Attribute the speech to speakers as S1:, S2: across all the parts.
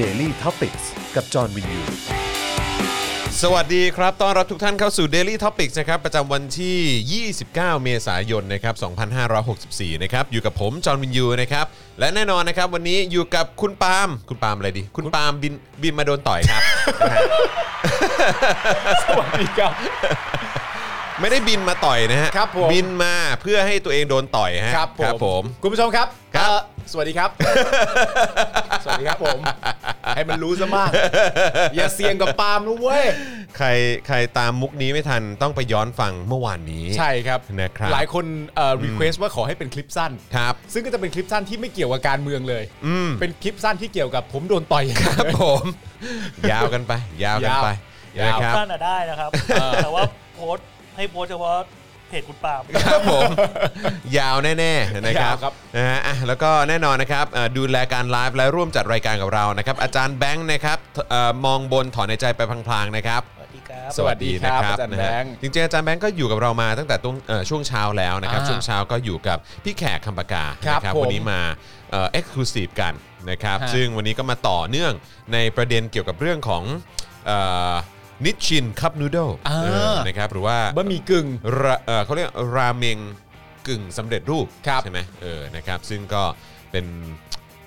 S1: Daily t o p i c กกับจอห์นวินยู
S2: สวัสดีครับ ต้อนรับทุกท่านเข้าสู่ Daily Topics นะครับ ประจำวันที่ 29 เมษายน นะครับ 2564 นะครับ อยู่กับผม จอห์นวินยู นะครับ และแน่นอนนะครับ วันนี้อยู่กับคุณปาล์ม คุณปาล์มอะไรดี คุณปาล์มบินบินมาโดนต่อยครับ
S3: สวัสดีครับ
S2: ไม่ได้บินมาต่อยนะฮะ
S3: ครับผม
S2: บินมาเพื่อให้ตัวเองโดนต่อยฮะ
S3: ครับผม
S2: ครับผม
S3: คุณผู้ชมครับ
S2: ครับ
S3: เอ่อสวัสดี ครับ สวัสดีครับผม ให้มันรู้ซะมาก อย่าเสี่ยงกับปาล์มนะเว้ย
S2: ใครใครตามมุกนี้ไม่ทันต้องไปย้อนฟังเมื่อวานนี้
S3: ใช่ครับ
S2: นะครับ
S3: หลายคนรีเควสว่าขอให้เป็นคลิปสั้น
S2: ครับ
S3: ซึ่งก็จะเป็นคลิปสั้นที่ไม่เกี่ยวกับการเมืองเลย
S2: อืม
S3: เป็นคลิปสั้นที่เกี่ยวกับผมโดนต่อย
S2: ครับผม ยาวกันไป ยาวกันไป
S3: ยาว
S2: นะครับ
S4: สั้นอะได้นะครับ แต่ว่าโพสต์ให้โพสต์เฉพาะเพจคุณปาล์ม
S2: ครับผม ยาวแน่ๆนะครับ
S3: ยาวครับ
S2: นะฮะอ่ะแล้วก็แน่นอนนะครับเอ่อดูแลการไลฟ์และร่วมจัดรายการกับเรานะครับ อาจารย์แบงค์นะครับเอ่อมองบนถอนในใจไปพลางๆนะครับ
S4: สวัสดีครับ
S3: สวัสดีครับอาจารย์
S2: นะฮะ
S3: แบงค์
S2: จริงๆอาจารย์แบงค์ก็อยู่กับเรามาตั้งแต่ต้นเอ่อช่วงเช้าแล้วนะครับ
S3: อ่า
S2: ช่วงเช้าก็อยู่กับพี่แขกคำปากา
S3: ครับ
S2: นะ
S3: ผม
S2: วันนี้มาเอ็กซ์คลูซีฟกันนะครับ
S3: ฮะ
S2: ซึ่งวันนี้ก็มาต่อเนื่องในประเด็นเกี่ยวกับเรื่องของเอ่อนิชชินคัพนูโดนะครับหรือว่า
S3: บะหมี่กึ่ง
S2: ระเอ่อเขาเรียกราเมงกึ่งสำเร็จรูป
S3: ครับ
S2: ใช่ไหมเออนะครับซึ่งก็เป็น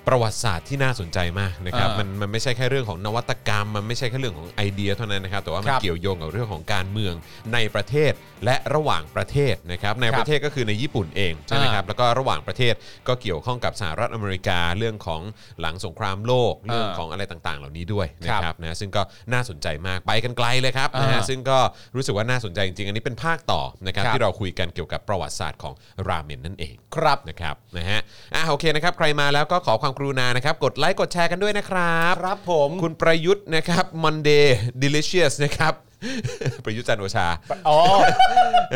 S2: ประวัติศาสตร์ที่น่าสนใจมากนะครับ
S3: อ่ามั
S2: มันมันไม่ใช่แค่เรื่องของนวัตกรรม มันไม่ใช่แค่เรื่องของไอเดียเท่านั้นนะครับ แต่ว่ามั
S3: คน รับ
S2: เกี่ยวโยงกับเรื่องของการเมืองในประเทศและระหว่างประเทศนะครับใน
S3: ครับ
S2: ประเทศก็คือในญี่ปุ่นเองใช่ไหม
S3: อ่า
S2: ครับแล้วก็ระหว่างประเทศก็เกี่ยวข้องกับสหรัฐอเมริกาเรื่องของหลังสงครามโลกเรื่อง
S3: อ่า
S2: ของอะไรต่างๆ เหล่านี้ด้วยนะค
S3: ครั
S2: รับบ นะซึ่งก็น่าสนใจมากไปกันไกลเลยครับนะฮะ
S3: อ่า
S2: ซึ่งก็รู้สึกว่าน่าสนใจจริงๆอันนี้เป็นภาคต่อนะครับ นะครับ
S3: ครับ
S2: ที่เราคุยกันเกี่ยวกับประวัติศาสตร์ของราเมนนั่นเอง
S3: ครับ
S2: นะครับนะฮะอ่ะโอเคนะครับ ใครมาแล้วก็ขอความกรุณานะครับ กดไลค์กดแชร์กันด้วยนะครับ
S3: ครับผม
S2: คุณประยุทธ์นะครับ Monday Delicious นะครับ ประยุทธ์จันทร์โอชา
S3: อ๋อ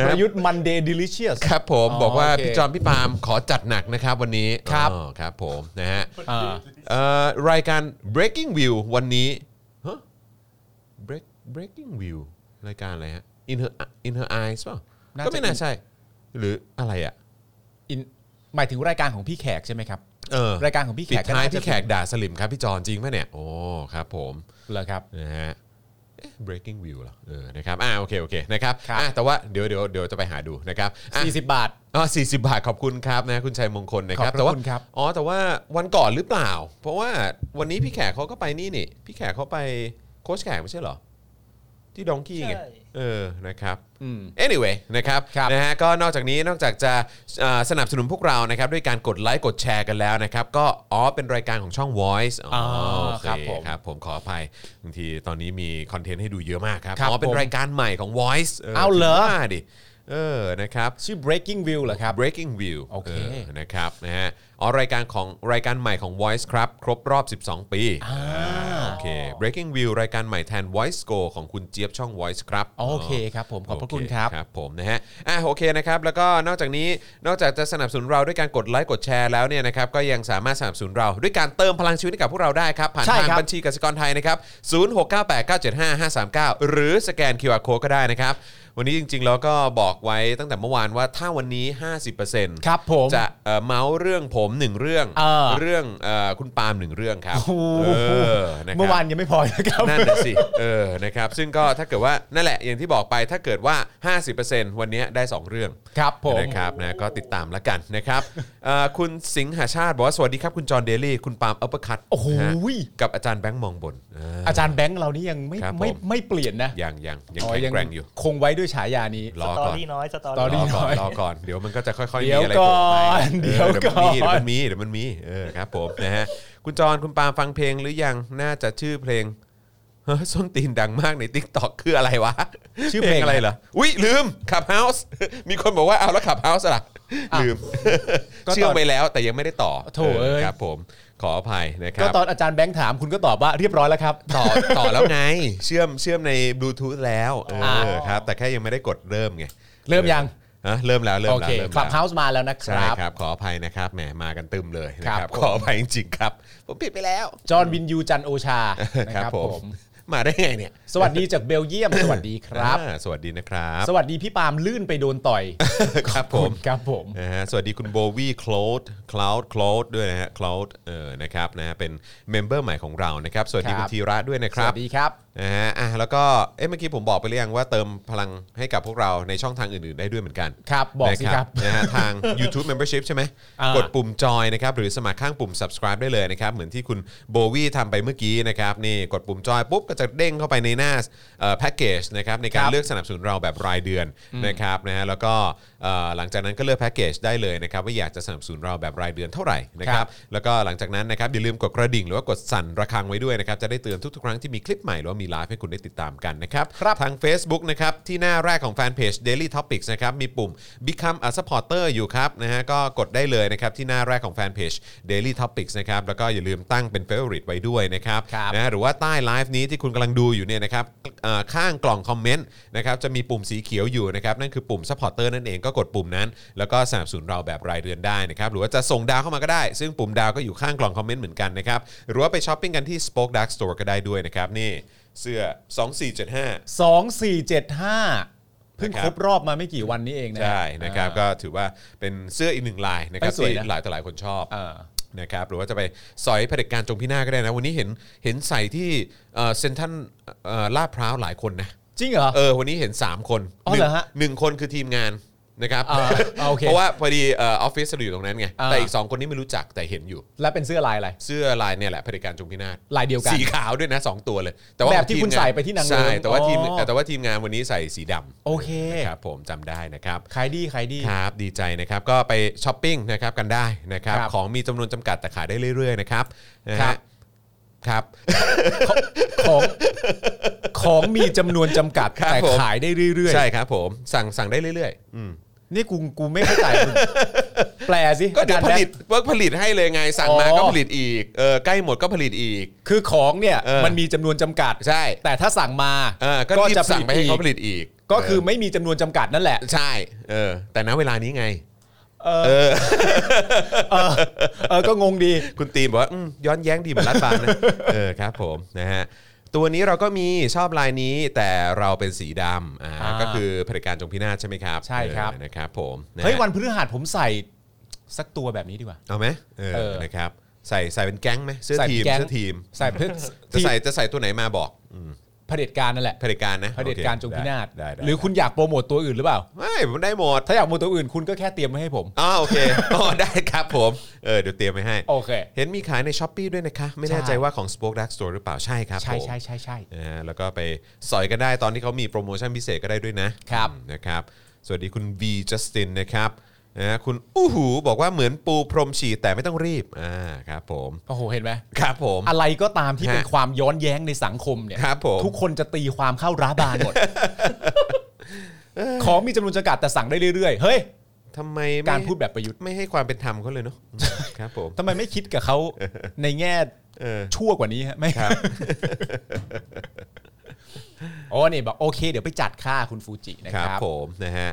S3: ประยุทธ์มันเดย์ดิลิเชียส
S2: ครับผม
S3: อ๋อ
S2: บอกว่า
S3: โอเค
S2: พี่จอมพี่ปาล์มขอจัดหนักนะครับวันนี้
S3: ครับ
S2: อ๋อครับผมนะฮะ
S3: อ่า
S2: เอ่อรายการ breaking view วันนี้ฮะ break breaking view รายการอะไรฮะ in her in her eyes เปล่า
S3: น่าจะ
S2: ก็ไม่น่าใช่ หรืออะไรอ่ะ
S3: อินหมายถึงรายการของพี่แขกใช่ไหมครับ
S2: เออ
S3: รายการของพี่แข
S2: ปิด
S3: กก็
S2: ท้าย
S3: น่าจะ
S2: พี่แขกด่าสลิมครับพี่จอนจริงไหมเนี่ย โอ้ครับผม
S3: เหรอครับ
S2: นะฮะเอ๊ะ breaking view เหรอเออนะครับอ่าโอเคโอเคนะครับ
S3: ครับ
S2: อ่ะแต่ว่าเดี๋ยวเดี๋ยวเดี๋ยวจะไปหาดูนะครับอ่ะ
S3: 40 บาท
S2: อ๋อสี่สิบาทขอบคุณครับนะคุณชัยมงคลนะครับ
S3: ขอบพระ
S2: แต่ว่า
S3: คุณครับ
S2: อ๋อแต่ว่าวันก่อนหรือเปล่า เพราะว่าวันนี้พี่แขกเขาก็ไปนี่นี่พี่แขกเขาไปโค้ชแขกไม่ใช่เหรอ ที่ดองกี้ไง
S4: ใช่
S2: เออนะครับ
S3: อืม
S2: anyway นะครับ
S3: ครับ
S2: นะฮะก็นอกจากนี้นอกจากจะเอ่อสนับสนุนพวกเรานะครับด้วยการกดไลค์กดแชร์กันแล้วนะครับ ก็อ๋อเป็นรายการของช่อง Voice อ๋อโอเค
S3: ครับผม
S2: ครับผมขออภัยบางทีตอนนี้มีคอนเทนต์ให้ดูเยอะมากครับ
S3: ครับ
S2: อ๋อเป็น
S3: ผม
S2: รายการใหม่ของ Voice
S3: เอาเหรอ
S2: ถึงว่าดิเออนะครับ
S3: ชื่อ breaking view เหรอครับ
S2: breaking view
S3: โอเค
S2: นะครับนะฮะอ๋อรายการของรายการใหม่ของ Voice ครับ ครบรอบ 12 ปีอ่าโอเค breaking view รายการใหม่แทน Voice Go ของคุณเจี๊ยบช่อง Voice ครับ
S3: โอเคครับผมขอบพระคุณครับ
S2: โอเครับผมนะฮะอ่ะโอเคนะครับแล้วก็นอกจากนี้นอกจากจะสนับสนุนเราด้วยการกดไลค์กดแชร์แล้วเนี่ยนะครับก็ยังสามารถสนับสนุนเราด้วยการเติมพลังชีวิตให้กับพวกเราได้ครับ ผ่าน
S3: ใช่
S2: ทาง
S3: ครับ
S2: บัญชีกสิกรไทยนะครับ0698975539 หรือสแกน QR Code ก็ได้นะครับ วันนี้จริงๆแล้วก็บอกไว้ตั้งแต่เมื่อวานว่าถ้าวันนี้ 50%
S3: ครับผม
S2: จะเอ่อเมาส์เรื่องผมหนึ่งเรื่อง
S3: เออ
S2: เรื่องเอ่อคุณปาล์มหนึ่งเรื่องครับ
S3: โอ้โห
S2: เออนะครับ
S3: เมื่อวานยังไม่พอนะครับ
S2: นั่นน่ะสิ เออ นะครับ ซึ่งก็ถ้าเกิดว่า นั่นแหละ อย่างที่บอกไป ถ้าเกิดว่า 50%วันเนี้ยได้ 2 เรื่อง
S3: ครับผม
S2: นะครับ นะ ก็ติดตามแล้วกันนะครับเอ่อคุณสิงหาชาติบอกว่า สวัสดีครับ คุณจอห์นเดลี่ คุณปาล์มอัปเปอร์คัต
S3: โอ้โห
S2: กับอาจารย์แบงค์มองบนเออ
S3: อาจารย์แบงค์เรานี่ยังไม่
S2: ครับผม
S3: ไม่ไม่เปลี่ยนนะ
S2: ยังยังยัง
S3: อ๋อ
S2: แข็งแกร่งอยู่
S3: คงไว้ด้วยฉายานี้
S2: ร
S4: ส
S2: อ
S4: ตอ
S2: ก่อน
S4: รี่น้อยสตอ
S3: สตอ
S2: ร
S4: รี่
S2: อ
S4: น้อย
S2: ก่อน
S3: หน่อย
S2: รอก่อน เดี๋ยวมันก็จะค่อยๆมี
S3: เดี๋ยว
S2: อะไรโผล่มา
S3: ก่อน
S2: ออ
S3: เดี๋ยวก่อน
S2: เดี๋ยวมันมีเดี๋ยวมันมีเดี๋ยวมันมีเออครับผมนะฮะคุณจรคุณปาล์มฟังเพลงหรือยังน่าจะชื่อเพลงเฮ้ยส้นตีนดังมากใน t ิ k t o k คืออะไรวะ
S3: ชื่อเพลง
S2: อะไรเหรออุ้ยลืมขับเฮาส์ มีคนบอกว่าเอาแล้วขับเฮาส์ล่ะ
S3: อ้าว
S2: ลืม
S3: ก็ตอน
S2: เชื่อมไปแล้วแต่ยังไม่ได้ต่อ
S3: โถ่เอ้ย
S2: ครับผมขออภัยนะค
S3: ก็
S2: รับ
S3: ตอนอาจารย์แบงค์ถามคุณก็ตอบว่าเรียบร้อยแล้วครับ
S2: ต่อต่อแล้วไงเชื่อมเชื่อมในบลูทูธแล้วเอออ
S3: อ
S2: ครับแต่แค่ยังไม่ได้กดเริ่มไง
S3: เริ่มยัง
S2: ฮะเริ่มแล้วเริ่ม
S3: โอ
S2: แล้ว
S3: เค
S2: ริ่ม
S3: คลั
S2: แว
S3: บเฮาส์มาแล้วนะค
S2: ใช่
S3: รับ
S2: ครับ ขออภัยนะครับแหมมากันตึมเลยนะค
S3: ครั
S2: รับบ
S3: ผม
S2: ขออภัยจริงๆครับ ผมผิดไปแล้ว
S3: จอห์นวินยูจันโอชานะ
S2: ค
S3: ค
S2: รั
S3: รั
S2: บบ ผม
S3: ผม
S2: มาได้ไงเนี่ย
S3: สวัสดีจากเบลเยียม สวัสดีครับ
S2: อ่าสวัสดีนะครับ
S3: สวัสดีพี่ปาล์มลื่นไปโดนต่อย
S2: ครับผม
S3: ครับผม
S2: นะฮะสวัสดีคุณโบวี่คลาวด์คลาวด์คลาวด์ด้วยนะฮะคลาวด์เออนะครับนะฮะเป็นเมมเบอร์ใหม่ของเรานะครับ สวัสดีคุณธีระด้วยนะค
S3: ส
S2: รับ
S3: วัสดีครับ
S2: นะฮะอ่ะแล้วก็เอ๊ะเมื่อกี้ผมบอกไปหรือยังว่าเติมพลังให้กับพวกเราในช่องทางอื่นๆ ได้ด้วยเหมือนกัน
S3: ครับบอกสิครับ
S2: นะนะฮะทาง YouTube Membership ใช่ไหม
S3: อ่าก ก
S2: ดปุ่มจอยนะครับหรือสมัครข้างปุ่ม subscribe ได้เลยนะครับ เหมือนที่คุณโบวี่ทำไปเมื่อกี้นะครับนี่กดปุ่มจอยปุ๊บก็จะเด้งเข้าไปในหน้าแพ็กเกจนะครับในการเลือกสนับสนุนเราแบบรายเดือนนะครับนะฮะแล้วก็เอ่อหลังจากนั้นก็เลือกแพ็กเกจได้เลยนะครับว่าอยากจะสนับสนุนเราแบบรายเดือนเท่าไหร่นะครับแล้วก็หลังจากนั้นนะครับอย่าลืมกดกระดิ่งหรือว่ากดสั่นระฆังไว้ด้วยนะครับจะได้เตือนทุกๆครั้งที่มีคลิปใหม่หรือว่ามีไลฟ์ให้คุณได้ติดตามกันนะครับทาง Facebook นะครับที่หน้าแรกของแฟนเพจ Daily Topics นะครับมีปุ่ม Become a supporter อยู่ครับนะฮะก็กดได้เลยนะครับที่หน้าแรกของแฟนเพจ Daily Topics นะครับแล้วก็อย่าลืมตั้งเป็น Favorite ไว้ด้วยนะครับ
S3: ครับ
S2: นะฮะหรือว่าใต้ไลฟ์นี้ที่คุณกำลังดูอยู่เนี่ยนะครับเอ่อข้างกล่องคอมเมนต์นะครับจะมีปุ่มสีเขียวอยู่นะครับนั่นคือปุ่ม supporter นั่นเองก็กดปุ่มนั้น แล้วก็สนับสนุนเราแบบรายเดือนได้นะครับหรือว่าจะส่งดาวเข้ามาก็ได้ ซึ่งปุ่มดาวก็อยู่ข้างกล่องคอมเมนต์เหมือนกันนะครับหรือว่าไปช้อปปิ้งกันที่ Spoke Dark Store ก็ได้ด้วยนะครับนี่เสื้อ 2475
S3: สองสี่เจ็ดห้าเพิ่ง
S2: นะครับ
S3: ครบรอบมาไม่กี่วันนี้เองนะ
S2: ใช่นะครับก็ถือว่าเป็นเสื้ออีกหนึ่งลายนะครับ
S3: ไปสวย
S2: ที่
S3: นะ
S2: หลายต่อหลายคนชอบ
S3: เออ
S2: นะครับหรือว่าจะไปสอยเผด็จการจงพินาศก็ได้นะ วันนี้เห็นเห็นใส่ที่เอ่อเซนทรันเอ่อลาดพร้าวหลายคนนะ
S3: จริงเหรอ
S2: เออวันนี้เห็น 3 คน
S3: อ๋อเหรอฮะ
S2: นึ่งคนคือทีมงานนะครับ
S3: อ่าอ่าโอเค
S2: ราะว่าพอดีเออออฟฟิศเราอยู่ตรงนั้นไง
S3: อ่า
S2: แต่อีก 2 คนนี้ไม่รู้จักแต่เห็นอยู่
S3: แล้วเป็นเสื้อลายอะไร
S2: เสื้อลายเนี่ยแหละเผด็จการจงพินาศ
S3: ลายเดียวกัน
S2: สีขาวด้วยนะสองตัวเลย
S3: แบบที่
S2: ม
S3: คุณใส่ไปที่นางเลิ้ง
S2: ใช่แต่ว่าทีม
S3: อ๋อ
S2: แต่ว่าทีมงานวันนี้ใส่สีดำ
S3: โอเค
S2: นะครับผมจำได้นะครับ
S3: ขายดีขายดี
S2: ครับดีใจนะครับก็ไปช้อปปิ้งนะครับกันได้นะครับ
S3: ครับ
S2: ของมีจำนวนจำกัดแต่ขายได้เรื่อยๆนะครับนะ
S3: ครั
S2: ฮะ
S3: บ
S2: ครับ
S3: ของของมีจำนวนจำกัด
S2: ครับ
S3: แต่
S2: ผม
S3: ขายได้เรื่อย
S2: ใช่ครับผมสั่งสั่งได้เรื่อยๆอืม
S3: ๆ นี่กูกูไม่เข้าใจ มึงแปลสิ
S2: ก็เดี๋ยว
S3: อา
S2: ผ
S3: จารย์
S2: ลิต
S3: แบงค์
S2: เวิร์กผลิตให้เลยไงสั่งมา
S3: อ๋อ
S2: ก็ผลิตอีกเออใกล้หมดก็ผลิตอีก
S3: คือของเนี่ย
S2: เออ
S3: มันมีจำนวนจำกัด
S2: ใช่
S3: แต่ถ้าสั่งมา
S2: เออก็รีบสั่งไปให้เขาผลิตอีก
S3: ก็คือ
S2: เ
S3: ไม่มีจำนวนจำกัดนั่นแหละ
S2: ใช่เออแต่ณเวลานี้ไง
S3: เออก็งงดี
S2: คุณตีนบอกว่าอืมย้อนแย้งดีเหมือนรัดบางนะ เออครับผมนะฮะตัวนี้เราก็มีชอบลายนี้แต่เราเป็นสีดำอ่า
S3: อ่า
S2: ก็คือเผลิตการจงพินาศใช่ไหมครับ
S3: ใช่ครับ
S2: เออนะครับผมะฮะ
S3: เฮ้ยวันพฤหัสผมใส่สักตัวแบบนี้ดีกว่า
S2: เอาไหมเออ
S3: เออ
S2: นะครับใส่ใส่เป็นแก๊งไหมเสื้อ
S3: ใส่
S2: ทีม
S3: เป็นแก๊ง
S2: เสื้อทีม
S3: ใส่เพื่อ
S2: จะ
S3: ที่
S2: ใส่จะใส่ตัวไหนมาบอกอืม
S3: เผด็จการนั่นแหละ
S2: เผลิตการนะ
S3: เผด็จการ
S2: โอเค
S3: จงพินาศ
S2: ได้ได้
S3: หรือคุณอยากโปรโมทตัวอื่นหรือเปล่า
S2: ไม่ผมได้หมด
S3: ถ้าอยากโปรโมทตัวอื่นคุณก็แค่เตรียมไว้ให้ผม
S2: อ๋อโอเคอ๋อได้ครับผมเออเดี๋ยวเตรียมไว้ให้
S3: โอเค
S2: เห็นมีขายในช้อปปีด้วยนะคะ ไม่แน่ใจว่าของ Spoke Dark Store หรือเปล่าใช่ครับ
S3: ใช่
S2: ผม
S3: ใช่ใช่ใช่
S2: นะฮะแล้วก็ไปสอยกันได้ตอนที่เขามีโปรโมชั่นพิเศษก็ได้ด้วยนะครับ อืมนะครับ สวัสดีคุณ V Justin นะครับนะฮะคุณอู้หูบอกว่าเหมือนปูพรมฉีดแต่ไม่ต้องรีบอ่าครับผม
S3: โอ้โหเห็นไหม
S2: ครับผม
S3: อะไรก็ตามที่
S2: ฮะ
S3: เป็นความย้อนแย้งในสังคมเนี่ย
S2: ครับผม
S3: ทุกคนจะตีความเข้าร้าบานหมด ของมีจำนวนจำกัดแต่สั่งได้เรื่อยๆเฮ้ย
S2: ทำไมไม่
S3: การพูดแบบประยุทธ์
S2: ไม่ให้ความเป็นธรรมเขาเลยเนาะ ครับผม
S3: ทำไมไม่คิดกับเขาในแง่
S2: เออ
S3: ชั่วกว่านี้ฮะไม่
S2: ครับ
S3: อ๋อนี่บอกโอเค เดี๋ยวไปจัดค่าคุณฟูจินะ
S2: ค
S3: ค
S2: รั
S3: รั
S2: บบ ผมนะฮะ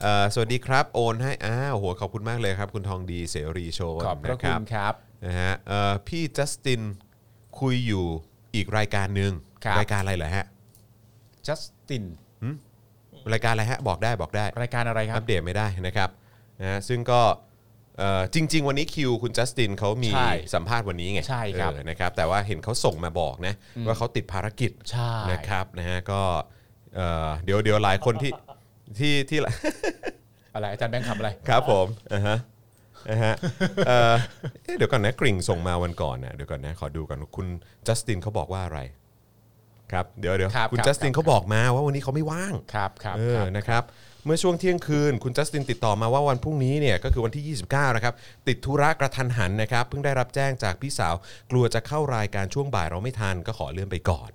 S2: เอ่อสวัสดีครับโอนให้อ้าวโหขอบคุณมากเลยครับ คุณทองดีเสรีโชน
S3: ขอบพระ
S2: นะ
S3: คุณครับ
S2: นะฮะเอ่อพี่จัสตินคุยอยู่อีกรายการหนึ่ง
S3: ครับ
S2: ยการอะไรเหรอฮะ
S3: จัสติน
S2: รายการอะไรฮะบอกได้บอกได้
S3: รายการอะไรครั
S2: อั
S3: บ
S2: ปเดตไม่ได้นะครับนะฮะซึ่งก็เอ่อจริง ๆ วันนี้คิวคุณจัสตินเขามี
S3: ใช่
S2: สัมภาษณ์วันนี้ไง
S3: ใช่ครับ
S2: เออนะครับแต่ว่าเห็นเขาส่งมาบอกนะว่าเขาติดภารกิจ
S3: ใช่
S2: นะครับนะฮะก็เอ่อเดี๋ยวเดี๋ยวหลายคนที่ที่ที่
S3: อะไรอาจารย์แบงค์ทำอะไร
S2: ครับผมอ่าฮะอ่าฮะเอ่อเอ๊ะเดี๋ยวก่อนนะกริ่งส่งมาวันก่อนนะเดี๋ยวก่อนนะขอดูก่อนคุณจัสตินเขาบอกว่าอะไร ครับเดี๋ยวเดี๋ยว
S3: ครับ
S2: คุณ
S3: ครับ
S2: จัสติน
S3: ครับ
S2: เขาบอกมาว่าวันนี้เขาไม่ว่าง
S3: ครับครับ
S2: เอ
S3: ค
S2: อ
S3: รับ
S2: นะครับเมื่อช่วงเที่ยงคืน คุณจัสตินติดต่อมาว่าวันพรุ่งนี้เนี่ยก็คือวันที่ 29 นะครับ ติดธุระกระทันหันนะครับ เพิ่งได้รับแจ้งจากพี่สาวกลัวจะเข้ารายการช่วงบ่ายเราไม่ทันก็ขอเลื่อนไปก่อน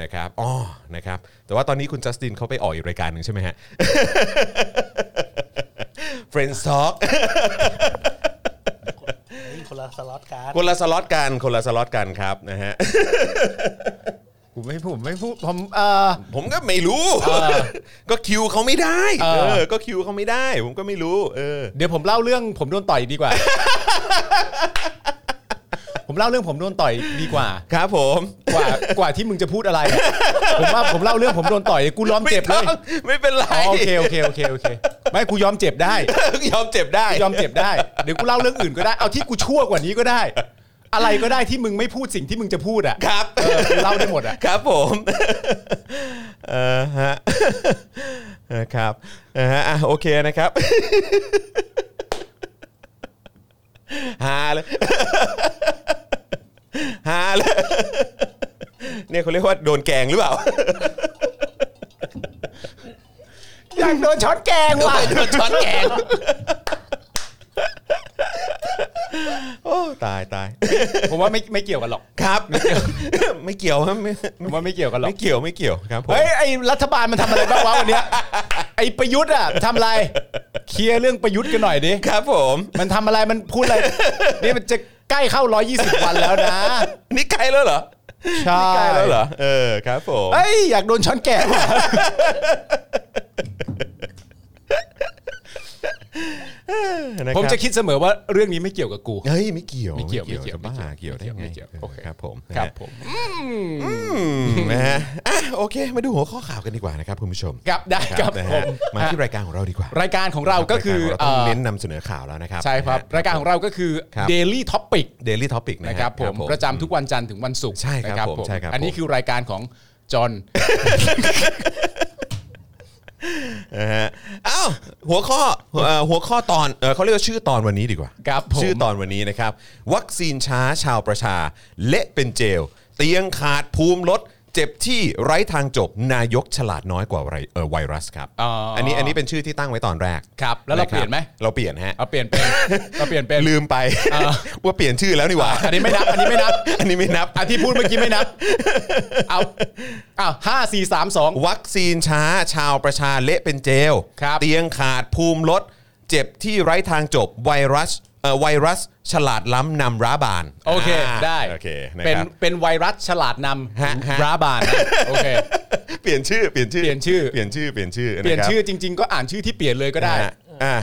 S2: นะครับอ๋อนะครับแต่ว่าตอนนี้คุณจัสตินเขาไปออกอีกรายการหนึ่งใช่ไหมฮะ Friends Talk
S4: นี่คนละสล็อตการ์ด
S2: คนละสล็อตกันคนละสล็อตกันครับนะฮะ
S3: ผมไม่พูดผมไม่พูดผมเออ
S2: ผมก็ไม่รู้ ก็คิวเขาไม่ได้
S3: เออ
S2: เออก็คิวเขาไม่ได้ ผมก็ไม่รู้ เออ
S3: เดี๋ยวผมเล่าเรื่องผมโดนต่อยดีกว่า ผมเล่าเรื่องผมโดนต่อยดีกว่า
S2: ครับผม
S3: กว่ากว่าที่มึงจะพูดอะไรอะผมว่าผมเล่าเรื่องผมโดนต่อยกูยอมเจ็บเลย
S2: ไม่เป็นไร
S3: อ๋อโอเคโอเคโอเคโอเคไม่กูยอมเจ็บได้
S2: ยอมเจ็บได้
S3: กูยอมเจ็บได้เดี๋ยวกูเล่าเรื่องอื่นก็ได้เอาที่กูชั่วกว่านี้ก็ได้ อะไรก็ได้ที่มึงไม่พูดสิ่งที่มึงจะพูดอ่ะ
S2: ครับ
S3: เออกูเล่าได้หมดอ่ะ
S2: ครับผม เออฮะ เออครับเออฮะอ่ะโอเคนะครับ ฮาเลย ฮาเลย เนี่ยเขาเรียกว่าโดนแกงหรือเป ล่า
S3: อยากโดนช้อนแกงว่ะ
S2: โดนช้อนแกง โอ้ตายตาย
S3: ผมว่าไม่ไม่เกี่ยวกันหรอก
S2: ครับ ไม่เกี่ยวไม่เกี่ยว ครับไม่
S3: ผมว่าไม่เกี่ยวกันหรอก
S2: ไม่เกี่ยวไม่เกี่ยวครับผม
S3: เฮ้ยไอรัฐบาลมันทำอะไรบ้างวะวันเนี้ยไอประยุทธ์อ่ะทำอะไรเคลียร์เรื่องประยุทธ์กันหน่อยดิ
S2: ครับผม
S3: มันทำอะไรมันพูดอะไร นี่มันจะใกล้เข้า 120 วันแล้วนะ
S2: นี่ไกลแล้วเหรอ
S3: ใช่
S2: ใกล้แล้วเหรอ เออครับผม
S3: เอ้ยอยากโดนช้อนแกะว่ะ
S2: นรับ
S3: ผมจะคิดเสมอว่าเรื่องนี้ไม่เกี่ยวกับกู
S2: เฮ้ยไม่เกี่ยว
S3: ไม่เกี่ยว
S2: จะบ้า
S3: ไม่เกี่
S2: เกี่ย
S3: ยว ว
S2: ได้ไง
S3: ไม่เกี่ยวโอเค
S2: ครับผม
S3: ครับ
S2: นะฮะ
S3: ผม
S2: อืมนะฮะอ่ะโอเค มาดูหัวข้อข่าวกันดีกว่านะครับคุณผู้ชม
S3: ครับได้ครับ
S2: นะ
S3: ผ
S2: ฮะ
S3: ม
S2: มาที่รายการของเราดีกว่าร
S3: ายการของเราก็คือ
S2: รายารของเราต้องเน้นนำเสนอข่าวแล้วนะครับ
S3: ใช่ครับ
S2: นะฮะ
S3: รายการของเราก็คือ
S2: ครับ
S3: Daily Topic
S2: Daily Topic นะฮะ
S3: นะครับผมประจำทุกวันจันทร์ถึงวันศุกร์
S2: ใช่ครับ
S3: นะ
S2: ผมใช่ครับ
S3: อันนี้
S2: ผม
S3: คือรายการของจอห์น
S2: นะฮะอ้าวหัวข้อเอ่อหัวข้อตอนเอ่อเขาเรียกว่าชื่อตอนวันนี้ดีกว่า
S3: ครับผม
S2: ชื่อตอนวันนี้นะครับ วัคซีนช้าชาวประชา เละเป็นเจล เตียงขาดภูมิลด เจ็บที่ไร้ทางจบ นายกฉลาดน้อยกว่าไวเอ่อไวรัสครับ
S3: อ๋ออั
S2: นนี้อันนี้เป็นชื่อที่ตั้งไว้ตอนแรก
S3: ครับแล้วเรา
S2: ะคบ
S3: เปลี่ยนไหม
S2: เราเปลี่ยนฮะ
S3: เอาเปลี่ยนเป็นเอาเปลี่ยนเป็น
S2: ลืมไป
S3: อ่า
S2: ว่าเปลี่ยนชื่อแล้วนี่หว่า
S3: อันนี้ไม่นับอันนี้ไม่นับ
S2: อันนี้ไม่นับ
S3: อันที่พูดเมื่อกี้ ไม่นับ เอาเอาห้าสี่สามสอง
S2: วัคซีนช้าชาวประชาเละเป็นเจล
S3: ครับ
S2: เตียงขาดภูมิลด เจ็บที่ไร้ทางจบไวรัสเอ่อไวรัสฉลาดล้ำนำร้าบาน
S3: โอเค
S2: า
S3: ได้
S2: โอเคนะ
S3: เป็น
S2: ครับ
S3: เป็นไวรัสฉลาดน
S2: ฮะฮะ
S3: ำร้าบานนะโอเค
S2: เป ลี่ยนชื่อเปลี่ยนชื่อ
S3: เปลี่ยนชื่อ
S2: เปลี่ยนชื่อเปลี่ยนชื่อะครับ
S3: เปลี่ยนชื่อจริง ๆ ก็อ่านชื่อที่เปลี่ยนเลยก็ได้
S2: อ่ะอ่ะ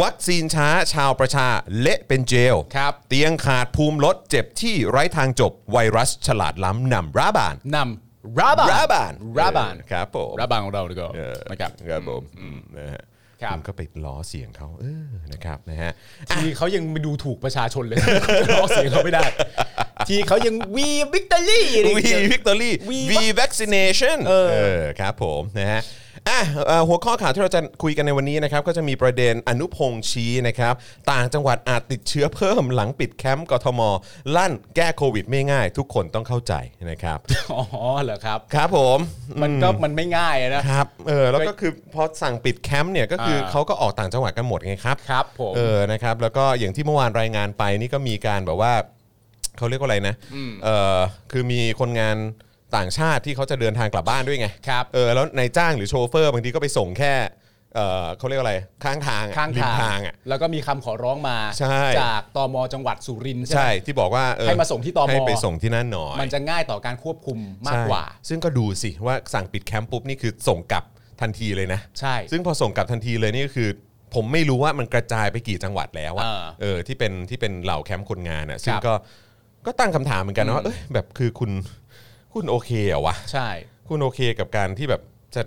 S2: วัคซีนช้าชาวประชาเละเป็นเจล
S3: ครับ
S2: เตียงขาดภูมิลด เจ็บที่ไร้ทางจบไวรัสฉลาดล้ำนำร้าบาน
S3: นำร้าบาน
S2: ร้าบาน
S3: ร้าบาน
S2: เออครับผม
S3: ร้าบานของเราดีกว่า
S2: เออ
S3: นะครับ
S2: ครับผมอืมนะฮะ
S3: ครับ
S2: ณก็ไปล้อเสียงเขาเออนะครับนะฮะ
S3: ทีเขายังไม่ดูถูกประชาชนเลย ร้องเสียงเขาไม่ได้ ทีเขายังวีวิกตอรี่อะไรอย่าง
S2: วี
S3: เงี้ย
S2: วิกตอรี่
S3: We
S2: วีวัคซีเนชันเออครับผมนะฮะอ่ะเอ่อหัวข้อข่าวที่เราจะคุยกันในวันนี้นะครับ ก็จะมีประเด็นอนุพงษ์ชี้นะครับ ต่างจังหวัดอาจติดเชื้อเพิ่มหลังปิดแคมป์กทม ลั่นแก้โควิดไม่ง่าย ทุกคนต้องเข้าใจนะครับ
S3: อ๋อเหรอครับ
S2: ครับผม
S3: มันก็มันไม่ง่ายนะ
S2: ครับเออแล้วก็คือพอสั่งปิดแคมป์เนี่ยก็คืออา เขาก็ออกต่างจังหวัดกันหมดไงครับ
S3: ครับผม
S2: เออนะครับแล้วก็อย่างที่เมื่อวานรายงานไปนี่ก็มีการแบบว่าเขาเรียกว่าอะไรนะเออคือมีคนงานต่างชาติที่เขาจะเดินทางกลับบ้านด้วยไง
S3: ครับ
S2: เออแล้วนายจ้างหรือโชเฟอร์บางทีก็ไปส่งแค่เออเขาเรียกว่าอะไรข้างทางอะ
S3: ข้าง
S2: ริม
S3: ทาง
S2: ทางอ่ะ
S3: แล้วก็มีคำขอร้องมา
S2: ใช่
S3: จากตมจังหวัดสุรินทร์ใช่ไหม
S2: ใช่ที่บอกว่าเออ
S3: ให้มาส่งที่ตม
S2: ให้ไปส่งที่นั่นหน่อย
S3: มันจะง่ายต่อการควบคุมมากกว่า
S2: ใช่ซึ่งก็ดูสิว่าสั่งปิดแคมป์ปุ๊บนี่คือส่งกลับทันทีเลยนะ
S3: ใช่
S2: ซึ่งพอส่งกลับทันทีเลยนี่ก็คือ ผมไม่รู้ว่ามันกระจายไปกี่จังหวัดแล้วอะ
S3: อ่า
S2: เออที่เป็นที่เป็นเหล่าแคมป์คนงานอะซึ่งก็ก็ตั้งคำถามเหมือนกันนะว่าเอ้ยแบบคือคุณคุณโอเคเหรอวะ
S3: ใช่
S2: คุณโอเคกับการที่แบบจะ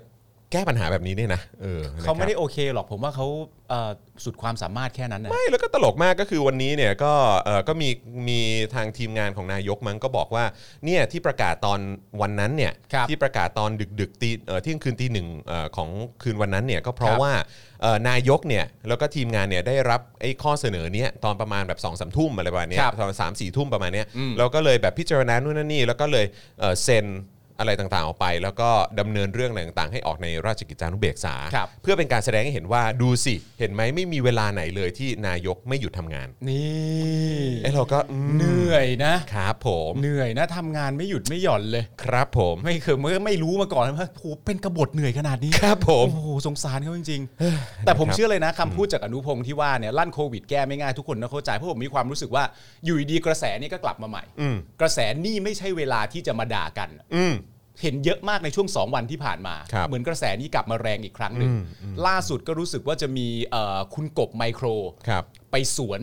S2: แก้ปัญหาแบบนี้เนี่ยนะเออนะครับ
S3: เขาไม่ได้โอเคหรอกผมว่าเขาเอ่อสุดความสามารถแค่นั้นนะ
S2: ไม่แล้วก็ตลกมากก็คือวันนี้เนี่ยก็เออก็มีมีทางทีมงานของนายกมั้งก็บอกว่าเนี่ยที่ประกาศตอนวันนั้นเนี่ย
S3: ครับ
S2: ที่ประกาศตอนดึกดึกๆตีเอ่อเที่ยงคืนตีหนึ่งเอ่อของคืนวันนั้นเนี่ยก็เพราะ
S3: ครับ
S2: ว่าเอ่อนายกเนี่ยแล้วก็ทีมงานเนี่ยได้รับไอ้ข้อเสนอเนี้ยตอนประมาณแบบ2องสามทุ่มอะไรประมาณเนี้ย
S3: ครับ
S2: ตอนสามสี่ทุ่มประมาณเนี้ยเราก็เลยแบบพิจารณานู่นนั่นนี่แล้วก็เลยเอ่อเซ็นอะไรต่างๆออกไป แล้วก็ดำเนินเรื่องอะไรต่างๆ ให้ออกในราชกิจจานุเบกษา
S3: ครับ
S2: เพื่อเป็นการแสดงให้เห็นว่าดูสิ เห็นไหมไม่มีเวลาไหนเลยที่นายกไม่หยุดทำงาน
S3: นี่
S2: ไอ้เราก็อืม
S3: เหนื่อยนะ
S2: ครับผม
S3: เหนื่อยนะทำงานไม่หยุดไม่หย่อนเลย
S2: ครับผม
S3: ไม่เคยไม่ไม่รู้มาก่อนว่าโอ้โหเป็นกบฏเหนื่อยขนาดนี้
S2: ครับผม
S3: โอ้โหสงสารเขาจริงๆ แต่ผมเชื่อเลยนะคำพูดจากอนุพงศ์ที่ว่าเนี่ยลั่นโควิดแก้ไม่ง่ายทุกคนนะเข้าใจเพราะผมมีความรู้สึกว่าอยู่ดีๆกระแสนี่ก็กลับมาใหม่
S2: อืม
S3: กระแสนี่ไม่ใช่เวลาที่จะมาด่ากัน
S2: อืม
S3: เห็นเยอะมากในช่วง 2 วันที่ผ่านมา
S2: ครับ
S3: เหมือนกระแสนี้กลับมาแรงอีกครั้งหนึ่ง ล่าสุดก็รู้สึกว่าจะมีเอ่อคุณกบไมโคร
S2: ครับ
S3: ไปสวน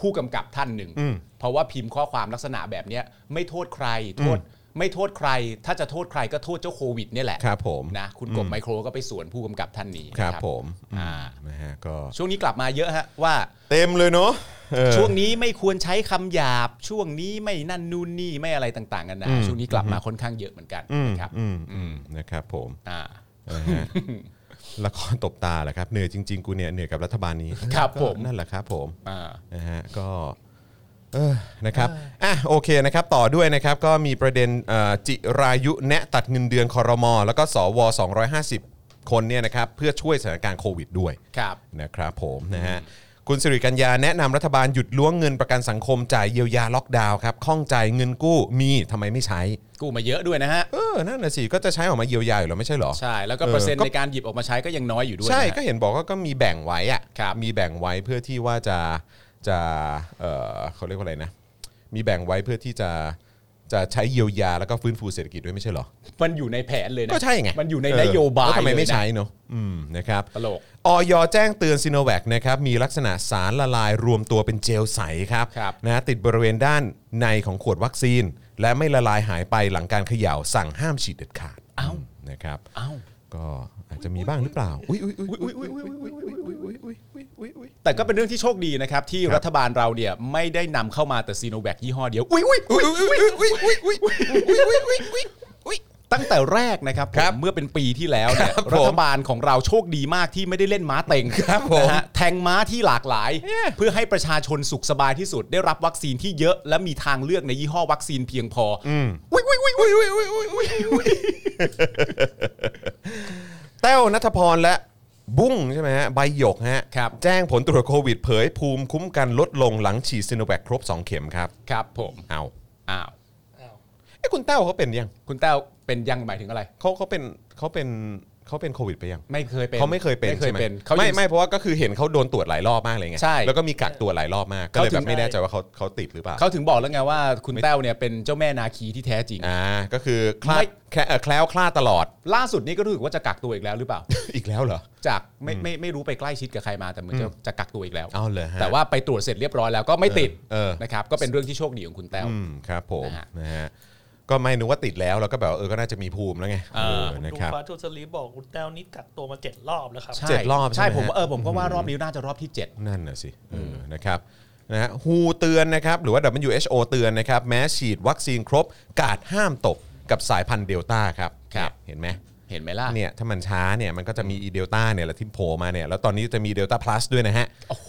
S3: ผู้กำกับท่านหนึ่ง
S2: อืม
S3: เพราะว่าพิมพ์ข้อความลักษณะแบบเนี้ยไม่โทษใครโทษไม่โทษใคร ถ้าจะโทษใครก็โทษเจ้าโควิดเนี่ยแหละ
S2: ครับผม
S3: นะคุณกบไมโครก็ไปสวนผู้กำกับท่านนี้
S2: ครับ
S3: นะ
S2: ผม
S3: อ่า
S2: นะฮะก็
S3: ช่วงนี้กลับมาเยอะฮะว่า
S2: เต็มเลยเนาะเออ
S3: ช่วงนี้ไม่ควรใช้คำหยาบ ช่วงนี้ไม่นั่นนู่นนี่ไม่อะไรต่างๆกันนะ
S2: อืม
S3: ช่วงนี้กลับมาค่อนข้างเยอะเหมือนกัน
S2: อืม
S3: นะครับ
S2: อืมอืมนะครับผม
S3: อ่า
S2: นะฮะละครตบตาเหรอครับเหนื่อยจริงๆกูเนี่ยเหนื่อยกับรัฐบาลนี้
S3: ครับผม
S2: นั่นแหละครับผม
S3: อ่า
S2: นะฮะก็เออนะครับอ่ะโอเคนะครับต่อด้วยนะครับก็มีประเด็นเอ่อจิรายุแนะตัดเงินเดือนคอรมอแล้วก็สว 250 คนเนี่ยนะครับเพื่อช่วยสถานการณ์โควิดด้วย
S3: ครับ
S2: นะครับผมนะฮะคุณสิริกัญญาแนะนำรัฐบาลหยุดล้วงเงินประกันสังคมจ่ายเยียวยาล็อกดาวน์ครับข้องใจเงินกู้มีทำไมไม่ใช้
S3: กู้มาเยอะด้วยนะฮะ
S2: เออนั่นน่ะสิก็จะใช้ออกมาเยียวยาอยู่แล้วไม่ใช่เหรอ
S3: ใช่ แล้วก็
S2: เออ
S3: เปอร์เซ็นต์
S2: ก็
S3: ในการหยิบออกมาใช้ก็ยังน้อยอยู่ด้วย
S2: ใช่
S3: นะฮะ
S2: ก็เห็นบอกว่าก็มีแบ่งไว้อะ
S3: ครับ
S2: มีแบ่งไว้เพื่อที่ว่าจะจะเออเขาเรียกว่าอะไรนะ มีแบ่งไว้เพื่อที่จะจะใช้เยียวยาแล้วก็ฟื้นฟูเศรษฐกิจด้วยไม่ใช่เหรอ
S3: มันอยู่ในแผนเลยนะ
S2: ก็ใช่ไง
S3: มันอยู่ใน
S2: เอน
S3: โยบาย
S2: แล้วทำไม
S3: เลยนะ
S2: ไม่ใช้เนอะอืมนะครับ
S3: ตลก
S2: ออยแจ้งเตือนซีโนแวคนะครับมีลักษณะสารละลายรวมตัวเป็นเจลใสครับ
S3: ครับ
S2: นะติดบริเวณด้านในของขวดวัคซีน และไม่ละลายหายไปหลังการเขย่าสั่งห้ามฉีดเด็ดขาด
S3: อ้าว
S2: นะครับ
S3: อ้าว
S2: ก็อาจจะมีบ้างหรือเปล่าอุ้ยอุ้ยอุ้ยอุ้ยอุ้ยอุ้ยอุ้ย
S3: แต่ก็เป็นเรื่องที่โชคดีนะครับ ที่รัฐบาลเราเนี่ยไม่ได้นำเข้ามาแต่ซีโนแวคยี่ห้อเดียวอุ๊ยอุ๊ยอุ๊ยตั้งแต่แรกนะครับผม
S2: ครับ
S3: เมื่อเป็นปีที่แล้วเนี่ย
S2: ครับผม
S3: รัฐบาลของเราโชคดีมากที่ไม่ได้เล่นม้าเต็ง
S2: ครับผม
S3: นะฮะแทงม้าที่หลากหลาย
S2: เนี่ย
S3: เพื่อให้ประชาชนสุขสบายที่สุด ได้รับวัคซีนที่เยอะ และมีทางเลือกในยี่ห้อวัคซีนเพียงพอออุ๊ยอุ๊ยอุ๊ยอุ๊ยอุ๊ยอุ๊ยอุ๊ยอุ๊ย
S2: แต้วนัทพรและบุ้งใช่ไหมฮะใบหยกฮะแจ้งผลตรวจโควิดเผยภูมิคุ้มกันลดลงหลังฉีดซีโนแวคครบ 2 เข็มครับ
S3: ครับผม
S2: เอา
S3: อ้าว
S4: อ้าว
S2: ไอ้คุณแต้วเขาเป็นยัง
S3: คุณแต้วเป็นยังหมายถึงอะไร
S2: เขาเขาเป็นเขาเป็นเขาเป็นโควิดไปยัง
S3: ไม่เคยเป็น
S2: เขาไม่เคยเป็น
S3: ไม่เค
S2: ใช่
S3: ย
S2: ไหม
S3: เป็นเขา
S2: ไม่
S3: ยัง
S2: ไม่เพราะว่าก็คือเห็นเขาโดนตรวจหลายรอบมากเลยไง
S3: ใช่
S2: แล้วก็มีกักตัวหลายรอบมากก็
S3: เขา
S2: เลย
S3: ถึ
S2: แบ
S3: ง
S2: บไม่แน่ใจว่าเขาเขาติดหรือเปล่า
S3: เขาถึงบอกแล้วไงว่าคุณแต้วเนี่ยเป็นเจ้าแม่นาคีที่แท้จริง
S2: อ่าก็คือคลา
S3: ไม่
S2: ดแคเอ่อแคล้วคลาดตลอด
S3: ล่าสุดนี้ก็รู้สึกว่าจะกักตัวอีกแล้วหรือเปล่า
S2: อีกแล้วเหรอ
S3: จากไม่ไม่ไม่รู้ไปใกล้ชิดกับใครมาแต่เหมือนจะจะกักตัวอีกแล้ว
S2: เอาเลยฮะ
S3: แต่ว่าไปตรวจเสร็จเรียบร้อยแล้วก็ไม่ติด
S2: เออ
S3: นะครับก็เป็นเรื่องที่โชคดีของคุณแต้ว
S2: อืมครับผม
S3: นะฮะ
S2: นะฮะก็ไม่นึกว่าติดแล้วแล้วก็แบบว่าเออก็น่าจะมีภูมิแล้วไงเออ
S4: คุณ
S2: นะ
S4: ดู
S2: ครับ
S4: ฟ้าทูสลีบอกคุณแต้วนี่กักตัวมาเจ็ดรอบแล้วครับ
S3: ใช่
S2: เจ็ดรอบใช่
S3: ใช่
S2: ไหม
S3: ผม
S2: ฮะ
S3: เออผมก็ว่ารอบนี้น่าจะรอบที่ 7
S2: นั่นน่ะสิเออนะครับนะฮะฮูเตือนนะครับหรือว่า WHO เตือนนะครับแม้ฉีดวัคซีนครบ กาดห้ามตกกับสายพันธุ์เดลต้าครับ
S3: ครับ
S2: เห็นไหม
S3: เห็นไหมล่ะ
S2: เนี่ยถ้ามันช้าเนี่ยมันก็จะมีอีเดลต้าเนี่ยแหละที่โผล่มาเนี่ยแล้วตอนนี้จะมีเดลต้าพลัสด้วยนะฮะ
S3: โอ้โห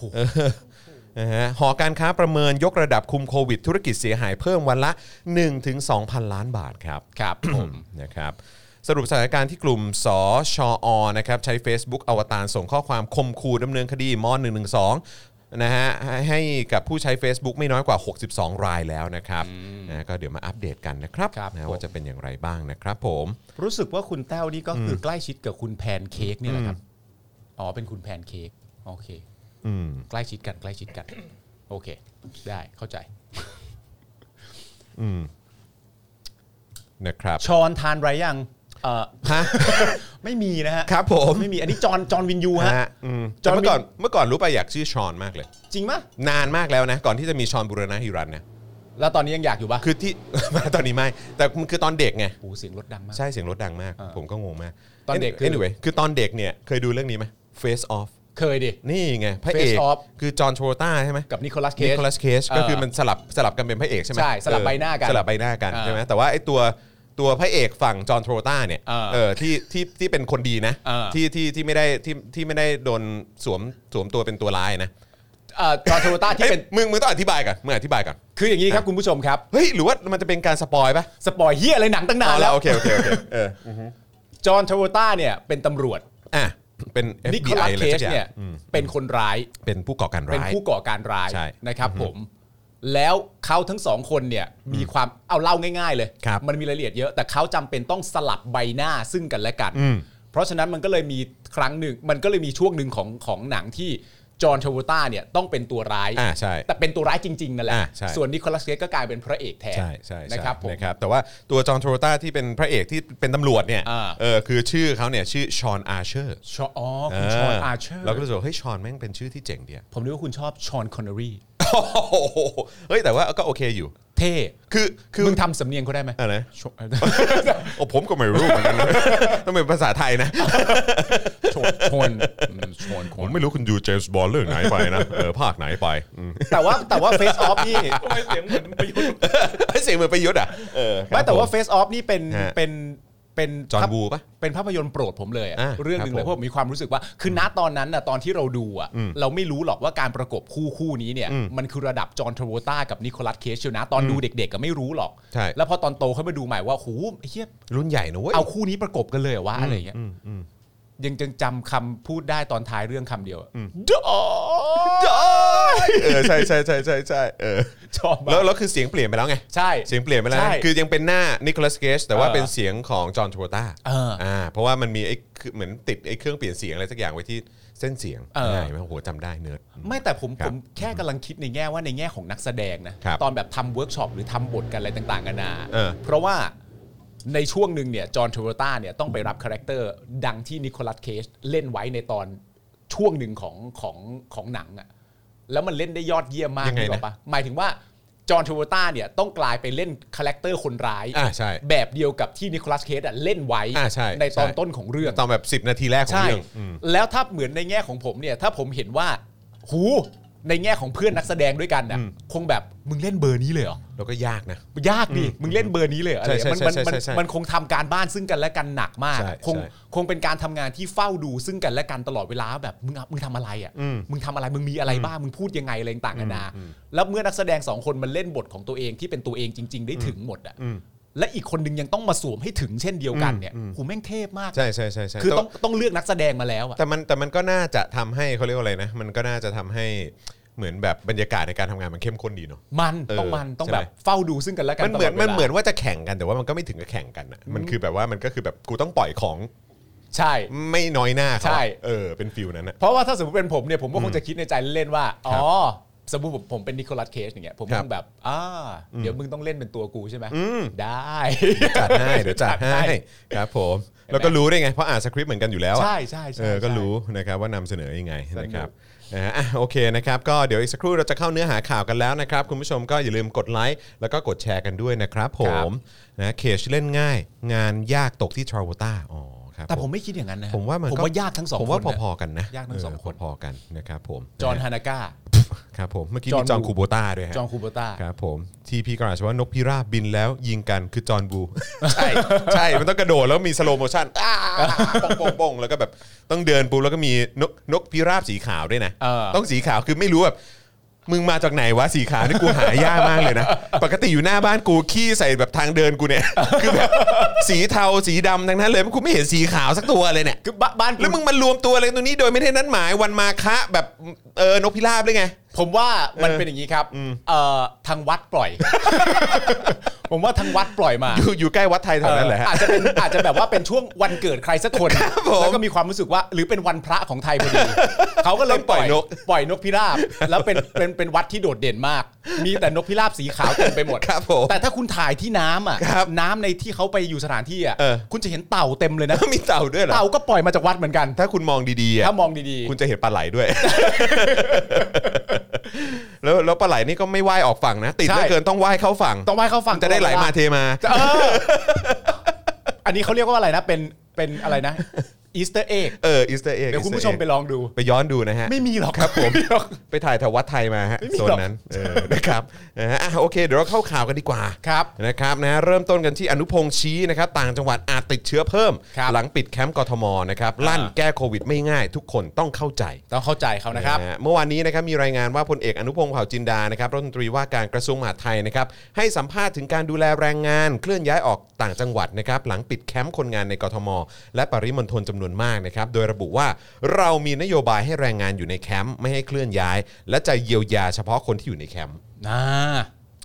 S2: นะฮะหอการค้าประเมินยกระดับคุมโควิด ธุรกิจเสียหายเพิ่มวันละ 1-2,000 ล้านบาทครับ
S3: ครับผม
S2: นะครับสรุปสถานการณ์ที่กลุ่มสอชออนะครับใช้ Facebook อวตารส่งข้อความคมคูดำเนินคดีม .112 นะฮะให้ให้กับผู้ใช้ Facebook ไม่น้อยกว่า 62 รายแล้วนะครับนะก็เดี๋ยวมาอัปเดตกันนะครับ
S3: ครับ
S2: นะ
S3: ผม
S2: ว่าจะเป็นอย่างไรบ้างนะครับผม
S3: รู้สึกว่าคุณแต้วนี่ก็คือใกล้ชิดกับคุณแพนเค้กเนี่ยแหละครับอ๋อเป็นคุณแพนเค้กโอเค
S2: อืม
S3: ใกล้ชิดกันใกล้ชิดกัน โอเค ได้เข้าใจ
S2: อืมนะครับ
S3: ชอนทานไรยังเออ
S2: ฮะ
S3: ไม่มีนะฮะ
S2: ครับผม
S3: ไม่มีอันนี้จอนจอนวินยูฮะ
S2: ฮะอืม
S3: จอห์น
S2: เมื่อก่อน
S3: วิน
S2: เมื่อก่อนรู้ป่ะอยากชื่อชอนมากเลย
S3: จริงปะ
S2: นานมากแล้วนะ ก่อนที่จะมีชอนบุรณะฮิรันนะ
S3: แล้วตอนนี้ยังอยากอยู่ปะ
S2: คือที่ ตอนนี้ไม่ แต่มันคือตอนเด็กไง
S3: โอ้เสียงรถดังมาก
S2: ใช่เสียงรถดังมาก
S3: อ่า
S2: ผมก็งงมาก
S3: ตอนเด็กคือ
S2: anyway คือตอนเด็กเนี่ย เคยดูเรื่องนี้ไหม Face Off
S3: เคยดิ
S2: นี่ไง พระเอก
S3: Face Off
S2: คือจอห์นโชต้าใช่ไหม
S3: กับนิโคลัสเค
S2: นิ
S3: ส
S2: โคลัสเคช
S3: เออ
S2: ก็คือมันสลับสลับกันเป็นพระเอกใช่ไหม
S3: ใช่สลับ
S2: เออ
S3: ใบหน้ากัน
S2: สลับใบหน้ากัน
S3: อ่า
S2: ใช่ไหมแต่ว่าไอ้ตัวตัวพระเอกฝั่งจอห์นโทรต้าเนี่ย
S3: เออ
S2: เออที่ที่ที่เป็นคนดีนะ
S3: เออ
S2: ที่ที่ที่ไม่ได้ที่ที่ไม่ได้โดนสวมสวมตัวเป็นตัวร้ายนะ
S3: เอ่อจอร์นโทโยต้าที่เป็น
S2: เอ้ยมึงมึงต้องอธิบายก่อนมึงอธิบายก่อน
S3: คืออย่างนี้ครับคุณผู้ชมครับ
S2: เฮ้ยหรือว่ามันจะเป็นการสปอยปะ
S3: สปอยเฮียอะไรหนังตั้งนาน
S2: อ๋อ
S3: แล้ว
S2: โอเคโอเคโอเคเออ
S3: จอร์นโทโยต้าเนี่ยเป็นตำรวจ
S2: อ่ะเป็น
S3: นิโคลัส
S2: FBI อะไร
S3: เค
S2: สั
S3: ส
S2: กอย่าง
S3: เนี่ย
S2: อืม
S3: เป็นคนร้าย
S2: เป็นผู้ก่อการ
S3: เป็น
S2: ร้าย
S3: ผู้ก่อการร้าย
S2: ใช่
S3: นะครับผม แล้วเขาทั้งสองคนเนี่ยมีความเอาเล่าง่าย ๆ เลย
S2: ครับ
S3: มันมีรายละเอียดเยอะแต่เขาจำเป็นต้องสลับใบหน้าซึ่งกันและกัน
S2: อืม
S3: เพราะฉะนั้นมันก็เลยมีครั้งหนึ่ง มันก็เลยมีช่วงหนึ่งของของหนังที่ จอห์นทราโวลต้าเนี่ยต้องเป็นตัวร้าย
S2: อ่าใช่
S3: แต่เป็นตัวร้ายจริง ๆ นั่นแหละ
S2: อ่าใช่
S3: ส่วนนิโคลัสเคสก็กลายเป็นพระเอกแทน
S2: ใช่ใช่ใช่
S3: นะครับผม
S2: นะครับแต่ว่าตัวจอห์นโทรต้าที่เป็นพระเอกที่เป็นตำรวจเนี่ย
S3: อ่า
S2: เออคือชื่อเขาเนี่ยชื่อชอนอาเชอร์
S3: ชออ๋อคุณชอนอาร์เชอร์
S2: เราก็รู้สึกว่าเฮ้ยชอนแม่งเป็นชื่อที่เจ๋งดีอะ
S3: ผมนึกว่าคุณชอบชอนคอนเนอรี่
S2: โอ้โหเฮ้ยแต่ว่าก็โอเคอยู่
S3: เท่
S2: คือคือ
S3: มึงทำสำเนียงเขาได้ไหม
S2: อะไร
S3: ชอน
S2: โอ้ผมก็ไม่รู้เหมือนกันนะ ต้องเป็นภาษาไทยนะ
S3: ชอนชอนอืมชอนค
S2: ผ
S3: น
S2: มไม่รู้คุณดูเจมส์บอลเรื่องไหนไปนะเออภาคไหนไปอืม
S3: แต่ว่าแต่ว่าเฟสออฟนี่
S4: ทำไมเสียงเหมือนประยุทธ์
S2: เฮ้ยเสียงเหมือนประยุทธ์อ่ะเออครับ
S3: ไม่แต่ว่า
S2: ผ
S3: Face Off นี่เป็น
S2: ฮะ
S3: เป็นเป็น
S2: จอห์น
S3: ภาพ
S2: วูปะ
S3: เป็นภาพยนตร์โปรดผมเลยอะ
S2: อ่า
S3: เรื่องหนึ่ง
S2: ค
S3: เล
S2: รั
S3: ย
S2: บ
S3: เพราะผมมีความรู้สึกว่าคือณตอนนั้นน่ะตอนที่เราดูอ่ะเราไม่รู้หรอกว่าการประกบคู่คู่นี้เนี่ย มันคือระดับจอห์นทราโวลต้ากับนิโคลัสเคชเชียวนะ ตอนดูเด็กๆก็ไม่รู้หรอก
S2: ใช่
S3: แล้วพอตอนโตเขามาดูใหม่ว่าหูเฮีย
S2: รุ่นใหญ่นะเว้ย
S3: เอาคู่นี้ประกบกันเลยเหรอวะอะไรอย่างเงี้ยยังยังจำคำพูดได้ตอนท้ายเรื่องคำเดียวอะดอย
S2: เออใช่ใช่ใช่ใช่ใช่เออ
S3: ชอบมา
S2: แล้ว
S3: ก
S2: แล้วคือเสียงเปลี่ยนไปแล้วไง
S3: ใช่
S2: เสียงเปลี่ยนไปแล้วนะ
S3: ใช่
S2: คือยังเป็นหน้านิโคลัสเกจแต่ว่า
S3: เออ
S2: เป็นเสียงของจอห์นทร o ต้า
S3: เอออ่
S2: ่าเพราะว่ามันมีไอ้คือเหมือนติดไอ้เครื่องเปลี่ยนเสียงอะไรสักอย่างไว้ที่เส้นเสียง
S3: เออ
S2: ได้ไหมโอ้โหจำได้เนิร์ด
S3: ไม่แต่ผม
S2: ครั
S3: ผ
S2: บ
S3: มแค่กำลังคิดในแง่ว่าในแง่ของนักแสดงนะ
S2: ครับ
S3: ตอนแบบทำเวิร์กช็อปหรือทำบทกันอะไรต่างๆกันานา
S2: เออ
S3: เพราะว่าในช่วงหนึ่งเนี่ยจอห์นทร o วต้าเนี่ยต้องไปรับคาแรคเตอร์ดังที่นิโคลัสเคจเล่นไว้ในตอนช่วงหนึ่งของของของหนังอะแล้วมันเล่นได้ยอดเยี่ยมมาก
S2: ยังไงนะ
S3: นึกออกปะหมายถึงว่าจอห์นทร o วต้าเนี่ยต้องกลายไปเล่นคาแรคเตอร์คนร้าย
S2: อ่าใช่
S3: แบบเดียวกับที่นิโคลัสเคจอะเล่นไว้
S2: อ่าใช่
S3: ตอน
S2: ใช่
S3: ต้นของเรื่อง
S2: ตอนแบบ 10 นาทีแรกของ
S3: ใช่
S2: เรื่องอืม
S3: แล้วถ้าเหมือนในแง่ของผมเนี่ย ถ้าผมเห็นว่า หู ในแง่ของเพื่อนนักแสดงด้วยกันน่ะ
S2: อืม
S3: คงแบบมึงเล่นเบอร์นี้เลยเหรอ
S2: แล้วก็ยากนะ
S3: ยากดิ มึงเล่นเบอร์นี้เลยเหรออะไร
S2: ใช่
S3: เงี้ยมัน
S2: ใช่
S3: มั
S2: ใช่
S3: นมัน
S2: ใช่ใช่
S3: มันคงทำการบ้านซึ่งกันและกันหนักมาก
S2: ใช่
S3: คง
S2: ใช่
S3: คงเป็นการทำงานที่เฝ้าดูซึ่งกันและกันตลอดเวลาแบบมึงอะมึงทำอะไรอ่ะ
S2: อืม
S3: มึงทำอะไร มึงมีอะไรบ้าง มึงพูดยังไงอะไรต่างกันานา แล้วเมื่อนักแสดงสองคนมันเล่นบทของตัวเองที่เป็นตัวเองจริง ๆ ได้ถึงหมดอ่ะ
S2: อืม
S3: และอีกคนนึงยังต้องมาสวมให้ถึงเช่นเดียวกันเนี่ย
S2: อืมอืม
S3: หูแม่งเทพมาก
S2: ใช่ใช่ใช่ใช่
S3: คือ
S2: แต่
S3: ต้องต้องเลือกนักแสดงมาแล้วอ่ะ
S2: แต่มันแต่มันก็น่าจะทำให้เขาเรียกว่าอะไรนะ มันก็น่าจะทำให้เหมือนแบบบรรยากาศในการทำงานมันเข้มข้นดีเนาะ
S3: มัน
S2: เออ
S3: ต้องมันต้อง
S2: ใช่ไหม
S3: แบบเฝ้าดูซึ่งกันและกัน
S2: มันเหมือน
S3: ตลดวลา
S2: มันเหมือนว่าจะแข่งกันแต่ว่ามันก็ไม่ถึงกับแข่งกันอะมันคือแบบว่ามันก็คือแบบกูต้องปล่อยของ
S3: ใช่
S2: ไม่น้อยหน้าเขา
S3: ใช่
S2: เออเป็นฟิลนั้นอะ
S3: เพราะว่าถ้าสมมติเป็นผมเนี่ยผมก็คงจะคิดในใจเล่นๆว่าอ๋อสมมติผมผมเป็นนิโคลัสเคสอย่างเงี้ยผมก็
S2: ครับ
S3: คงแบบอ่าเดี๋ยวมึงต้องเล่นเป็นตัวกูใช่ไหม
S2: อืม
S3: ได้
S2: จัดให้เดี๋ยวจัดให้ครับผมแล้วก็รู้ได้ไงเพราะอ่านสคริปต์เหมือนกันอยู่แล้วอะ
S3: ใช่ใช่ใช่
S2: เออ
S3: ใช่
S2: ก็รู้นะครับว่านำเสนอยังไง
S3: สนุก
S2: นะครับนะฮะอ่ะโอเคนะครับก็เดี๋ยวอีกสักครู่เราจะเข้าเนื้อหาข่าวกันแล้วนะครับ คุณผู้ชมก็อย่าลืมกดไลค์แล้วก็กดแชร์กันด้วยนะครับผมนะเคชเล่นง่าย งานยากตกที่ทราโวต้าอ๋อครับ
S3: แต่ผมไม่คิดอย่างนั้นนะ
S2: ผมว่ามัน
S3: ผมว่ายากทั้งสอง
S2: ผมว่า
S3: คนนะ
S2: พอๆกันนะ
S3: ยากทั้งสองคน
S2: เพอๆกันนะครับผม
S3: จอห์นฮานาก้า
S2: ครับผมเมื่อกี้
S3: จอห์
S2: มี
S3: น
S2: จอห์น
S3: วู
S2: คูโบต้าด้วยฮะ
S3: จอห์นคูโบต้า
S2: ครับผมทีพีกราชว่านกพิราบบินแล้วยิงกันคือจอห์นบูใช่ ใช่ มันต้องกระโดดแล้วมีสโลโมชั่นอ้าปองปองปองแล้วก็แบบต้องเดินปูแล้วก็มีนกนกพิราบสีขาวด้วยนะ
S3: เออ
S2: ต้องสีขาวคือไม่รู้แบบมึงมาจากไหนวะสีขาวนี่กูหายากมากเลยนะ ปกติอยู่หน้าบ้านกูขี้ใส่แบบทางเดินกูเนี่ย คือแบบสีเทาสีดำทั้งนั้นเลยกูไม่เห็นสีขาวสักตัวเลยเนี่ย
S3: คือบ้านบ้าน
S2: แล้วมึงมารวมตัวอะไรตรงนี้โดยไม่ได้นัดหมายวันมาคะแบบเออนกพิราบเลยไง
S3: ผมว่ามัน
S2: เออ
S3: เป็นอย่างนี้ครับเอ่อทางวัดปล่อย ผมว่าทางวัดปล่อยมา
S2: อยู่อยู่ใกล้วัดไทยแถวนั้นแหละฮะ
S3: เอออาจจะเป็น อาจจะแบบว่าเป็นช่วงวันเกิดใครสักคน
S2: ผม
S3: แล้วก็มีความรู้สึกว่าหรือเป็นวันพระของไทย พอดี เขาก็เลย
S2: ต้องปล่อยนก
S3: ปล่อยนกพิราบ แล้วเป็น เป็นเป็นวัดที่โดดเด่นมาก มีแต่นกพิราบสีขาวเต็มไปหมด
S2: ครับผม
S3: แต่ถ้าคุณถ่ายที่น้ำอ่ะ
S2: ครับ
S3: น้ำในที่เขาไปอยู่สถานที่อ่ะ
S2: เออ
S3: คุณจะเห็นเต่าเต็มเลยนะ
S2: มีเต่าด้วยเหรอ
S3: เต่าก็ปล่อยมาจากวัดเหมือนกัน
S2: ถ้าคุณมองดีๆอะ
S3: ถ้ามองดี
S2: คุณจะเห็นปลาไหลด้วย แล้วแล้วปลาไหลนี่ก็ไม่ว่ายออกฝั่งนะ ติดเหลือเกินต้องว่ายเข้าฝั่ง
S3: ๆ ต้องไหว้เขาฟัง
S2: จะได้ไหลมาเทมา
S3: เอออันนี้เขาเรียกว่าอะไรนะเป็นเป็นอะไรนะอีสเตอร์เอ็ก
S2: เอออีสเตอร์เอ็ก
S3: เดี๋ยวคุณผู้ชมไปลองดู
S2: ไปย้อนดูนะฮะ
S3: ไม่มีหรอก
S2: ครับผม
S3: ไหรอก
S2: ไปถ่ายแถววัดไทยมาฮะ
S3: ไม่มี
S2: โซ
S3: หร
S2: น
S3: อก
S2: นั้นเออ นะครับนะฮะอ่ะโอเค เดี๋ยวเราเข้าข่าวกันดีกว่า
S3: ครับ
S2: นะครับนะเริ่มต้นกันที่อนุพงษ์ชี้นะครับต่างจังหวัดอาจติดเชื้อเพิ่ม
S3: ครับ
S2: หลังปิดแคมป์กทมนะครับลั่น
S3: อ่า
S2: แก้โควิดไม่ง่าย ทุกคนต้องเข้าใจ
S3: ต้องเข้าใจเขานะครับ
S2: นะฮะเมื่อวานนี้นะครับมีรายงานว่าพลเอกอนุพงศ์เผ่าจินดานะครับรัฐมนตรีว่าการกระทรวงมหาดไทยนะครับให้สัมภาษณ์ถึงการดูแลแรงงานเคลื่อนย้ายออกต่างจังหวัดนะครับหลังปิดแคมป์คนงานในกทม และปริมณฑลจำนวนมากนะครับโดยระบุว่าเรามีนโยบายให้แรงงานอยู่ในแคมป์ไม่ให้เคลื่อนย้าย และจะเยียวยาเฉพาะคนที่อยู่ในแคมป์
S3: อ่า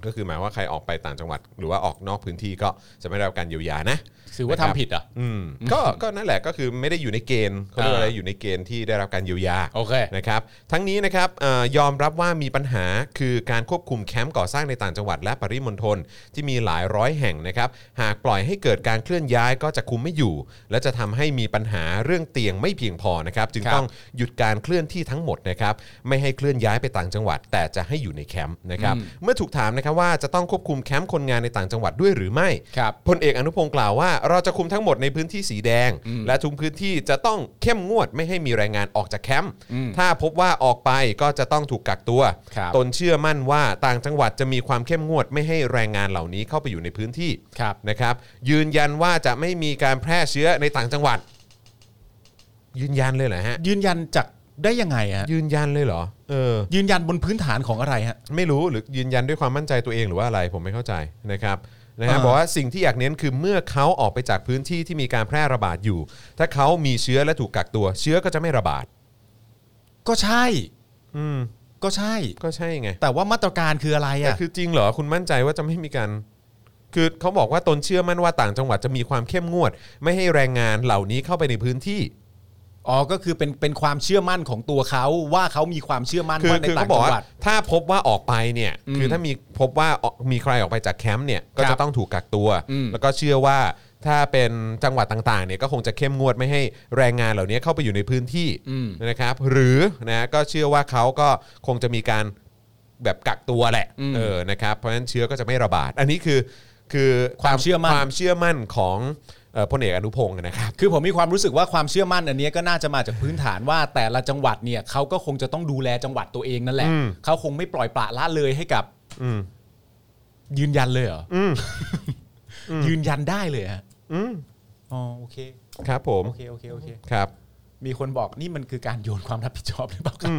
S2: ก็คือหมายว่าใครออกไปต่างจังหวัด หรือว่าออกนอกพื้นที่ก็จะไม่ได้รับการเยียวยานะ
S3: ถือว่าทำผิดเหรอ่ะ
S2: อืมก็ก็นั่นแหละก็คือไม่ได้อยู่ในเกณฑ์เขาเรียกว่าอะไรอยู่ในเกณฑ์ที่ได้รับการเยียวยา
S3: โอเค
S2: นะครับทั้งนี้นะครับเออยอมรับว่ามีปัญหาคือการควบคุมแคมป์ก่อสร้างในต่างจังหวัดและปริมณฑลที่มีหลายร้อยแห่งนะครับหากปล่อยให้เกิดการเคลื่อนย้ายก็จะคุมไม่อยู่ และจะทำให้มีปัญหาเรื่องเตียงไม่เพียงพอนะครับจึง
S3: ครับ
S2: ต้องหยุดการเคลื่อนที่ทั้งหมดนะครับไม่ให้เคลื่อนย้ายไปต่างจังหวัด แต่จะให้อยู่ในแคมป์นะครับเมื่อถูกถามนะครับว่าจะต้องควบคุมแคมป์คนงานในต่างจังหวัดด้วยหรือไม่
S3: ครับ
S2: พลเอกอนุพงศ์กล่าวว่าเราจะคุมทั้งหมดในพื้นที่สีแดง และทุกพื้นที่จะต้องเข้มงวดไม่ให้มีแรงงานออกจากแคมป์
S3: อืม
S2: ถ้าพบว่าออกไปก็จะต้องถูกกักตัว
S3: ครับ
S2: ตนเชื่อมั่นว่าต่างจังหวัดจะมีความเข้มงวดไม่ให้แรงงานเหล่านี้เข้าไปอยู่ในพื้นที่
S3: ครับ
S2: นะครับยืนยันว่าจะไม่มีการแพร่เชื้อในต่างจังหวัด ยืนยันเลยเหรอฮะ
S3: ยืนยันจากได้ยังไงฮะ
S2: ยืนยันเลยเหรอเออ
S3: ยืนยันบนพื้นฐานของอะไรฮะ
S2: ไม่รู้หรือยืนยันด้วยความมั่นใจตัวเองหรือว่าอะไรผมไม่เข้าใจนะครับนะฮะ
S3: อ่า
S2: บอกว่าสิ่งที่อยากเน้นคือเมื่อเขาออกไปจากพื้นที่ที่มีการแพร่ระบาดอยู่ ถ้าเขามีเชื้อและถูกกักตัว เชื้อก็จะไม่ระบาด
S3: ก็ใช่
S2: อืม
S3: ก็ใช่
S2: ก็ใช่ไง
S3: แต่ว่ามาตรการคืออะไร
S2: แต่
S3: อ่ะ
S2: คือจริงเหรอคุณมั่นใจว่าจะไม่มีการคือเขาบอกว่าตนเชื่อมั่นว่าต่างจังหวัดจะมีความเข้มงวด ไม่ให้แรงงานเหล่านี้เข้าไปในพื้นที่
S3: อ๋อ ก็คือเป็นเป็นความเชื่อมั่นของตัวเขาว่าเขามีความเชื่อมั่น
S2: คือ
S3: ว่าใน
S2: คือ
S3: ต่า
S2: เขา
S3: ง
S2: บอ
S3: จั
S2: กว่า
S3: งหวัด
S2: ถ้าพบว่าออกไปเนี่ย
S3: อืม
S2: คือถ้ามีพบว่าออกมีใครออกไปจากแคมป์เนี่ยก็
S3: ครั
S2: จะ
S3: บ
S2: ต้องถูกกักตัว
S3: อืม
S2: แล้วก็เชื่อว่าถ้าเป็นจังหวัดต่างๆเนี่ยก็คงจะเข้มงวดไม่ให้แรงงานเหล่านี้เข้าไปอยู่ในพื้นที่
S3: อืม
S2: นะครับหรือนะก็เชื่อว่าเขาก็คงจะมีการแบบกักตัวแหละ
S3: อืม
S2: เออนะครับเพราะฉะนั้นเชื้อก็จะไม่ระบาด อันนี้คือคือ
S3: ความเชื่อมั่น
S2: ความเชื่อมั่นของเอ่อพลเอกอนุพงศ์นะครับ
S3: คือผมมีความรู้สึกว่าความเชื่อมั่นอันเนี้ยก็น่าจะมาจากพื้นฐานว่าแต่ละจังหวัดเนี่ยเขาก็คงจะต้องดูแลจังหวัดตัวเองนั่นแหละ
S2: อืม
S3: เขาคงไม่ปล่อยปละละเลยให้กับ
S2: อืม
S3: ยืนยันเลยเหรอ
S2: อืม
S3: ยืนยันได้เลยฮะ
S2: อืม
S3: อ๋อโอเค
S2: ครับผม
S3: โอเคโอเคโอเค
S2: ครับ
S3: มีคนบอกนี่มันคือการโยนความรับผิดชอบหรือเปล่าครับ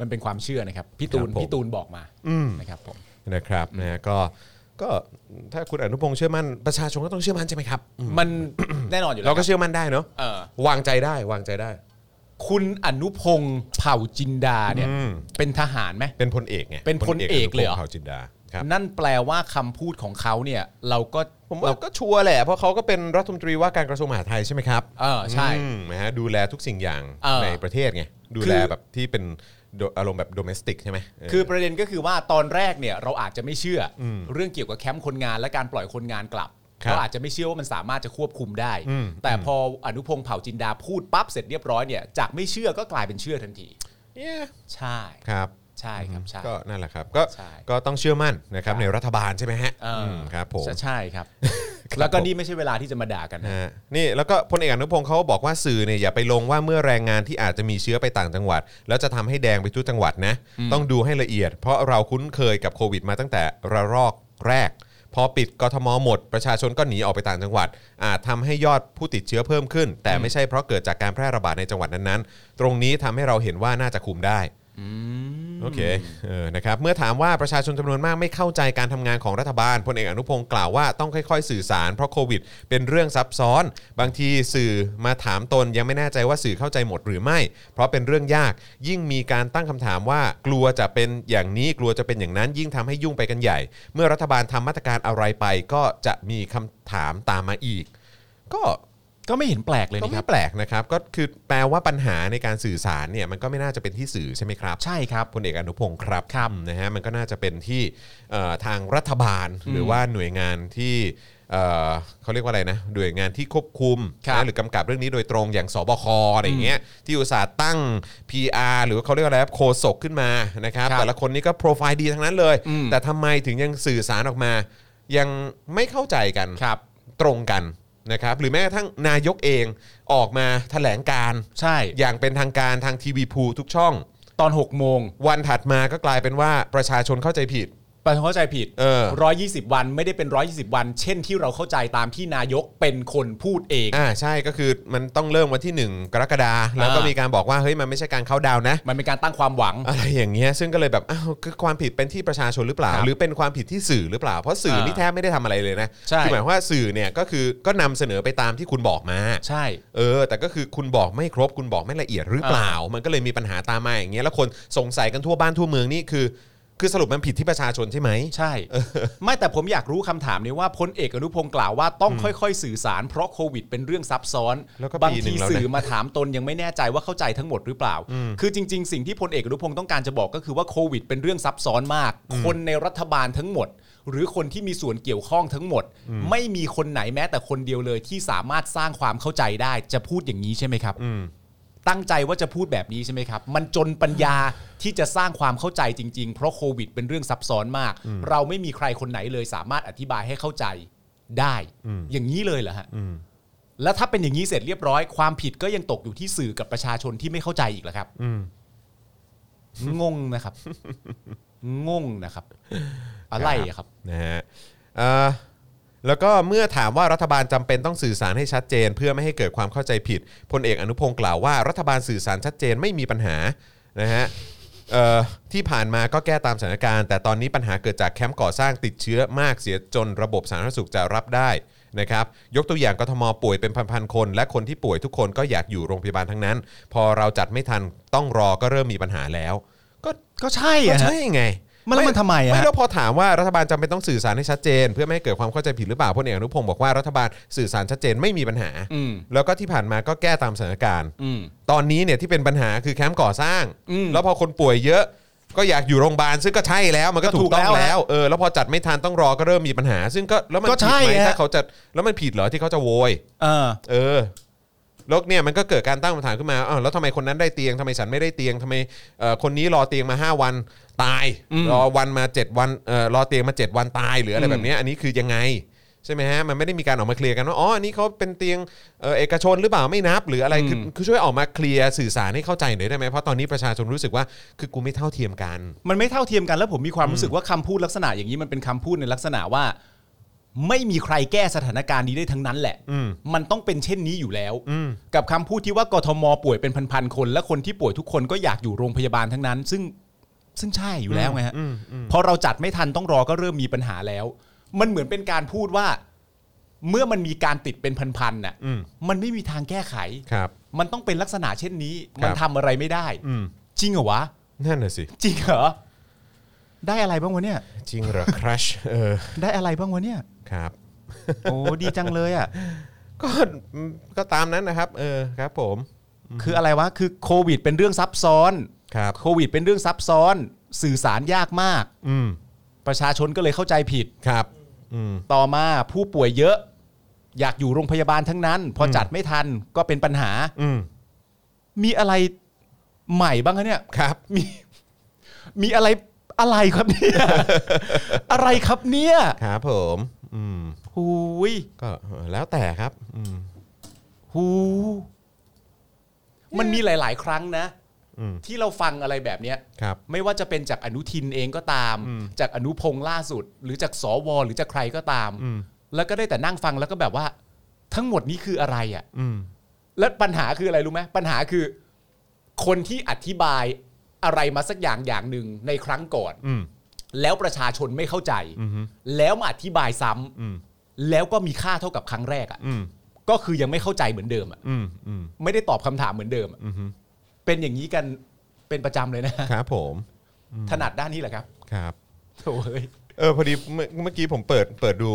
S3: มันเป็นความเชื่อนะครับพี่ตู
S2: ค
S3: น
S2: รับผม
S3: พี่ตูนบอกมา
S2: อืม
S3: นะครับผม
S2: นะครับนะฮะก็ก็ถ้าคุณอนุพงษ์เชื่อมั่นประชาชนก็ต้องเชื่อมั่นใช่ไหมครับอืม
S3: มัน แน่นอนอยู่แล้
S2: เรา
S3: ว
S2: ก็
S3: ครับ
S2: เชื่อมั่นได้เนาะ
S3: เออ
S2: วางใจได้วางใจได้
S3: คุณอนุพงศ์เผ่าจินดาเนี่ย
S2: อืม
S3: เป็นทหารไหม
S2: เป็นพลเอกไง
S3: เป็นพลเอกเลยเหรอ
S2: พพงษ์ผ่าจินดาครับ
S3: นั่นแปลว่าคำพูดของเขาเนี่ย เราก็
S2: ผมว่าก็ชัวร์แหละเพราะเขาก็เป็นรัฐมนตรีว่าการกระทรวงมหาดไทยใช่ไหมครับ
S3: เออใช่
S2: อืมนะฮะดูแลทุกสิ่งอย่าง
S3: เออ
S2: ในประเทศไงดู
S3: คือ
S2: แลแบบที่เป็นโดอารมณ์แบบโดเมสติกใช่ไหมเ
S3: คือประเด็นก็คือว่าตอนแรกเนี่ยเราอาจจะไม่เชื่ออเรื่องเกี่ยวกับแคมป์คนงานและการปล่อยคนงานกลับ
S2: ครับ
S3: เราอาจจะไม่เชื่อว่ามันสามารถจะควบคุมได้
S2: อืม
S3: แต่พออนุพงศ์เผ่าจินดาพูดปั๊บเสร็จเรียบร้อยเนี่ยจากไม่เชื่อก็กลายเป็นเชื่อทันที
S2: เนี่ย
S3: ใช่
S2: ครับ
S3: ใช่ครับใช่
S2: ก็นั่นแหละครับก็
S3: ใช่
S2: ก็ต้องเชื่อมั่นนะครับ
S3: ครับ
S2: ในรัฐบาลใช่ไหมฮะ
S3: เอออื
S2: มครับผม
S3: ใช่ใช่ครับ
S2: ครับ
S3: แล้วก็
S2: ผม
S3: นี่ไม่ใช่เวลาที่จะมาด่ากันนะ
S2: ฮะนี่แล้วก็พลเอกอนุพงศ์เขาบอกว่าสื่อเนี่ยอย่าไปลงว่าเมื่อแรงงานที่อาจจะมีเชื้อไปต่างจังหวัด แล้วจะทำให้แดงไปทุกจังหวัดนะต้องดูให้ละเอียด เพราะเราคุ้นเคยกับโควิดมาตั้งแต่ระลอกแรก พอปิดกทมหมด ประชาชนก็หนีออกไปต่างจังหวัด อาจทำให้ยอดผู้ติดเชื้อเพิ่มขึ้น แต่ไม่ใช่เพราะเกิดจากการแพร่ระบาดในจังหวัดนั้นๆ ตรงนี้ทำให้เราเห็นว่าน่าจะคุมได้ โอเคเออนะครับ เมื่อถามว่าประชาชนจำนวนมากไม่เข้าใจการทำงานของรัฐบาล พลเอกอนุพงศ์กล่าวว่าต้องค่อย ๆ สื่อสาร เพราะโควิด เป็นเรื่องซับซ้อน บางทีสื่อมาถามตนยังไม่แน่ใจว่าสื่อเข้าใจหมดหรือไม่ เพราะเป็นเรื่องยาก ยิ่งมีการตั้งคำถามว่ากลัวจะเป็นอย่างนี้กลัวจะเป็นอย่างนั้น ยิ่งทำให้ยุ่งไปกันใหญ่ เมื่อรัฐบาลทำมาตรการอะไรไป ก็จะมีคำถามตามมาอีก ก็
S3: ก็ไม่เห็นแปลกเลย
S2: ก็
S3: นะค
S2: ไม่
S3: รับ
S2: แปลกนะครับก็คือแปลว่าปัญหาในการสื่อสารเนี่ยมันก็ไม่น่าจะเป็นที่สื่อใช่ไหมครับ
S3: ใช่ครับ
S2: พลเอกอนุพงศ์ครับ
S3: ครับ
S2: อืมนะฮะมันก็น่าจะเป็นที่เอ่อทางรัฐบาลหรือว่าหน่วยงานที่เอ่อเขาเรียกว่าอะไรนะหน่วยงานที่ควบคุม
S3: ครับ
S2: นะหรือกำกับเรื่องนี้โดยตรงอย่างสบคอะไรอย่างเงี้ยที่อุตสาห์ตั้ง PR หรือว่าเขาเรียกว่าอะไรครับโคศกขึ้นมานะครับ
S3: ครับ
S2: แต่ละคนนี่ก็โปรไฟล์ดีทั้งนั้นเลย
S3: อืม
S2: แต่ทำไมถึงยังสื่อสารออกมา ยังไม่เข้าใจกัน
S3: ครับ
S2: ตรงกันนะครับหรือแม้กระทั่งนายกเองออกมาแถลงการณ์
S3: ใช่
S2: อย่างเป็นทางการทางทีวีพูทุกช่อง
S3: ตอน6กโมง
S2: วันถัดมาก็กลายเป็นว่าประชาชนเข้าใจผิด
S3: ประชาชนเข้าใจผิด
S2: เออ
S3: ร้อยยี่สิบวันไม่ได้เป็นร้อยยี่สิบวัน เช่นที่เราเข้าใจตามที่นายกเป็นคนพูดเอง
S2: อ่าใช่ก็คือมันต้องเริ่มวันที่ 1 กรกฎาแล้วก็
S3: อ่ามี
S2: มีการบอกว่าเฮ้ยมันไม่ใช่การเข้าดาวน์นะ
S3: มันเป็นการตั้งความหวัง
S2: อะไรอย่างเงี้ยซึ่งก็เลยแบบอ้าวคือความผิดเป็นที่ประชาชนหรือเปล่า
S3: ครับ
S2: หรือเป็นความผิดที่สื่อหรือเปล่า เพราะสื่อนี่
S3: อ่า
S2: แทบไม่ได้ทำอะไรเลยนะ
S3: ใช่
S2: คือหมายความว่าสื่อเนี่ยก็คือก็นำเสนอไปตามที่คุณบอกมา
S3: ใช่
S2: เออ แต่ก็คือคุณบอกไม่ครบคุณบอกไม่ละเอียดหรือเปล่า มันก็เลยมีปัญหาตามมาอย่างเงี้ยแล้วคนสงสัยกันทั่วบ้านทั่วเมืองนี่คือ คือสรุปมันผิดที่ประชาชนใช่ไหม
S3: ใช่ ไม่แต่ผมอยากรู้คำถามนี้ว่าพลเอกอนุพงศ์กล่าวว่าต้องค่อย ๆ สื่อสารเพราะโควิดเป็นเรื่องซับซ้อน
S2: แล้วก็
S3: บาง
S2: ปีหนึ่
S3: ที
S2: งแล้วนะ
S3: สื่อมาถามตนยังไม่แน่ใจว่าเข้าใจทั้งหมดหรือเปล่า คือจริง ๆ สิ่งที่พลเอกอนุพงศ์ต้องการจะบอกก็คือว่าโควิดเป็นเรื่องซับซ้อนมาก คนในรัฐบาลทั้งหมด หรือคนที่มีส่วนเกี่ยวข้องทั้งหมด ไม่มีคนไหนแม้แต่คนเดียวเลยที่สามารถสร้างความเข้าใจได้จะพูดอย่างนี้ใช่ไหมครับ
S2: อืม
S3: ตั้งใจว่าจะพูดแบบนี้ใช่ไหมครับ มันจนปัญญาที่จะสร้างความเข้าใจจริง ๆ เพราะโควิดเป็นเรื่องซับซ้อนมาก เราไม่มีใครคนไหนเลยสามารถอธิบายให้เข้าใจได้
S2: อืม
S3: อย่างนี้เลยเหรอฮะ
S2: อืม
S3: แล้วถ้าเป็นอย่างนี้เสร็จเรียบร้อยความผิดก็ยังตกอยู่ที่สื่อกับประชาชนที่ไม่เข้าใจอีกเหรอครับ
S2: อืม
S3: งงนะครับ งงนะครับ อะไรอะครับ
S2: นะฮะเอ่อแล้วก็เมื่อถามว่ารัฐบาลจำเป็นต้องสื่อสารให้ชัดเจน เพื่อไม่ให้เกิดความเข้าใจผิดพลเอกอนุพงศ์กล่าวว่ารัฐบาลสื่อสารชัดเจนไม่มีปัญหานะฮะเอ่อที่ผ่านมาก็แก้ตามสถานการณ์ แต่ตอนนี้ปัญหาเกิดจากแคมป์ก่อสร้างติดเชื้อมากเสียจนระบบสาธารณสุขจะรับได้นะครับยกตัวอย่างกทมป่วยเป็นพันๆคน และคนที่ป่วยทุกคนก็อยากอยู่โรงพยาบาลทั้งนั้น พอเราจัดไม่ทันต้องรอก็เริ่มมีปัญหาแล้ว ก็
S3: ก็ใช่
S2: ก็
S3: อะฮะ
S2: ใช่ไง
S3: มันแล้วมันทำไมอะฮะ
S2: ไม่แล้วพอถามว่ารัฐบาลจำเป็นต้องสื่อสารให้ชัดเจน เพื่อไม่ให้เกิดความเข้าใจผิดหรือเปล่าพลเอกอนุพงศ์บอกว่ารัฐบาลสื่อสารชัดเจนไม่มีปัญหา
S3: อืม
S2: แล้วก็ที่ผ่านมาก็แก้ตามสถานการณ์
S3: อืม
S2: ตอนนี้เนี่ยที่เป็นปัญหาคือแคมป์ก่อสร้าง
S3: อืม
S2: แล้วพอคนป่วยเยอะ ก็อยากอยู่โรงพยาบาลซึ่งก็ใช่แล้วมันก็
S3: ก็ถู
S2: ถูก
S3: ก
S2: ต้อง
S3: แล้ว
S2: แล้ว
S3: ฮะ
S2: เออแล้วพอจัดไม่ทันต้องรอก็เริ่มมีปัญหา ซึ่งก็แล้วมัน
S3: ก็
S2: ผิด
S3: ใช่
S2: ไหม
S3: ฮะ
S2: ถ้าเขาจะแล้วมันผิดเหรอที่เขาจะโวย
S3: เออ
S2: เออแล้วเนี่ยมันก็เกิดการตั้งคำถามขึ้นมาอ้าวแล้วทำไมคนนั้นได้เตียงทำไมฉันไม่ได้เตียงทำไมเอ่อคนนี้รอเตียงมา 5 วันตาย
S3: อืม
S2: รอวันมา 7 วันเอ่อรอเตียงมา 7 วันตายหรืออะไร
S3: อืม
S2: แบบเนี้ยอันนี้คือยังไง ใช่ไหมฮะ มันไม่ได้มีการออกมาเคลียร์กันว่าอ๋ออันนี้เขาเป็นเตียงเอ่อเอกชนหรือเปล่าไม่นับ หรืออะไรคือคือช่วยออกมาเคลียร์สื่อสารให้เข้าใจหน่อยได้ไหมเพราะตอนนี้ประชาชนรู้สึกว่าคือกูไม่เท่าเทียมกัน
S3: มันไม่เท่าเทียมกันแล้วผมมีความรู้สึกว่าคำพูดลักษณะอย่างนี้มันเป็นคำพูดในลักษณะว่า ไม่มีใครแก้สถานการณ์นี้ได้ทั้งนั้นแหละ
S2: อืม
S3: มันต้องเป็นเช่นนี้อยู่แล้ว
S2: อืม
S3: กับคำพูดที่ว่ากทมป่วยเป็นพันๆคน และคนที่ป่วยทุกคนก็อยากอยู่โรงพยาบาลทั้งนั้น ซึ่งซึ่งใช่อยู่แล้วไงฮะ
S2: อืมอืม
S3: พอเราจัดไม่ทันต้องรอก็เริ่มมีปัญหาแล้ว มันเหมือนเป็นการพูดว่า เมื่อมันมีการติดเป็นพันๆน่ะ
S2: อืม
S3: มันไม่มีทางแก้ไข
S2: ครับ
S3: มันต้องเป็นลักษณะเช่นนี้
S2: ครับ
S3: มันทำอะไรไม่ได้
S2: อืม
S3: จริงเหรอวะ
S2: นั่นน่ะสิ
S3: จริงเหรอ ได้อะไรบ้างวะเนี่ย
S2: จริงเหรอ ครัชเออ
S3: ได้อะไรบ้างวะเนี่ย
S2: ครับ
S3: โอ้ ดีจังเลยอ่ะ
S2: ก็ ก็ตามนั้นนะครับ เออครับผม
S3: คืออะไรวะ คือโควิดเป็นเรื่องซับซ้อน
S2: ครับ
S3: โควิดเป็นเรื่องซับซ้อน สื่อสารยากมาก
S2: อืม
S3: ประชาชนก็เลยเข้าใจผิด
S2: ครับ อืม
S3: ต่อมาผู้ป่วยเยอะ อยากอยู่โรงพยาบาลทั้งนั้น พอจัดไม่ทันก็เป็นปัญหา
S2: อืม
S3: มีอะไรใหม่บ้างคะเนี่ย
S2: ครับ
S3: มี มีอะไร อะไรครับเนี่ย อะไรครับเนี่ย
S2: ครับผมอืม
S3: หูย
S2: ก็เออแล้วแต่ครับอืม
S3: หูมันมีหลาย ๆ ครั้งนะ
S2: อืม
S3: ที่เราฟังอะไรแบบเนี้ย
S2: ครับ
S3: ไม่ว่าจะเป็นจากอนุทินเองก็ตาม จากอนุพงษ์ล่าสุด หรือจากสวหรือจากใครก็ตาม
S2: อืม
S3: แล้วก็ได้แต่นั่งฟังแล้วก็แบบว่า ทั้งหมดนี้คืออะไรอะ่ะ
S2: อืม
S3: แล้วปัญหาคืออะไรรู้ไหมปัญหาคือ คนที่อธิบายอะไรมาสักอย่างอย่างหนึ่งในครั้งก่อน
S2: อืม
S3: แล้วประชาชนไม่เข้าใจ
S2: อืม
S3: แล้วมาอธิบายซ้ำ
S2: อืม
S3: แล้วก็มีค่าเท่ากับครั้งแรกอะ่ะ
S2: อืม
S3: ก็คือยังไม่เข้าใจเหมือนเดิมอะ
S2: อืมอืม
S3: ไม่ได้ตอบคำถามเหมือนเดิมอะ
S2: อืม
S3: เป็นอย่างนี้กันเป็นประจำเลยนะ
S2: ครับผม
S3: ถนัดด้านนี้แหละครับ
S2: ครับ
S3: โถ่เอ้ย
S2: เออพอดีเมื่อเมื่อกี้ผมเปิดเปิดดู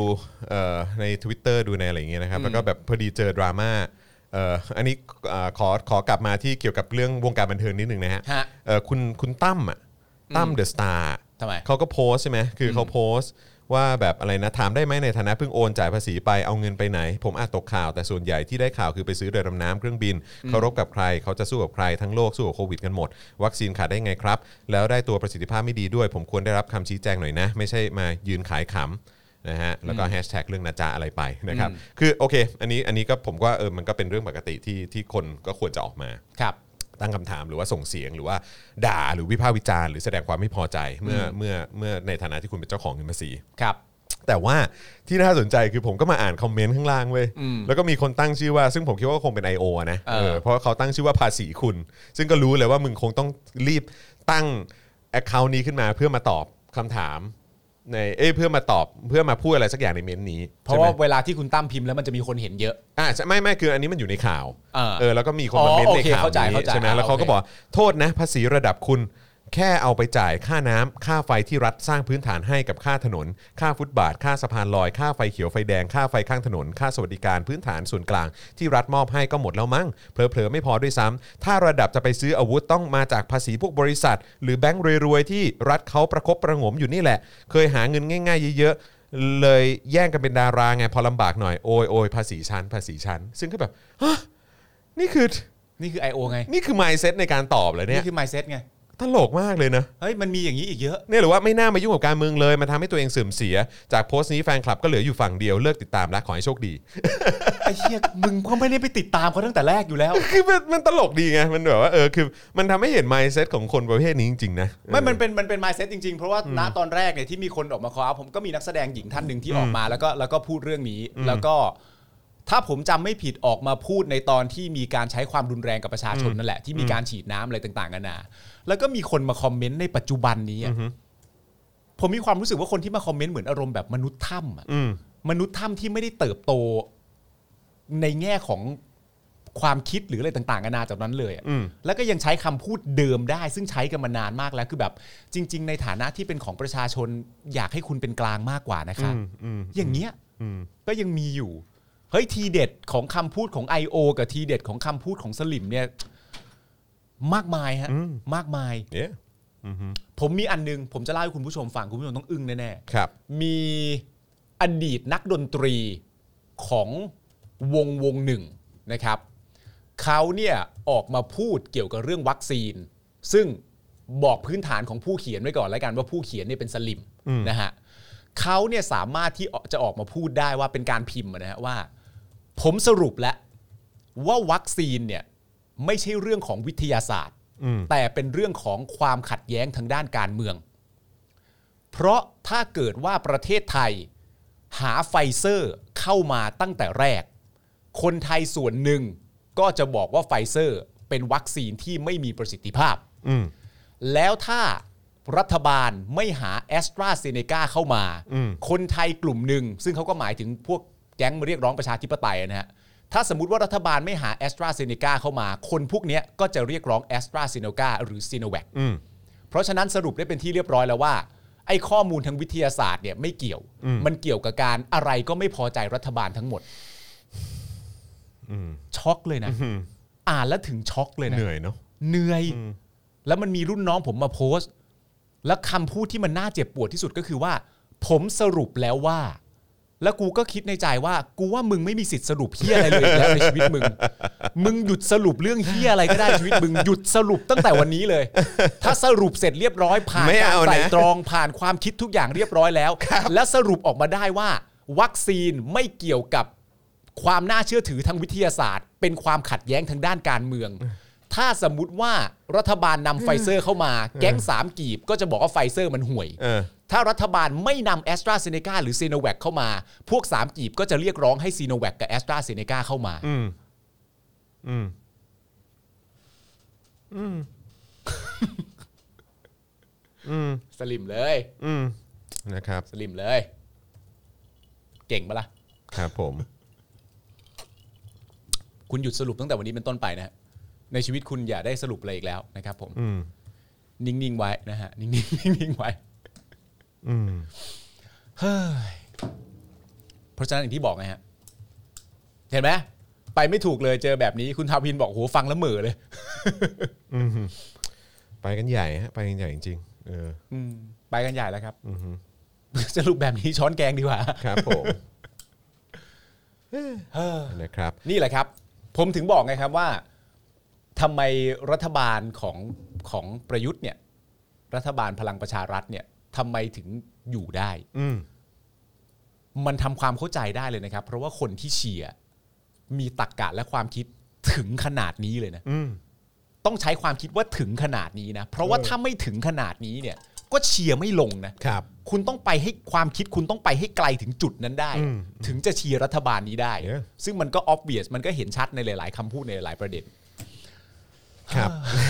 S2: เอ่อใน Twitter ดูในอะไรอย่างเงี้ยนะครับ แล้วก็แบบพอดีเจอดราม่าเอ่ออันนี้อ่าขอขอกลับมาที่เกี่ยวกับเรื่องวงการบันเทิงนิดหนึ่งนะฮะ
S3: ฮะ
S2: เอ่อคุณคุณตั้มอ่ะตั้มเดอะสตาร์
S3: ทำไม
S2: เขาก็โพสต์ใช่ไหม คือเขาโพสต์ว่าแบบอะไรนะ ถามได้ไหมในฐานะเพิ่งโอนจ่ายภาษีไป เอาเงินไปไหน ผมอาจตกข่าว แต่ส่วนใหญ่ที่ได้ข่าวคือไปซื้อเรือดำน้ำเครื่องบิน เคารพกับใคร เขาจะสู้กับใคร ทั้งโลกสู้กับโควิดกันหมด วัคซีนขาดได้ไงครับ แล้วได้ตัวประสิทธิภาพไม่ดีด้วย ผมควรได้รับคำชี้แจงหน่อยนะ ไม่ใช่มายืนขายขำนะฮะ แล้วก็แฮชแท็กเรื่องนาจาอะไรไปนะครับ คือโอเค อันนี้ อันนี้ก็ผมว่าเออ มันก็เป็นเรื่องปกติที่ที่คนก็ควรจะออกมา
S3: ครับ
S2: ตั้งคำถามหรือว่าส่งเสียงหรือว่าด่าหรือวิพากษ์วิจารณ์หรือแสดงความไม่พอใจเมื่อเมื่อเมื่อในฐานะที่คุณเป็นเจ้าของเงินภาษี
S3: ครับ
S2: แต่ว่าที่น่าสนใจคือผมก็มาอ่านคอมเมนต์ข้างล่างเว้ย
S3: อืม
S2: แล้วก็มีคนตั้งชื่อว่าซึ่งผมคิดว่าคงเป็น I.O. นะ
S3: เออ
S2: เออเพราะเขาตั้งชื่อว่าภาษีคุณ ซึ่งก็รู้เลยว่ามึงคงต้องรีบตั้ง Account นี้ขึ้นมาเพื่อมาตอบคำถามในเอ้ยเพื่อมาตอบเพื่อมาพูดอะไรสักอย่างในเมนต์นี้
S3: เพราะ
S2: ใช่ไหม
S3: ว่าเวลาที่คุณตั้มพิมพ์แล้วมันจะมีคนเห็นเยอะ
S2: อ่าใช่ไม่ไม่คืออันนี้มันอยู่ในข่าว
S3: เออ
S2: เออแล้วก็มีคนมา
S3: อ๋อ
S2: เม้นต์ใน
S3: โอเค
S2: ข่าว
S3: เข้าใจ
S2: นี้
S3: เข้าใจ
S2: ใช่ไหม
S3: อ่า
S2: แล้วเขา
S3: โอเค
S2: ก็บอกโทษนะ ภาษีระดับคุณ แค่เอาไปจ่ายค่าน้ำค่าไฟที่รัฐสร้างพื้นฐานให้กับค่าถนน ค่าฟุตบาท ค่าสะพานลอย ค่าไฟเขียวไฟแดง ค่าไฟข้างถนน ค่าสวัสดิการพื้นฐานส่วนกลาง ที่รัฐมอบให้ก็หมดแล้วมั้ง เผลอๆ ไม่พอด้วยซ้ำถ้าระดับจะไปซื้ออาวุธต้องมาจากภาษีพวกบริษัท หรือแบงค์รวยๆ ที่รัฐเขาประคบประหงมอยู่นี่แหละ เคยหาเงินง่ายๆ เยอะๆ เลยแย่งกันเป็นดาราไงพอลำบากหน่อยโอยโอยภาษีชั้นภาษีชั้น ซึ่งก็แบบฮะนี่คือ
S3: นี่คือ I.O. ไง
S2: นี่คือ mindset ในการตอบเลยเนี่ย
S3: นี่คือ mindset ไง
S2: ตลกมากเลยนะ
S3: เฮ้ยมันมีอย่างนี้อีกเยอะ
S2: เนี่ยหรือว่าไม่น่ามายุ่งกับการเมืองเลยมันทำให้ตัวเองเสื่อมเสีย จากโพสต์นี้แฟนคลับก็เหลืออยู่ฝั่งเดียวเลิกติดตามและขอให้โชคดี
S3: ไอ้เหี้ยมึงก็ไม่ได้ไปติดตามเขาตั้งแต่แรกอยู่แล้ว
S2: คือมันมันตลกดีไงมันแบบว่าเออคือ มันทำให้เห็น mindset ของคนประเภทนี้จริงๆนะ
S3: ไม่ มัน
S2: เออ
S3: เป็น มันเป็น mindset จริง ๆ เพราะว่าณตอนแรกเนี่ยที่มีคนออกมาคอผมก็มีนักแสดงหญิงท่านหนึ่งที่ออกมาแล้วก็แล้วก็พูดเรื่องนี้ แล้วก็ถ้าผมจำไม่ผิดออกมาพูดในตอนที่มีการใช้ความรุนแรงกับประชาชนนั่นแหละที่มีการฉีดน้ำอะไรต่างๆกันานาแล้วก็มีคนมาคอมเมนต์ในปัจจุบันนี้อะ
S2: อือฮึ
S3: ผมมีความรู้สึกว่าคนที่มาคอมเมนต์เหมือนอารมณ์แบบมนุษย์ถ้ำอะ
S2: อืม
S3: มนุษย์ถ้ำที่ไม่ได้เติบโตในแง่ของความคิดหรืออะไรต่างๆนานาจากนั้นเลยอะ
S2: อืม
S3: แล้วก็ยังใช้คำพูดเดิมได้ ซึ่งใช้กันมานานมากแล้วคือแบบ จริง ๆ ในฐานะที่เป็นของประชาชนอยากให้คุณเป็นกลางมากกว่านะคะ
S2: อืมอืม
S3: อย่างเงี้ย
S2: อืม
S3: ก็ยังมีอยู่เฮ้ยทีเด็ดของคำพูดของ I.O. กับทีเด็ดของคำพูดของสลิมเนี่ย มากมายฮะมากมาย
S2: เนี่ยอืม
S3: ผมมีอันนึง ผมจะเล่าให้คุณผู้ชมฟังคุณผู้ชมต้องอึ้งแน่ๆ
S2: ครับ
S3: มีอดีตนักดนตรีของวงวงหนึ่งนะครับเขาเนี่ยออกมาพูดเกี่ยวกับเรื่องวัคซีน ซึ่งบอกพื้นฐานของผู้เขียนไว้ก่อนแล้วกันว่าผู้เขียนเนี่ยเป็นสลิมนะฮะเขาเนี่ยสามารถที่จะออกมาพูดได้ว่าเป็นการพิมพ์นะฮะว่า ผมสรุปแล้วว่าวัคซีนเนี่ยไม่ใช่เรื่องของวิทยาศาสตร์
S2: อืม
S3: แต่เป็นเรื่องของความขัดแย้งทางด้านการเมือง เพราะถ้าเกิดว่าประเทศไทยหาไฟเซอร์เข้ามาตั้งแต่แรก คนไทยส่วนหนึ่งก็จะบอกว่าไฟเซอร์เป็นวัคซีนที่ไม่มีประสิทธิภาพ
S2: อืม
S3: แล้วถ้ารัฐบาลไม่หาแอสตราเซเนกาเข้ามา
S2: อืม
S3: คนไทยกลุ่มหนึ่ง ซึ่งเขาก็หมายถึงพวกแก๊งมาเรียกร้องประชาธิปไตยนะฮะ ถ้าสมมติว่ารัฐบาลไม่หาแอสตราเซเนกาเข้ามา คนพวกเนี้ยก็จะเรียกร้องแอสตราเซเนกาหรือซีโนแวค
S2: อืม
S3: เพราะฉะนั้นสรุปได้เป็นที่เรียบร้อยแล้วว่า ไอ้ข้อมูลทางวิทยาศาสตร์เนี่ยไม่เกี่ยว มันเกี่ยวกับการอะไรก็ไม่พอใจรัฐบาลทั้งหมดช็อกเลยนะ อ่านแล้วถึงช็อกเลยนะ
S2: เหนื่อยเนาะ
S3: เหนื่อย แล้วมันมีรุ่นน้องผมมาโพสต์ แล้วคำพูดที่มันน่าเจ็บปวดที่สุดก็คือว่า ผมสรุปแล้วว่า แล้วกูก็คิดในใจว่า กูว่ามึงไม่มีสิทธิ์สรุปเฮียอะไรเลยอีกแล้วในชีวิตมึง มึงหยุดสรุปเรื่องเฮียอะไรก็ได้ชีวิตมึงหยุดสรุปตั้งแต่วันนี้เลย ถ้าสรุปเสร็จเรียบร้อยผ่าน
S2: ไม่
S3: การ
S2: เอานะ
S3: ไตร่ตรองผ่านความคิดทุกอย่างเรียบร้อยแล้ว และสรุปออกมาได้ว่า วัคซีนไม่เกี่ยวกับ ความน่าเชื่อถือทางวิทยาศาสตร์ เป็นความขัดแย้งทางด้านการเมือง ถ้าสมมุติว่ารัฐบาลนำไฟเซอร์เข้ามา แก๊งสามกีบก็จะบอกว่าไฟเซอร์มันห่วย
S2: เออ
S3: ถ้ารัฐบาลไม่นำแอสตราเซเนกาหรือซีโนแวคเข้ามา พวกสามกีบก็จะเรียกร้องให้ซีโนแวคกับแอสตราเซเนกาเข้ามา
S2: อืม อืม อืม
S3: สลิมเลย
S2: อืม นะครับ
S3: สลิมเลย เก่งปะล่ะ
S2: ครับผม
S3: คุณหยุดสรุปตั้งแต่วันนี้เป็นต้นไปนะฮะในชีวิตคุณอย่าได้สรุปอะไรอีกแล้วนะครับผม
S2: อืม
S3: นิ่งๆไว้นะฮะ นิ่งๆนิ่งๆไว้
S2: อืม
S3: เฮ้ยเพราะฉะนั้นอย่างที่บอกไงฮะ เห็นไหมไปไม่ถูกเลยเจอแบบนี้คุณทาวินบอกโหฟังแล้วเหม่อเลย
S2: ไปกันใหญ่ฮะ ไปกันใหญ่จริงๆเออ
S3: อืมไปกันใหญ่แล้วครับ
S2: อือฮึ
S3: สรุปแบบนี้ช้อนแกงดีกว่า
S2: ครับผม
S3: เฮ้อ
S2: นะครับ
S3: นี่แหละครับ ผมถึงบอกไงครับว่าทำไมรัฐบาลของของประยุทธ์เนี่ย รัฐบาลพลังประชารัฐเนี่ยทำไมถึงอยู่ได้
S2: อืม
S3: มันทำความเข้าใจได้เลยนะครับ เพราะว่าคนที่เชียร์มีตรรกกะและความคิดถึงขนาดนี้เลยนะ
S2: อืม
S3: ต้องใช้ความคิดว่าถึงขนาดนี้นะ เพราะว่าถ้าไม่ถึงขนาดนี้เนี่ย ก็เชียร์ไม่ลงนะ
S2: ครับ
S3: คุณต้องไปให้ความคิดคุณต้องไปให้ไกลถึงจุดนั้นได้
S2: อืม
S3: ถึงจะเชียร์รัฐบาลนี้ได้
S2: Yeah
S3: ซึ่งมันก็ออบเวียสมันก็เห็นชัดในหลาย ๆคำพูดในหลายๆประเด็น
S2: ครับ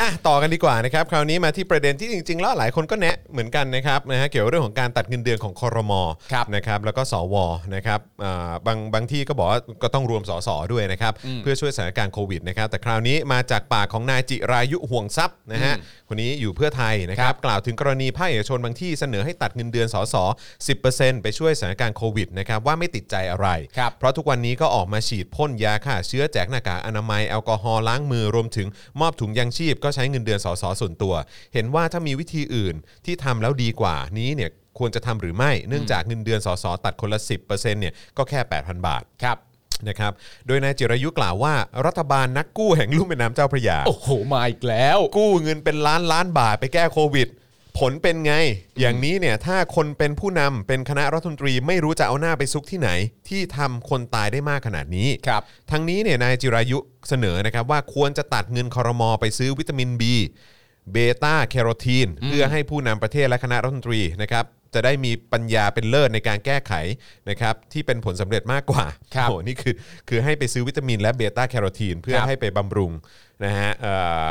S2: อ่ะต่อกันดีกว่านะครับ คราวนี้มาที่ประเด็นที่จริงๆแล้วหลายคนก็แนะเหมือนกันนะครับนะฮะเกี่ยวกับเรื่องของการตัดเงินเดือนของคอรมอ
S3: ครับ
S2: นะครับแล้วก็สวนะครับอ่าบางบางที่ก็บอกว่าก็ต้องรวมสสด้วยนะครับ เพื่อช่วยสถานการณ์โควิดนะครับแต่คราวนี้มาจากปากของนายจิรายุห่วงทรัพย์นะฮะคนนี้อยู่เพื่อไทยนะครับ กล่าวถึงกรณีภาคเอกชนบางที่เสนอให้ตัดเงินเดือนสส10%ไปช่วยสถานการณ์โควิดนะครับว่าไม่ติดใจอะไร
S3: ครับ
S2: เพราะทุกวันนี้ก็ออกมาฉีดพ่นยาฆ่าเชื้อแจกหน้ากากอนามัยแอลกอฮอล์ล้างมือรวมถึงมอบถุงยางชีพก็ใช้เงินเดือนสสส่วนตัว เห็นว่าถ้ามีวิธีอื่นที่ทำแล้วดีกว่านี้เนี่ยควรจะทำหรือไม่เนื่องจากเงินเดือนสสตัดคนละ 10%เนี่ยก็แค่ 8,000 บาท
S3: ครับ
S2: นะครับ โดยนายจิรายุกล่าวว่า รัฐบาลนักกู้แห่งลุ่มแม่น้ำเจ้าพระยา
S3: โอ้โหมาอีกแล้ว
S2: กู้เงินเป็นล้านล้านบาทไปแก้โควิด ผลเป็นไง อย่างนี้เนี่ยถ้าคนเป็นผู้นำเป็นคณะรัฐมนตรีไม่รู้จะเอาหน้าไปซุกที่ไหน ที่ทำคนตายได้มากขนาดนี้
S3: ครับ
S2: ทั้งนี้เนี่ยนายจิรายุเสนอนะครับว่าควรจะตัดเงินคอรมอไปซื้อวิตามิน B เบต้าแคโรทีน เพื่อให้ผู้นำประเทศและคณะรัฐมนตรีนะครับจะได้มีปัญญาเป็นเลิศในการแก้ไขนะครับที่เป็นผลสำเร็จมากกว่า
S3: ครับ
S2: โอ้โหนี่คือคือให้ไปซื้อวิตามินและเบต้าแคโรทีน เพื่อ
S3: ครับ
S2: ให้ไปบำรุงนะฮะเอ่อ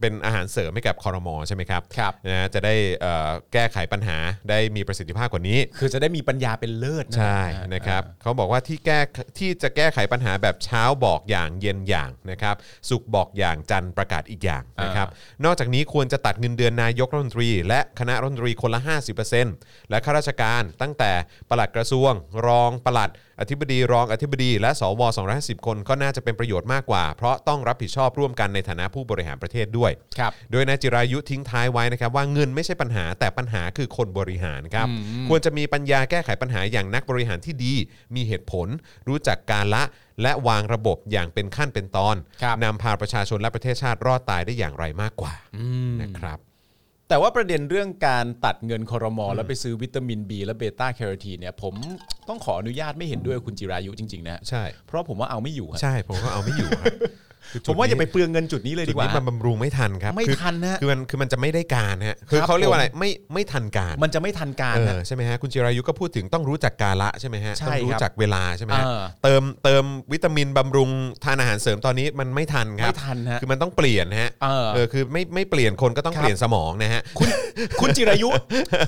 S2: เป็นอาหารเสริมให้กับคอรมอใช่ไหมครับ
S3: ครับ
S2: นะฮะจะได้เอ่อแก้ไขปัญหาได้มีประสิทธิภาพกว่านี้
S3: คือจะได้มีปัญญาเป็นเลิศนะ
S2: ใช่นะครับเขาบอกว่าที่แก้ที่จะแก้ไขปัญหาแบบเช้าบอกอย่างเย็นอย่างนะครับสุกร์บอกอย่างจันทร์ประกาศอีกอย่างนะครับนอกจากนี้ควรจะตัดเงินเดือนนายกรัฐมนตรี และคณะรัฐมนตรีคนละ 50%และข้าราชการตั้งแต่ปลัดกระทรวง รองปลัดอธิบดีรองอธิบดี และสว250 คนก็น่าจะเป็นประโยชน์มากกว่า เพราะต้องรับผิดชอบร่วมกันในฐานะผู้บริหารประเทศด้วย
S3: ครับ
S2: โดยนายจิรายุทิ้งท้ายไว้นะครับว่าเงินไม่ใช่ปัญหาแต่ปัญหาคือคนบริหารครับ ควรจะมีปัญญาแก้ไขปัญหาอย่างนักบริหารที่ดี มีเหตุผล รู้จักกาละ และวางระบบอย่างเป็นขั้นเป็นตอน
S3: ครับ
S2: นำพาประชาชนและประเทศชาติรอดตายได้อย่างไรมากกว่านะครับ
S3: แต่ว่าประเด็นเรื่องการตัดเงินคอรมอแล้วไปซื้อวิตามิน B และเบต้าแคโรทีนเนี่ยผมต้องขออนุญาตไม่เห็นด้วยกับคุณจิรายุจริงๆนะ
S2: ใช่
S3: เพราะผมว่าเอาไม่อยู่ครับ
S2: ใช่ผมก็เอาไม่อยู่ ครับคือ
S3: ผมว่าอย่าไป
S2: จุดนี้
S3: เปลืองเงินจุดนี้เลย
S2: จุด
S3: ดีกว่า
S2: นี้มันบำรุงไม่ทันครับ
S3: ไม่
S2: คือ
S3: ทันนะ
S2: คือมันคือมันจะไม่ได้การฮะคือ
S3: ครับ
S2: เขาเรียกว่าอะไร
S3: ผม
S2: ไม่ไม่ทันการ
S3: มันจะไม่ทันการ
S2: เอ
S3: นะ
S2: อใช่ไหมฮะคุณจิรายุก็พูดถึงต้องรู้จักกาละใช่ไหมฮะ
S3: ใช่
S2: ต้องรู้จักเวลาใช่ไหมฮะ
S3: เออ
S2: เติมเติมวิตามินบำรุงทานอาหารเสริมตอนนี้มันไม่ทันครับ
S3: ไม่ทันฮะ
S2: คือมันต้องเปลี่ยนฮะ
S3: เออ
S2: คือไม่ไม่เปลี่ยนคนก็ต้อง
S3: ครับ
S2: เปลี่ยนสมองนะฮะ
S3: คุณคุณจิรายุ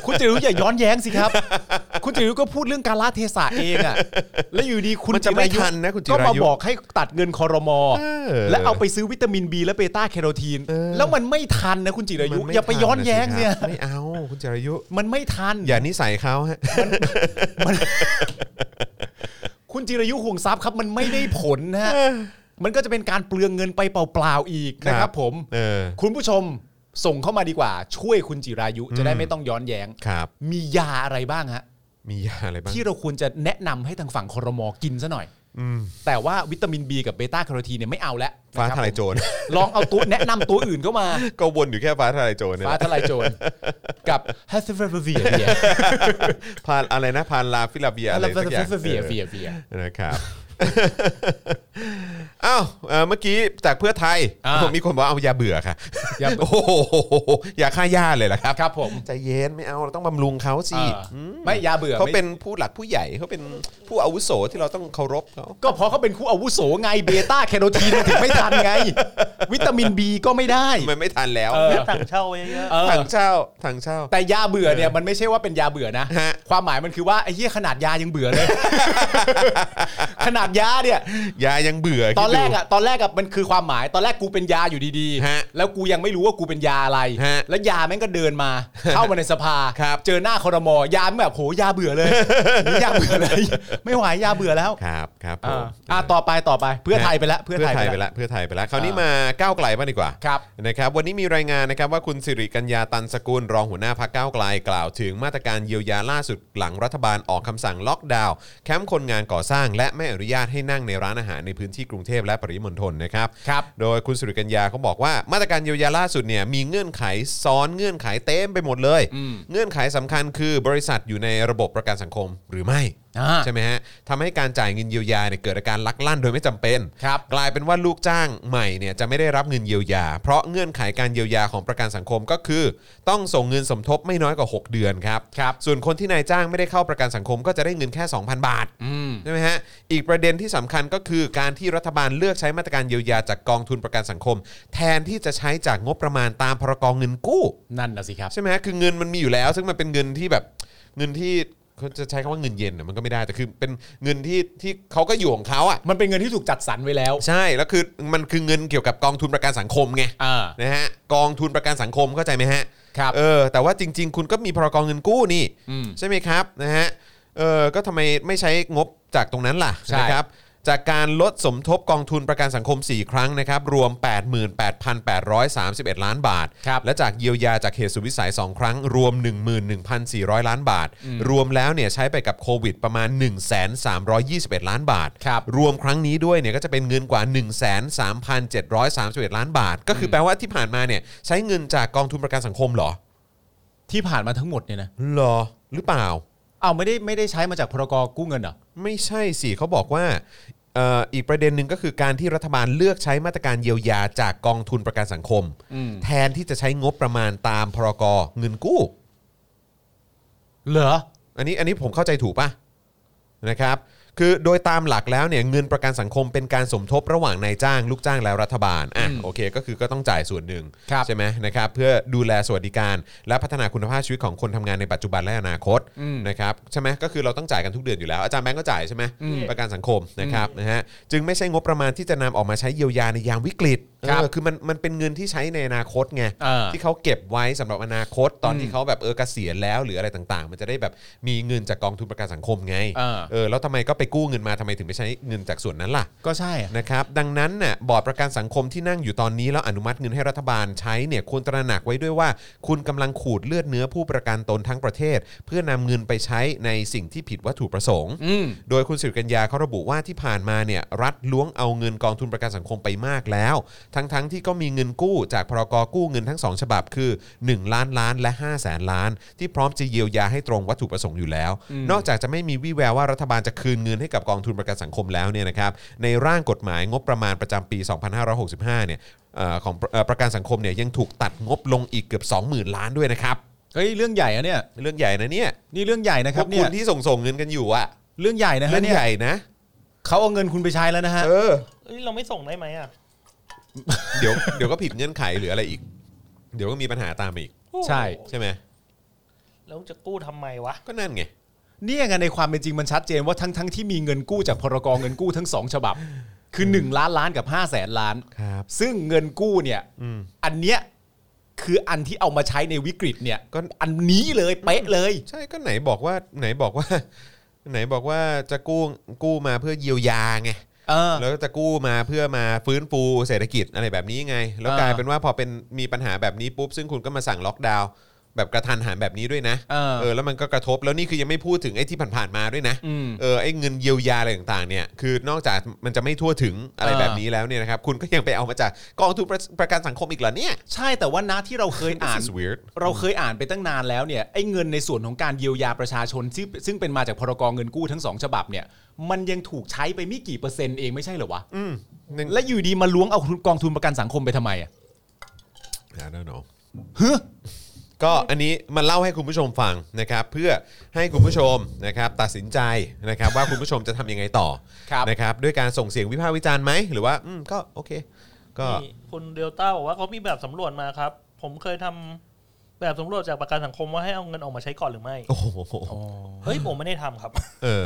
S3: คุณจิรายุอย่าย้อนแย้งสิครับ คุณจิรายุก็พูดเรื่องการละเทศะเองอะแล้วอยู่ดีคุณ
S2: มันจะไม่
S3: รายุ
S2: ทันนะคุณจิ
S3: ก็
S2: รายุ
S3: มาบอกให้ตัดเงินคอรมอ
S2: อ
S3: และเอาไปซื้อวิตามิน B และเบต้าแคโรทีน
S2: เออ
S3: แล้วมันไม่ทันนะคุณจิรายุ
S2: มันม่
S3: อย่าไปย้อนแย้ง
S2: ทัะสิ
S3: เนี่ย
S2: ครับไม่เอาคุณจิรายุ
S3: มันไม่ทัน
S2: อย่านิสัยเขาฮะ
S3: คุณจิรายุห่วงทรัพย์ครับ มันไม่ได้ผลนะฮะ มันก็จะเป็นการเปลืองเงินไปเปล่าๆอีกนะค
S2: ครั
S3: รับบ ผม
S2: เออ
S3: คุณผู้ชมส่งเข้ามาดีกว่า ช่วยคุณจิรายุจะได้ไม่ต้องย้อนแย้ง
S2: ครับ
S3: มียาอะไรบ้างฮะ
S2: มียาอะไรบ้าง
S3: ที่เราควรจะแนะนำให้ทางฝั่งคอรมอกินซะหน่อย
S2: อืม
S3: แต่ว่าวิตามิน B กับเบต้าแคโรทีนเนี่ยไม่เอาแล้ว
S2: ฟ้า
S3: นะครับ
S2: ทลายโจร
S3: ลองเอาตัว แนะนำตัวอื่นเข้ามา
S2: ก็วนอยู่แค่ฟ้าทลายโจรเนี่ย
S3: ฟ้า
S2: แหละ
S3: ทลายโจรกับแฮสเซเฟอร์เวียเวีย
S2: พานอะไรนะพานลาฟิลาเบีย อะไร
S3: แฮส
S2: สักอย่าง
S3: เฟอร์เวียเวียเวีย
S2: นะครับ อ้าวเอ่อเมื่อกี้จากเพื่อไทย
S3: อ่า
S2: ผมมีคนบอกว่าเอายาเบื่อค่ะ
S3: ยาเบื่อ
S2: โอ้โหยาฆ่าหญ้าเลยเหรอครับ
S3: ครับผม
S2: ใจเย็นไม่เอาเราต้องบำรุงเขาสิ
S3: อ่าไม่ยาเบื่อ
S2: เขา
S3: ไม่
S2: เป็นผู้หลักผู้ใหญ่เขาเป็นผู้อาวุโสที่เราต้องเคารพเขา
S3: ก็เพราะเขาเป็นคู่อาวุโสไงเบต้าแคโรทีนมันถึงไม่ทันไง วิตามิน B ก็ไม่ได้
S2: มันไม่ทันแล้ว
S3: เออ
S4: เรียกต่างเช่าไว้เยอะ
S3: เออ
S2: ทางเช่าทางเช่า
S3: แต่ยาเบื่อเนี่ยมันไม่ใช่ว่าเป็นยาเบื่อนะ
S2: ฮะ
S3: ความหมายมันคือว่าไอ้เหี้ยขนาดยายังเบื่อเลย ขนาดยาเนี่ย
S2: ยายังเบื่อ
S3: ตอนแรก
S2: คิดดู
S3: อะตอนแรกอะมันคือความหมายตอนแรกกูเป็นยาอยู่ดี
S2: ฮะ
S3: แล้วกูยังไม่รู้ว่ากูเป็นยาอะไร
S2: ฮะ
S3: แล้วยาแม่งก็เดินมา เข้ามาในสภา
S2: ครับ
S3: เจอหน้าคอรมอยาแม่งแบบโหยาเบื่อเลย ยาเบื่อเลย ไม่ไหวยาเบื่อแล้ว
S2: ครับครับผ
S3: อ่าม อ่ะต่อไปต่อไปเพื่อไทยไปแล้วเพื่อ
S2: เพื่อ
S3: ไทย
S2: ไทย
S3: ไป
S2: ไป
S3: แล้ว
S2: ละเพื่อไทยไปละคราวนี้
S3: อ่าม
S2: มาก้าวไกลบ้างดีกว่า
S3: ครับ
S2: นะครับวันนี้มีรายงานนะครับว่าคุณสิริกัญญาตันสกุล รองหัวหน้าพักก้าวไกลกล่าวถึงมาตรการเยียวยาล่าสุดหลังรัฐบาลออกคำสั่งล็อกดาวน์แคมป์คนงานก่อสร้าง และไม่อนุญาตให้นั่งในร้านอาหารในพื้นที่กรุงเทพและปริมณฑลนะครับ
S3: ครับ
S2: โดยคุณสิริกัญญาเขาบอกว่ามาตรการเยียวยาล่าสุดเนี่ยมีเงื่อนไขซ้อนเงื่อนไขเต็มไปหมดเลย
S3: อืม
S2: เงื่อนไขสำคัญคือบริษัทอยู่ในระบบประกันสังคมหรือไม่
S3: อ่า
S2: ใช่ไหมฮะทำให้การจ่ายเงินเยียวยาเนี่ยเกิดอาการลักลั่นโดยไม่จำเป็น
S3: ครับ
S2: กลายเป็นว่าลูกจ้างใหม่เนี่ยจะไม่ได้รับเงินเยียวยา เพราะเงื่อนไขการเยียวยาของประกันสังคมก็คือ ต้องส่งเงินสมทบไม่น้อยกว่า 6 เดือนครับ
S3: ครับ
S2: ส่วนคนที่นายจ้างไม่ได้เข้าประกันสังคมก็จะได้เงินแค่ 2,000 บาท
S3: อืม
S2: ใช่ไหมฮะ อีกประเด็นที่สำคัญก็คือการที่รัฐบาล าลเลือกใช้มาตรการเยียวยาจากกองทุนประกันสังคม แทนที่จะใช้จากงบประมาณตามพรกองเงินกู้
S3: นั่นนะสิครับ
S2: ใช่ไหมฮะคือเงินมันมีอยู่แล้ว ซึ่งมันเป็นเงินที่แบบเงินที่เขาจะใช้คำว่าเงินเย็นเนี่ยมันก็ไม่ได้แต่คือเป็นเงินที่ที่เขาก็อยู่ของเขาอ่ะ
S3: มันเป็นเงินที่ถูกจัดสรรไว้แล้ว
S2: ใช่แล้วคือมันคือเงินเกี่ยวกับกองทุนประกันสังคมไง
S3: อ่า
S2: นะฮะกองทุนประกันสังคมเข้าใจไหมฮะ
S3: ครับ
S2: เออแต่ว่าจริง ๆ คุณก็มีพรกองเงินกู้นี่
S3: อืม
S2: ใช่ไหมครับนะฮะเออก็ทำไมไม่ใช้งบจากตรงนั้นล่ะ
S3: ใช่
S2: นะครับจากการลดสมทบกองทุนประกันสังคม 4 ครั้งนะครับรวม 88,831 ล้านบาท
S3: ครับ
S2: และจากเยียวยาจากเหตุสุดวิสัย 2 ครั้ง รวม 11,400 ล้านบาท รวมแล้วเนี่ยใช้ไปกับโควิดประมาณ 1,321 ล้านบาท
S3: ครับ
S2: รวมครั้งนี้ด้วยเนี่ยก็จะเป็นเงินกว่า 13,731 ล้านบาท ก็คือแปลว่าที่ผ่านมาเนี่ยใช้เงินจากกองทุนประกันสังคมเหรอ
S3: ที่ผ่านมาทั้งหมดเนี่ยนะ
S2: เหรอหรือเปล่า
S3: เอาไม่ได้ไม่ได้ใช้มาจากพรกกู้เงินเหรอ
S2: ไม่ใช่สิเขาบอกว่าเอ่ออีกประเด็นหนึ่งก็คือการที่รัฐบาลเลือกใช้มาตรการเยียวยาจากกองทุนประกันสังคม
S3: อืม
S2: แทนที่จะใช้งบประมาณตามพรกเงินกู้
S3: เหรอ
S2: อันนี้อันนี้ผมเข้าใจถูกปะนะครับคือโดยตามหลักแล้วเนี่ยเงินประกันสังคมเป็นการสมทบระหว่างนายจ้าง ลูกจ้างและรัฐบาลอ่ะ
S3: อืม
S2: โอเคก็คือก็ต้องจ่ายส่วนหนึ่ง
S3: ครับ
S2: ใช่ไหมนะครับเพื่อดูแลสวัสดิการ และพัฒนาคุณภาพชีวิตของคนทำงานในปัจจุบันและอนาคต
S3: อืม
S2: นะครับใช่ไหมก็คือเราต้องจ่ายกันทุกเดือนอยู่แล้วอาจารย์แบงก์ก็จ่ายใช่ไหม
S4: อืม
S2: ประกันสังคมนะครับนะฮะจึงไม่ใช่งบประมาณที่จะนำออกมาใช้เยียวยาในยามวิกฤต
S3: ครับ
S2: เออคือมันมันเป็นเงินที่ใช้ในอนาคตไง
S3: อ่า
S2: ที่เขาเก็บไว้สำหรับอนาคตตอนที่เขาแบบเออเกษียณแล้วหรืออะไรต่างๆ มันจะได้แบบมีเงินจากกองทุนประกันสังคมไง
S3: เออ
S2: เออแล้วทำไมก็ไปกู้เงินมาทำไมถึงไม่ใช้เงินจากส่วนนั้นล่ะ
S3: ก็ใช่อะ
S2: นะครับดังนั้นน่ะบอร์ดประกันสังคมที่นั่งอยู่ตอนนี้แล้วอนุมัติเงินให้รัฐบาลใช้เนี่ยควรตระหนักไว้ด้วยว่า คุณกำลังขูดเลือดเนื้อผู้ประกันตนทั้งประเทศ เพื่อนำเงินไปใช้ในสิ่งที่ผิดวัตถุประสงค์
S3: อืม
S2: โดยคุณสิริกัญญาเขาระบุว่าที่ผ่านมาเนี่ยรัฐล้วงเอาเงินกองทุนประกันสังคมไปมากแล้ว ทั้งๆทที่ก็มีเงินกู้จากพรกกู้เงินทั้งสองฉบับคือ 1 ล้านล้านและ 5 0 0แสนล้าน ที่พร้อมจะเยียวยาให้ตรงวัตถุประสงค์อยู่แล้ว นอกจากจะไม่มีวี่แววว่ารัฐบาลจะคืนเงินให้กับกองทุนประกันสังคมแล้วเนี่ยนะครับในร่างกฎหมายงบประมาณประจำปี 2565เนี่ยเอ่อของเอ่อประกันสังคมเนี่ยยังถูกตัดงบลงอีกเกือบ 20,000 ล้านด้วยนะครับ
S3: เฮ้ยเรื่องใหญ่อะเนี่ย
S2: เรื่องใหญ่นะเนี่ย
S3: นี่เรื่องใหญ่นะค
S2: พ
S3: รั
S2: ว
S3: บ
S2: ก
S3: เนี่
S2: คุ
S3: ย
S2: ณที่ส่งส่งเงินกันอยู่อะ
S3: เรื่องใหญ่นะ
S2: เรื่อ
S3: ฮะ
S2: ง
S3: เนี่ย
S2: ใหญ่นะ
S3: เขาเอาเงินคุณไปใช้แล้วนะฮะ
S2: เออ
S4: เอ้ยเราไม่ส่งได้ไหมอ่ะ
S2: เดี๋ยวเดี๋ยวก็ผิดเงื่อนไขหรืออะไรอีก เดี๋ยวก็มีปัญหาตามมาอีก
S3: ใช่
S2: ใช่ไหม
S4: แล้วจะกู้ทำไมวะ
S2: ก็นั่นไง
S3: เนี่ยไงในความเป็นจริงมันชัดเจนว่าทั้งทั้งที่มีเงินกู้จากพรกองเงินกู้ทั้งสองฉบับ คือ 1 ล้านล้านกับ 5 0 0แสนล้าน
S2: ครับ
S3: ซึ่งเงินกู้เนี่ยอันเนี้ยคืออันที่เอามาใช้ในวิกฤตเนี่ย
S2: ก็
S3: อันนี้เลยเป๊ะเลย
S2: ใช่ก็ไหนบอกว่าไหนบอกว่า ไหนบอกว่าจะกู้กู้มาเพื่อเยียวยาไง
S3: เออ
S2: แล้วก็จะกู้มาเพื่อมาฟื้นฟูเศรษฐกิจอะไรแบบนี้ไง แล้ว
S3: เออ
S2: กลายเป็นว่าพอเป็นมีปัญหาแบบนี้ปุ๊บซึ่งคุณก็มาสั่งล็อกดาวน์แบบกระทันหันแบบนี้ด้วยนะ
S3: เออ
S2: เออแล้วมันก็กระทบแล้วนี่คือยังไม่พูดถึงไอ้ที่ผ่านๆมาด้วยนะ
S3: อืม
S2: เออไอ้เงินเยียวยาอะไรต่างๆเนี่ยคือนอกจากมันจะไม่ทั่วถึงอะไร
S3: อ่า
S2: แบบนี้แล้วเนี่ยนะครับคุณก็ยังไปเอามาจากกองทุนประประกันสังคมอีกเหรอเนี่ย
S3: ใช่แต่ว่านะที่เราเคย
S2: This
S3: อ่าน
S2: is weird
S3: เราเคยอ่านไปตั้งนานแล้วเนี่ยไอ้เงินในส่วนของการเยียวยาประชาชนซึ่งซึ่งเป็นมาจากพรกองเงินกู้ทั้งสองฉบับเนี่ยมันยังถูกใช้ไปไม่กี่เปอร์เซ็นต์เองไม่ใช่เหรอวะ
S2: อืมหนึ่ง
S3: และอยู่ดีมาล้วงเอากองทุนประกันสังคมไปทำไมอ่ะ
S2: อ่า I don't know ก็อันนี้มันเล่าให้คุณผู้ชมฟังนะครับ เพื่อให้คุณผู้ชมนะครับตัดสินใจนะครับ ว่าคุณผู้ชมจะทำยังไงต่อ
S3: ครับ
S2: นะครับ ด้วยการส่งเสียงวิพากษ์วิจารณ์ไหมหรือว่า อืมก็โอเค ก็
S4: นี่คุณเดลต้าบอกว่าเขามีแบบสำรวจมาครับ ผมเคยทำแบบสำรวจจากประกันสังคมว่าให้เอาเงินออกมาใช้ก่อนหรือไม่
S2: โอ้โห
S4: เฮ้ย ผมไม่ได้ทำครับ
S2: เออ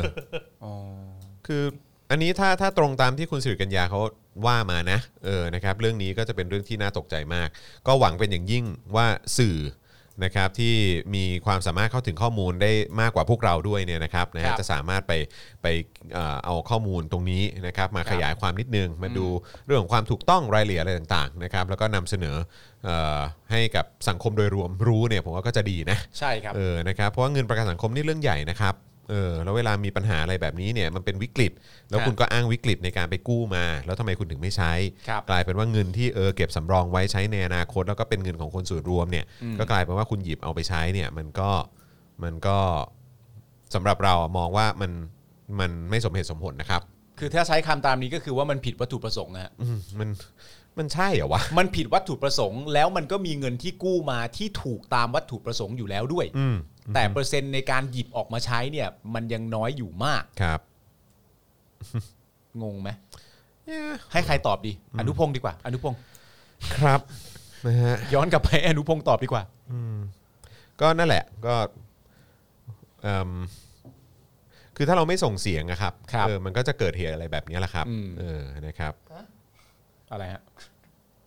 S2: คืออันนี้ถ้าถ้าตรงตามที่คุณสิริกัญญาเขาว่ามานะเออนะครับเรื่องนี้ก็จะเป็นเรื่องที่น่าตกใจมาก ก็หวังเป็นอย่างยิ่งว่าสื่อนะครับที่มีความสามารถเข้าถึงข้อมูลได้มากกว่าพวกเราด้วยเนี่ยนะครับนะ
S3: ครั
S2: ฮะ
S3: บ
S2: จะสามารถไปไปเอ่อเอาข้อมูลตรงนี้นะครับมาขยายความนิดนึง มาดูเรื่องของความถูกต้องรายละเอียดอะไรต่างๆนะครับแล้วก็นำเสนอเอ่อให้กับสังคมโดยรวมรู้เนี่ยผมว่าก็จะดีนะ
S3: ใช่ครับ
S2: เออ นะครับ เพราะว่าเงินประกันสังคมนี่เรื่องใหญ่นะครับ เออ แล้วเวลามีปัญหาอะไรแบบนี้เนี่ยมันเป็นวิกฤต แล้ว
S3: ครับ
S2: คุณก็อ้างวิกฤตในการไปกู้มา แล้วทำไมคุณถึงไม่ใช้
S3: ครับ
S2: กลายเป็นว่าเงินที่เออเก็บสำรองไว้ใช้ในอนาคต แล้วก็เป็นเงินของคนส่วนรวมเนี่ย
S3: อืม
S2: ก็กลายเป็นว่าคุณหยิบเอาไปใช้เนี่ยมันก็มันก็สำหรับเรามองว่ามันมันไม่สมเหตุสมผลนะครับ
S3: คือถ้าใช้คำตามนี้ก็คือว่ามันผิดวัตถุประสงค์นะฮะ
S2: อืมมันมันใช่เหรอวะ
S3: มันผิดวัตถุประสงค์ แล้วมันก็มีเงินที่กู้มาที่ถูกตามวัตถุประสงค์อยู่แล้วด้วย
S2: อืม
S3: แต่เปอร์เซ็นต์ในการหยิบออกมาใช้เนี่ย มันยังน้อยอยู่มาก
S2: ครับ
S3: งงไหม ให้ใครตอบดี อนุพงศ์ดีกว่า อนุพงศ์
S2: ครับนะฮะ
S3: ย้อนกลับไป ให้อนุพงศ์ตอบดีกว่า
S2: ก็นั่นแหละก็เอิ่มคือถ้าเราไม่ส่งเสียงอะครับ
S3: ครับ
S2: เออมันก็จะเกิดเหตุอะไรแบบนี้แหละครับ
S3: อืม
S2: เออนะครับ
S3: อะไรฮะ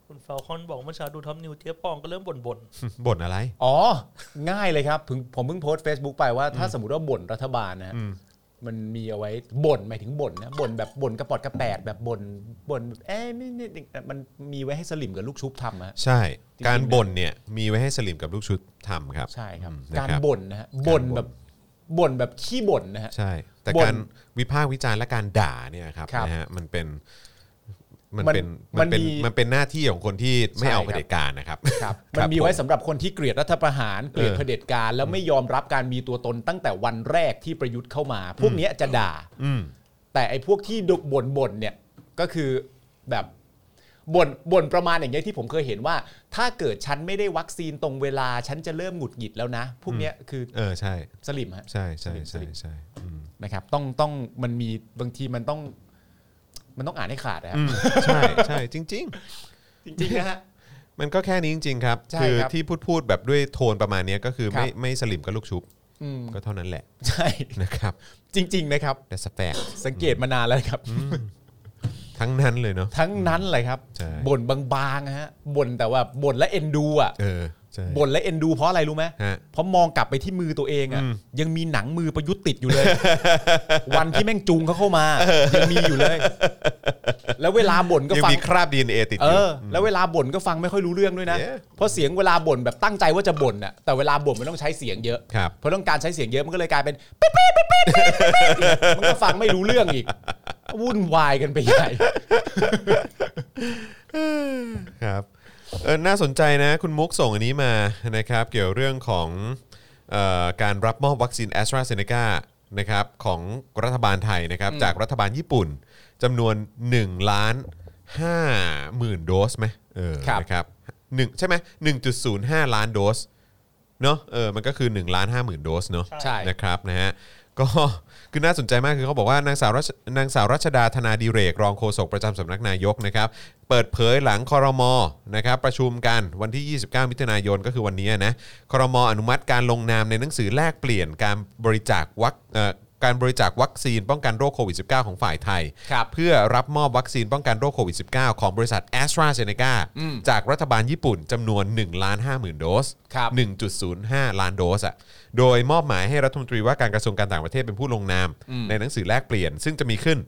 S4: คุณเฟลคอนบอกเมื่อเช้าดูท็อปนิวเทียบปองก็เริ่มบ่น
S2: บ่นอะไร
S3: อ๋อ ง่ายเลยครับผมผมเพิ่งโพสต์ Facebook ไปว่าถ้าสมมติว่าบ่นรัฐบาลนะฮะ
S2: อืม
S3: มันมีเอาไว้บ่นหมายถึงบ่นนะบ่นแบบบ่นกระปอดกระแปดแบบบ่นบ่นแบบเอ้ยนี่นี่มันมีไว้ให้สลิมกับลูกชุบทำฮะ
S2: ใช่
S3: จริงๆ
S2: การบ่นเนี่ยมีไว้ให้สลิมกับลูกชุดทำครับ
S3: ใช่ครับ
S2: อืมนะครับ
S3: การบ่นนะฮะบ่น
S2: การบ่น
S3: แบบบ่นแบบขี้บ่นนะฮะ
S2: ใช่ แต่
S3: บ่น
S2: การวิพากษ์วิจารณ์และการด่าเนี่ยครับ
S3: ครับ
S2: นะฮะมันเป็นมัน
S3: มัน
S2: เป็น
S3: มั
S2: มัน
S3: น
S2: เป็น
S3: มี
S2: มันเป็นหน้าที่ของคนที่ไม่
S3: ใช่
S2: เอา
S3: ครับ
S2: เผด็จการนะครับ
S3: ครับ
S2: ค
S3: มั
S2: รั
S3: น
S2: บ
S3: มีไว้
S2: ผม
S3: สำหรับคนที่เกลียดรัฐประหารเกลียด
S2: เออ
S3: เผด็จการ แล้วไม่ยอมรับการมีตัวตนตั้งแต่วันแรกที่ประยุทธ์เข้ามา พวกเนี้ยจะด่า
S2: อืม
S3: แต่ไอ้พวกที่ดกบ่นบ่นๆเนี่ยก็คือแบบบ่นบ่นประมาณอย่างเงี้ยที่ผมเคยเห็นว่า ถ้าเกิดฉันไม่ได้วัคซีนตรงเวลาฉันจะเริ่มหงุดหงิดแล้วนะ พวกเนี้ยคือ
S2: เออใช่
S3: สลิมฮะ
S2: ใช่ใช่
S3: สลิมส
S2: ใช่
S3: ลิม
S2: ใช่อืม
S3: นะครับ ต้องต้องมันมีบางทีมันต้อง มันต้องอ่านให้ขาดนะครับ
S2: อืมใช่ใช่จริง ๆ
S3: จริงๆนะฮะ
S2: มันก็แค่นี้จริง ๆ ครับ
S3: ใช่
S2: คือ
S3: ครับ
S2: ที่พูดพูดแบบด้วยโทนประมาณเนี้ยก็คือ
S3: ครับ
S2: ไม่ไม่สลิมกับลูกชุบ
S3: อืม
S2: ก็เท่านั้นแหละ
S3: ใช่
S2: นะครับ
S3: จริง ๆ นะครับ
S2: แต่สแปก
S3: สังเกตมานานแล้วครับ
S2: ทั้งนั้นเลยเนาะ
S3: ทั้งนั้นเลยครับ
S2: ใช่
S3: บ่นบางๆฮะบ่นแต่ว่าบ่นและเอ็นดูอ่ะ
S2: เออใช่
S3: บ่นและเอ็นดูเพราะอะไรรู้ไหม
S2: ฮะ
S3: เพราะมองกลับไปที่มือตัวเองอ่ะ
S2: อืม
S3: ยังมีหนังมือประยุทธ์ติดอยู่เลย วันที่แม่งจูงเขาเข้า มายังมีอยู่เลย แล้วเวลาบ่นก็
S2: ยัง
S3: ฟัง
S2: มีคราบ DNA ติดอ
S3: เอยู่ อ แล้วเวลาบ่นก็ฟังไม่ค่อยรู้เรื่องด้วยนะ
S2: เย้
S3: เพราะเสียงเวลาบ่นแบบตั้งใจว่าจะบ่นอ่ะแต่เวลาบ่นมันต้องใช้เสียงเยอะ
S2: ครับ
S3: เพราะต้องการใช้เสียงเยอะมันก็เลยกลายเป็น ปิ๊ดปิ๊ดปิ๊ดปิ๊ดปิ๊ดปิ๊ดปิ๊ดมันก็ฟังไม่รู้เรื่องอีก วุ่นวายกันไปใหญ่
S2: ครับเออน่าสนใจนะ คุณมุกส่งอันนี้มานะครับ เกี่ยวเรื่องของเอ่อการรับมอบวัคซีนแอสตราเซเนกานะครับของรัฐบาลไทยนะครับ จากรัฐบาลญี่ปุ่นจำนวน1ล้าน5 0,000 โดสไหมเออ
S3: ครับ
S2: นะครับหนึ่งใช่ไหม1.05 ล้านโดส เนาะเออมันก็คือ1ล้าน50,000 โดสเนาะ
S3: ใช่
S2: นะครับนะฮะก็ คือน่าสนใจมากคือเขาบอกว่านางสาวรัชนางสาวรัชดาธนาดีเรก รองโฆษกประจำสำนักนายกนะครับ เปิดเผยหลังคอรมอนะครับประชุมกันวันที่ 29 มิถุนายนก็คือวันนี้นะคอรมออนุมัติการลงนามในหนังสือแลกเปลี่ยนการบริจาควัคเอ่อการบริจาควัคซีนป้องกันโรคโควิด -19 ของฝ่ายไทย
S3: ครับ
S2: เพื่อรับมอบวัคซีนป้องกันโรคโควิด -19 ของบริษัท a s t r a z เซ e c a จากรัฐบาลญี่ปุ่นจำนวน1ล้าน50,000 โดส
S3: ครับ
S2: 1.05 ล้านโดสอ่ะ โดยมอบหมายให้รัฐมนตรีว่าการกระทรวงการต่างประเทศเป็นผู้ลงนาม ในหนังสือแลกเปลี่ยน ซึ่งจะมีขึ้น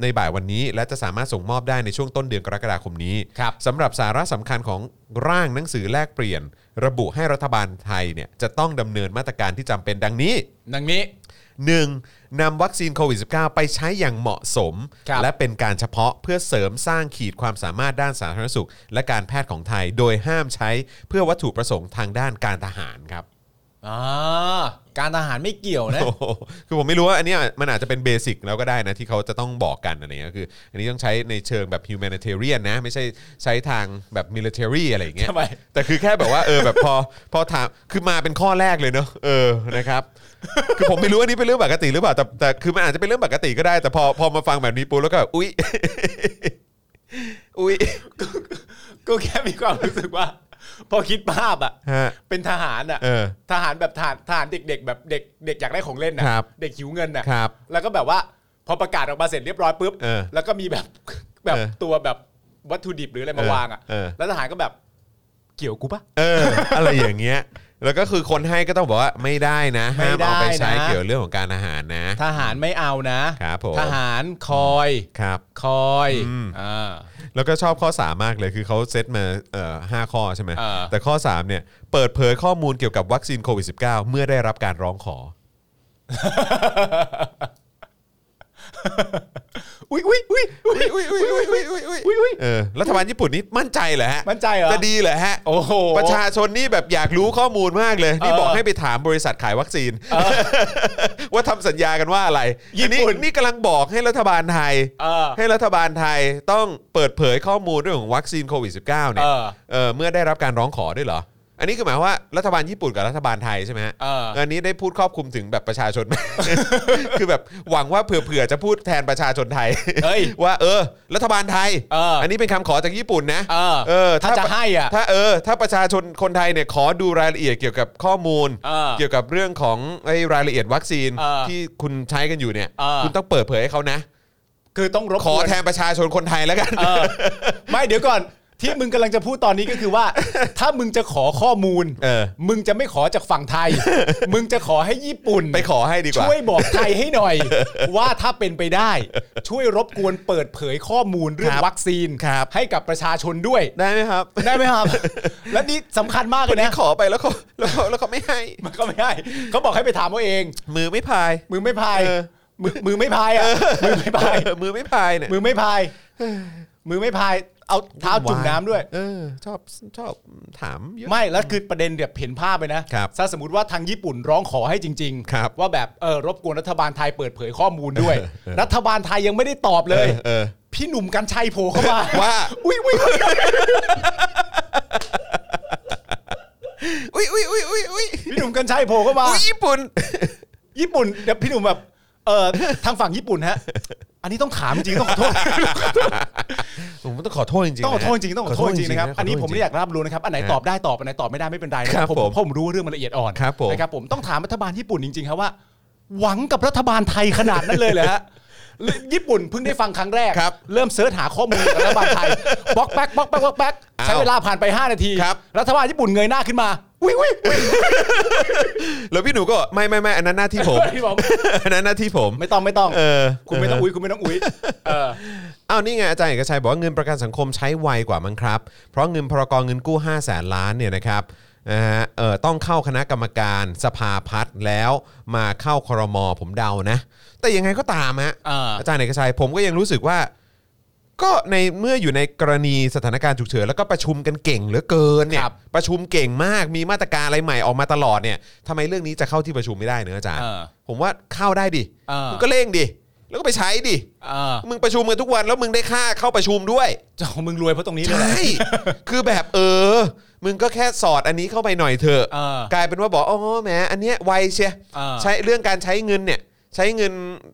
S2: ในบ่ายวันนี้ และจะสามารถส่งมอบได้ในช่วงต้นเดือนกรกฎาคมนี้
S3: ครับ
S2: สำหรับสาระสำคัญของร่างหนังสือแลกเปลี่ยน ระบุให้รัฐบาลไทยเนี่ยจะต้องดำเนินมาตรการที่จำเป็นดังนี้
S3: ดังนี้
S2: หนึ่งนำวัคซีนโควิด -19 ไปใช้อย่างเหมาะสม
S3: ครับ
S2: และเป็นการเฉพาะเพื่อเสริมสร้างขีดความสามารถด้านสาธารณสุข และการแพทย์ของไทย โดยห้ามใช้เพื่อวัตถุประสงค์ทางด้านการทหารครับ
S3: อ่าการทหารไม่เกี่ยวนะ
S2: โอ้โห คือผมไม่รู้ว่าอันเนี้ยมันอาจจะเป็นเบสิกแล้วก็ได้นะ ที่เขาจะต้องบอกกันอะไรเงี้ยคือ อันนี้ต้องใช้ในเชิงแบบ humanitarian นะ ไม่ใช่ใช้ทางแบบ military อะไรอย่างเงี้ย
S3: ทำไม
S2: แต่คือแค่แบบว่าเออแบบพอพอถามคือมาเป็นข้อแรกเลยเนอะเออนะครับ คือผมไม่รู้ว่านี่เป็นเรื่องปกติหรือเปล่าแต่แต่คือมันอาจจะเป็นเรื่องปกติก็ได้ แต่พอพอมาฟังแบบนี้ปุ๊บแล้วก็แบบอุ๊ย อุ๊ย
S3: ก็แค่มีความรู้สึกว่า พอคิดภาพอ่ะ
S2: ฮะ
S3: เป็นทหารอ่ะ
S2: เออ
S3: ทหารแบบทหารทหารเด็ก ๆ แบบเด็กเด็กอยากได้ของเล่นนะครับ เด็กหิวเงินอ่ะ
S2: ครับ
S3: แล้วก็แบบว่าพอประกาศออกมาเสร็จเรียบร้อยปุ๊บ
S2: เออ
S3: แล้วก็มีแบบ แบบ
S2: เออ
S3: ตัวแบบวัตถุดิบหรืออะไรมา
S2: เออ
S3: วางอ่ะ
S2: เออ
S3: แล้วทหารก็แบบเกี่ยวกูปะ
S2: เออ อะไรอย่างเงี้ย แล้วก็คือคนให้ก็ต้องบอกว่าไม่ได้นะห้ามเอาไปใช้
S3: ไม่ได้นะ
S2: เกี่ยวเรื่องของการอาหารนะ
S3: ทหารไม่เอานะครับ
S2: ผม
S3: ทหารคอย
S2: ครับ
S3: คอย
S2: อืม
S3: อ่า
S2: แล้วก็ชอบข้อ 3 มากเลยคือเขาเซตมาเอ่อห้าข้อใช่ไหม
S3: เออ
S2: แต่ข้อ 3 เนี่ย เปิดเผยข้อมูลเกี่ยวกับวัคซีนโควิด -19 เมื่อได้รับการร้องขอ
S3: อุ้ยอุ้ยอุ้ยอุ้ยอุ้ยอุ้ยอุ้ยอุ้ยอุ้ยอุ้ย
S2: เออรัฐบาลญี่ปุ่นนี่มั่นใจเหรอฮะ
S3: มั่นใจเหรอ
S2: จะดีเหรอฮะ
S3: โอ้โห
S2: ประชาชนนี่แบบอยากรู้ข้อมูลมากเลย นี่
S3: เออ
S2: บอกให้ไปถามบริษัทขายวัคซีน ว่าทำสัญญากันว่าอะไร
S3: ญี่ปุ่น
S2: อันี่กำลังบอกให้รัฐบาลไทย
S3: เออ
S2: ให้รัฐบาลไทยต้องเปิดเผยข้อมูลเรื่องของวัคซีนโควิด -19 เนี่ย
S3: เออ
S2: เออเมื่อได้รับการร้องขอด้วยเหรอ อันนี้คือหมายความว่ารัฐบาลญี่ปุ่นกับรัฐบาลไทยใช่ไหมฮะ
S3: เออ
S2: อันนี้ได้พูดครอบคลุมถึงแบบประชาชนไหม คือแบบหวังว่าเผื่อๆจะพูดแทนประชาชนไทย
S3: เฮ้ย
S2: ว่าเออ รัฐบาลไทย
S3: เอออั
S2: นนี้เป็นคำขอจากญี่ปุ่นนะ
S3: เออถ้าจะให้อะ
S2: ถ้าเออ ถ้าประชาชนคนไทยเนี่ยขอดูรายละเอียดเกี่ยวกับข้อมูล
S3: เออ
S2: เกี่ยวกับเรื่องของไอ้รายละเอียดวัคซีน
S3: เออ
S2: ที่คุณใช้กันอยู่เนี่ย
S3: เออ
S2: คุณต้องเปิดเผยให้เขานะ
S3: คือต้องรบ
S2: ขอก
S3: วน
S2: แทนประชาชนคนไทยแล้วกัน
S3: เออ ไม่เดี๋ยวก่อน ที่มึงกำลังจะพูดตอนนี้ก็คือ ว่า ถ้ามึงจะขอข้อมูล
S2: เออ
S3: มึงจะไม่ขอจากฝั่งไท ย มึงจะขอให้ญี่ปุ่น
S2: ไปขอให้ดีกว่า
S3: ช่วยบอกไทยให้ห น่อย ว่าถ้าเป็นไปได้ ช่วยรบกวนเปิดเผยข้อมูลเรื่อ
S2: ค
S3: ง
S2: รับ
S3: วัคซีน
S2: ครับ
S3: ให้กับประชาชนด้วย
S2: ได้ไหมครับ
S3: ได้ไหมครับ และนี่สำคัญมาก
S2: ค
S3: เล
S2: น
S3: ย
S2: นี้
S3: นะ
S2: ขอไปแล้วเขาแล้วเขาแล้วเขาไม่ให้
S3: มันก็ไม่ได้เขาบอกให้ไปถามเอาเอง
S2: มือไม่พาย
S3: มือไม่พาย
S2: เออ
S3: มือมือไม่พายอ่ะมือไม่พาย
S2: เออมือไม่พายเนี่ย
S3: มือไม่พาย มือไม่พาย เอาเท้าจุ่มน้ำด้วย
S2: เออ ชอบชอบถามเยอะ
S3: ไม่แล้วคือประเด็นแบบเห็นภาพไปนะครับ ถ้าสมมติว่าทางญี่ปุ่นร้องขอให้จริง
S2: ครับ
S3: ว่าแบบเออรบกวนรัฐบาลไทยเปิดเผยข้อมูลด้วย
S2: เออเออ
S3: รัฐบาลไทยยังไม่ได้ตอบเลย
S2: เออ
S3: พี่หนุ่มกัญชัยโผล่เข้ามา
S2: ว่า
S3: อุ้ยอุ้ยอุ๊ย
S2: อุ้ยอุ้ยอุ้ยอุ้ยอุ้ย
S3: พี่หนุ่มกัญชัยโผล่เข้ามา
S2: อุ้ยญี่ปุ่น
S3: ญี่ปุ่นเดี๋ยวพี่หนุ่มแบบเออทางฝั่งญี่ปุ่นฮะ อันนี้ต้องถามจริงต้องขอโทษ
S2: ผมต้องขอโทษจริงๆ
S3: ต้องขอโทษจริงต้องขอโทษจริงนะครับ
S2: ขโทษ
S3: อันนี้ผมไม่อยากรับรู้นะครับ อันไหนตอบได้ตอบ อันไหนตอบไม่ได้ไม่เป็นไรนะครับ
S2: ผม
S3: เพราะผมรู้ว่าเรื่องมันละเอียดอ่อน
S2: ครับผม
S3: นะครับผมต้องถามรัฐบาลญี่ปุ่นจริงๆครับว่า หวังกับรัฐบาลไทยขนาดนั้นเลยเหรอฮะ ญี่ปุ่นเพิ่งได้ฟังครั้งแรก เริ่มเสิร์ชหาข้อมูลกับรัฐบาลไทยบล็อกแป๊กบล็อกแป๊กบล็อกแป๊กใช้เวลาผ่านไป 5 นาที
S2: ครับ
S3: รัฐบาลญี่ปุ่นเงยหน้าขึ้นมาอุ้ยอุ้ยอุ๊ย
S2: แล้วพี่หนูก็ไม่ไม่ไม่อันนั้นหน้าที่ผม
S3: พี่บอก
S2: อันนั้นหน้าที่ผม
S3: ไม่ต้องไม่ต้อง
S2: เออ
S3: คุณไม่ต้องอุ้ยคุณไม่ต้องอุ้ยเออ
S2: อ้าวนี่ไงอาจารย์เอกชัยบอกว่าเงินประกันสังคมใช้ไวกว่ามั้งครับ เพราะเงินพรกรเงินกู้ 5 0 0แสนล้านเนี่ยนะครับนะฮะเออต้องเข้าคณะกรรมการสภาพัฒน์แล้วมาเข้าครมผมเดานะ แต่ยังไงก็ตามฮะ
S3: เอออ
S2: จารย์เอกชัยผมก็ยังรู้สึกว่า ก็ในเมื่ออยู่ในกรณีสถานการณ์ฉุกเฉินแล้วก็ประชุมกันเก่งเหลือเกินเนี่ย
S3: ครับ
S2: ประชุมเก่งมากมีมาตรการอะไรใหม่ออกมาตลอดเนี่ยทำไมเรื่องนี้จะเข้าที่ประชุมไม่ได้เนื้อะอาจารย์
S3: เออ
S2: ผมว่าเข้าได้ดิ
S3: เออ
S2: มึงก็เร่งดิแล้วก็ไปใช้ดิ
S3: เออ
S2: มึงประชุมกันทุกวันแล้วมึงได้ค่าเข้าประชุมด้วย
S3: เจ้ามึงรวยเพราะตรงนี้เลยแหละ
S2: ใช่คือแบบเออ มึงก็แค่สอดอันนี้เข้าไปหน่อยเถอะ
S3: เออก
S2: ลายเป็นว่าบอกอ๋อแหมอันเนี้ยไวเชีย
S3: เออ
S2: ใช้เรื่องการใช้เงินเนี่ยใช้เงิน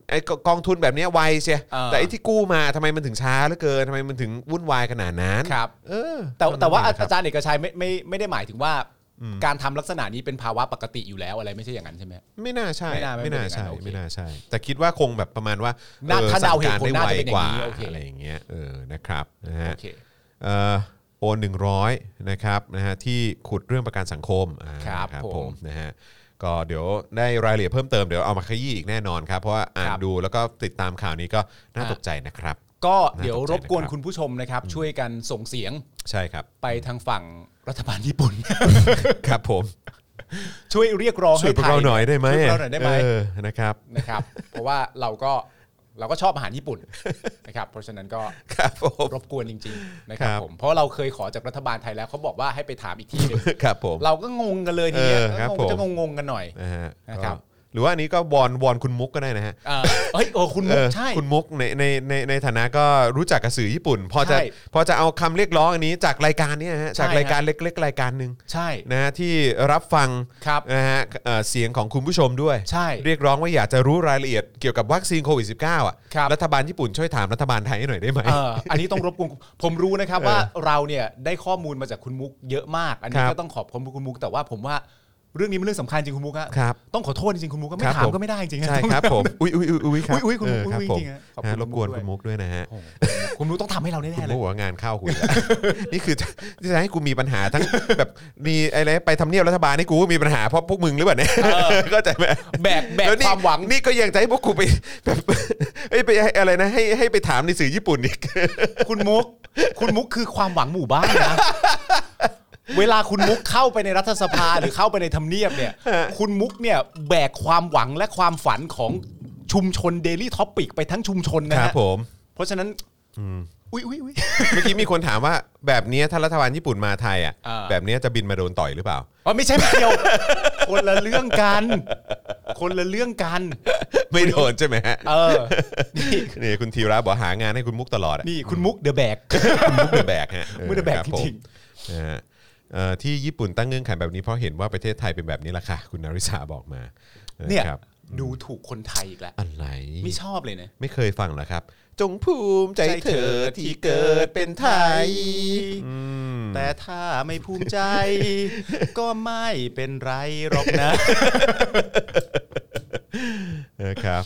S2: ไอ้กองทุนแบบเนี้ยไวเชีย
S3: เออ
S2: แต่ไอ้ที่กู้มาทำไมมันถึงช้าเหลือเกินทำไมมันถึงวุ่นวายขนาดนั้น
S3: ครับ
S2: เออ
S3: แต่
S2: ทำ
S3: แต่ว่า
S2: ไม
S3: อา
S2: ล่ะครับ
S3: จารย์เอกชัยไม่ไม่ไม่ได้หมายถึงว่าการทำลักษณะนี้เป็นภาวะปกติอยู่แล้วอะไรไม่ใช่อย่างนั้นใช่ไหม
S2: ไม่น่าใช่
S3: ไม่น่าไม่
S2: ไม่น่า
S3: เป็นอย่า
S2: ใช่
S3: งนั้นโอเค
S2: ไม่น่าใช่ แต่คิดว่าคงแบบประมาณว่า
S3: น่า
S2: ออ
S3: ถ้าเดาเหตุผล
S2: สั่งกร
S3: น่า
S2: ได้
S3: จะ
S2: ไว
S3: เป็นอก
S2: ว่า
S3: ย่างนี้โอเค
S2: อะไรอย่างเงี้ยเออนะครับนะฮะ
S3: โอเค
S2: เอ่อโอนหนึ่งร้อยนะครับนะฮะที่ขุดเรื่องประกันสังคมอ่า
S3: ครับผม
S2: นะฮะก็เดี๋ยวได้รายละเอียดเพิ่มเติมเดี๋ยวเอามาขยี้อีกแน่นอนครับ เพราะว่าอ่าน
S3: ครับ
S2: ดูแล้วก็ติดตามข่าวนี้ก็น่าตกใจนะครับ
S3: ก็เดี๋ยว
S2: น่าตกใจ
S3: รบกวน
S2: นะครับ
S3: คุณผู้ชมนะครับ ช่วยกันส่งเสียง
S2: ใช่ ครับ
S3: ไปทางฝั่งรัฐบาลญี่ปุ่น
S2: ครับผม
S3: ช่วยเรียกร้อง
S2: ช่วย
S3: ให้
S2: พวก
S3: ไทย
S2: เราหน่อยได้ไหม
S3: ช่วยพวกเราหน่อยได้ไหม
S2: เออนะครับ
S3: นะครับ เพราะว่าเราก็เราก็ชอบอาหารญี่ปุ่น นะครับเพราะฉะนั้นก็
S2: ครับผม
S3: รบกวนจริงๆนะครับ
S2: ครับ
S3: ผมเพราะเราเคยขอจากรัฐบาลไทยแล้วเขาบอกว่าให้ไปถามอีกที่หนึง
S2: ครับผม
S3: เราก็งงกันเลยทีเนี้ย
S2: เออครับผม
S3: จะงงๆกันหน่อย
S2: นะฮะ
S3: นะครับ
S2: ก็หรือว่าอันนี้ก็วอนวอนคุณมุกก็ได้นะฮะ
S3: เออเฮ้ยเออคุณมุก
S2: เออ
S3: ใช่
S2: คุณมุกในในในในฐานะก็รู้จักกับสื่อญี่ปุ่น พอจะ
S3: ใช่
S2: พอจะเอาคำเรียกร้องอันนี้จากรายการเนี้ฮะ
S3: ใช่
S2: จาก
S3: ฮะ
S2: รายการเล็กๆ รายการหนึ่ง
S3: ใช่
S2: นะฮะที่รับฟัง
S3: ครับ
S2: นะฮะเอ่อเสียงของคุณผู้ชมด้วย
S3: ใช่
S2: เรียกร้องว่าอยากจะรู้รายละเอียดเกี่ยวกับวัคซีนโควิด -19 อ่ะ
S3: ครับ
S2: รัฐบาลญี่ปุ่นช่วยถามรัฐบาลไทยให้หน่อยได้ไหม
S3: เอ่ออันนี้ต้องรบกวนผมรู้นะครับ
S2: เออ
S3: ว่าเราเนี่ยได้ข้อมูลมาจากคุณมุกเยอะมาก อัน
S2: ค
S3: นี้
S2: รับ
S3: ก็ต้องขอบคุณคุณมุกแต่ว่าผมว่าเรื่องนี้เป็นเรื่องสำคัญจริงคุณมุกอะ
S2: ครับ
S3: ต้องขอโทษจริงคุณมุกก็
S2: ครับ
S3: ไม่ถาม
S2: ผม
S3: ก็ไม่ได้จริง
S2: ใช่ครับผมอุ้ยอุ้ยอุ้ยอุ้ยครับ
S3: อุ้ยๆคุณมุก
S2: เครับ
S3: อุ้ย
S2: ผม
S3: ๆจริงๆนะขอบ
S2: นะ
S3: คุ
S2: ฮะ
S3: ณ
S2: รบกวน
S3: ด้วย
S2: คุณมุกด้วยนะฮะ
S3: โอ้โหคุณมุกต้องทำให้เรา
S2: คุ
S3: แน่
S2: ณ
S3: ๆเล
S2: มุ
S3: ย
S2: กบอกว่าง านเข้าคุณ นี่คือจะให้กูมีปัญหาทั้งแบบ มีอะไรไปทำเนียบรัฐบาลนี่กูก็มีปัญหาเพราะพวกมึงหรือเปล่าเนี่ยก็จะแบบ
S3: แบกแบก
S2: ล้นี่
S3: ความหวัง
S2: นี่ก็ยังจะให้พวกกูไปแบบ เอ้ยไปอะไรนะให้ให้ไปถามในสื่อญี่ปุ่นอีก
S3: คุณมุก คุณมุกคือความหวังหมู่บ้านนะ เวลาคุณมุกเข้าไปในรัฐสภาหรือเข้าไปในทำเนียบเนี่ย คุณมุกเนี่ยแบกความหวังและความฝันของชุมชนเดลี่ท็อปิกไปทั้งชุมชนนะฮะ เพราะฉะนั้นอุ้ยอุ้ยอุ้ย
S2: เมื่อกี้มีคนถามว่าแบบเนี้ยถ้ารัฐบาลญี่ปุ่นมาไทยอ่ะ
S3: อ่า
S2: แบบเนี้ยจะบินมาโดนต่อยหรือเปล่า
S3: อ๋อไม่ใช่ไม่เกี่ยว คนละเรื่องกัน คนละเรื่องกัน
S2: ไม่โดนใช่ไหมฮะ
S3: เออ นี่
S2: นี่คุณธีระบอกหางานให้คุณมุกตลอดอะ
S3: นี่คุณมุกเดอะแบก
S2: คุณมุกเดอะแบกฮะ
S3: มุกเดอะแบก
S2: คบผม
S3: จริง
S2: นะฮะ เอ่อที่ญี่ปุ่นตั้งเงื่อนไขแบบนี้เพราะเห็นว่าประเทศไทยเป็นแบบนี้แหละค่ะ คุณนาริสาบอกมา
S3: เนี่ย
S2: ครับ
S3: ดูถูกคนไทยอีกแล้ว
S2: อะไร
S3: ไม่ชอบเลยนะ
S2: ไม่เคยฟังเหรอครับ จงภูมิใจเธอที่เกิดเป็นไทยอืม
S3: แต่ถ้าไม่ภูมิใจ ก็ไม่เป็นไรหรอกนะ
S2: นะครับ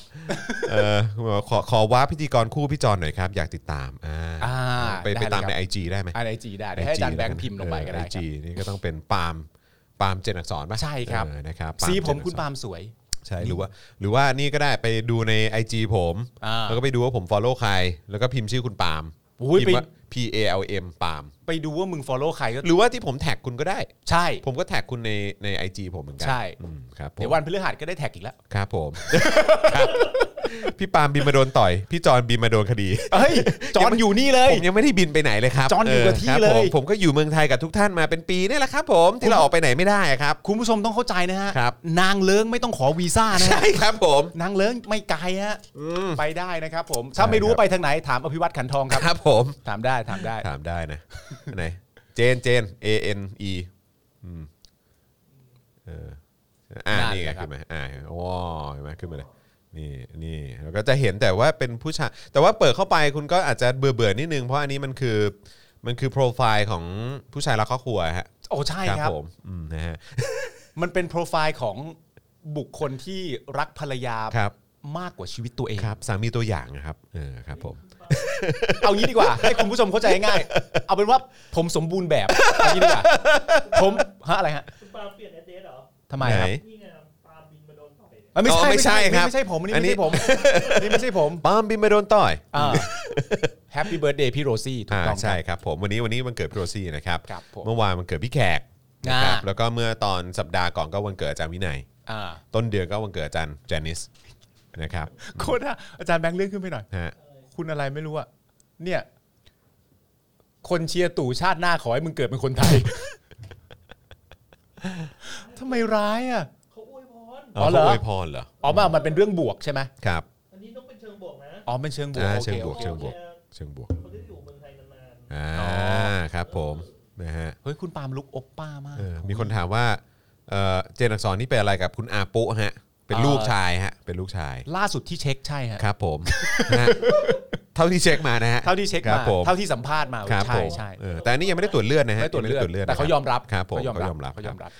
S2: เอ่อคุณบอกว่าขอขอว่าพิธีกรคู่พี่จอนหน่อยครับ อยากติดตามอ่า
S3: อ่า
S2: ไป
S3: ได้
S2: ไปตาม
S3: เลยครับ
S2: ใน IG ได้ไหม
S3: ไอจีได้เดี๋ยวให้อาจารย์แบงค์พิมพ์ลงไปก็ได้ค
S2: จี
S3: รับ
S2: นี่ก็ต้องเป็นปาล์มปาล์มเจนอักษรป่ะ
S3: ใช่ครับ
S2: เออนะครับ
S3: สี
S2: เจน
S3: ผม
S2: อักษร
S3: คุณปาล์มสวย
S2: ใช่หรือว่า หรือว่านี่ก็ได้ไปดูใน IG ผม
S3: อ่า
S2: แล้วก็ไปดูว่าผม follow ใคร แล้วก็พิมพ์ชื่อคุณปาล์ม
S3: โอ้ย
S2: พิมพ์
S3: ไป
S2: ว่า P A L M ปาล์ม
S3: ไปดูว่ามึง follow ใครก็
S2: หรือว่าที่ผมแท็กคุณก็ได้
S3: ใช่
S2: ผมก็แท็กคุณในใน IG ผมเหมือนกั
S3: ใช่
S2: อืมครับผม
S3: เดี๋ยววันพฤหัสก็ได้แท็กอีกแล้ว
S2: ครับผม ครับพี่ปาล์มบินมาโดนต่อย พี่จอนบินมาโดนคดี
S3: เฮ้ย จอนอยู่นี่เลย
S2: ผมยังไม่ได้บินไปไหนเลยครับ
S3: จอนอยู่กับที่
S2: ครั
S3: เลย
S2: ผมผมก็อยู่เมืองไทยกับทุกท่านมาเป็นปีนี่แหละครับ ผมที่เราออกไปไหนไม่ได้อะครับ
S3: คุณผู้ชมต้องเข้าใจนะฮะ
S2: ครับ
S3: นางเลิ้งไม่ต้องขอวีซ่านะฮะ
S2: ใช่ครับผม
S3: นางเลิ้งไม่ไกล ฮะ
S2: ม
S3: ไปได้นะครับผม
S2: ใช่
S3: ถ้าไม่
S2: ค
S3: รู้
S2: รับ
S3: ว่าไปทางไหนถามอภิวัตขันทองครับ
S2: ครับผม
S3: ถามได้ถามได้
S2: ถามได้นะ ไหนเจนเจน A N E อืมเอออ่า
S3: นั่น
S2: นี่
S3: แห
S2: ไง
S3: ละครั
S2: ขึ้
S3: บ
S2: นมาอ่าโอ้เห็นไหมขึ้นมาเลยนี่นี่แล้วก็จะเห็นแต่ว่าเป็นผู้ชายแต่ว่าเปิดเข้าไปคุณก็อาจจะเบื่อเบื่อๆนิดนึง เพราะอันนี้มันคือมันคือโปรไฟล์ของผู้ชายรักครอบครัวฮะ
S3: โอ้ใช่ครับ
S2: ผมอืมนะฮะ
S3: มันเป็นโปรไฟล์ของบุคคลที่รักภรรยา
S2: ครับ
S3: มากกว่าชีวิตตัวเอง
S2: ครับสามีตัวอย่างนะครับเออครับผม
S3: เอางี้ดีกว่า ให้คุณผู้ชมเข้าใจง่ายๆเอาเป็นว่าผมสมบูรณ์แบบเอางี้ดีกว่า ผมฮะอะไรฮะ
S4: คุณปาล์มเปลี่ยนแอดเดสเหรอ
S3: ทำไมครับ
S2: ไหน
S4: นี่ไงปาล์มบินมาโดนต่อย
S3: เอ้ย
S2: อ๋อไม่ใช่ครับ
S3: ไม่ใช่ผมอันนี้
S2: อัน
S3: ไม่
S2: นี้
S3: ใช่ผม อันนี่ไม่ใช่ผม
S2: ปาล์มบินไปโดนต่อย
S3: แฮปปี้เบิร์ดเดย์พี่โรซี่ถูก
S2: อ่า
S3: ต้องค
S2: ใช่
S3: รับ
S2: ครับผมวันนี้วันนี้วันเกิดพี่โรซี่นะครับ
S3: ครับผม
S2: เมื่อวานวันเกิดพี่แขกนะครับ
S3: อ่า
S2: แล้วก็เมื่อตอนสัปดาห์ก่อนก็วันเกิดอาจารย์วินัย
S3: อ่า
S2: ต้นเดือนก็วันเกิดอาจารย์แจนิสนะครับ
S3: โคตรอะอาจารย์แบงค์เลื่อนขึ้นไปหน่อย
S2: ฮะ
S3: คุณอะไรไม่รู้อะเนี่ย คนเชียร์ตู่ชาติหน้าขอให้มึงเกิดเป็นคนไทย ทำไมร้ายอะ
S4: เขาอวยพร
S3: อ๋อเหรอ
S2: ขาวยพรเหรอ
S3: อ๋อมามันเป็นเรื่องบวกใช่ไหม
S2: ครับ
S4: อันนี้ต้องเป็นเชิงบวกนะ
S3: อ๋อเป็นเชิงบวก
S2: อ่า
S3: โอ
S2: เชิ
S3: เค
S2: งบวก
S3: โอเค
S2: เชิงบวกเชิงบวก
S4: คนที่อยู่เมืองไทยนาน
S2: อ่าครับผมนะฮะ
S3: เฮ้ยคุณปาล์มลุกโอบป้ามาก
S2: เออมีคนถามว่าเอ่อเจนอักษรนี่เป็นอะไรกับคุณอาปุฮะเป็นลูกชายฮะเป็นลูกชาย
S3: ล่าสุดที่เช็คใช่ฮะ
S2: ครับผม นะฮะเท่าที่เช็คมานะฮะ
S3: เท่าที่เช็ค
S2: รับ
S3: มา
S2: ผม
S3: เท่าที่สัมภาษณ์มา
S2: ครับ
S3: ใช่
S2: ผม
S3: ใช่
S2: เออแต่อันนี้ยังไม่ได้ตรวจเลือดนะฮะ
S3: ไม่ตรวจ
S2: ยัง
S3: เลือด
S2: นะ
S3: แต่เขายอมรับ
S2: ครับผม
S3: เขายอม
S2: เขา
S3: รับ
S2: ยอมรับ
S3: เขายอมรับ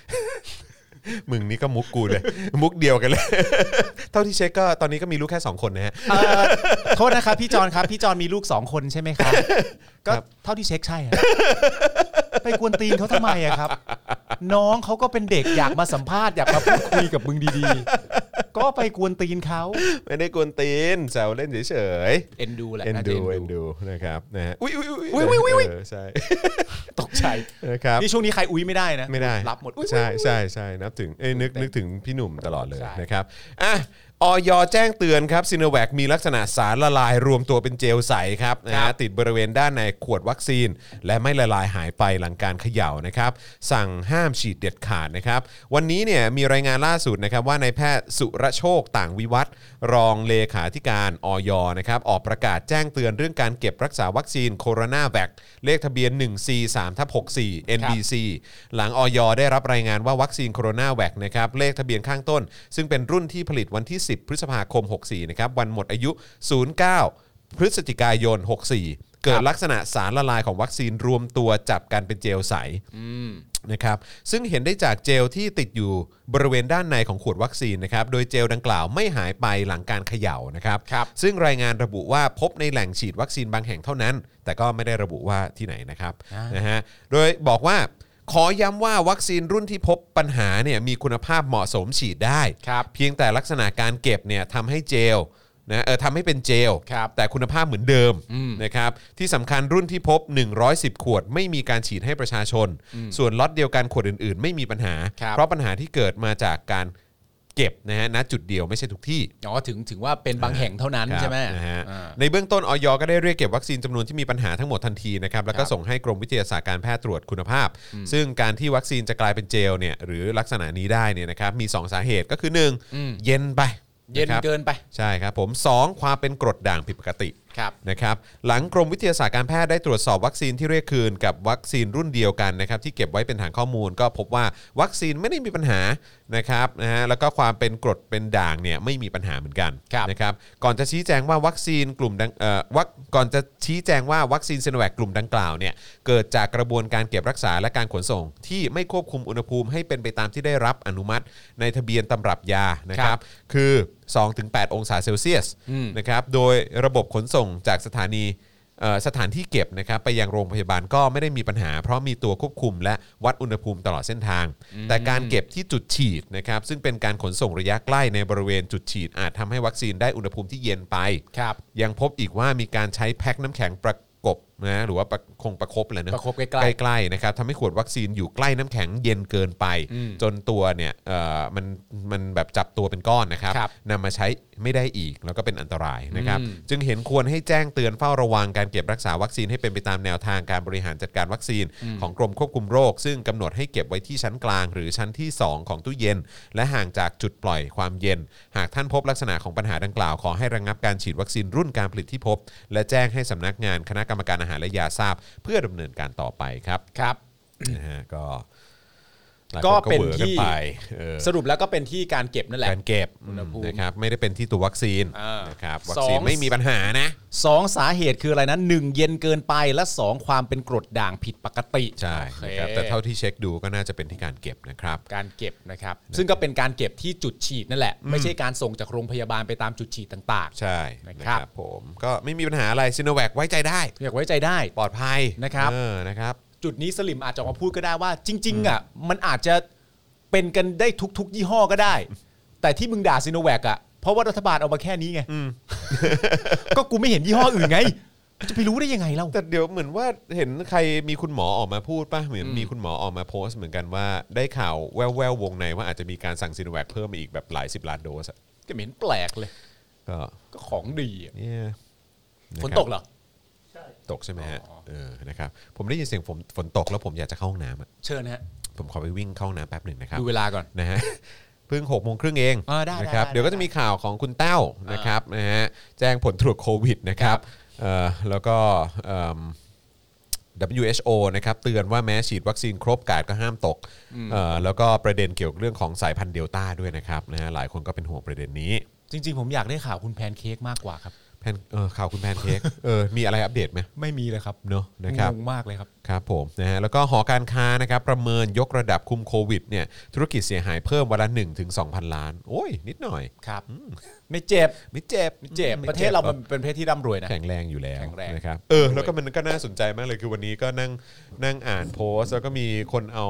S2: มึงนี่ก็มุกกูเลย มุกเดียวกันเลย เท่าที่เช็คก็ตอนนี้ก็มีลูกแค่ 2 คนนะฮ ะ
S3: เอ่อโทษนะครับพี่จอนครับ พี่จอนมีลูกสองคนใช่ไหมครับ ก็เท่าที่เช็คใช่ฮะไปกวนตีนเขาทำไมอะครับ น้องเขาก็เป็นเด็กอยากมาสัมภาษณ์อยากมาพูดคุยกับมึงดีๆ ก็ไปกวนตีนเขา
S2: ไม่ได้กวนตีนแซวเล่นเฉย
S3: เอ็นดูแห
S2: ๆ
S3: ละ
S2: เอ็น
S3: น่าจะ
S2: ดูเอ็นดูนะครับนะฮะอุ้ยอุ้ยอุ้ย
S3: อุ้ยอุ้ยอุ้ย
S2: เออใช่
S3: ตกใจ
S2: นะครับ
S3: นี่ช่วงนี้ใครอุ้ยไม่ได้นะ
S2: ไม่ได้
S3: รับหมดอุ๊ย
S2: ใช่ใช่ใช่นับถึงเอ้ยนึกนึกถึงพี่หนุ่มตลอดเลย
S3: ใช่
S2: นะครับอ่ะออยแจ้งเตือนครับซีโนแวคมีลักษณะสารละลายรวมตัวเป็นเจลใสครับนะฮะติดบริเวณด้านในขวดวัคซีน และไม่ละลายหายไปหลังการเขย่านะครับ สั่งห้ามฉีดเด็ดขาดนะครับ วันนี้เนี่ยมีรายงานล่าสุดนะครับว่านายแพทย์สุรโชคต่างวิวัฒน์รองเลขาธิการออยนะครับออกประกาศแจ้งเตือนเรื่องการเก็บรักษาวัคซีนโคโรนาแวคเลขทะเบียน 1C3 ทับ64 NBC หลังออยได้รับรายงานว่าวัคซีนโคโรนาแวคนะครับเลขทะเบียนข้างต้น ซึ่งเป็นรุ่นที่ผลิตวันที่ 10 พฤษภาคม 64นะครับวันหมดอายุ 09 พฤศจิกายน 64 เกิดลักษณะสารละลายของวัคซีนรวมตัวจับกันเป็นเจลใสนะครับ ซึ่งเห็นได้จากเจลที่ติดอยู่บริเวณด้านในของขวดวัคซีนนะครับ โดยเจลดังกล่าวไม่หายไปหลังการเขย่านะครับ ซึ่งรายงานระบุว่าพบในแหล่งฉีดวัคซีนบางแห่งเท่านั้น แต่ก็ไม่ได้ระบุว่าที่ไหนนะครับนะฮะ โดยบอกว่าขอย้ำว่าวัคซีนรุ่นที่พบปัญหาเนี่ยมีคุณภาพเหมาะสมฉีดได้
S3: ครับ
S2: เพียงแต่ลักษณะการเก็บเนี่ยทำให้เจลนะเออทำให้เป็นเจล
S3: ครับ
S2: แต่คุณภาพเหมือนเดิมนะครับที่สำคัญรุ่นที่พบ 110 ขวด ไม่มีการฉีดให้ประชาชน ส่วนล็อตเดียวกันขวดอื่นๆ ไม่มีปัญหา
S3: ครับ
S2: เพราะปัญหาที่เกิดมาจากการเก็บนะฮะณจุดเดียวไม่ใช่ทุกที่
S3: อ๋อถึงถึงว่าเป็นบางแห่งเท่านั้น
S2: ครับ
S3: ใช่ไหม
S2: นะฮะ
S3: อ่า
S2: ในเบื้องต้นออยก็ได้เรียกเก็บวัคซีนจำนวนที่มีปัญหาทั้งหมดทันทีนะครับแล้วก็
S3: ครับ
S2: ส่งให้กรมวิทยาศาสตร์การแพทย์ตรวจคุณภาพ ซึ่งการที่วัคซีนจะกลายเป็นเจลเนี่ยหรือลักษณะนี้ได้เนี่ยนะครับมี 2 สาเหตุก็คือ
S3: อืม
S2: 1 เย็นไป
S3: เย็นะครับ เกินไป
S2: ใช่ครับผม 2 ความเป็นกรดด่างผิดปกติ
S3: ครับ
S2: นะครับหลังกรมวิทยาศาสตร์การแพทย์ได้ตรวจสอบวัคซีนที่เรียกคืนกับวัคซีนรุ่นเดียวกันนะครับที่เก็บไว้เป็นฐานข้อมูล ก็พบว่าวัคซีนไม่ได้มีปัญหานะครับนะฮะแล้วก็ความเป็นกรดเป็นด่างเนี่ยไม่มีปัญหาเหมือนกัน
S3: ครับ
S2: นะครับก่อนจะชี้แจงว่าวัคซีนกลุ่มดังเอ่อวัคก่อนจะชี้แจงว่าวัคซีนซ i โนแวคกลุ่มดังกล่าวเนี่ยเกิดจากกระบวนการเก็บรักษาและการขนส่ง ที่ไม่ควบคุมอุณหภูมิให้เป็นไปตามที่ได้รับอนุมัติ ในทะเบียนตำรับยานะครับคือ 2-8 องศาเซลเซียส
S3: อืม
S2: นะครับโดยระบบขนส่งจากสถานีเอ่อสถานที่เก็บนะครับไปยังโรงพยาบาลก็ไม่ได้มีปัญหา เพราะมีตัวควบคุมและวัดอุณหภูมิตลอดเส้นทาง แต่การเก็บที่จุดฉีดนะครับซึ่งเป็นการขนส่งระยะใกล้ในบริเวณจุดฉีด อาจทำให้วัคซีนได้อุณหภูมิที่เย็นไป
S3: ครับ
S2: ยังพบอีกว่ามีการใช้แพ็คน้ำแข็งประกบนะหรือว่าประคงประคบอะไรนะ
S3: ประคบใกล้ๆ
S2: ใกล้ๆนะครับทำให้ขวดวัคซีนอยู่ใกล้น้ำแข็งเย็นเกินไป จนตัวเนี่ยเอ่อมันมันแบบจับตัวเป็นก้อนนะครับ
S3: ครับ
S2: นำมาใช้ไม่ได้อีกแล้วก็เป็นอันตรายนะครับ
S3: อืม
S2: จึงเห็นควรให้แจ้งเตือนเฝ้าระวังการเก็บรักษาวัคซีนให้เป็นไปตามแนวทางการบริหารจัดการวัคซีน ของกรมควบคุมโรค ซึ่งกำหนดให้เก็บไว้ที่ชั้นกลาง หรือชั้นที่ 2 ของตู้เย็น และห่างจากจุดปล่อยความเย็น หากท่านพบลักษณะของปัญหาดังกล่าว ขอให้ระงงับการฉีดวัคซีนรุ่นการผลิตที่พบ และแจ้งให้สำนักงานคณะกรรมการอาหารและยาทราบ เพื่อดำเนินการต่อไป ครับ
S3: ครับ
S2: นะฮะก็หลายค
S3: ก็เป็น
S2: วอร์
S3: ที่
S2: ไปเออ
S3: สรุปแล้วก็เป็นที่การเก็บนั่นแหละ
S2: การเก็บ
S3: อุณหภูมิ
S2: นะครับไม่ได้เป็นที่ตัววัคซีน
S3: อ่าน
S2: นะครับ
S3: ส
S2: วัค
S3: อง
S2: ซีนไม่มีปัญหานะ
S3: สองสาเหตุคืออะไรนะหนึ่งเย็นเกินไปและสองความเป็นกรดด่างผิดปกติ
S2: ใช่
S3: โอเค
S2: นะครับแต่เท่าที่เช็คดูก็น่าจะเป็นที่การเก็บนะครับ
S3: การเก็บนะครับ ซึ่งก็เป็นการเก็บที่จุดฉีดนั่นแหละ ไม่ใช่การส่งจากโรงพยาบาลไปตามจุดฉีดต่าง
S2: ใช่
S3: นะครับ
S2: นะครับผมก็ไม่มีปัญหาอะไรซิโนแวคไว้ใจได้
S3: ๆอยากไว้ใจได้
S2: ปลอดภัย
S3: นะครับ
S2: เออนะครับ
S3: จุดนี้สลิมอาจจะออกมาพูดก็ได้ว่าจริงๆอ่ะมันอาจจะเป็นกันได้ทุกๆ ยี่ห้อก็ได้ แต่ที่มึงด่าซีโนแวคอ่ะเพราะว่ารัฐบาลเอามาแค่นี้ไง ก็กูไม่เห็นยี่ห้ออื่นไงจะไปรู้ได้ยังไงเล่า
S2: แต่เดี๋ยวเหมือนว่าเห็นใครมีคุณหมอออกมาพูดป่ะเหมือนมีคุณหมอออกมาโพสต์เหมือนกันว่าได้ข่าวแววๆวงในว่าอาจจะมีการสั่งซิโนแวคเพิ่มมาอีกแบบหลายสิบล้านโดสอะ
S3: ก็ไม่เห็นแปลกเลย
S2: ก็
S3: ก็ของดีอะ
S2: เนี่ยะครับ
S3: ฝนตกเหรอ
S4: ใช่
S2: ตกใช่ไหมฮะ
S3: อ๋อ
S2: เออนะครับผมได้ยินเสียงฝนฝนตกแล้วผมอยากจะเข้าห้องน้ำอะ
S3: เชิญฮะ
S2: ผมขอไปวิ่งเข้าห้องน้ำแป๊บหนึ่งนะครับ
S3: ดูเวลาก่อน
S2: นะ ฮะ เพิ่งหกโมงครึ่งเอง
S3: อ่าได้ได้
S2: นะครับ
S3: ได้
S2: เดี๋ยวก็จะมีข่าวของคุณเต้านะครับนะฮะแจ้งผลตรวจโควิดนะครับเอ่อแล้วก็เอิ่ม WHO นะครับเตือนว่าแม้ฉีดวัคซีนครบกาดก็ห้ามตกเอ่อแล้วก็ประเด็นเกี่ยวกับเรื่องของสายพันธุ์เดลต้าด้วยนะครับนะฮะหลายคนก็เป็นห่วงประเด็นนี้
S3: จริง ๆ ผมอยากได้ข่าวคุณแพนเค้กมากกว่าครับ
S2: แพนเอ่อข่าวคุณแพนเค้ก เออมีอะไรอัปเดตไหม
S3: ไม่มีเลยครับ
S2: เนอะนะครับ
S3: งงมากเลยครับ
S2: ครับผมนะฮะแล้วก็หอการค้านะครับประเมินยกระดับคุมโควิดเนี่ยธุรกิจเสียหายเพิ่มวันละ1-2,000ถึง2,000 ล้าน โอ้ย นิดหน่อย
S3: ครับ ไม่เจ็บ
S2: ไม่เจ็บ
S3: ไม่เจ็บ ประเทศเรามันเป็นประเทศที่ร่ำรวยนะ
S2: แข็งแรงอยู่แล้ว
S3: แข็งแรง
S2: นะครับเออแล้วก็มันก็น่าสนใจมากเลยคือวันนี้ก็นั่งนั่งอ่านโพสต์แล้วก็มีคนเอา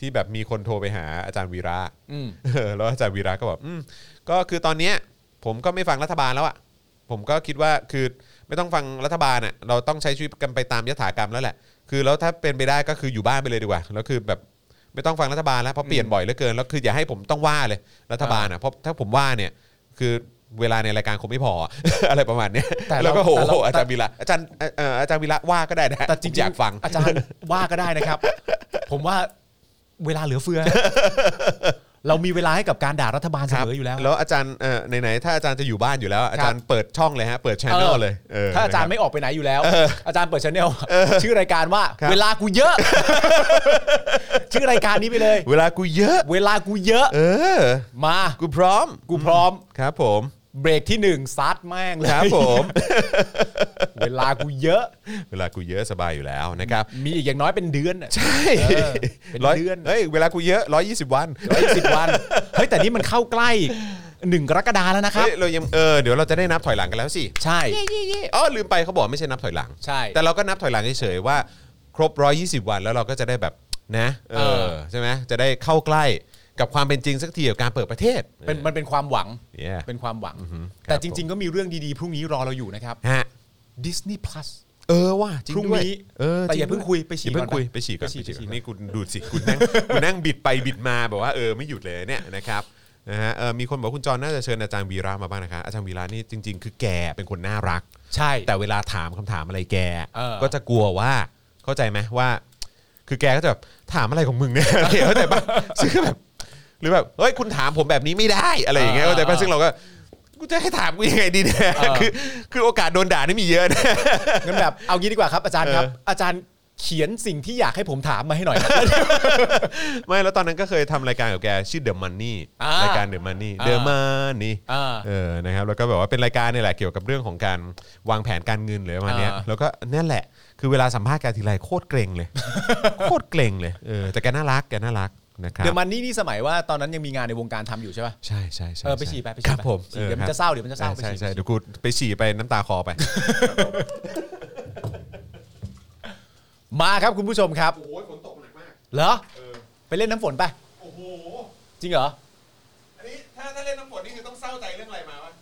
S2: ที่แบบมีคนโทรไปหาอาจารย์วีระ
S3: อืม
S2: เออแล้วอาจารย์วีระก็บอกอืมก็คือตอนเนี้ยผมก็ไม่ฟังรัฐบาลแล้วอะผมก็คิดว่าคือไม่ต้องฟังรัฐบาลอะเราต้องใช้ชีวิตกันไปตามยถากรรมแล้วแหละ คือแล้วถ้าเป็นไปได้ก็คืออยู่บ้านไปเลยดีกว่าแล้วคือแบบไม่ต้องฟังรัฐบาลแล้วเพราะเปลี่ยนบ่อยเหลือเกินแล้วคืออย่าให้ผมต้องว่าเลยรัฐบาลอ่ะเพราะถ้าผมว่าเนี่ยคือเวลาในรายการคงไม่พอ อะไร ประมาณเนี้ย
S3: แต่เรา
S2: แล้วก็โห
S3: แต่เรา
S2: อาจารย์วีระอาจารย์เอ่อเอ่ออาจารย์วีระว่าก็ได้นะ
S3: แต่จริง
S2: ผม
S3: ๆ
S2: อยากฟัง
S3: อาจารย์ว่าก็ได้นะครับ ผมว่าเวลาเหลือเฟือ เรามีเวลาให้กับการด่ารัฐบาลเสมออยู่แล้ว
S2: แล้วอาจารย์เอ่อไหนๆถ้าอาจารย์จะอยู่บ้านอยู่แล้ว อาจารย์เปิดช่องเลยฮะเปิดชแนล
S3: ออ
S2: เลยเ
S3: ถ้าอาจารย์ไม่ออกไปไหนอยู่แล้ว อาจารย์เปิดชแนลชื่อรายการว่า
S2: ครับ
S3: เวลากูเยอะ ชื่อรายการนี้ไปเลย
S2: เวลากูเยอะ
S3: เวลากูเยอะ
S2: เออ
S3: มา
S2: กูพร้อม
S3: กูพร้อม
S2: ครับ ผม
S3: เบรกที่หนึ่งซัดแม่งเลย
S2: ครับผม
S3: เวลากูเยอะ
S2: เวลากูเยอะสบายอยู่แล้วนะครับ
S3: มีอีกอย่างน้อยเป็นเดือนใช่ เออเป็น
S2: ร้ย
S3: เดือน
S2: เฮ้ยเวลากูเยอะร้อยยี่สิบวัน
S3: ร้อยสิบวันเฮ้ยแต่นี่มันเข้าใกล้หนึ่งกรกฎาแล้วนะครับ
S2: เฮ้ยเรายังเออเดี๋ยวเราจะได้นับถอยหลังกันแล้วสิ
S3: ใช่
S2: เย่เย่เย่อ๋อลืมไปเขาบอกไม่ใช่นับถอยหลัง
S3: ใช่
S2: แต่เราก็นับถอยหลังเฉยๆว่า ครบร้อยี่สิบวันแล้วเราก็จะได้แบบนะเอ
S3: เอ
S2: อ
S3: อ
S2: ใช่ไหมจะได้เข้าใกล้กับความเป็นจริงสักทีกับการเปิดประเทศ
S3: เป็นมันเป็นความหวัง
S2: เนี่ย
S3: เป็นความหวัง
S2: ครับ
S3: แต่จริง ๆ ก็มีเรื่องดีๆ พรุ่งนี้รอเราอยู่นะครับ
S2: ฮะ
S3: Disney Plus
S2: เออว่ะจริง
S3: พรุ่ง
S2: ด้วย
S3: นี้
S2: เออ
S3: แต่
S2: จริ
S3: อย่าเพิ่ง
S2: ด้ว
S3: คุยไปฉี่
S2: อย่าเพิ่ง
S3: ก่อน
S2: คุ
S3: นะ
S2: ยไปฉี่ก่อน
S3: ไปฉี่
S2: ไปฉี่ก่อน
S3: ไปฉี่
S2: นี่กูดูสิกูนั่ง กูนั่งบิดไปบิดมาแบบว่าเออไม่หยุดเลยเนี่ยนะครับนะฮะเออมีคนบอกคุณจรน่าจะเชิญอาจารย์วีระมาบ้างนะคะอาจารย์วีระนี่จริง ๆ คือแกเป็นคนน่ารัก
S3: ใช่
S2: แต่เวลาถามคำถามอะไรแก
S3: เออ
S2: ก็จะกลัวว่าเข้าใจไหมว่า คือแกก็จะแบบถามอะไรของมึงเนี่ย อะไรอย่างเงี้ยเข้าใจปะซึ่งก็แบบหรือแบบเฮ้ยคุณถามผมแบบนี้ไม่ได้อะไรอย่างเงี้ยเข้าใจปะซึ่งเราก็กู กูจะให้ถามกูยังไงดีเนี่ย
S3: เออ
S2: คือคือโอกาสโดนด่านี่มีเยอะนะ
S3: งั้นแบบเอางี้ดีกว่าครับอาจารย์ครับ
S2: เออ
S3: อาจารย์เขียนสิ่งที่อยากให้ผมถามมาให้หน่อย
S2: ไม่แล้วตอนนั้นก็เคยทำรายการกับแกชื่อ The Money
S3: อ่า
S2: าร
S3: ราย
S2: การ The Money
S3: อ่า
S2: The Money
S3: อ่า
S2: เออนะครับแล้วก็แบบว่าเป็นรายการเนี่ยแหละเกี่ยวกับเรื่องของการวางแผนการเงินหรือประมาณเนี้ย
S3: อ่า
S2: แล้วก็นั่นแหละ คือเวลาสัมภาษณ์แกทีไรโคตรเกรง เลย โคตรเกรงเลยเออแต่แกน่ารักแกน่ารักนะครับ
S3: เดี๋ยวมันนี่นี่สมัยว่าตอนนั้นยังมีงานในวงการทำอยู่ใช่ป่ะ
S2: ใช่ใช่ใช่
S3: เออไปฉี่ไปไป
S2: ค
S3: ฉี่
S2: รับ
S3: ไป
S2: ผม
S3: ฉี่เดี๋ยวมั
S2: ออน
S3: จะเศร้าเดี๋ยวมันจะเศร้า
S2: ใช่ใช่
S3: ไปฉี่
S2: ใช่เดี๋ยวกูไปฉี่ไปน้ำตาคอไป
S3: มาครับคุณผู้ชมครับ
S2: โอ้ยฝนตกหนักมาก
S3: เหรอ
S2: เออ
S3: ไปเล่นน้ำฝนไป
S2: โอ้โห
S3: จริงเหรอ
S2: อันนี้ถ้าถ้าเล่นน้ำฝนนี่คือต้องเศร้าใจเรื่องอะไรมาวะ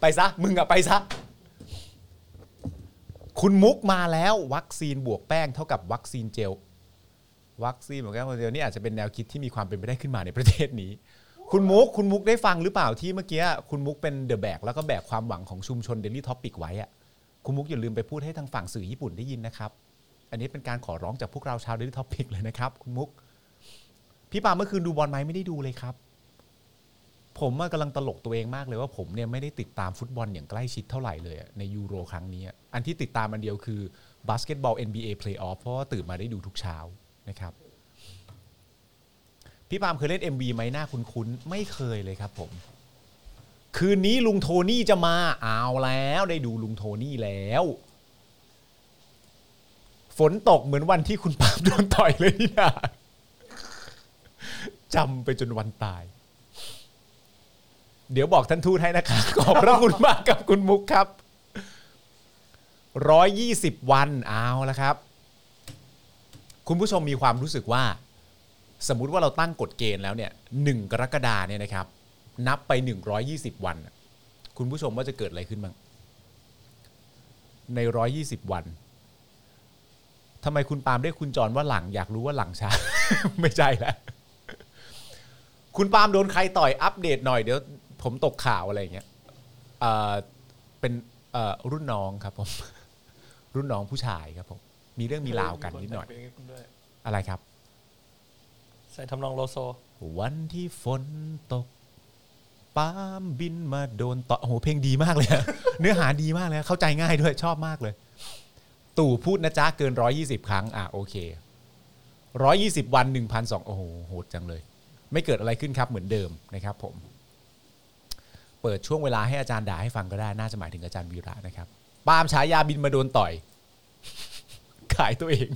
S3: ไปซะมึงอะไปซะ คุณมุกมาแล้ว วัคซีนบวกแป้งเท่ากับวัคซีนเจล วัคซีนบวกแป้งเจลนี่อาจจะเป็นแนวคิดที่มีความเป็นไปได้ขึ้นมาในประเทศนี้ คุณมุก คุณมุกได้ฟังหรือเปล่าที่เมื่อกี้คุณมุกเป็นเดอะแบกแล้วก็แบกความหวังของชุมชนเดลี่ท็อปิกไว้อะคุณมุกอย่าลืมไปพูดให้ทางฝั่งสื่อญี่ปุ่นได้ยินนะครับ อันนี้เป็นการขอร้องจากพวกเราชาวเดลี่ท็อปิกเลยนะครับ คุณมุก พี่ปาเมื่อคืนดูบอลไหมไม่ได้ดูเลยครับ ผมอะกำลังตลกตัวเองมากเลยว่าผมเนี่ยไม่ได้ติดตามฟุตบอลอย่างใกล้ชิดเท่าไหร่เลยอะในยูโรครั้งนี้อะอันที่ติดตามอันเดียวคือบาสเกตบอล NBA Playoff เพราะว่าตื่นมาได้ดูทุกเช้านะครับ พี่ปาล์มเคยเล่น MV ไหมหน้าคุ้นๆ ไม่เคยเลยครับผม คืนนี้ลุงโทนี่จะมาเอาแล้วได้ดูลุงโทนี่แล้ว ฝนตกเหมือนวันที่คุณปาล์มโดนต่อยเลยนี่นะจำไปจนวันตาย เดี๋ยวบอกท่านทูตให้นะคะ ขอบพระคุณมากกับคุณมุกครับร้อยยี่สิบวันเอาละครับ คุณผู้ชมมีความรู้สึกว่า สมมุติว่าเราตั้งกฎเกณฑ์แล้วเนี่ยหนึ่งกรกฎาเนี่ยนะครับ นับไป 120 วันน่ะคุณผู้ชมว่าจะเกิดอะไรขึ้นบ้างใน 120 วันทำไมคุณปาล์มได้คุณจรว่าหลังอยากรู้ว่าหลังช้า ไม่ใช่ละคุณปาล์มโดนใครต่อยอัปเดตหน่อยเดี๋ยวผมตกข่าวอะไรอย่างเงี้ยเอ่อเป็นเอ่อรุ่นน้องครับผม รุ่นน้องผู้ชายครับผมมีเรื่องมีราวกันนิดหน่อยอะไรครับ
S4: ใส่ทำนองโลโซ
S3: วันที่ฝนตกปามบินมาโดนต่อโอ้โหเพลงดีมากเลยอะ เนื้อหาดีมากเลยเข้าใจง่ายด้วยชอบมากเลย ตู่พูดนะจ๊ะเกินร้อยี่สิบครั้ง อ่ะโอเคร้อยี่สิบวันหนึ่งพันสองโอ้โหโหดจังเลย ไม่เกิดอะไรขึ้นครับเหมือนเดิมนะครับผม เปิดช่วงเวลาให้อาจารย์ด่าให้ฟังก็ได้น่าจะหมายถึงอาจารย์วีระนะครับปาล์มฉายาบินมาโดนต่อย ขายตัวเอง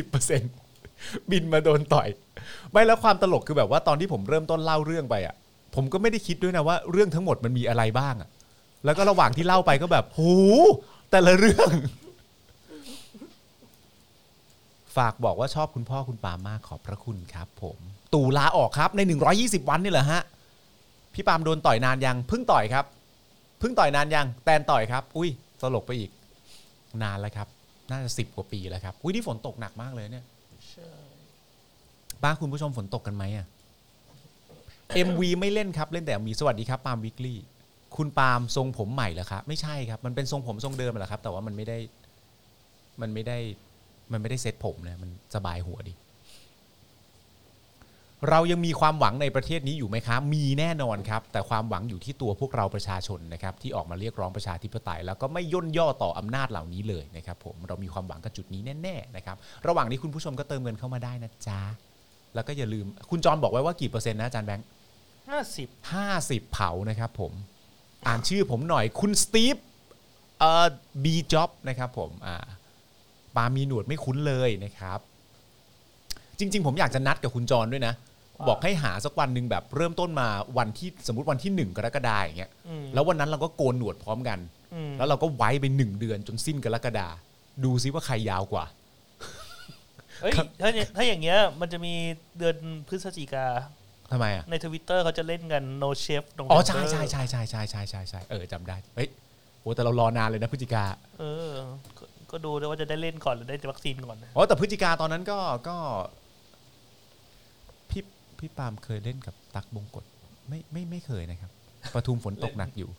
S3: 40%บินมาโดนต่อย ไม่แล้วความตลกคือแบบว่าตอนที่ผมเริ่มต้นเล่าเรื่องไปอ่ะ ผมก็ไม่ได้คิดด้วยนะว่าเรื่องทั้งหมดมันมีอะไรบ้างอ่ะ แล้วก็ระหว่างที่เล่าไปก็แบบหูแต่ละเรื่อง ฝากบอกว่าชอบคุณพ่อคุณปามากขอบพระคุณครับ ผม ตู่ลาออกครับใน 120 วันนี่เหรอฮะ พี่ปามโดนต่อยนานยังเพิ่งต่อยครับเพิ่งต่อยนานยังแตนต่อยครับ อุ้ยตลกไปอีก นานแล้วครับ น่าจะสิบกว่าปีแล้วครับ อุ้ยที่ฝนตกหนักมากเลยเนี่ย บ้านคุณผู้ชมฝนตกกันไหมอ่ะ MV ไม่เล่นครับ เล่นแต่มีสวัสดีครับปาล์มวิกลี่ คุณปาล์มทรงผมใหม่เหรอครับ ไม่ใช่ครับ มันเป็นทรงผมทรงเดิมแหละครับ แต่ว่ามันไม่ได้ มันไม่ได้ มันไม่ได้เซ็ตผมนะ มันสบายหัวดิ เรายังมีความหวังในประเทศนี้อยู่ไหมครับ มีแน่นอนครับ แต่ความหวังอยู่ที่ตัวพวกเราประชาชนนะครับ ที่ออกมาเรียกร้องประชาธิปไตย แล้วก็ไม่ย่นย่อต่ออำนาจเหล่านี้เลยนะครับ ผม เรามีความหวังกับจุดนี้แน่ๆนะครับ ระหว่างนี้คุณผู้ชมก็เติมเงินเข้ามาได้นะจ๊ะ แล้วก็อย่าลืม คุณจอห์นบอกไว้ว่ากี่เปอร์เซ็นต์นะอาจารย์แบงค์
S4: ห้าสิบ
S3: ห้าสิบเผานะครับผม อ่านชื่อผมหน่อย คุณสตีฟเอ่อบีจ็อบนะครับผม อ่า ปามีหนวดไม่คุ้นเลยนะครับ จริง ๆ ผมอยากจะนัดกับคุณจรด้วยนะ บอกให้หาสักวันหนึ่งแบบเริ่มต้นมาวันที่สมมติวันที่หนึ่งกรกฎาอย่างเงี้ย
S4: อืม
S3: แล้ววันนั้นเราก็โกนหนวดพร้อมกัน
S4: อืม
S3: แล้วเราก็ไว้ไปหนึ่งเดือนจนสิ้นกรกฎาดูซิว่าใครยาวกว่า
S4: เฮ้ยถ้าอย่างถ้าอย่างเงี้ย มันจะมีเดือนพฤศจิกา
S3: ทำไมอ่ะ
S4: ในทวิตเตอร์เขาจะเล่นกัน no chef ตรง
S3: อ๋อใช่ใช่ใช่ใช่ใช่ใช่ใช่ใช่เออจำได้ เฮ้ยโอ้แต่เรารอนานเลยนะพฤศจิกา
S4: เออก็ก็ดูด้วยว่าจะได้เล่นก่อนหรือได้วัคซีนก่อนนะ
S3: อ๋อแต่พฤศจิกาตอนนั้นก็ก็พี่พี่ปาล์มเคยเล่นกับตักบงกฎไม่ไม่ไม่เคยนะครับ ประทุมฝนตกหนักอยู่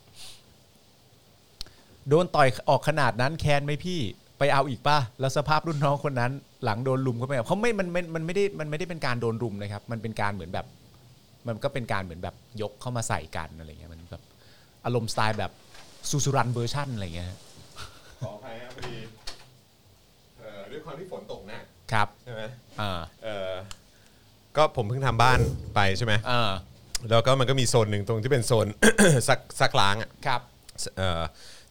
S3: โดนต่อยออกขนาดนั้นแคนไหมพี่ไปเอาอีกป่ะ แล้วสภาพรุ่นน้องคนนั้น หลังโดนลุมก็ไปเอาเขาไม่มันมันมันไม่ได้มันไม่ได้เป็นการโดนรุมนะครับ มันเป็นการเหมือนแบบ มันก็เป็นการเหมือนแบบยกเข้ามาใส่กันอะไรเงี้ยมันแบบอารมณ์สไตล์แบบซูซูรันเวอร์ชันอะไรเงี้ยฮะ
S2: ขออภัยครับพอดีเอ่อด้วยความที่ฝนตกหนัก
S3: ครับ
S2: ใช่ไหม
S3: อ่า
S2: เอ่อก็ผมเพิ่งทำบ้านไปใช่ไหม
S3: อ่า
S2: แล้วก็มันก็มีโซนหนึ่งตรงที่เป็นโซน ซักซักล้างอะ
S3: ครับ
S2: เอ่อ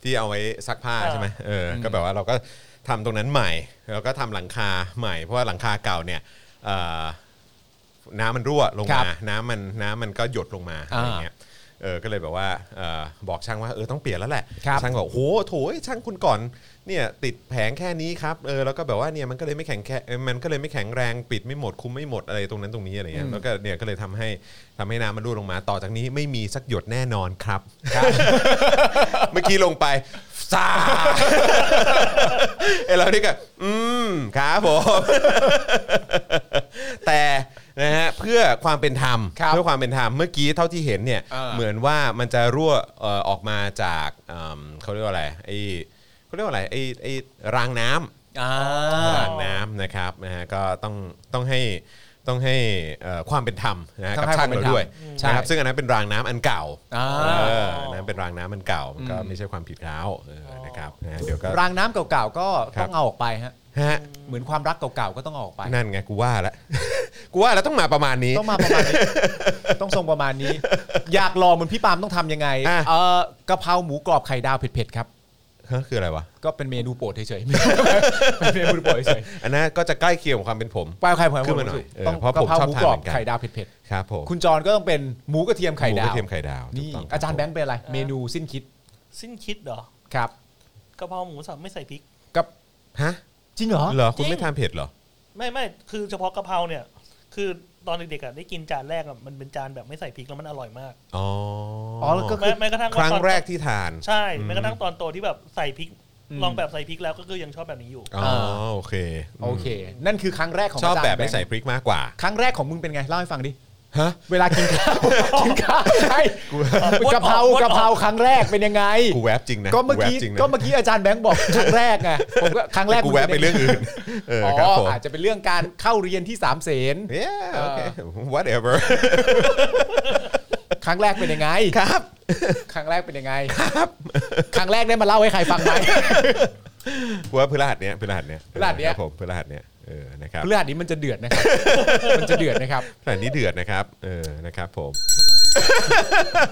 S2: ที่เอาไว้ซักผ้า
S4: อ่า
S2: ใช่ไหมเอออก็แบบว่าเราก็ทำตรงนั้นใหม่ แล้วก็ทำหลังคาใหม่ เพราะว่าหลังคาเก่าเนี่ยเอ่อน้ำมันรั่วลง
S3: ครั
S2: มา
S3: บ
S2: น้ำมันน้ำมันก็หยดลงมาอะ
S3: อ่า
S2: ไรเงี้ยเออก็เลยแบบว่าเออบอกช่างว่าเออต้องเปลี่ยนแล้วแหละ
S3: ครับ
S2: ช่างบอกโหโถยช่างคุณก่อนเนี่ยติดแผงแค่นี้ครับเออแล้วก็แบบว่าเนี่ยมันก็เลยไม่แข็งแค่เออมันก็เลยไม่แข็งแรงปิดไม่หมดคุมไม่หมดอะไรตรงนั้นตรงนี้อะไรเงี้ย
S3: อืม
S2: แล้วก็เนี่ยก็เลยทำให้ทำให้น้ำมันรั่วลงมา ต่อจากนี้ไม่มีสักหยดแน่นอนครับ เมื่อกี้ลงไปซา ไอเรานี่ก็อืมครับผม แต่นะฮะเพื่อความเป็นธรรม
S3: ครับ
S2: เพื่อความเป็นธรรมเมื่อกี้เท่าที่เห็นเนี่ย
S3: เออ
S2: เหมือนว่ามันจะรั่วเอ่อออกมาจากเอิ่มเขาเรียกว่าอะไรไอเขาเรียกว่าอะไรไอไอรางน้ำ
S3: อ่าร
S2: างน้ำนะครับนะฮะก็ต้องต้องให้ต้องให้เอ่อความเป็นธรรมนะฮะ
S3: ต้
S2: กั
S3: อ
S2: บ
S3: งให้
S2: ช่างเราด้วย
S3: ความเป็นธรรมใช่
S2: นะครับซึ่งอันนั้นเป็นรางน้ำอันเก่า
S3: อ่า
S2: เออนะเป็นรางน้ำมันเก่า มันก็ไม่ใช่ความผิดเขาเออนะครับนะเดี๋ยวก็
S3: รางน้ำเก่าๆก็
S2: ครับ
S3: ต้องเอาออกไปฮะ
S2: ฮะ
S3: เหมือนความรักเก่าๆก็ต้องเอาออกไป
S2: นั่นไงกูว่าละ กูว่าแล้วต้องมาประมาณนี้
S3: ต้องมาประมาณนี้ ต้องทรงประมาณนี้ อยากหล่อเหมือนพี่ปาล์มต้องทำยังไง
S2: อ่ะ
S3: เออกะเพราหมูกรอบไข่ดาวเผ็ดๆครับ
S2: ฮะคืออะไรวะ
S3: ก็เป็นเมนูโปรดเฉ ยๆ เป็นเมนูโปรดเฉย
S2: อันนั้นก็จะใกล้เคียงกับความเป็นผม
S3: ๆปลาไข่ผม
S2: ขึ้นมาหน่อยเออ
S3: ต้อง
S2: เพราะ
S3: กะ
S2: ผม
S3: เพรา
S2: ชอบ
S3: หมู
S2: ทาน
S3: กรอ
S2: เห
S3: บ
S2: มือนกัน
S3: ไข่ดาวเผ็ด
S2: ครับผม
S3: ๆคุณจรก็ต้องเป็นหมูกระเทียมไข่
S2: หมู
S3: ดาก
S2: ระ
S3: ว
S2: เทียมไข่ดาว
S3: นี่
S2: ถูกต้งคบ
S3: อาจารย์แบง
S2: ผม
S3: ค์เป็นอะไร เมนูสิ้นคิด
S4: สิ้นคิดเหรอ
S3: ครับ
S4: กะเพราหมูสับไม่ใส่พริก
S3: กับ
S2: ฮะ
S3: จริงเหรอ
S2: เหรอคุณไม่ทานเผ็ดเหรอ
S4: ไม่ไม่คือเฉพาะกะเพราเนี่ย คือตอนเด็กๆอะได้กินจานแรกอะมันเป็นจานแบบไม่ใส่พริกแล้วมันอร่อยมาก
S2: อ๋อ
S3: อ๋
S2: อ
S3: อแล้วก็
S4: แม้แม้กระทั่ง
S2: ค
S4: ว่า
S2: รั้ง
S4: ตอน
S2: แรกที่ทาน
S4: ใช่
S2: อืม
S4: แม้กระทั่งตอนโตที่แบบใส่พริก
S3: อืม
S4: ลองแบบใส่พริกแล้วก็คือยังชอบแบบนี้อยู่
S2: อ๋อโอเค
S3: โอเค นั่นคือครั้งแรกขอ
S2: ชอบ
S3: งาจารย์
S2: แบบไม่
S3: งค์
S2: ใส่พริกมากกว่า
S3: ครั้งแรกของมึงเป็นไงเล่าให้ฟังดิ
S2: ฮะ
S3: เวลากิน ข้าว กินข้าวใช่กะเพรากะเพราครั้งแรกเป็นยังไง
S2: กูแวบจริงนะ
S3: ก็เมื่อกี้
S2: แวบจริงนะ
S3: ก็เมื่อกี้อาจารย์แบงค์บอกครั้งแรกไงผมก็ครั้งแรก
S2: กูแวบไปเรื่องอื่น เออ
S3: อ๋
S2: ครับ
S3: อ
S2: ผม
S3: อาจจะเป็นเรื่องการเข้าเรียนที่สามเสน
S2: yeah
S3: เออ
S2: okay whatever
S3: ครั้งแรกเป็นยังไง ครับ ครั้งแรกเป็นยังไงครับ ครั้งแรกได้มาเล่าให้ใครฟัง ไหม
S2: กูว่าพฤหัสเนี้ยพฤหัสเนี้ย
S3: พฤหัสเนี้ย
S2: ครับผมพฤหัสเนี้ยเออนะครับ
S3: เลือดนี้มันจะเดือดนะครับ มันจะเดือดนะครับ
S2: สถานที่เดือดนะครับ เออ นะครับผม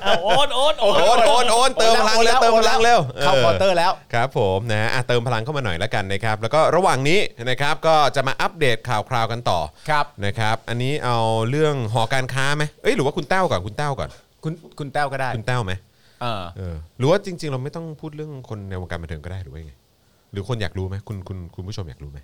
S4: เอาโอนโอนโอ
S2: โอน
S4: น
S2: โอนโอน เติมพลังเร็วเติมพลังเร็ว
S3: เข้าควอเตอร์แล้ว
S2: ครับผมนะฮะอ่ะเติมพลังเข้ามาหน่อยละกันนะครับ แล้วก็ระหว่างนี้นะครับ ก็จะมาอัปเดตข่าวคราวกันต่อ
S3: ครับ
S2: นะครับ อันนี้เอาเรื่องหอการค้าไหมเอ้ย หรือว่าคุณเต้าก่อน คุณเต้าก่อน
S3: คุณคุณแต้วก็ได้
S2: คุณเต้าไหม
S3: เออ
S2: เออ หรือว่าจริง ๆ เราไม่ต้องพูดเรื่องคนในวงการบันเทิงก็ได้หรือว่ายังไง หรือคนอยากรู้ไหมคุณคุณคุณผู้ชมอยากรู้ไหม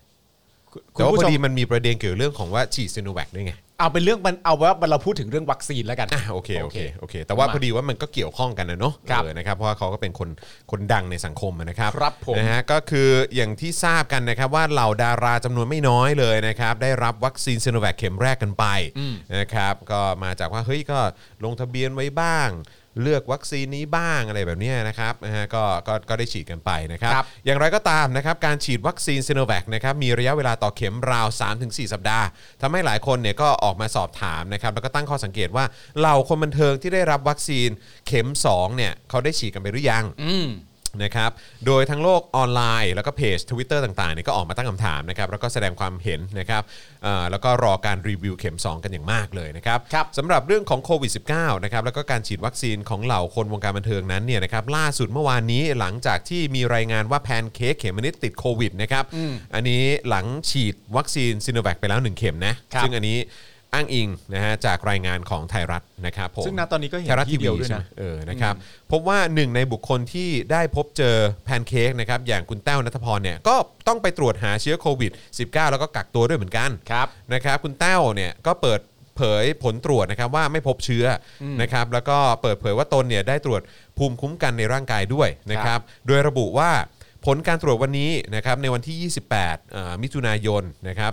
S3: คุ
S2: แต่
S3: ณ
S2: ว่า
S3: ผู้
S2: พ
S3: ช
S2: อ
S3: ม
S2: ดีมันมีประเด็นเกี่ยวเรื่องของว่าฉีดซีโนแวคด้วยไง
S3: เอาเป็นเรื่องมันเอาว่าเราพูดถึงเรื่องวัคซีนแล้วกัน
S2: อ่ะโอเคโอเคโอเค แต่ว่า
S3: มา
S2: พอดีว่ามันก็เกี่ยวข้องกันนะเนาะ
S3: ครับ
S2: เออนะครับเพราะว่าเขาก็เป็นคนคนดังในสังคมนะครับ
S3: ครับผม
S2: นะฮะก็คืออย่างที่ทราบกันนะครับว่าเหล่าดาราจำนวนไม่น้อยเลยนะครับ ได้รับวัคซีนซีโนแวคเข็มแรกกันไปนะครับ ก็มาจากว่าเฮ้ยก็ลงทะเบียนไว้บ้าง เลือกวัคซีนนี้บ้างอะไรแบบเนี้ยนะครับนะฮะก็ก็ก็ได้ฉีดกันไปนะครับ
S3: ครับ
S2: อย่างไรก็ตามนะครับการฉีดวัคซีนซ i โนแวคนะครับมีระยะเวลาต่อเข็มราว 3-4 สัปดาห์ทำให้หลายคนเนี่ยก็ออกมาสอบถามนะครับแล้วก็ตั้งข้อสังเกตว่าเหล่าคนบันเทิงที่ได้รับวัคซีนเข็ม 2 เนี่ยเขาได้ฉีดกันไปหรือยัง
S3: อืม
S2: นะครับ โดยทั้งโลกออนไลน์ แล้วก็เพจ Twitter ต่างๆเนี่ยก็ออกมาตั้งคำถามนะครับ แล้วก็แสดงความเห็นนะครับเอ่อแล้วก็รอการรีวิวเข็ม 2 กันอย่างมากเลยนะครับ
S3: ครับ
S2: สำหรับเรื่องของโควิด -19 นะครับ แล้วก็การฉีดวัคซีนของเหล่าคนวงการบันเทิงนั้นเนี่ยนะครับ ล่าสุดเมื่อวานนี้หลังจากที่มีรายงานว่าแพนเค้กเขมมะนิดติดโควิดนะครับ อันนี้หลังฉีดวัคซีนซิโนแวคไปแล้ว 1 เข็มนะครับ ซึ่งอันนี้อ้างอิงนะฮะจากรายงานของไทยรัฐนะครับผม
S3: ซึ่งณตอนนี้ก็เห็น
S2: ไทยรัฐที
S3: ที่
S2: วี
S3: เดียวด้วย
S2: ใช่ไหม
S3: นะ
S2: เออนะครับพบว่าหนึ่งในบุคคลที่ได้พบเจอแพนเค้กนะครับอย่างคุณแต้วนัทพรเนี่ยก็ต้องไปตรวจหาเชื้อโควิด -19 แล้วก็กักตัวด้วยเหมือนกัน
S3: ครับ
S2: นะครับคุณแต้วเนี่ยก็เปิดเผยผลตรวจนะครับว่าไม่พบเชื้ออนะครับแล้วก็เปิดเผยว่าตนเนี่ยได้ตรวจภูมิคุ้มกันในร่างกายด้วยนะครับ โดยระบุว่า ผลการตรวจวันนี้นะครับในวันที่ 28เอ่อมิถุนายนนะครับ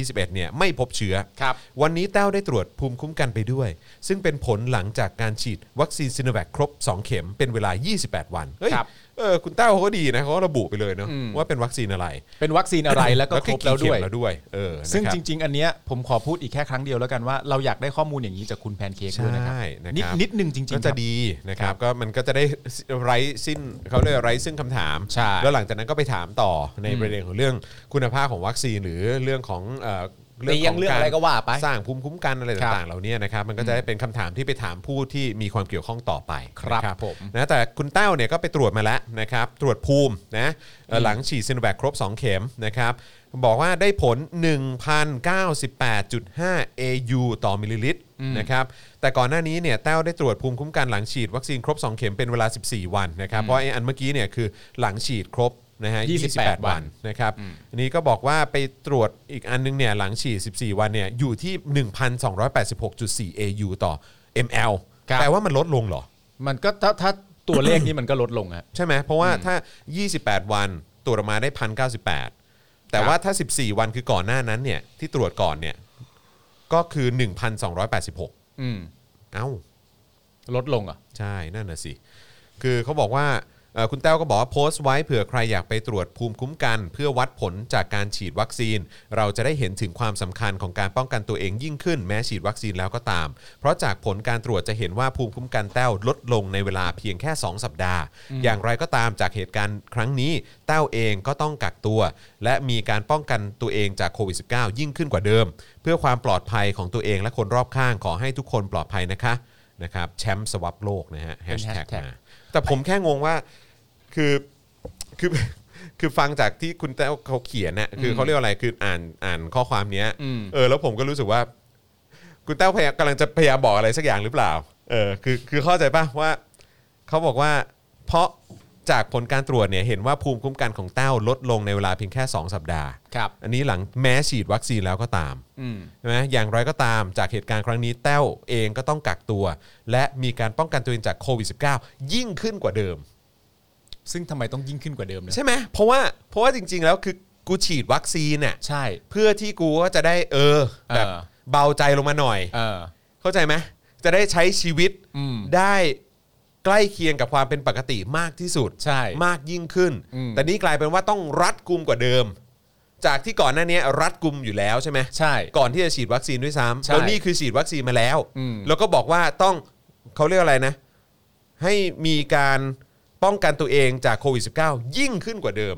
S2: 2021เนี่ยไม่พบเชื้อ
S3: ครับ
S2: วันนี้แต้วได้ตรวจภูมิคุ้มกันไปด้วย ซึ่งเป็นผลหลังจากการฉีดวัคซีนซิโนแวคครบ 2 เข็มเป็นเวลา 28 วันเฮ้ย
S3: ครับ
S2: เออคุณแต้วเขาก็ดีนะเขาก็ระบุไปเลยเนาะ
S3: อืม
S2: ว่าเป็นวัคซีนอะไร
S3: เป็นวัคซีนอะไรแล้ว ก็ครบแล้ว
S2: กี่เข็
S3: ด้วย
S2: มแล้วด้วยเออ
S3: ซึ่ง
S2: นะครับ
S3: จริง ๆ อันเนี้ยผมขอพูดอีกแค่ครั้งเดียวแล้วกันว่าเราอยากได้ข้อมูลอย่างนี้จากคุณแพนเค้กด้วยนะครับ
S2: ใช่นะครับ
S3: นิดนิดนึงจริงๆค
S2: ก็
S3: รับ
S2: จะดีนะครับก็มันก็จะได้ไร้สิ้นเขาเรียกว่าไร้ซึ่งคำถาม
S3: ใช่
S2: แล้วหลังจากนั้นก็ไปถามต่อในประเด็นของเรื่องคุณภาพของวัคซีนหรือเรื่องของเอ่อ
S3: เตียงเรื่องอะไรก็ว่าไป
S2: สร้างภูมิคุ้มกันอะไร
S3: ครับ
S2: ต่างๆ เหล่านี้นะครับมันก็จะได้เป็นคำถามที่ไปถามผู้ที่มีความเกี่ยวข้องต่อไป
S3: ครับ
S2: นะ
S3: ผม
S2: นะแต่คุณแต้วเนี่ยก็ไปตรวจมาแล้วนะครับตรวจภูมินะเอ่อหลังฉีดซินแวคครบ 2 เข็มนะครับบอกว่าได้ผล 1,098.5 AU ต่อมิลลิลิตร
S3: อืม
S2: นะ นะครับแต่ก่อนหน้านี้เนี่ยแต้วได้ตรวจภูมิคุ้มกันหลังฉีดวัคซีนครบ 2 เข็มเป็นเวลา 14 วันนะครับเพราะไอ้อันเมื่อกี้เนี่ยคือหลังฉีดครบนะฮะ
S3: 28
S2: 28 วันนะครับอันนี้ก็บอกว่าไปตรวจอีกอันนึงเนี่ยหลังฉีด 14 วันเนี่ยอยู่ที่ 1,286.4 AU ต่อ ml
S3: ครับ
S2: แปลว่ามันลดลงเหรอ
S3: มันก็ถ้าถ้าตัวเลขนี้มันก็ลดลงอะ
S2: ใช่ไหมเพราะว่าถ้า 28 วันตรวจออกมาได้ 1,098 แต่ว่าถ้า 14 วันคือก่อนหน้านั้นเนี่ยที่ตรวจก่อนเนี่ยก็คือ 1,286
S3: อืม
S2: เอ้า
S3: ลดลงเหรอ่ะ
S2: ใช่ นั่นน่ะสิ คือเขาบอกว่าเอ่อคุณแต้วก็บอกว่าโพสต์ไว้เผื่อใครอยากไปตรวจภูมิคุ้มกัน เพื่อวัดผลจากการฉีดวัคซีน เราจะได้เห็นถึงความสำคัญของการป้องกันตัวเองยิ่งขึ้นแม้ฉีดวัคซีนแล้วก็ตาม เพราะจากผลการตรวจจะเห็นว่าภูมิคุ้มกันแต้วลดลงในเวลาเพียงแค่ 2 สัปดาห์ อย่างไรก็ตามจากเหตุการณ์ครั้งนี้แต้วเองก็ต้องกักตัว และมีการป้องกันตัวเองจากโควิด -19 ยิ่งขึ้นกว่าเดิม เพื่อความปลอดภัยของตัวเองและคนรอบข้างขอให้ทุกคนปลอดภัยนะคะ นะครับแชมป์สวับโลกนะฮะแฮ
S3: เป็น
S2: ชแท็ก
S3: hashtag
S2: มาแต่ผมแค่งงว่าคือคือคือฟังจากที่คุณแต้วเขาเขียนเนี่ยคือเขาเรียกว่าอะไรคืออ่านอ่านข้อความเนี้ย
S3: อืม
S2: เออแล้วผมก็รู้สึกว่า คุณแต้วพยายามกำลังจะพยายามบอกอะไรสักอย่างหรือเปล่าเออคือคือเข้าใจป่ะว่าเขาบอกว่า เพราะจากผลการตรวจเนี่ยเห็นว่าภูมิคุ้มกันของแต้วลดลงในเวลาเพียงแค่ 2 สัปดาห์
S3: ครับ
S2: อันนี้หลังแม้ฉีดวัคซีนแล้วก็ตาม
S3: อืม
S2: ใช่ไหมอย่างไรก็ตามจากเหตุการณ์ครั้งนี้แต้วเองก็ต้องกักตัว และมีการป้องกันตัวเองจากโควิด -19 ยิ่งขึ้นกว่าเดิม
S3: ซึ่งทำไมต้องยิ่งขึ้นกว่าเดิมเนะ
S2: ใช่ไหมเพราะว่าเพราะว่าจริง ๆ แล้วคือกูฉีดวัคซีนน่ะ
S3: ใช่
S2: เพื่อที่กูก็จะได้เออแบบ
S3: เออ
S2: เบาใจลงมาหน่อย
S3: เออ
S2: เข้าใจไหมจะได้ใช้ชีวิต
S3: อืม
S2: ได้ใกล้เคียงกับความเป็นปกติมากที่สุด
S3: ใช่
S2: มากยิ่งขึ้น
S3: อืม
S2: แต่นี่กลายเป็นว่าต้องรัดกุมกว่าเดิม จากที่ก่อนหน้านี้รัดกุมอยู่แล้วใช่ไหม
S3: ใช่
S2: ก่อนที่จะฉีดวัคซีนด้วย
S3: ใช่
S2: ซ้ำแล้วนี่คือฉีดวัคซีนมาแล้ว
S3: อืม
S2: แล้วก็บอกว่าต้องเขาเรียกอะไรนะ ให้มีการป้องกันตัวเองจากโควิด -19 ยิ่งขึ้นกว่าเดิม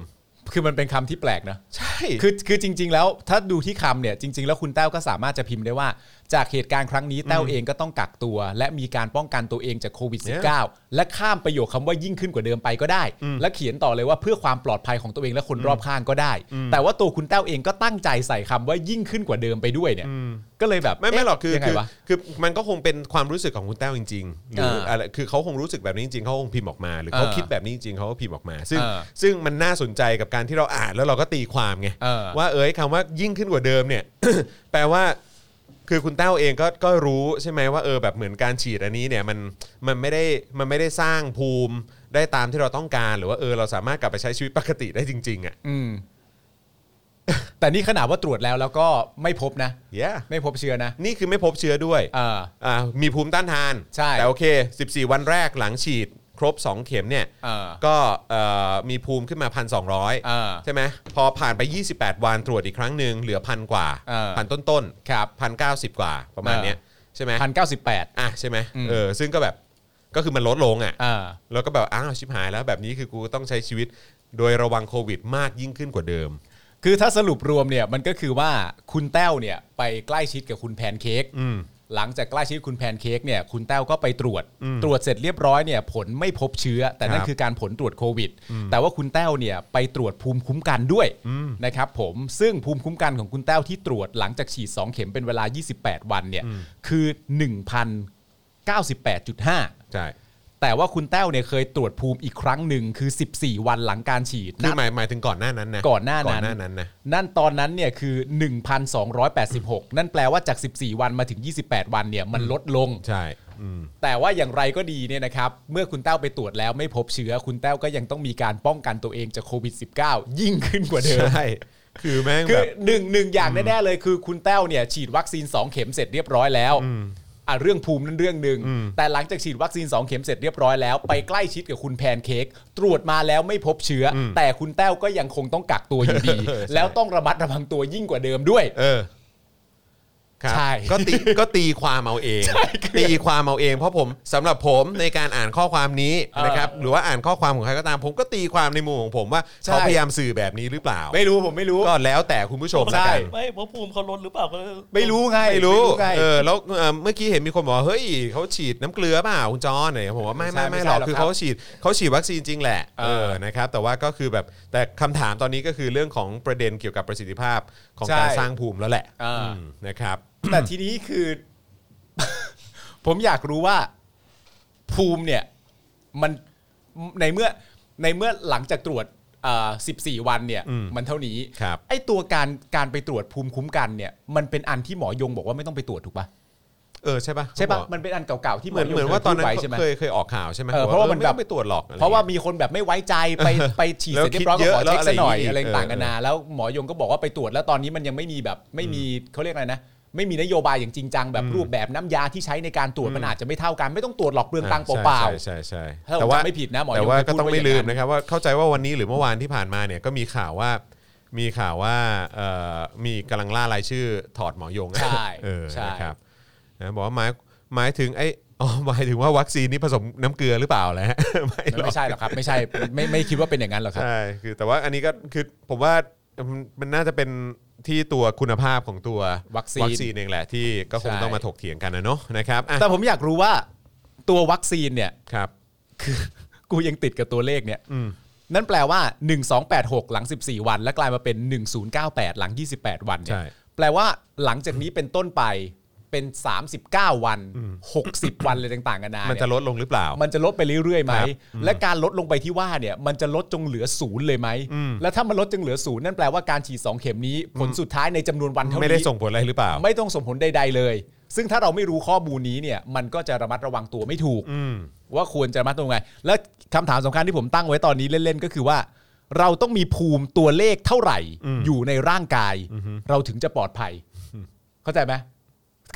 S3: คือมันเป็นคำที่แปลกนะ
S2: ใช่
S3: คือคือจริง ๆ แล้วถ้าดูที่คำเนี่ยจริง ๆ แล้วคุณแต้วก็สามารถจะพิมพ์ได้ว่า จากเหตุการณ์ครั้งนี้แต้วเองก็ต้องกักตัว และมีการป้องกันตัวเองจากโควิด -19 และข้ามประโยคคำว่ายิ่งขึ้นกว่าเดิมไปก็ได้ และเขียนต่อเลยว่าเพื่อความปลอดภัยของตัวเองและคนรอบข้างก็ได้ แต่ว่าตัวคุณแต้วเองก็ตั้งใจใส่คำว่ายิ่งขึ้นกว่าเดิมไปด้วยเนี่ยก็เลยแบบ
S2: ไม่ไม่
S3: เะ
S2: หรอกคือ
S3: ยังไง
S2: คือ
S3: วะ
S2: คือมันก็คงเป็นความรู้สึกของคุณแต้วจริงๆหรือ
S3: เอออ
S2: อะไรคือเขาคงรู้สึกแบบนี้จริงๆเขาคงพิมพ์ออกมา หรือเขา
S3: เออ
S2: คิดแบบนี้จริงๆเขาก็พิมพ์ออกมา ซึ่ง
S3: เออ
S2: ซึ่งมันน่าสนใจกับการที่เราอ่านแล้วเราก็ตีความไง
S3: เออ
S2: ว่าเอ้ยคำว่ายิ่งขึ้นกว่าเดิมเนี่ย แปลว่า คือคุณแต้วเองก็ก็รู้ใช่ไหมว่าเออแบบเหมือนการฉีดอันนี้เนี่ยมันมันไม่ได้มันไม่ได้สร้างภูมิได้ตามที่เราต้องการ หรือว่าเออเราสามารถกลับไปใช้ชีวิตปกติได้จริงๆอ่ะ
S3: อืม แต่นี่ขนาดว่าตรวจแล้วแล้วก็ไม่พบนะ
S2: yeah
S3: ไม่พบเชื้อนะ
S2: นี่คือไม่พบเชื้อด้วย
S3: เออ
S2: อ่ามีภูมิต้านทาน
S3: ใช่
S2: แต่โอเค 14 วันแรกหลังฉีดครบ 2 เข็มเนี่ย
S3: เออ
S2: ก็เอ่อมีภูมิขึ้นมา
S3: เออ
S2: 1,200 ใช่ไหมพอผ่านไป 28 วันตรวจอีกครั้งหนึ่งเหลือพันกว่า
S3: เออ
S2: พันต้นต้น
S3: ครับ
S2: พันเก้าสิบกว่าประมาณเนี้ยใช่ไหม
S3: พันเก้าสิบแปด
S2: อ่ะใช่ไหม
S3: อืม
S2: เออซึ่งก็แบบก็คือมันลดลงอ่ะ
S3: อ่า
S2: แล้วก็แบบอ้าวชิบหายแล้วแบบนี้คือกูต้องใช้ชีวิตโดยระวังโควิดมากยิ่งขึ้นกว่าเดิม
S3: คือถ้าสรุปรวมเนี่ยมันก็คือว่าคุณแต้วเนี่ยไปใกล้ชิดกับคุณแพนเค้ก
S2: อืม
S3: หลังจากใกล้ชิดคุณแพนเค้กเนี่ยคุณแต้วก็ไปตรวจ ตรวจเสร็จเรียบร้อยเนี่ยผลไม่พบเชื้อ แต่นั่น
S2: ครับ
S3: คือการผลตรวจโควิด แต่ว่าคุณแต้วเนี่ยไปตรวจภูมิคุ้มกันด้วยนะครับผมซึ่งภูมิคุ้มกันของคุณแต้วที่ตรวจหลังจากฉีด 2 เข็มเป็นเวลา 28 วันเนี่ยคือ 1,098.5
S2: ใช่
S3: แ แต่ว่าคุณแต้วเนี่ยเคยตรวจภูมิอีกครั้งหนึ่งคือ 14 วันหลังการฉีด
S2: คือ
S3: นะ
S2: หมายหมายถึงก่อนหน้านั้นนะ
S3: ก่อนหน้านั้น
S2: ก่อนหน้านั้นนะ
S3: นั่นตอนนั้นเนี่ยคือ 1,286 นั่นแปลว่าจาก 14 วันมาถึง 28 วันเนี่ยมันลดลง
S2: ใช่อืม
S3: แต่ว่าอย่างไรก็ดีเนี่ยนะครับ เมื่อคุณแต้วไปตรวจแล้วไม่พบเชื้อ คุณแต้วก็ยังต้องมีการป้องกันตัวเองจากโควิด -19 ยิ่งขึ้นกว่าเดิม
S2: ใช่ คือแม่ง
S3: คื
S2: แบ
S3: อบ หนึ่งหนึ่งอย่างแน่ๆเลยคือคุณแต้วเนี่ยฉีดวัคซีน 2 เข็มเสร็จเรียบร้อยแล้วอ่ะเรื่องภูมินั่นเรื่องหนึ่งแต่หลังจากฉีดวัคซีน 2 เข็มเสร็จเรียบร้อยแล้วไปใกล้ชิดกับคุณแพนเค้กตรวจมาแล้วไม่พบเชื้ออแต่คุณแต้วก็ยังคงต้องกักตัวอยู่ดี
S2: เออใช่
S3: แล้วต้องระมัดระวังตัวยิ่งกว่าเดิมด้วย
S2: เออครับ
S3: ใช่
S2: ก็ตีก็ตีความเอาเอง ตีความเอาเอง เพราะผมสำหรับผมในการอ่านข้อความนี้
S3: เออ
S2: นะครับ หรือว่าอ่านข้อความของใครก็ตาม ผมก็ตีความในมุมของผมว่า
S3: ใช่
S2: เขาพยายามสื่อแบบนี้หรือเปล่า
S3: ไม่รู้ผมไม่รู้
S2: ก็แล้วแต่คุณผู้ชม
S3: ใช่
S2: ละกัน
S4: ไม่เพราะภูมิเขาลดหรือเปล่าก็
S3: ไม่รู้ไง
S2: ไม่รู้
S3: ไง
S2: เออแล้วเอ่อเมื่อกี้เห็นมีคนบอกว่าเฮ้ยเขาฉีดน้ำเกลือเปล่าคุณจอนไหนผมว่าไม่ไม่
S3: ไม่
S2: ไม่
S3: ใช่
S2: หรอก
S3: หรอก
S2: คือ
S3: ครับ
S2: เขาฉีดเขาฉีดวัคซีนจริงแหละ
S3: เอ
S2: เอ
S3: อ
S2: อนะครับ แต่ว่าก็คือแบบแต่คำถามตอนนี้ก็คือเรื่องของประเด็นเกี่ยวกับประสิทธิภาพของ
S3: ใช่
S2: การสร้างภูมิแล้วแหละ
S3: เอออื
S2: มนะครับ
S3: แต่ทีนี้คือ ผมอยากรู้ว่า ภูมิเนี่ย มันในเมื่อในเมื่อหลังจากตรวจอ่า14 วันเนี่ย
S2: อืม
S3: มันเท่านี้
S2: ครับ
S3: ไอ้ตัวการการไปตรวจภูมิคุ้มกันเนี่ย มันเป็นอันที่หมอยงบอกว่าไม่ต้องไปตรวจถูกปะ
S2: เออใช่ปะ
S3: ใช่ปะ
S2: เขาบอก
S3: มันเป็นอันเก่าๆที่
S2: เหมือนเหมือนว่าตอนนั้น
S3: เคยพูดไว้ใช่ไหม
S2: เคยเคยออกข่าวใช่ไหม
S3: เออเพราะว่ามัน
S2: ไต้อง
S3: แบบ
S2: ไปตรวจหรอกอไอย่งงี้ย
S3: เพราะว่ามีคนแบบไม่ไว้ใจไป
S2: เออ
S3: ไปฉีดเสร็จเรียบร้อย
S2: แล้วคิดเยอะแล้ว
S3: ก็ขอเช็ค
S2: อะไร
S3: ซะหน่อย
S2: อีก
S3: อะไรต่าง
S2: เออ
S3: กันานาแล้วหมอยงก็บอกว่าไปตรวจแล้วตอนนี้มันยังไม่มีแบบไม่มีเขาเรียกอะไรนะ ไม่มีนโยบายอย่างจริงจังแบบรูปแบบน้ำยาที่ใช้ในการตรวจมันอาจจะไม่เท่ากันไม่ต้องตรวจหรอกเปลืองตังค์เปล่า
S2: ใช่ใช่
S3: ถ้าผมจำไม่ผิดนะหมอยง
S2: แต่ว่า
S3: เคยพู
S2: ก็
S3: ด
S2: ต้อง
S3: ไว้
S2: ไม่
S3: อย่างนั้น
S2: ลืมนะครับว่าเข้าใจว่าวันนี้หรือเมื่อวานที่ผ่านมาเนี่ยก็มีข่าวว่า มีข่าวว่าเอ่อมีกำลังล่ารายชื่อถอดหมอยงนะ
S3: ๆ ใช่
S2: เออ
S3: ใช่
S2: นะครับนะบอกว่าหมายหมายถึงไอ้ อ๋อหมายถึงว่าวัคซีนนี่ผสมน้ำเกลือหรือเปล่าแหละ ไม่หรอก
S3: ไม่ใช่หรอกครับ ไม่ใช่ไม่ไม่คิดว่าเป็นอย่างนั้นหรอกครับ
S2: ใช่ คือแต่ว่าอันนี้ก็คือผมว่ามันมันน่าจะเป็นที่ตัวคุณภาพของตัว
S3: วัคซีน
S2: เองแหละที่ก็คง
S3: ใช่
S2: ต้องมาถกเถียงกันนะเนาะนะครับอ่ะ
S3: แต่ผมอยากรู้ว่าตัววัคซีนเนี่ย
S2: ครับ
S3: กูยังติดกับตัวเลขเนี่ย
S2: อืม
S3: นั่นแปลว่า 1286 หลัง 14 วัน แล้วกลายมาเป็น 1098 หลัง 28 วันเนี่ย แปลว่าหลังจากนี้เป็นต้นไปเป็น 39 วัน 60 วันเลยต่างๆกันานา
S2: มัน
S3: เนี่ย
S2: จะลดลงหรือเปล่า
S3: มันจะลดไปเรื่อยๆไห
S2: ค
S3: ม
S2: รับ
S3: และการลดลงไปที่ว่าเนี่ย มันจะลดจงเหลือศูนย์เลยไหม
S2: อืม
S3: แล้วถ้ามันลดจงเหลือศูนย์นั่นแปลว่าการฉีด 2 เข็มนี้ ผลสุดท้ายในจำนวนวันเท่า
S2: ไม่ได้
S3: นี้
S2: ส่งผลอะไรหรือเปล่า
S3: ไม่ต้องส่งผลใด ๆเลย ซึ่งถ้าเราไม่รู้ข้อมูลนี้เนี่ย มันก็จะระมัดระวังตัวไม่ถูก
S2: อืม
S3: ว่าควรจะระมัดระวังไง และคำถามสำคัญที่ผมตั้งไว้ตอนนี้เล่นๆก็คือว่า เราต้องมีภูมิตัวเลขเท่าไหร่
S2: อืม
S3: อยู่ในร่างกาย
S2: อือฮึ
S3: เราถึงจะปลอดภัย เข้าใจไหม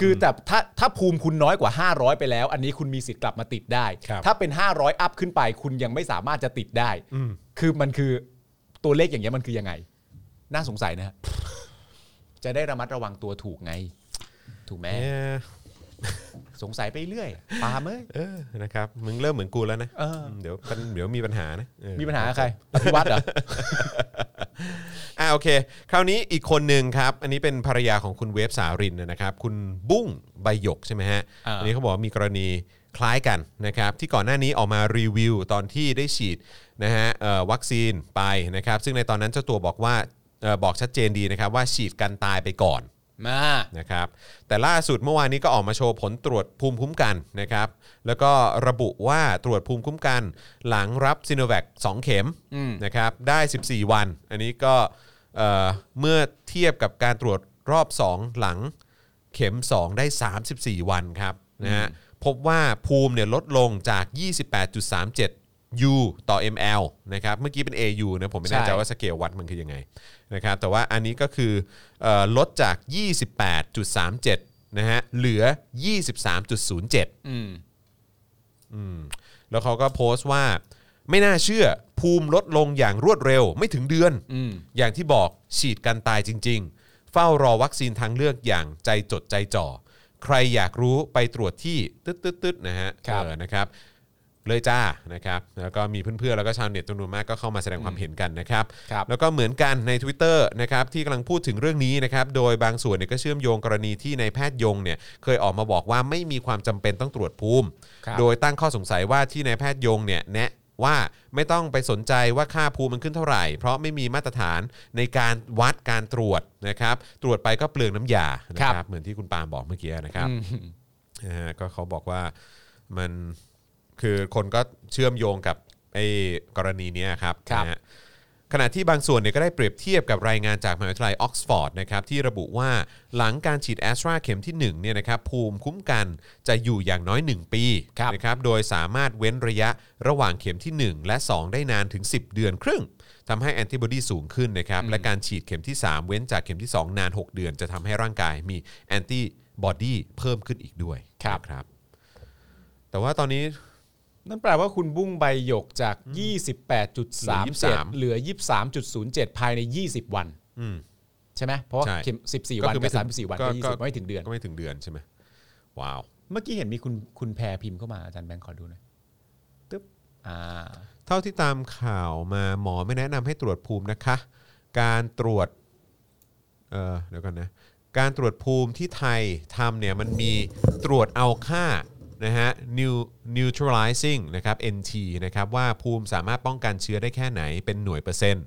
S3: คือแต่ถ้าถ้าภูมิคุณน้อยกว่า 500 ไปแล้ว อันนี้คุณมีสิทธิ์กลับมาติดได้
S2: ครับ
S3: ถ้าเป็น 500 อัพขึ้นไป คุณยังไม่สามารถจะติดได้
S2: อืม
S3: คือมันคือตัวเลขอย่างเงี้ยมันคือยังไง น่าสงสัยนะฮะ จะได้ระมัดระวังตัวถูกไง ถูกไหม
S2: เอ่อ
S3: สงสัยไปเรื่อยปาล์มเอ้ย
S2: เออนะครับมึงเริ่มเหมือนกูแล้วนะ
S3: เออ
S2: เดี๋ยวปัญเดี๋ยวมีปัญหานะเออ
S3: มีปัญหากับใครอภิวัตเหรอ
S2: อ่าโอเค คราวนี้อีกคนหนึ่งครับ อันนี้เป็นภรรยาของคุณเวฟสารินนะครับ คุณบุ้งใบหยกใช่ไหมฮะ
S3: อ่า
S2: นนี้เขาบอกว่ามีกรณีคล้ายกันนะครับ ที่ก่อนหน้านี้ออกมารีวิวตอนที่ได้ฉีดนะฮะเอ่อวัคซีนไปนะครับ ซึ่งในตอนนั้นเจ้าตัวบอกว่าเอ่อบอกชัดเจนดีนะครับว่าฉีดกันตายไปก่อน
S3: มา
S2: นะครับแต่ล่าสุดเมื่อวานนี้ก็ออกมาโชว์ผลตรวจภูมิคุ้มกันนะครับแล้วก็ระบุว่าตรวจภูมิคุ้มกัน หลังรับซีโนแวค2เข็ม
S3: อืม
S2: นะครับได้ 14 วัน อันนี้ก็เอ่อเมื่อเทียบกับการตรวจรอบ 2 หลังเข็ม 2 ได้ 34 วันครับนะฮะพบว่าภูมิเนี่ยลดลงจาก 28.37 U ต่อ ml นะครับเมื่อกี้เป็น AU นะผมไม่แน่ใจ
S3: ใช่
S2: ว่า ว่าสเกลวัดมันคือยังไงนะครับแต่ว่าอันนี้ก็คือเอ่อลดจาก 28.37 นะฮะเหลือ 23.07
S3: อืม
S2: แล้วเขาก็โพสต์ว่าไม่น่าเชื่อภูมิลดลงอย่างรวดเร็วไม่ถึงเดือน
S3: อืม
S2: อย่างที่บอกฉีดกันตายจริง ๆ เฝ้ารอวัคซีนทางเลือกอย่างใจจดใจจ่อ ใครอยากรู้ไปตรวจที่ตึ๊ดตึ๊ดๆๆนะฮะ
S3: ครับ
S2: เออนะครับ เลยจ้านะครับแล้วก็มีเพื่อนๆแล้วก็ชาวเน็ตจำนวนมากก็เข้ามาแสดงความเห็นกันนะครับ
S3: ครับ
S2: แล้วก็เหมือนกันใน Twitter นะครับที่กำลังพูดถึงเรื่องนี้นะครับโดยบางส่วนเนี่ยก็เชื่อมโยงกรณีที่นายแพทย์ยงเนี่ยเคยออกมาบอกว่าไม่มีความจำเป็นต้องตรวจภูมิ
S3: ครับ
S2: โดยตั้งข้อสงสัยว่าที่นายแพทย์ยงเนี่ยแนะว่าไม่ต้องไปสนใจว่าค่าภูมิมันขึ้นเท่าไหร่ เพราะไม่มีมาตรฐานในการวัดการตรวจนะครับตรวจไปก็เปลืองน้ำยานะครับเหมือนที่คุณปาล์มบอกเมื่อกี้นะครับ
S3: อืม
S2: นะฮะก็เขาบอกว่ามัน คือคนก็เชื่อมโยงกับไอ้กรณีเนี้ยครับ
S3: ครับ
S2: นะฮะขณะที่บางส่วนเนี่ยก็ได้เปรียบเทียบกับรายงานจากมหาวิทยาลัยออกซฟอร์ดนะครับที่ระบุว่าหลังการฉีดแอสตราเข็มที่1เนี่ยนะครับภูมิคุ้มกันจะอยู่อย่างน้อย 1 ปีนะครับโดยสามารถเว้นระยะระหว่างเข็มที่ 1 และ 2 ได้นานถึง 10 เดือนครึ่งทำให้แอนติบอดีสูงขึ้นนะครับและการฉีดเข็มที่ 3 เว้นจากเข็มที่ 2 นาน 6 เดือน จะทำให้ร่างกายมีแอนติบอดีเพิ่มขึ้นอีกด้วย
S3: ครับ
S2: นะครับ แต่ว่าตอนนี้
S3: นั่นแปลว่าคุณบุ้งใบหยกจาก
S2: 23
S3: 28.37 เหลือ 23.07 ภายใน 20 วัน
S2: อืม
S3: ใช่ไหมเพราะว่า
S2: ใช่
S3: เข็ม14
S2: ก็
S3: วัน
S2: คือไม่
S3: กับ
S2: ถึง
S3: 34 วัน
S2: ก็
S3: ก็
S2: ก็
S3: 20ไม่ถึงเดือน
S2: ก็ไม่ถึงเดือนใช่ไหมว้าว
S3: เมื่อกี้เห็นมีคุณคุณแพรพิมพ์เข้ามาอาจารย์แบงค์ขอดูหน่อยตึ๊บอ่า
S2: เท่าที่ตามข่าวมาหมอไม่แนะนำให้ตรวจภูมินะคะ การตรวจเออเดี๋ยวกันนะ การตรวจภูมิที่ไทยทำเนี่ยมันมีตรวจเอาค่านะฮะ new neutralizing นะครับ NT นะครับว่าภูมิสามารถป้องกันเชื้อได้แค่ไหนเป็นหน่วยเปอร์เซ็นต์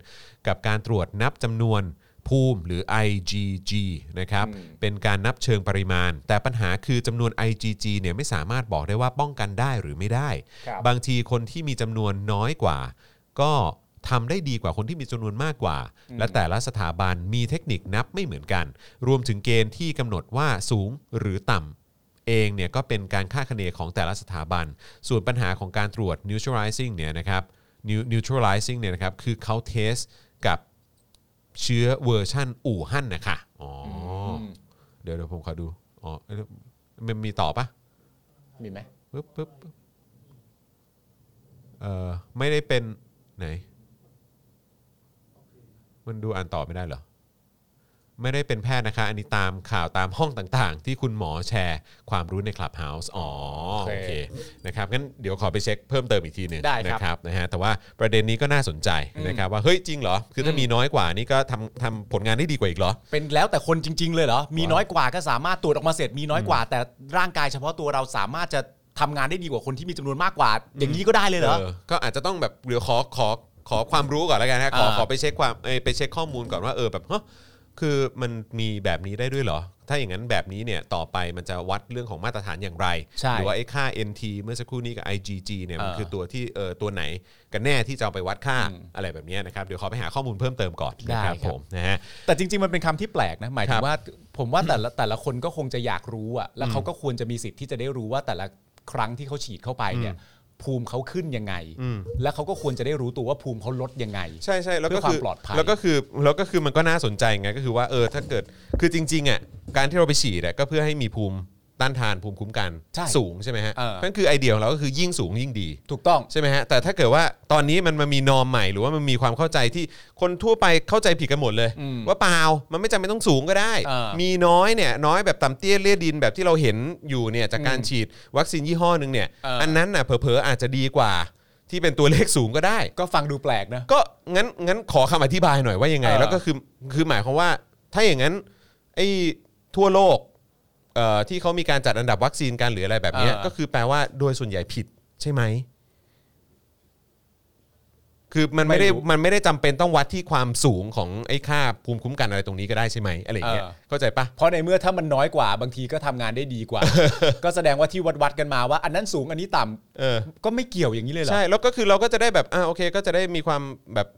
S2: กับการตรวจนับจำนวนภูมิหรือ IgG นะครับเป็นการนับเชิงปริมาณ แต่ปัญหาคือจำนวน IgG เนี่ยไม่สามารถบอกได้ว่าป้องกันได้หรือไม่ได้
S3: ครับ
S2: บางทีคนที่มีจำนวนน้อยกว่า ก็ทำได้ดีกว่าคนที่มีจำนวนมากกว่า และแต่ละสถาบันมีเทคนิคนับไม่เหมือนกัน รวมถึงเกณฑ์ที่กำหนดว่าสูงหรือต่ำเองเนี่ยก็เป็นการค่าดคะเนของแต่ละสถาบัน ส่วนปัญหาของการตรวจ neutralizing เนี่ยนะครับ neu- neutralizing เนี่ยนะครับคือเขาเทสกับเชื้อเวอร์ชั่นอู่ฮั่นนะคะอ๋ออเดี๋ยวเดี๋ยวผมขอดูอ๋อเอ้ยมันมีต่อปะ
S3: มีไหม
S2: ปึ๊บปึ๊บปึ๊บเอ่อไม่ได้เป็นไหน มันดูอ่านต่อไม่ได้เหรอ ไม่ได้เป็นแพทย์นะคะ อันนี้ตามข่าวตามห้องต่างๆ ที่คุณหมอแชร์ความรู้ใน Clubhouse อ๋อ โอเค นะครับ งั้นเดี๋ยวขอไปเช็คเพิ่มเติมอีกทีหนึ่ง
S3: ได้ครับ
S2: นะครับ นะฮะ แต่ว่าประเด็นนี้ก็น่าสนใจนะครับ ว่า เฮ้ย จริงเหรอ คือถ้ามีน้อยกว่านี่ก็ทำทำผลงานได้ดีกว่าอีกเหรอ
S3: เป็นแล้วแต่คนจริง ๆ เลยเหรอ มีน้อยกว่าก็สามารถตรวจออกมาเสร็จมีน้อยกว่า แต่ร่างกายเฉพาะตัวเราสามารถจะทำงานได้ดีกว่าคนที่มีจำนวนมากกว่า อย่างนี้ก็ได้เลยเหรอ
S2: เออก็อาจจะต้องแบบเดี๋ยวขอขอขอความรู้ก่อนแล้วกันนะขอ
S3: อ่า
S2: ขอไปเช็คความเอ้ยไปเช็คข้อมูลก่อนว่าเออแบบฮะคือมันมีแบบนี้ได้ด้วยเหรอ ถ้าอย่างนั้นแบบนี้เนี่ยต่อไปมันจะวัดเรื่องของมาตรฐานอย่างไร
S3: ใช่
S2: หรืว่าไอ้ค่า NT เมื่อสักครู่นี้กับ IgG เนี่ยมัน
S3: เออ
S2: คือตัวที่เออตัวไหนกันแน่ที่จะเอาไปวัดค่า
S3: อืม
S2: อะไรแบบเนี้ยนะครับเดี๋ยวขอไปหาข้อมูลเพิ่มเติมก่อนนะครับ
S3: ได้ครับ
S2: ผมนะฮะ
S3: แต่จริง ๆ มันเป็นคำที่แปลกนะ หมาย
S2: ค
S3: ถึ
S2: รับ
S3: งว่าผมว่าแต่ละแต่ละคนก็คงจะอยากรู้อะแล้วเขาก็ควรจะมีสิทธิ์ที่จะได้รู้ว่าแต่ละครั้งที่เขาฉีดเข้าไปเนี่ย ภูมิเขาขึ้นยังไง และเขาก็ควรจะได้รู้ตัวว่าภูมิเขาลดยังไง
S2: ใช่ใช่แล้วก็
S3: เพื่อความ
S2: คือ
S3: ปลอดภัย
S2: แล้วก็คือแล้วก็คือมันก็น่าสนใจไงก็คือว่าเออถ้าเกิดคือจริงๆอ่ะการที่เราไปฉีดอะก็เพื่อให้มีภูมิต้านทานภูมิคุ้มกัน
S3: ใช่
S2: สูงใช่ไหมฮะ
S3: เออ
S2: นั่นคือไอเดียของเราก็คือยิ่งสูงยิ่งดี
S3: ถูกต้อง
S2: ใช่ไหมฮะแต่ถ้าเกิดว่าตอนนี้มันมามีนอมใหม่หรือว่ามันมีความเข้าใจที่คนทั่วไปเข้าใจผิดกันหมดเลย
S3: อืม
S2: ว่าเปล่ามันไม่จำเป็นต้องสูงก็ได้
S3: เออ
S2: มีน้อยเนี่ยน้อยแบบต่ำเตี้ยเลี่ยดินแบบที่เราเห็นอยู่เนี่ยจากการ
S3: อืม
S2: ฉีดวัคซีนยี่ห้อหนึ่งเนี่ย
S3: เอออั
S2: อันนั้นน่ะเผลอๆอาจจะดีกว่า ที่เป็นตัวเลขสูงก็ได้
S3: ก็ฟังดูแปลกนะ
S2: ก็งั้นงั้นขอคำอธิบายหน่อยว่ายังไง
S3: เออ
S2: แล้วก็คือคือหมายความว่าถ้าอย่างนั้นไอ้ทั่วโลกเอ่อที่เขามีการจัดอันดับวัคซีนกันหรืออะไรแบบเนี้ย
S3: เออ
S2: ก็คือแปลว่าโดยส่วนใหญ่ผิดใช่ไหม คือมันไม่ได้
S3: ไม่รู้
S2: มันไม่ได้จำเป็นต้องวัดที่ความสูงของไอ้ค่าภูมิคุ้มกันอะไรตรงนี้ก็ได้ใช่ไหมอะไรอย่างเงี้ย
S3: เออ
S2: เข้าใจปะ
S3: เพราะในเมื่อถ้ามันน้อยกว่าบางทีก็ทำงานได้ดีกว่า ก็แสดงว่าที่วัดวัดๆกันมาว่า อันนั้นสูงอันนี้ต่ำ
S2: เออ
S3: ก็ไม่เกี่ยวอย่างนี้เลยเหรอ
S2: ใช่ แล้วก็คือเราก็จะได้แบบอ่าโอเค ก็จะได้มีความแบบ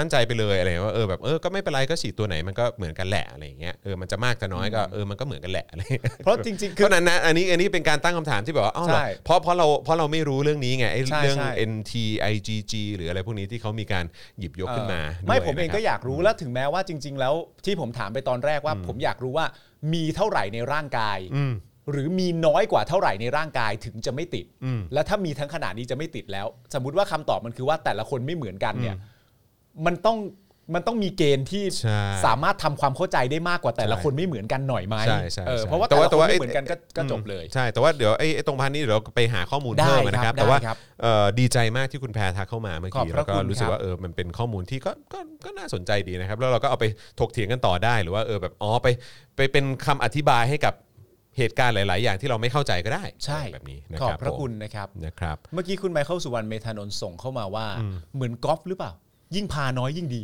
S2: มั่นใจไปเลยอะไรว่าเออแบบเออก็ไม่เป็นไรก็ฉีดตัวไหนมันก็เหมือนกันแหละอะไรอย่างเงี้ยเออมันจะมากจะน้อยก็เออมันก็เหมือนกันแหละอะไร
S3: เพราะจริงๆคื
S2: คือ อนั้นนะอันนี้อันนี้เป็นการตั้งคำถามที่แบบว่าอ้าวเหรอ
S3: ใช่
S2: เพราะเพราะเราเพราะเราไม่รู้เรื่องนี้ไงไอ้
S3: ใช่
S2: เรื่อง
S3: ใช่
S2: NT IgG หรืออะไรพวกนี้ที่เขามีการหยิบยกขึ้นมา
S3: เออไม่
S2: ด้วย
S3: ผมเอง
S2: นะครับ
S3: ก็อยากรู้แล้วถึงแม้ว่าจริง ๆ แล้วที่ผมถามไปตอนแรกว่า ผมอยากรู้ว่ามีเท่าไหร่ในร่างกาย หรือมีน้อยกว่าเท่าไหร่ในร่างกายถึงจะไม่ติด
S2: อืม
S3: แล้วถ้ามีทั้งขนาดนี้จะไม่ติดแล้ว สมมุติว่าคำตอบมันคือว่าแต่ละคนไม่เหมือนกันเนี่ย มันต้องมันต้องมีเกณฑ์ที่
S2: ใช่
S3: สามารถทำความเข้าใจได้มากกว่าแต่ละ
S2: ใช่
S3: คนไม่เหมือนกันหน่อยไหม
S2: ใช่ใช่
S3: เออ
S2: ใช่
S3: เพราะว่า
S2: แต่
S3: แต่
S2: ว่าแต่
S3: ละคน
S2: ว่าไอ้
S3: ไม่เหมือนกันก็ก็จบเลย
S2: ใช่แต่ว่าเดี๋ยวไอ้ไอ้ตรงพันนี้เดี๋ยวเราไปหาข้อมูล
S3: ได้
S2: เพิ่มนะครับ
S3: ครับ
S2: แต่ว่า
S3: ได้ครับ
S2: เอ่อดีใจมากที่คุณแพรทักเข้ามาเมื่อ
S3: ขอบ
S2: กี้
S3: พ
S2: แล้
S3: ระ
S2: วก็
S3: คุณ
S2: รู้สึก
S3: ครับ
S2: ว่าเออมันเป็นข้อมูลที่ก็ก็ก็น่าสนใจดีนะครับ แล้วเราก็เอาไปถกเถียงกันต่อได้หรือว่าเออแบบอ๋อไปไปเป็นคำอธิบายให้กับเหตุการณ์หลาย ๆ อย่างที่เราไม่เข้าใจก็ได้
S3: ใช่
S2: แบบนี้นะ
S3: ข
S2: ค
S3: อบ
S2: รับ
S3: พระ
S2: ผม
S3: คุณนะครับ
S2: นะครับ
S3: เมื่อกี้คุณไมเคิลสุวรรณเมธานนท์ส่งเข้ามาว่า เหมือนกอล์ฟหรือเปล่า ยิ่งพาน้อยยิ่งดี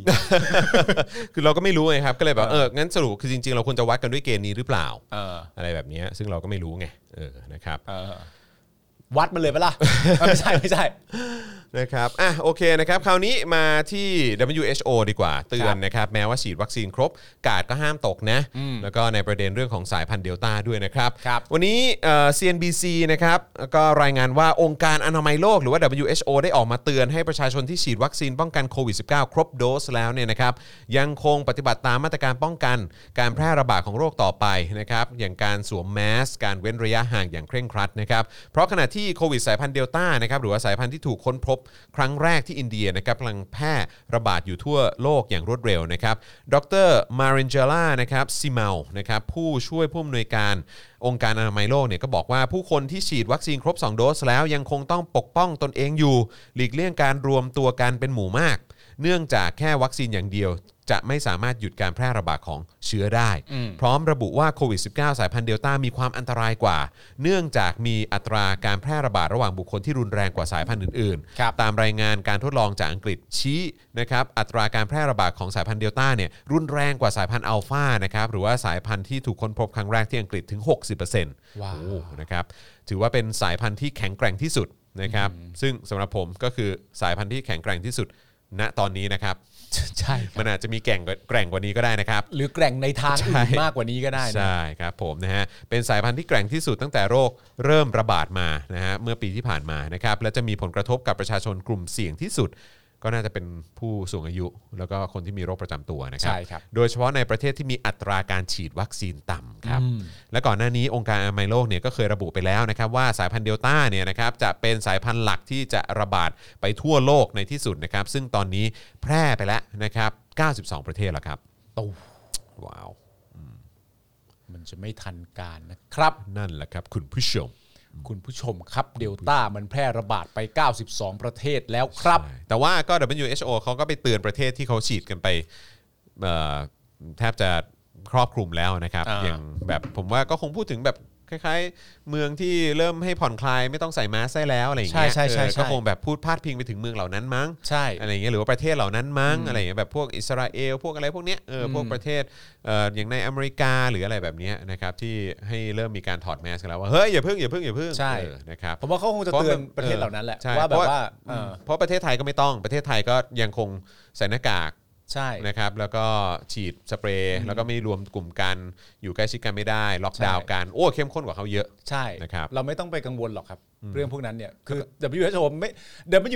S2: คือเราก็ไม่รู้ไงครับก็เลยแบบเอองั้นสรุปคือจริง ๆ เราควรจะวัดกันด้วยเกณฑ์นี้หรือเปล่า
S3: เออ
S2: อะไรแบบเนี้ยซึ่งเราก็ไม่รู้ไงเออนะครับ
S3: เออ วัดมันเลยปะล่ะ เออไม่ใช่ไม่ใช่
S2: นะครับ อ่ะ โอเคนะครับ คราวนี้มาที่ WHO ดีกว่า เตือนนะครับ แม้ว่าฉีดวัคซีนครบ กาดก็ห้ามตกนะ แล้วก็ในประเด็นเรื่องของสายพันธุ์เดลต้าด้วยนะครับ
S3: ครับ
S2: วันนี้เอ่อ CNBC นะครับ ก็รายงานว่าองค์การอนามัยโลกหรือว่า WHO ได้ออกมาเตือนให้ประชาชนที่ฉีดวัคซีนป้องกันโควิด -19 ครบโดสแล้วเนี่ยนะครับ ยังคงปฏิบัติตามมาตรการป้องกัน การแพร่ระบาดของโรคต่อไปนะครับ อย่างการสวมแมส การเว้นระยะห่างอย่างเคร่งครัดนะครับ เพราะขณะที่โควิดสายพันธุ์เดลต้านะครับ หรือว่าสายพันธุ์ที่ถูกค้นพบครั้งแรกที่อินเดียนะครับกำลังแพร่ระบาดอยู่ทั่วโลกอย่างรวดเร็วนะครับ ดรมารินเจล่านะครับซิเมานะครับ ผู้ช่วยผู้อำนวยการ องค์การอนามัยโลกเนี่ยก็บอกว่าผู้คนที่ฉีดวัคซีนครบ 2 โดสแล้วยังคงต้องปกป้องตนเองอยู่ หลีกเลี่ยงการรวมตัวกันเป็นหมู่มาก เนื่องจากแค่วัคซีนอย่างเดียว จะไม่สามารถหยุดการแพร่ระบาดของเชื้อได้ พร้อมระบุว่าโควิด -19 สายพันธุ์เดลต้ามีความอันตรายกว่า เนื่องจากมีอัตราการแพร่ระบาดระหว่างบุคคลที่รุนแรงกว่าสายพันธุ์อื่น
S3: ครับ
S2: ๆ ตามรายงานการทดลองจากอังกฤษชี้นะครับอัตราการแพร่ระบาดของสายพันธุ์เดลต้าเนี่ยรุนแรงกว่าสายพันธุ์อัลฟานะครับหรือว่าสายพันธุ์ที่ถูกค้นพบครั้งแรกที่อังกฤษถึง 60%
S3: ว้าว
S2: โอ้นะครับถือว่าเป็นสายพันธุ์ที่แข็งแกร่งที่สุดนะครับซึ่งสำหรับผมก็คือสายพันธุ์ที่แข็งแกร่งที่สุด ณตอนนี้นะครับ
S3: ใช่ครับ
S2: มันอาจจะมีแกร่งกว่าแกร่งกว่านี้ก็ได้นะครับ
S3: หรือแกร่งในทางอื่นมากกว่านี้ก็ได้นะ
S2: ใช่ครับผมนะฮะเป็นสายพันธุ์ที่แกร่งที่สุดตั้งแต่โรคเริ่มระบาดมานะฮะเมื่อปีที่ผ่านมานะครับและจะมีผลกระทบกับประชาชนกลุ่มเสี่ยงที่สุด ก็น่าจะเป็นผู้สูงอายุ แล้วก็คนที่มีโรคประจำตัวนะครั
S3: ใช่ครับ
S2: โดยเฉพาะในประเทศที่มีอัตราการฉีดวัคซีนต่ำครับ และก่อนหน้านี้องค์การอนามัยโลกเนี่ยก็เคยระบุไปแล้วนะครับว่าสายพันธุ์เดลต้าเนี่ยนะครับจะเป็นสายพันธุ์หลักที่จะระบาดไปทั่วโลกในที่สุดนะครับ ซึ่งตอนนี้แพร่ไปแล้วนะครับ 92 ประเทศแล้วครับ
S3: ตู
S2: ว้าว
S3: มันจะไม่ทันการนะครับ
S2: นั่นแหละครับคุณผู้ชม
S3: คุณผู้ชมครับเดลต้ามันแพร่ระบาดไป 92 ประเทศแล้วครับ
S2: ใช่แต่ว่าก็ WHO เขาก็ไปเตือนประเทศที่เขาฉีดกันไปเอ่อแทบจะครอบคลุมแล้วนะครับ
S3: อ่า
S2: อย่างแบบผมว่าก็คงพูดถึงแบบคล้ายๆ เมืองที่เริ่มให้ผ่อนคลายไม่ต้องใส่มาสก์ได้แล้วอะไรอย่างเงี้ย
S3: ใช่ใช่ใช่
S2: เออ
S3: ใช่
S2: ก็คงแบบพูดพาดพิงไปถึงเมืองเหล่านั้นมั้ง
S3: ใช่
S2: อะไรอย่างเงี้ยหรือว่าประเทศเหล่านั้นมั้งอะไรอย่างเงี้ยแบบพวกอิสราเอลพวกอะไรพวกเนี้ยเอออพวกประเทศเอ่ออย่างในอเมริกาหรืออะไรแบบเนี้ยนะครับที่ให้เริ่มมีการถอดแมสกันแล้วว่าเฮ้ยอย่าเพิ่งอย่าเพิ่งอย่าเพิ่ง
S3: ใช่
S2: เออนะครับ
S3: ผมว่าเขาคงจะเตือนประเทศเหล่านั้นแหละ
S2: ใช่
S3: ว่าแบบว่า
S2: เพระ
S3: เออ
S2: เพราะประเทศไทยก็ไม่ต้องประเทศไทยก็ยังคงใส่หน้ากาก
S3: ใช่
S2: นะครับแล้วก็ฉีดสเปรย์แล้วก็ไม่รวมกลุ่มกันอยู่ใกล้ชิดกันไม่ได้ล็อกดาวน์
S3: ใช่
S2: กันโอ้เข้มข้นกว่าเขาเยอะ
S3: ใช่
S2: นะครับ
S3: เราไม่ต้องไปกังวลหรอกครับ เรื่องพวกนั้นเนี่ยคือ WHO ไม่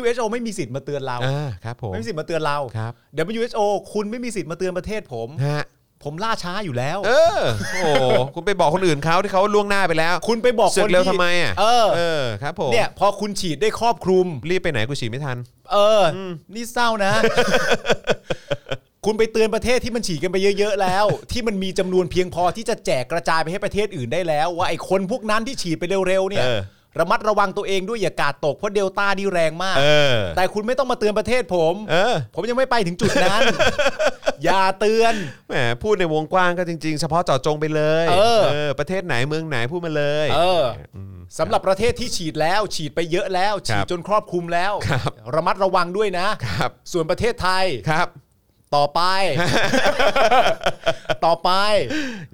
S3: WHO ไม่มีสิทธิ์มาเตือนเรา
S2: ่าครับผม
S3: ไม่มีสิทธิ์มาเตือนเรา
S2: ครับ
S3: WHO คุณไม่มีสิทธิ์มาเตือนประเทศผม
S2: ฮะ
S3: ผมล่าช้าอยู่แล้ว
S2: เออโอ้โห คุณไปบอกคนอื่นเขาที่เขาล่วงหน้าไปแล้ว
S3: คุณไปบอก
S2: สึ
S3: ค
S2: ก
S3: น
S2: เร็ว
S3: ที่
S2: ทำไมอ่ะ
S3: เออ
S2: เออครับผม
S3: เนี่ยพอคุณฉีดได้ครอบคลุม
S2: รีบไปไหนกูฉีดไม่ทัน
S3: เอออนี่เศร้า นะ คุณไปเตือนประเทศที่มันฉีดกันไปเยอะ ๆ แล้ว ที่มันมีจำนวนเพียงพอที่จะแจกกระจายไปให้ประเทศอื่นได้แล้ว ว่าไอ้คนพวกนั้นที่ฉีดไปเร็วๆเนี่ย
S2: เออ
S3: ระมัดระวังตัวเองด้วยอย่ากาดตกเพราะเดลต้านี่แรงมาก
S2: เออ
S3: แต่คุณไม่ต้องมาเตือนประเทศผม
S2: เออ
S3: ผมยังไม่ไปถึงจุด นั้น อย่าเตือน
S2: แหมพูดในวงกว้างก็จริง ๆ เฉพาะเจาะจงไปเลย
S3: เออ
S2: ประเทศไหนเมืองไหนพูดมาเลย
S3: เออสำหรับประเทศที่ฉีดแล้ว ฉีดไปเยอะแล้ว
S2: ค
S3: ฉีด
S2: รับ
S3: จนครอบคลุมแล้ว
S2: ครับ
S3: ระมัดระวังด้วยนะ
S2: ครับ
S3: ส่วนประเทศไทย
S2: ครับ
S3: ต่อไป ต่อไป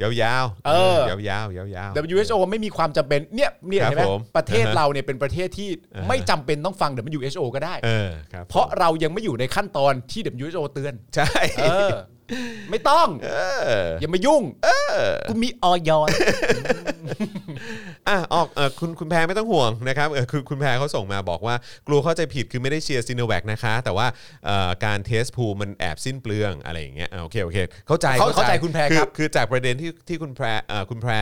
S2: ยาวๆ
S3: เออ
S2: ยาวๆยาวๆ
S3: WHO ไม่มีความจำเป็นเนี่ยเนี่ย
S2: ครับ
S3: เห็นไหม
S2: ผม
S3: ประเทศ
S2: อ่าฮะ
S3: เราเนี่ยเป็นประเทศที่
S2: อ่าฮะ
S3: ไม่จำเป็นต้องฟัง WHO ก็ได้
S2: เออครับ
S3: เพราะเรายังไม่อยู่ในขั้นตอนที่ WHO เตือน
S2: ใช่
S3: เออ ไม่ต้อง
S2: เออ
S3: อย่ามายุ่งกูมีออยอน
S2: อ่ะออกเออคุณคุณแพรไม่ต้องห่วงนะครับเออคือคุณแพรเขาส่งมาบอกว่ากลัวเข้าใจผิดคือไม่ได้เชียร์ซีโนแวคนะคะ แต่ว่าเอ่อการเทสภูมิมันแอบสิ้นเปลืองอะไรอย่างเงี้ยอ่ะโอเคโอเคเข้าใจ
S3: เข้าเข้าใจคุณแพรครับ
S2: อคือจากประเด็นที่ที่คุณแพรเอ่อคุณแพร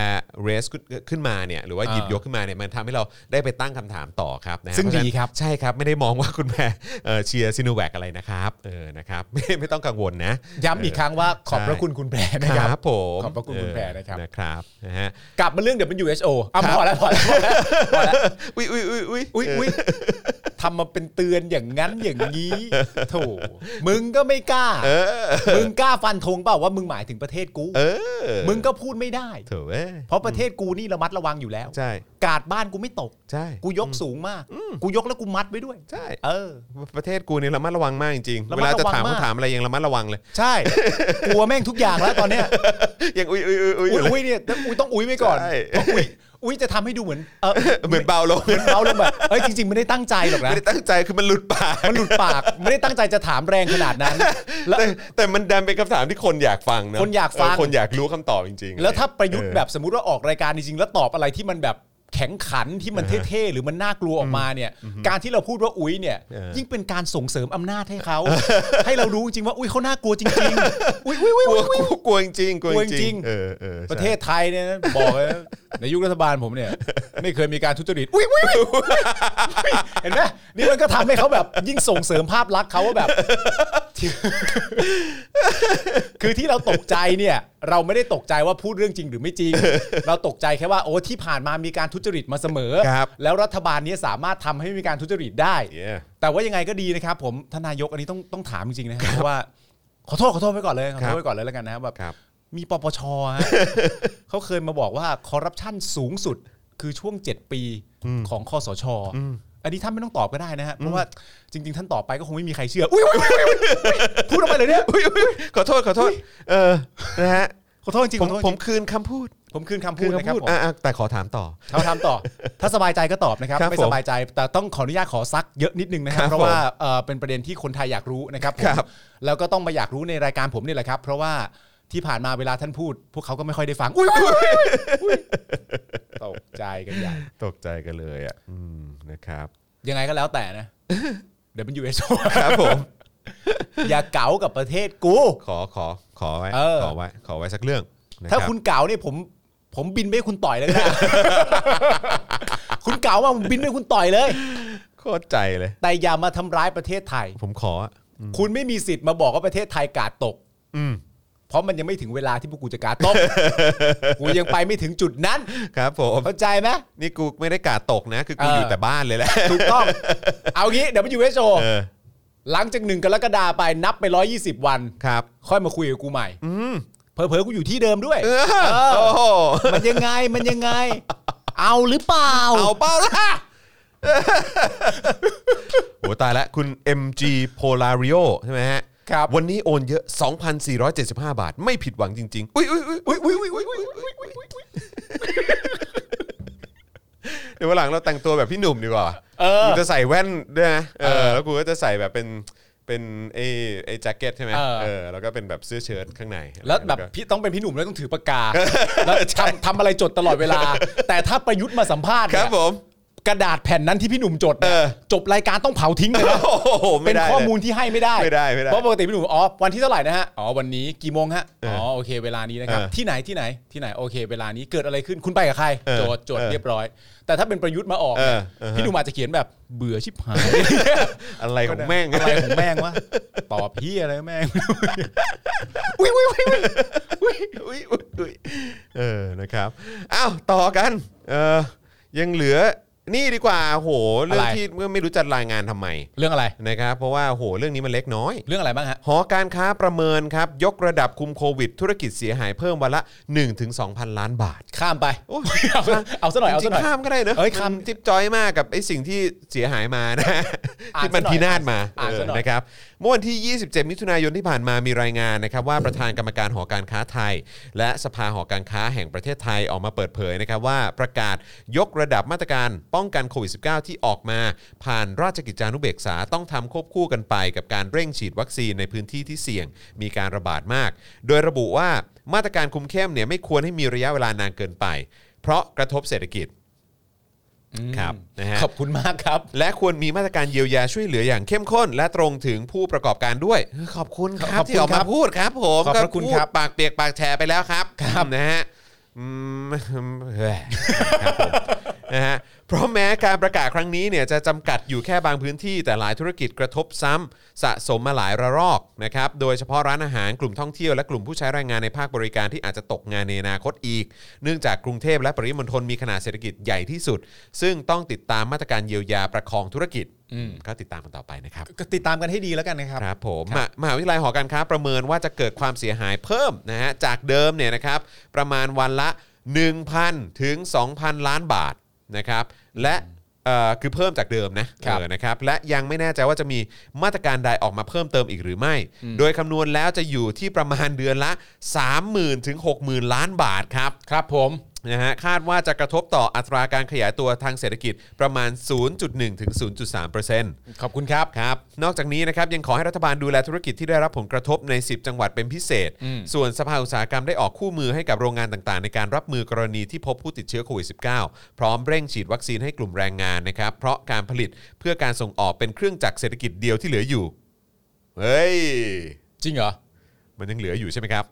S2: เรสขึ้นมาเนี่ยหรือว่าหยิบยกขึ้นมาเนี่ยมันทำให้เราได้ไปตั้งคำถามต่อครับนะฮะ
S3: ซึ่ง
S2: เพาะฉะนั้น
S3: ดีครับ
S2: ใช่ครับไม่ได้มองว่าคุณแพรเอ่อเชียร์ซีโนแวคอะไรนะครับเออนะครับไม่ไม่ต้องกังวลนะ
S3: ย้ำอีกครั้งว่าขอบพระคุณคุณแพรนะ
S2: ค
S3: ครับ
S2: รับผม
S3: ขอบพระคุณคุณแพรนะครับ
S2: เออนะครับนะฮะ
S3: กลับมาเรื่อง WHO อ่ะพอแล้วพอแล้วพอแล้วพอแล้ว
S2: อุ้ยอุ้ยอุ้ยอุ้ย
S3: อุ้ยอุ้ยทำมาเป็นเตือนอย่างนั้นอย่างนี้โถมึงก็ไม่กล้ามึงกล้าฟันธงเปล่าว่ามึงหมายถึงประเทศกู
S2: เออ
S3: มึงก็พูดไม่ได้
S2: เถอะเว้ย
S3: เพราะประเทศกูนี่ระมัดระวังอยู่แล้ว
S2: ใช่
S3: กาดบ้านกูไม่ตก
S2: ใช่
S3: กูยกสูงมาก กูยกแล้วกูมัดไว้ด้วย
S2: ใช่
S3: เออ
S2: ประเทศกูเนี่ยระมัดระวังมากจริงๆ
S3: ระ
S2: เว
S3: มัด
S2: ลา
S3: ระวัง
S2: จะถาม
S3: มาก
S2: คำถามอะไรยังระมัดระวังเลย
S3: ใช่ กลัวแม่งทุกอย่างแล้วตอนเนี้ย
S2: ยังอุ้ยอุ้ยอุ้ยอุ้ย
S3: อุ้ย
S2: เลย
S3: อุ้ยเนี่ยอุ้ยต้องอุ้ยไว้ก่อน
S2: ใช่
S3: ต้องอุ้ย อุ้ยจะทำให้ดูเหมือนเออ
S2: เหมือนเบาลง
S3: เหมือนเบาลงแบบเอ้ยจริงๆไม่ได้ตั้งใจหรอกนะ
S2: ไม่ได้ตั้งใจคือมันหลุดปาก
S3: มันหลุดปากไม่ได้ตั้งใจจะถามแรงขนาด นั้น แล้ว
S2: แต่แต่มันดันเป็นคำถามที่คนอยากฟังนะ
S3: คนอยากฟัง
S2: เคนอยากรู้คำตอบจริงๆ
S3: แล้วถ้าประยุท
S2: เอ
S3: ธ์
S2: อ
S3: แบบสมมติว่าออกรายการจริงๆแล้วตอบอะไรที่มันแบบแข็งขันที่มันเท่ๆหรือมันน่ากลัวออกมาเนี่ย การที่เราพูดว่าอุ้ยเนี่ย
S2: เออ
S3: ยิ่งเป็นการส่งเสริมอำนาจให้เขา ให้เรารู้จริงๆว่าอุ้ยเขาน่ากลัวจริง ๆอุ้ยอุ้ยอุ้ย
S2: กลัวก
S3: อุ๊ยอุ๊ย
S2: ลัวกลัวจริงๆกลัว
S3: กลัว
S2: จ
S3: จริ
S2: ริง
S3: ง
S2: ๆเออเออใช่
S3: ประเทศไทยเนี่ย นะบอกเลยนะในยุครัฐบาลผมเนี่ย ไม่เคยมีการทุจริตอุ้ยอุ้ยอุ๊ยอุ๊ยเห็นไหมนี่มันก็ทำให้เขาแบบยิ่งส่งเสริมภาพลักษณ์เขาว่าแบบ คือที่เราตกใจเนี่ย เราไม่ได้ตกใจว่าพูดเรื่องจริงหรือไม่ จริง เราตกใจแค่ว่าโอ้ที่ผ่านมามีการทุจริตมาเสมอ
S2: ครับ
S3: แล้วรัฐบาลเนี้สามารถทำให้มีการทุจริตได้
S2: Yeah
S3: แต่ว่ายังไงก็ดีนะครับ ผมทานนายกอันนี้ต้องต้องถามจริงๆนะครับเพราะว่าขอโทษขอโทษไปก่อนเลยขอ
S2: ครั
S3: โท
S2: บ
S3: ษไปก่อนเลยแล้วกันนะครับแบบ
S2: ครับ
S3: มีปปชฮ ะ เขาเคยมาบอกว่าคอร์รัปชันสูงสุดคือช่วง 7 ปีของคอสช อันนี้ท่านไม่ต้องตอบก็ได้นะฮะ เพราะว่าจริง ๆ ท่านตอบไปก็คงไม่มีใครเชื่อ อุ๊ยอุ๊ยอุ๊ยอุ๊ยอุ๊ยพูดออกไปเลยเนี่ย
S2: อุ๊ยอุ๊ยขอโทษขอโทษเออนะฮะ
S3: ขอโทษจริง
S2: ผ
S3: ๆข
S2: ม
S3: อโทษ
S2: ผ
S3: ผม ม
S2: คืนคำพูด
S3: ผมคืนคำ
S2: คื
S3: พู
S2: น
S3: ดนะ
S2: คำ
S3: ครับ
S2: พูด
S3: ผม
S2: อ่ะอ่ะแต่ขอถามต่อ
S3: เขาทำ ต่อ ถ้าสบายใจก็ตอบนะครับ
S2: ครับ
S3: ไม่
S2: ผม
S3: สบายใจ แต่ต้องขออนุญาตขอซักเยอะนิดนึงนะค
S2: ค
S3: รั
S2: รั
S3: บบ เพราะว่าเอ่อเป็นประเด็นที่คนไทยอยากรู้นะครับผม
S2: ครับ
S3: แล้วก็ต้องมาอยากรู้ในรายการผมนี่แหละครับ เพราะว่าที่ผ่านมาเวลาท่านพูด พวกเขาก็ไม่ค่อยได้ฟังอุ๊ย อุ๊ยอุ๊ยอุ๊ยตกใจกันใหญ่
S2: ตกใจกันเลยอ่ะอืมนะครับ
S3: ยังไงก็แล้วแต่นะ WHO
S2: ครับผม
S3: อย่าเก๋ากับประเทศกู
S2: ขอขอขอไว้
S3: เออ
S2: ขอไว้ขอไว้สักเรื่องนะ
S3: ถ้า
S2: รับ
S3: คุณเก๋าเนี่ยผม ผมบินไปให้คุณต่อยเลยนะ คุณเก๋ามาผมบินไปให้คุณต่อยเลย
S2: โคตรใจเลย
S3: แต่อย่ามาทำร้ายประเทศไทย
S2: ผมขออ่ะ
S3: คุณไม่มีสิทธิ์มาบอกว่าประเทศไทยกาดตก
S2: อืม
S3: เพราะมันยังไม่ถึงเวลาที่พวกกูจะกาด ตก กูยังไปไม่ถึงจุดนั้น
S2: ครับผม
S3: เข้าใจไหม
S2: นี่กูไม่ได้กาดตกนะ คือกู
S3: เออ
S2: อ
S3: อ
S2: ยู่แต่บ้านเลยแหละ
S3: ถูกต้อง เอางี้ WHO
S2: เออ
S3: หลังจากหนึ่งกรกฎาไปนับไป 120 วัน
S2: ครับ
S3: ค่อยมาคุยกับกูใหม่
S2: อืม
S3: เผลอๆกูอยู่ที่เดิมด้วย
S2: เออโอ้โห
S3: มันยังไงมันยังไง เอาหรือเปล่า
S2: เอาเป้าล่ะโอ้ตายละคุณ MG Polario ใช่ไหมฮะ
S3: ครับ
S2: วันนี้โอนเยอะ 2,475 บาท ไม่ผิดหวังจริง ๆ อุ้ยอุ้ยอุ้ย
S3: อุ้ยอุ้ยอุ้ยอุ้ยอุ๊ยอุ๊ยอุ๊ยอุ๊ย
S2: เดี๋ยววันหลังเราแต่งตัวแบบพี่หนุ่มดีกว่า
S3: เออ
S2: กูจะใส่แว่นด้วยนะเอ
S3: เอ
S2: อ
S3: อ
S2: แล้วกูก็จะใส่แบบเป็นเป็นไอ้ไอ้แจ็คเก็ตใช่ไหม
S3: เออ
S2: เออแล้วก็เป็นแบบเสื้อเชิ้ตข้างใน
S3: แล้วแบบ
S2: ก็
S3: พี่ต้องเป็นพี่หนุ่มแล้วต้องถือปาก กา แล้วทำทำอะไรจดตลอดเวลา แต่ถ้าประยุทธ์มาสัมภาษณ์
S2: ค
S3: เนี่
S2: รับ
S3: ย
S2: ผม
S3: กระดาษแผ่นนั้นที่พี่หนุ่มจด
S2: เอ
S3: เนี่ย
S2: อ
S3: จบรายการต้องเผาทิ้งเลย
S2: โอ้
S3: นะ
S2: โห
S3: เป็
S2: ไม่
S3: น
S2: ได้
S3: ข้อ
S2: เลย
S3: มูลที่ให้ไม่ได้
S2: ไม่ได้ไม่ได้
S3: เพราะปกติพี่หนุ่มอ๋อวันที่เท่าไหร่นะฮะอ๋อวันนี้กี่โมงฮะอ๋อโอเคเวลานี้นะครับ
S2: เออ
S3: ที่ไหนที่ไหนที่ไหนโอเค เวลานี้เกิดอะไรขึ้นคุณไปกับใคร
S2: เออ
S3: โจทย์โจทย์
S2: เออ
S3: เรียบร้อย แต่ถ้าเป็นประยุทธ์มาออกเนี่ย
S2: เออเออฮะ
S3: พี่หนุ่มอาจจะเขียนแบบเบื่อชิบหาย
S2: อะไรของแม่ง
S3: อะไรของแม่งวะตอบพี่อะไรแม่ง อุ้ยอุ้ยอุ้ยอุ๊ย
S2: อุ๊ยอุ๊ยอุ๊ยอุ๊ยเออ นะครับ อ้าว ต่อกัน เออ ยังเหลือ นี่ดีกว่าโห เรื่องที่ไม่รู้จัดรายงานทำไม
S3: เรื่องอะไร
S2: นะครับ เพราะว่าโห เรื่องนี้มันเล็กน้อย
S3: เรื่องอะไรบ้างฮะ
S2: หอการค้าประเมินครับ ยกระดับคุมโควิด ธุรกิจเสียหายเพิ่มวันละ 1-2,000 ล้านบาท
S3: ข้ามไป
S2: โอ้ย
S3: เอาซะ เอาซะหน่อยเอาซะหน่อย
S2: จริงๆข้ามก็ได้เนอะ
S3: เอ้ยข้าม
S2: นทิปจอยมากกับไอ้สิ่งที่เสียหายมานะ
S3: อ่าน
S2: ที่มัน
S3: ซะหน่อย
S2: พินาศมา
S3: อ่านซะหน่อย
S2: เนะครับเมื่อวันที่ 27 มิถุนายนที่ผ่านมามีรายงานนะครับ ว่าประธานกรรมการหอการค้าไทย และสภาหอการค้าแห่งประเทศไทยออกมาเปิดเผยนะครับ ว่าประกาศยกระดับมาตรการป้องกันโควิด -19 ที่ออกมา ผ่านราชกิจจานุเบกษาต้องทำควบคู่กันไป กับการเร่งฉีดวัคซีนในพื้นที่ที่เสี่ยงมีการระบาดมาก โดยระบุว่ามาตรการคุมเข้มเนี่ยไม่ควรให้มีระยะเวลานานเกินไป เพราะกระทบเศรษฐกิจครับนะฮะ
S3: ขอบคุณมากครับ
S2: และควรมีมาตรการเยียวยาช่วยเหลืออย่างเข้มข้น และตรงถึงผู้ประกอบการด้วย ขอบคุณครั
S3: ข
S2: บ
S3: อบคุณ
S2: ที่ออก
S3: ครั
S2: มา
S3: บ
S2: พูดครับ ผม
S3: ขอบพระ
S2: ก็
S3: คุณ
S2: พูด
S3: ครับ
S2: ปากเปียกปากแฉไปแล้วครับครับนะฮะอืม เฮ้ยครับผมนะฮะเพราะแม้การประกาศครั้งนี้เนี่ยจะจำกัดอยู่แค่บางพื้นที่ แต่หลายธุรกิจกระทบซ้ำสะสมมาหลายระลอกนะครับโดยเฉพาะร้านอาหารกลุ่มท่องเที่ยวและกลุ่มผู้ใช้แรงงานในภาคบริการที่อาจจะตกงานในอนาคตอีก เนื่องจากกรุงเทพและปริมณฑลมีขนาดเศรษฐกิจใหญ่ที่สุด ซึ่งต้องติดตามมาตรการเยียวยาประคองธุรกิจ
S3: อืม
S2: ก็ติดตามกันต่อไปนะครับ
S3: ก็ติดตามกันให้ดีแล้วกันนะครับ
S2: ครับผมมามหาวิทยาลัยหอการค้าประเมินว่าจะเกิดความเสียหายเพิ่มนะฮะจากเดิมเนี่ยนะครับประมาณวันละ 1,000 ถึง 2,000 ล้านบาทนะครับและเอ่อคือเพิ่มจากเดิมนะครับ เออนะครับและยังไม่แน่ใจว่าจะมีมาตรการใดออกมาเพิ่มเติมอีกหรือไม่ โดยคำนวณแล้วจะอยู่ที่ประมาณเดือนละ 30,000 ถึง 60,000 ล้านบาทครับ
S3: ครับผม
S2: นะฮะคาดว่าจะกระทบต่ออัตราการขยายตัวทางเศรษฐกิจประมาณ 0.1 ถึง 0.3%
S3: ขอบคุณครับ
S2: ครับนอกจากนี้นะครับยังขอให้รัฐบาลดูแลธุรกิจที่ได้รับผลกระทบใน 10 จังหวัดเป็นพิเศษ
S3: อืม
S2: ส่วนสภาอุตสาหกรรมได้ออกคู่มือให้กับโรงงานต่างๆ ในการรับมือกรณีที่พบผู้ติดเชื้อโควิด -19 พร้อมเร่งฉีดวัคซีนให้กลุ่มแรงงานนะครับเพราะการผลิตเพื่อการส่งออกเป็นเครื่องจักรเศรษฐกิจเดียวที่เหลืออยู่ เฮ้ย
S3: จริงเหรอ
S2: มันยังเหลืออยู่ใช่ไหมครับ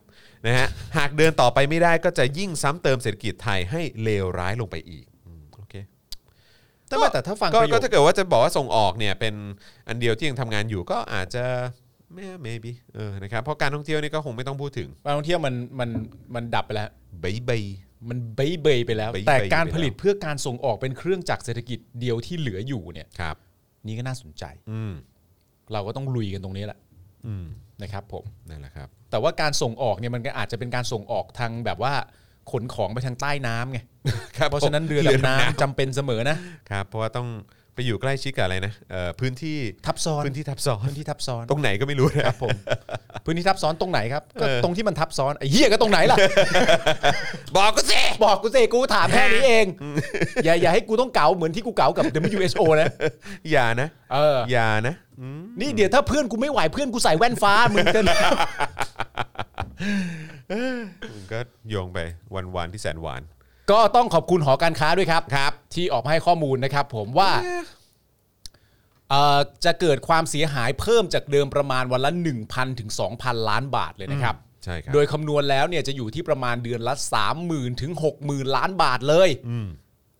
S2: นะฮะหากเดินต่อไปไม่ได้ก็จะยิ่งซ้ำเติมเศรษฐกิจไทยให้เลวร้ายลงไปอีกอืมโอเค
S3: แต่ว่าแต่ถ้าฟัง
S2: ก็
S3: ประโย
S2: ก็
S3: ค
S2: ถ้าเกิดว่าจะบอกว่าส่งออกเนี่ยเป็นอันเดียวที่ยังทำงานอยู่ก็อาจจะไม่ maybe เออนะครับเพราะการท่องเที่ยวนี่ก็คงไม่ต้องพูดถึง
S3: การท่องเที่ยวมันมันมันดับไปแล้ว
S2: บายบาย
S3: มันเบยเบยไปแล้ว
S2: เบยๆ
S3: แต่การผลิตเพื่อการส่งออกเป็นเครื่องจักรเศรษฐกิจเดียวที่เหลืออยู่เนี่ย
S2: ครับ
S3: นี่ก็น่าสนใจ
S2: อืม
S3: เราก็ต้องลุยกันตรงนี้แหละ
S2: อืม
S3: นะครับผม
S2: นั่นแหละครับ
S3: แต่ว่าการส่งออกเนี่ยมันก็อาจจะเป็นการส่งออกทางแบบว่าขนของไปทางใต้น้ำไง
S2: ครับ
S3: เพราะฉะนั้นเรือดำน้ำจำเป็นเสมอนะ
S2: ครับเพราะว่าต้องไปอยู่ใกล้ชิดกับอะไรนะเอ่อพื้นที่
S3: ทับซ้อน
S2: พื้นที่ทับซ้อน
S3: พื้นที่ทับซ้อน
S2: ตรงไหนก็ไม่รู้นะ
S3: ครับผม พื้นที่ทับซ้อนตรงไหนครับ ก็
S2: เออ
S3: ตรงที่มันทับซ้อนไอ้เหี้ยก็ตรงไหนล่ะ
S2: บอกก็สิ
S3: บอกกูสิกูถามแค่นี้เอง อย่าอย่าให้กูต้องเก๋าเหมือนที่กูเก๋ากับ WHO นะ
S2: อย่านะ
S3: เออ
S2: อย่านะ
S3: นี่เดี๋ยวถ้าเพื่อนกูไม่ไหวเพื่อนกูใส่แว่นฟ้ามึงจะ
S2: มึงก็โยงไปวันวานๆที่แสนหวาน
S3: ก็ต้องขอบคุณหอการค้าด้วยครับครับ ที่ออกมาให้ข้อมูลนะครับ ผมว่าเอ่อจะเกิดความเสียหายเพิ่มจากเดิมประมาณวันละ 1,000 ถึง 2,000 ล้านบาทเลยนะครับ
S2: ใช่ครับ
S3: โดยคำนวณแล้วเนี่ยจะอยู่ที่ประมาณเดือนละ 30,000 ถึง 60,000 ล้านบาทเลย
S2: อืม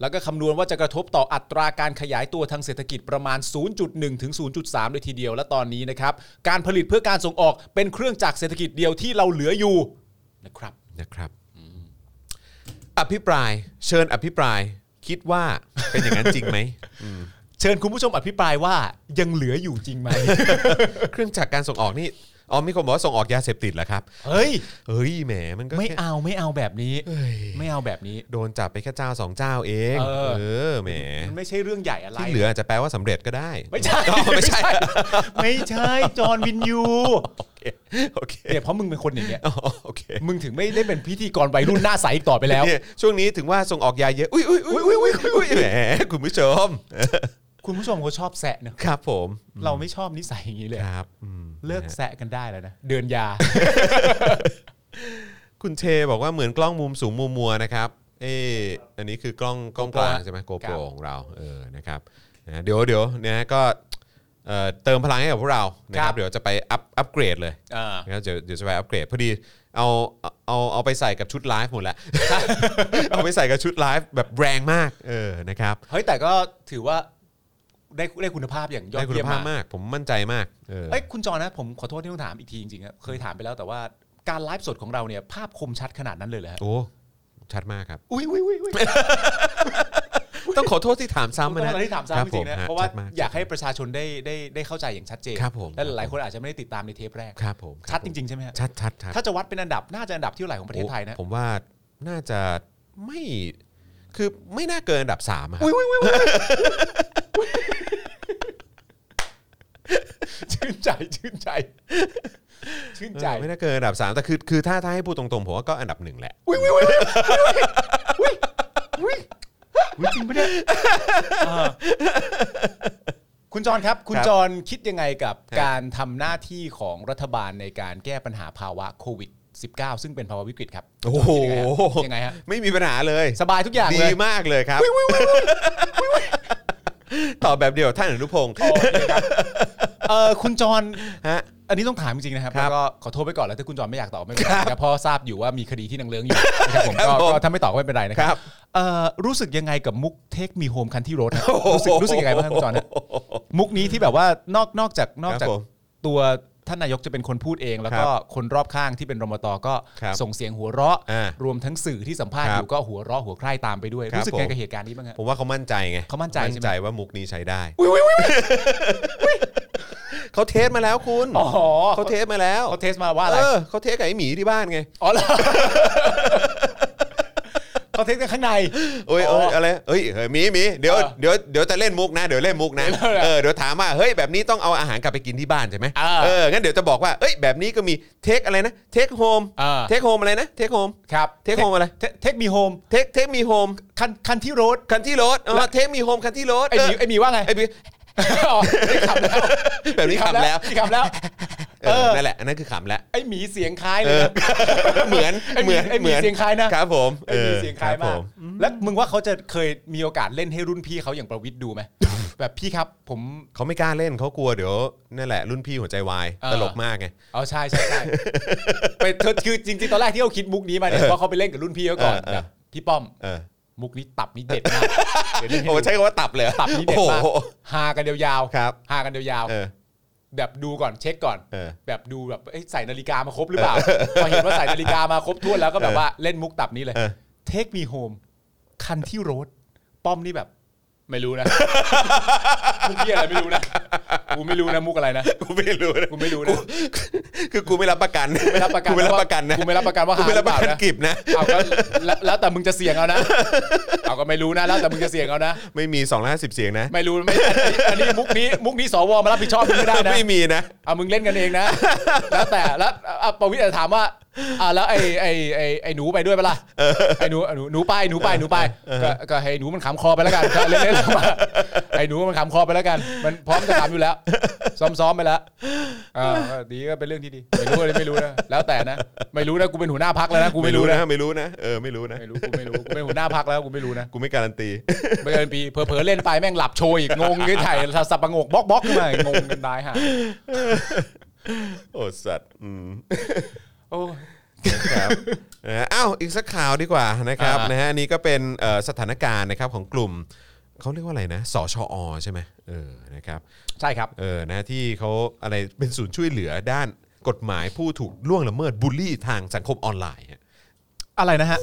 S3: แล้วก็คำนวณว่าจะกระทบต่ออัตราการขยายตัวทางเศรษฐกิจประมาณ 0.1 ถึง 0.3 เลยทีเดียว และตอนนี้นะครับ การผลิตเพื่อการส่งออกเป็นเครื่องจักรเศรษฐกิจเดียวที่เราเหลืออยู่นะครับ
S2: นะครับอภิปรายเชิญอภิปรายคิดว่าเป็นอย่างนั้นจริง ไหม
S3: เชิญคุณผู้ชมอภิปรายว่ายังเหลืออยู่จริงไหม
S2: เครื่องจักรการส่งออกนี่ อ๋อมีคนบอกว่าส่งออกยาเสพติดเหรอครับ
S3: เฮ้ย
S2: เฮ้ย แหม มันก็
S3: ไม่
S2: แค่
S3: เอาไม่เอาแบบนี้
S2: เฮ้ย
S3: ไม่เอาแบบนี้
S2: โดนจับไปแค่เจ้าสองเจ้าเอง
S3: เออ
S2: เออ แหม
S3: มันไม่ใช่เรื่องใหญ่อะไร
S2: ที่เหลืออาจจะแปลว่าสำเร็จก็ได้
S3: ไม่ใช่ไม่ใช่ ไม่ใช่จอห์นวินยู
S2: โอเค โอเค
S3: เนี่ยเพราะมึงเป็นคนอย่างเงี้ย
S2: อ๋อโอเค
S3: มึงถึงไม่ได้เป็นพิธีกรวัยรุ่นหน้าใสอีกต่อไปแล้ว
S2: เนี่ยช่วงนี้ถึงว่าส่งออกยาเยอะ อุ้ยอุ้ยอุ้ยอุ้ยอุ้ยอุ้ยแหม คุณผู้ชม
S3: คุณผู้ชมเขาชอบแซะเนอะ
S2: ครับผม
S3: เราไม่ชอบนิสัยอย่างนี้เลย
S2: ครับอืม
S3: เลิกแซะกันได้แล้วนะ เดินยา
S2: คุณเชบอกว่าเหมือนกล้องมุมสูงมัวมัวๆนะครับ เอออันนี้คือกล้องกล้องกลางใช่ไหมโกโปรของเรา เออ นะครับนะเดี๋ยวเดี๋ยวเนี่ยก็เอ่อเติมพลังให้กับพวกเรา นะค
S3: ครั
S2: รับ
S3: บ
S2: เดี๋ยวจะไปอัพอัพเกรดเลย
S3: อ่า
S2: นะครับเดี๋ยวเดี๋ยวจะไปอัปเกรดพอดีเอาเอาเอาเอาไปใส่กับชุดไลฟ์หมดแล้ว เอาไปใส่กับชุดไลฟ์แบบแรงมากเออนะครับ
S3: เฮ้ยแต่ก็ถือว่าได้ได้คุณภาพอย่างยอ
S2: ได้
S3: ด
S2: คุณ
S3: เยี่ยม
S2: ภาพ
S3: มาก
S2: มาก ผมมั่นใจมากเออ
S3: เอ้ยคุณจอนะผมขอโทษที่ต้องถามอีกทีจริงๆครับเคยถามไปแล้วแต่ว่าการไลฟ์สดของเราเนี่ยภาพคมชัดขนาดนั้นเลยเหรอฮะ
S2: โอ้ชัดมากครับ
S3: อุ้ยอุ้ยอุ้ยอุ้ย
S2: ต้องขอโทษที่ถามซ้ำ
S3: ต้อง
S2: นะ
S3: ตอนที่ถาม
S2: ค
S3: ซ้ำ
S2: บ
S3: จริงๆนะ
S2: ผมฮ
S3: เพราะว่า
S2: ชัดมก
S3: อยากให้ประชาชนได้ได้ได้เข้าใจอย่างชัดเจน
S2: ครับผม
S3: และหลายๆคนอาจจะไม่ได้ติดตามในเทปแรก
S2: ครับผม
S3: ชัดจริงๆใช่ไหมฮะ
S2: ๆชัดชัดชัด
S3: ถ้าจะวัดเป็นอันดับน่าจะอันดับที่เท่าไหร่ของประเทศไทยนะ
S2: โอ้ผมว่าน่าจะไม่คือไม่น่าเกินอันดับสามอะครับ
S3: อุ้ยอุ้ยอุ้ยอุ๊ยชื่นใจชื่นใจ ชื่นใจ
S2: เออไม่น่าเกินอันดับสามแต่คือคือถ้าถ้าให้พูดตรงๆผมว่าก็อันดับหนึ่งแหละ
S3: อุ้ยอุ้ยอุ้ยอุ้ยอุ้ยอุ้ยอุ้ยจริงปะเนี่ย อ่า คุณจรครับ คุณ
S2: ครับ
S3: จรคิดยังไงกับ
S2: ครับ
S3: การทำหน้าที่ของรัฐบาลในการแก้ปัญหาภาวะโควิด -19 ซึ่งเป็นภาวะวิกฤตครับ
S2: โอ้โห
S3: ยังไงฮะ
S2: ไม่มีปัญหาเลย
S3: สบายทุกอย่าง
S2: ดี
S3: เลย
S2: มากเลยครับตอบแบบเดียวกับท่านอนุพงศ์
S3: เออคุณจร
S2: ฮะ
S3: อันนี้ต้องถามจริงๆนะครับ
S2: ครับ
S3: แล้วก็ขอโทษไปก่อนแล้วถ้าคุณจรไม่อยากตอบไม่เป็นไรนะครับเพราะทราบอยู่ว่ามีคดีที่นางเลื้งอยู่ นะครับผม
S2: ครับผ
S3: ก็
S2: ม
S3: ก็ถ้าไม่ตอบก็ไม่เป็นไรนะค
S2: ครั
S3: รับบ เอ่อรู้สึกยังไงกับมุกเทคมีโฮมคันที่รถรู้สึกรู้สึกยังไงบ้างครับคุณจรนะ มุกนี้ที่แบบว่านอกนอกจากนอกจาก
S2: ผม
S3: ตัวท่านนายกจะเป็นคนพูดเอง แล้วก็คนรอบข้างที่เป็นรมตก็
S2: ครับ
S3: ส่งเสียงหัวเราะ
S2: อ่าร
S3: วมทั้งสื่อที่สัมภาษณ์
S2: ครั
S3: อบ ยู่ก็หัวเราะหัวใคร่ตามไปด้วย
S2: ครับ
S3: รู้สึกไง
S2: ผม
S3: กับเหตุการณ์นี้บ้างฮะ
S2: ผมว่าเขามั่นใจไง
S3: เขามั่นใจใช่ไหม
S2: มั่นใจว่ามุกนี้ใช้ได้เขาเทสมาแล้วคุณ
S3: อ๋อ
S2: เขาเทสมาแล้ว
S3: เขาเทสมาว่าอะไร
S2: เออเขาเทสกับไอ้หมีที่บ้านไง
S3: อ๋อเหรอ คอนเทนต์กันข้างใน
S2: โอ้ยเอ้ยอะไรเอ้ยเฮ้ยหมีหมีเดี๋ยว
S3: เออ
S2: เดี๋ยวเดี๋ยวจะเล่นมุกนะ เดี๋ยวเล่นมุกนะ เออเดี๋ยวถามว่าเฮ้ยแบบนี้ต้องเอาอาหารกลับไปกินที่บ้านใช่ไหม
S3: อ่า
S2: เอองั้นเดี๋ยวจะบอกว่าเอ้ยแบบนี้ก็มีเทคอะไรนะเทคโฮม
S3: อ่า
S2: เทคโฮมอะไรนะเทคโฮม
S3: ครับ
S2: เทคโฮมอะไร
S3: เทคมีโฮม
S2: เทคเทคมีโฮม
S3: คันคันที่รถ
S2: คันที่รถอ๋
S3: แล้
S2: อ
S3: ว
S2: เทคมีโฮมคันที่รถ
S3: ไอหมี
S2: เ
S3: ไอหมีว่าไง
S2: ไอ้บี
S3: อ๋อนี่ขำแล้ว
S2: แบบนี้ขำแล้ว
S3: นี่ขำแล้ว
S2: เออ
S3: เออ
S2: นั่นแหละอันนั้นคือขำแล้ว
S3: ไอหมีเสียงคล้ายเล
S2: เอย อ
S3: นะ
S2: เหมือน
S3: ไอห
S2: เห
S3: มี
S2: มือน
S3: ไอห
S2: เห
S3: มี
S2: มือน
S3: เสียงคล้ายนะครับ
S2: ผม
S3: ไอหมีเสียงคล้าย
S2: รับผ
S3: มากแล้วมึงว่าเขาจะเคยมีโอกาสเล่นให้รุ่นพี่เขาอย่างประวิทย์ดูไหม แบบพี่ครับผม
S2: เขาไม่กล้าเล่นเขากลัวเดี๋ยวนั่นแหละ รุ่นพี่หัวใจวาย
S3: เออ
S2: ตลกมากไง
S3: เอาใช่ใช่ใช่ ไปเธอคือจริงๆตอนแรกที่เขาคิดมุกนี้มาเนี่ยเพราะเขาไปเล่นกับรุ่นพี่เขาก่อน
S2: เออเออ
S3: แบบพี่ป้อม
S2: เออ
S3: มุกนี้ตับนี่เด็ดมากเดี๋ยวเล่นให้
S2: โอ้
S3: ดู
S2: ใช้คำว่าตับเลยเหรอ
S3: ตับนี่เด็ดมาก
S2: โอ้โห
S3: ฮากันยาว
S2: ครับ
S3: ๆฮากันยาว
S2: เออ
S3: ๆแบบดูก่อนเช็คก่อน
S2: เออ
S3: แบบดูแบบเอ้ยใส่นาฬิกามาครบหรือเปล่าพอเห็นว่าใส่นาฬิกามาครบถ้วนแล้วก็แบบว่าเล่นมุกตับนี้เลย
S2: เออ
S3: เทคมีโฮมคันที่โรดป้อมนี่แบบ ไม่รู้นะ มุกเหียอะไรไม่รู้นะกูไม่รู้นะมุกอะไรนะ
S2: กูไม่รู้นะ
S3: กูไม่รู้นะ
S2: คือกูไม่รับประกัน
S3: ไม่รับประกัน
S2: กูไม่รับประกันนะ
S3: กูไม่รับประกันว่า
S2: กู
S3: หา
S2: ไม่รับประ
S3: ห
S2: กัน
S3: อเปล่านะ
S2: กิบนะ
S3: เอาก็แล้วแล้วแต่มึงจะเสี่ยงเอานะ เอาก็ไม่รู้นะ แล้วแต่มึงจะเสี่ยงเอานะ
S2: ไม่มี250เสียงนะ
S3: ไม่รู้ไม่อันนี้มุกนี้มุกนี้สวมารับผิดชอบมึงไม่ได้นะ
S2: ไม่มีนะ
S3: เอามึงเล่นกันเอง นะ แล้วแต่แล้วอ่ะประวิทย์อาจจะถามว่าอ่ะแล้วไอ้ไอ้ไอ้ไอ้หนูไปด้วยปะล่ะไอ้หนูหนูหนูไปหนูไปหนูไปก็ก็ให้หนูมันขำคอไปแล้วกันก็เล่นเล่นๆ มาไอ้หนูมันขำคอไปแล้วกัน มันพร้อมจะขำ อยู่แล้ว ซ้อมๆไปแล้วอ่าก็ดีก็เป็นเรื่องที่ดีไม่รู้เลยไม่รู้นะแล้วแต่นะไม่รู้นะกูเป็นหัวหน้าพักแล้วนะกูไม่รู้นะ
S2: ไม่รู้นะเออไม่รู้นะ
S3: ไม่รู้กูไม่รู้กูเป็นหัวหน้าพักแล้วกูไม่รู้นะ
S2: กูไม่การันตี
S3: ไม่เกินปีเผลอๆเล่นไปแม่งหลับโชยอีกงงไอ้ไถ่สับประงกบล็อกบล็อกขึ้นมาอีกงงกันได้ฮะ
S2: โอ้สัตว์อืม
S3: โอ้
S2: ครับนะฮะอ้าวอีกสักข่าวดีกว่านะครับ
S3: อ่าน
S2: นะฮะอันนี่ก็เป็นเอ่อสถานการณ์นะครับของกลุ่มเขาเรียกว่าอะไรนะสชอใช่ไหมเออนะครับ
S3: ใช่ครับ
S2: เออนะที่เขาอะไรเป็นศูนย์ช่วยเหลือด้านกฎหมายผู้ถูกล่วงละเมิดบูลลี่ทางสังคมออนไลน์ฮะ
S3: อะไรนะฮะ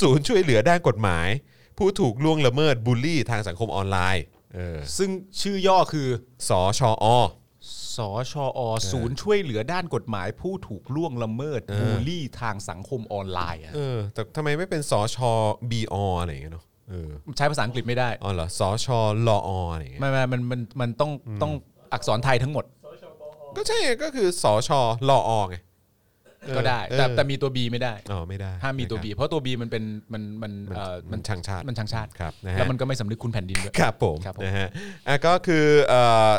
S2: ศูนย์ช่วยเหลือด้านกฎหมาย ผู้ถูกล่วงละเมิดบูลลี่ทางสังคมออนไลน์เออ
S3: ซึ่งชื่อย่อคือ
S2: สชอ
S3: สชอศูนย์ช่วยเหลือด้านกฎหมายผู้ถูกล่วงละเมิดบูลลี่ทางสังคมออนไลน์อะ
S2: เออแต่ทำไมไม่เป็นสชบออะไรอย่างเงี้ยเนาะเออ
S3: ใช้ภาษาอังกฤษไม่ได้
S2: อ๋อเหรอสชลออะไรอย่างเงี้ย
S3: ไม่ไม่มันมันมันต้องต้องอักษรไทยทั้งหมด
S2: ก็ใช่ไงก็คือสชลอไง
S3: ก็ได้
S2: เออ
S3: แต่แต่มีตัว B ไม่ได้
S2: อ๋อไม่ได้
S3: ห้ามมีตัว B
S2: นะครับ
S3: เพราะตัว B มันเป็นมันมันเอ่อ
S2: มันชังชาติ
S3: มันทางชาติ
S2: ครับนะฮะ
S3: แล้วมันก็ไม่สำนึกคุณแผ่นดินด้วย
S2: ครับผม
S3: ครับผม
S2: นะฮะอ่ะก็คือเอ่อ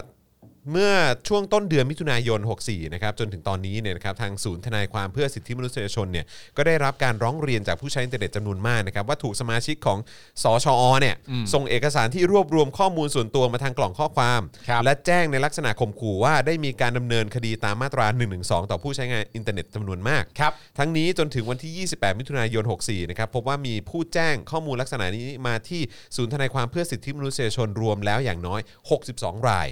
S2: เมื่อช่วงต้นเดือนมิถุนายน 64 นะครับจนถึงตอนนี้เนี่ยนะครับทางศูนย์ทนายความเพื่อสิทธิมนุษยชนเนี่ยก็ได้รับการร้องเรียนจากผู้ใช้อินเทอร์เน็ตจำนวนมากนะครับว่าถูกสมาชิกของสอชอเนี่ยส่งเอกสารที่รวบรวมข้อมูลส่วนตัวมาทางกล่องข้อความ
S3: ครับ
S2: และแจ้งในลักษณะข่มขู่ว่าได้มีการดำเนินคดีตามมาตรา 112 ต่อผู้ใช้งานอินเทอร์เน็ตจำนวนมาก
S3: ครับ
S2: ทั้งนี้จนถึงวันที่ 28 มิถุนายน 64 นะครับ พบว่ามีผู้แจ้งข้อมูลลักษณะนี้มาที่ศูนย์ทนายความเพื่อสิทธิมนุษยชนรวมแล้วอย่างน้อย 62 ราย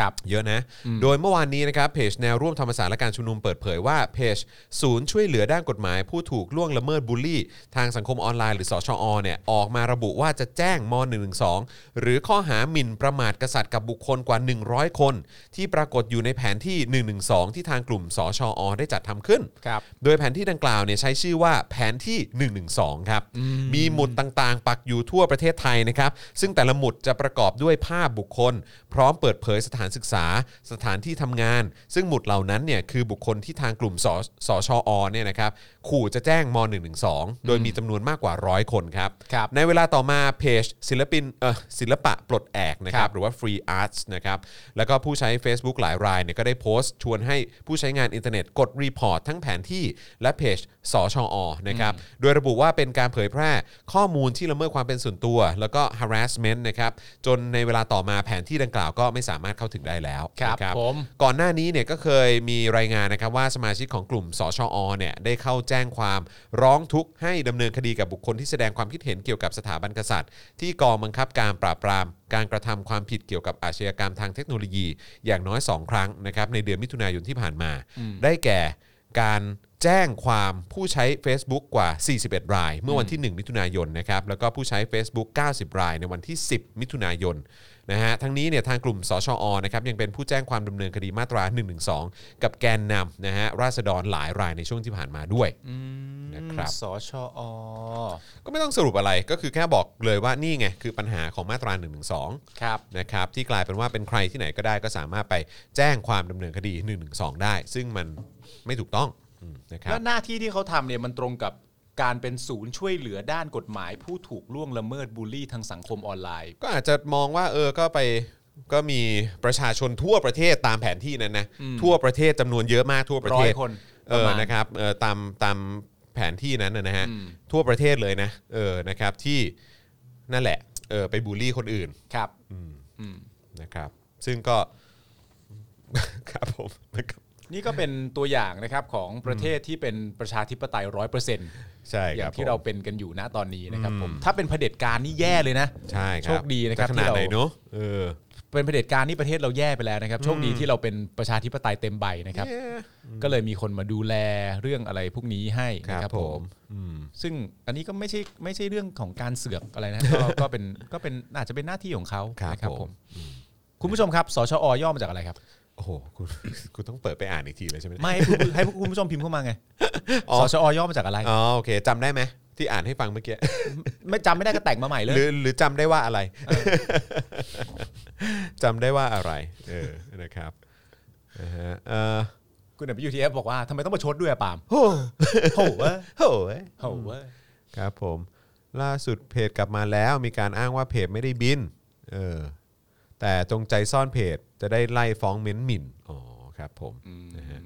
S3: ครับ
S2: เยอะนะ โดยเมื่อวานนี้นะครับเพจแนวร่วมธรรมศาสตร์และการชุมนุมเปิดเผยว่าเพจศูนย์ช่วยเหลือด้านกฎหมาย ผู้ถูกล่วงละเมิดบูลลี่ ทางสังคมออนไลน์หรือสชอเนี่ยออกมาระบุว่าจะแจ้งม .112 หรือข้อหาหมิ่นประมาทกษัตริย์กับบุคคลกว่า 100 คน ที่ปรากฏอยู่ในแผนที่ 112 ที่ทางกลุ่มสชอได้จัดทำขึ้น
S3: ครับ
S2: โดยแผนที่ดังกล่าวเนี่ยใช้ชื่อว่าแผนที่ 112 ครับ มีหมุดต่างๆ ปักอยู่ทั่วประเทศไทยนะครับ ซึ่งแต่ละหมุดจะประกอบด้วยภาพบุคคล พร้อมเปิดเผยสถานศึกษา สถานที่ทำงาน ซึ่งหมุดเหล่านั้นเนี่ยคือบุคคลที่ทางกลุ่มสสชอเนี่ยนะครับขู่จะแจ้งม .112 โดยมีจำนวนมากกว่าร้อยคนครับ
S3: ครับ
S2: ในเวลาต่อมาเพจศิลปินเออศิลปะปลดแอกนะค
S3: ครั
S2: รับบ หรือว่า Free Arts นะครับแล้วก็ผู้ใช้ Facebook หลายรายเนี่ยก็ได้โพสต์ ชวนให้ผู้ใช้งานอินเทอร์เน็ตกดรีพอร์ตทั้งแผนที่และเพจสชอนะครับโดยระบุว่าเป็นการเผยแพร่ข้อมูลที่ละเมิดความเป็นส่วนตัว แล้วก็ harassment นะครับจนในเวลาต่อมาแผนที่ดังกล่าวก็ไม่สามารถเข้าถึงได้แล้ว
S3: ครับ
S2: นะ
S3: ผม
S2: ก่อนหน้านี้เนี่ยก็เคยมีรายงานนะครับว่าสมาชิกของกลุ่มสชอเนี่ยได้เข้าแจ้งความร้องทุกข์ให้ดำเนินคดีกับบุคคลที่แสดงความคิดเห็นเกี่ยวกับสถาบันกษัตริย์ ที่กองบังคับการปราบปราม การกระทำความผิดเกี่ยวกับอาชญากรรมทางเทคโนโลยี อย่างน้อย 2 ครั้งนะครับในเดือนมิถุนายนที่ผ่านมา ได้แก่การ แจ้งความผู้ใช้ Facebook กว่า 41 ราย เมื่อวันที่ 1 มิถุนายนนะครับแล้วก็ผู้ใช้ Facebook 90 ราย ในวันที่ 10 มิถุนายนนะฮะทั้งนี้เนี่ยทางกลุ่มสชอนะครับยังเป็นผู้แจ้งความดำเนินคดีมาตรา 112 กับแกนนำนะฮะราษฎรหลายรายในช่วงที่ผ่านมาด้วย นะครับ
S3: สชอ
S2: ก็ไม่ต้องสรุปอะไรก็คือแค่บอกเลยว่านี่ไงคือปัญหาของมาตรา1นึ
S3: ครับ
S2: นะครับที่กลายเป็นว่าเป็นใครที่ไหนก็ได้ก็สามารถไปแจ้งความดำเนินคดี1นึได้ ซึ่งมันไม่ถูกต้องอืมนะครั
S3: แล้
S2: บ
S3: วหน้าที่ที่เขาทำเนี่ยมันตรงกับการเป็นศูนย์ช่วยเหลือด้านกฎหมาย ผู้ถูกล่วงละเมิดบูลลี่ทางสังคมออนไลน์
S2: ก็อาจจะมองว่าเออก็ไปก็มีประชาชนทั่วประเทศตามแผนที่นั้นนะทั่วประเทศจำนวนเยอะมากทั่วประเทศ
S3: ร้อยคน
S2: เอ
S3: ประ
S2: อ
S3: มาณ
S2: นะครับเออตามตามแผนที่นั้นนะนะฮะ
S3: อืม
S2: ทั่วประเทศเลยนะเออนะครับที่นั่นแหละเออไปบูลลี่คนอื่น
S3: ครับ
S2: นะครับ ซึ่งก็ ครับผมนะครับ
S3: นี่ก็เป็นตัวอย่างนะครับของประเทศที่เป็นประชาธิปไตยร้อยเปอร์เซ็นต์
S2: ใช่
S3: อ
S2: ค
S3: ย่า
S2: รับ
S3: งที่เรา
S2: ผม
S3: เป็นกันอยู่นะตอนนี้นะครับผมถ้าเป็นเผด็จการนี่แย่เลยนะ
S2: ใช่ครับ
S3: โชคดีนะครับ
S2: จขนาด
S3: ที่เรา
S2: ไหนเนอะเออ
S3: เป็นเผด็จการนี่ประเทศเราแย่ไปแล้วนะครับโชคดีที่เราเป็นประชาธิปไตยเต็มใบนะครับ
S2: เย้
S3: ก็เลยมีคนมาดูแลเรื่องอะไรพวกนี้ให้
S2: ครั
S3: นะ
S2: บ
S3: ครับ
S2: ผ
S3: ผม ม
S2: อืม
S3: ซึ่งอันนี้ก็ไม่ใช่ไม่ใช่เรื่องของการเสือกอะไร นะ ก็ก็เป็นก็เป็นอาจจะเป็นหน้าที่ของเขา
S2: ครับ
S3: นะ
S2: ผม
S3: คุณผู้ชมครับสชอย่อมาจากอะไรครับ
S2: โอ้โหคุณคุณต้องเปิดไปอ่านอีกทีเลยใช่ไหม
S3: ไม่ให้คุณให้คุณผู้ชมพิมพ์เข้ามาไง
S2: อ๋อ
S3: สชอย่อมาจากอะไร
S2: อ๋อโอเคจำได้ไหมที่อ่านให้ฟังเมื่อกี้
S3: ไม่จำไม่ได้ก็แต่งมาใหม่เล
S2: หรื
S3: ย
S2: อหรือจำได้ว่าอะไร จำได้ว่าอะไร เออนะครับนะฮะเออ
S3: คุณแบบยูทีเอฟบอกว่าทำไมต้องมาชดด้วยอะปาล์ม
S2: โอ้
S3: โหเว้ย
S2: โห
S3: โหเว้ย
S2: ครับผม ล่าสุดเพจกลับมาแล้ว มีการอ้างว่าเพจไม่ได้บิน เออ แต่จงใจซ่อนเพจจะได้ไล่ฟ้องเม้นหมิ่นอ๋อครับ ผมนะฮะ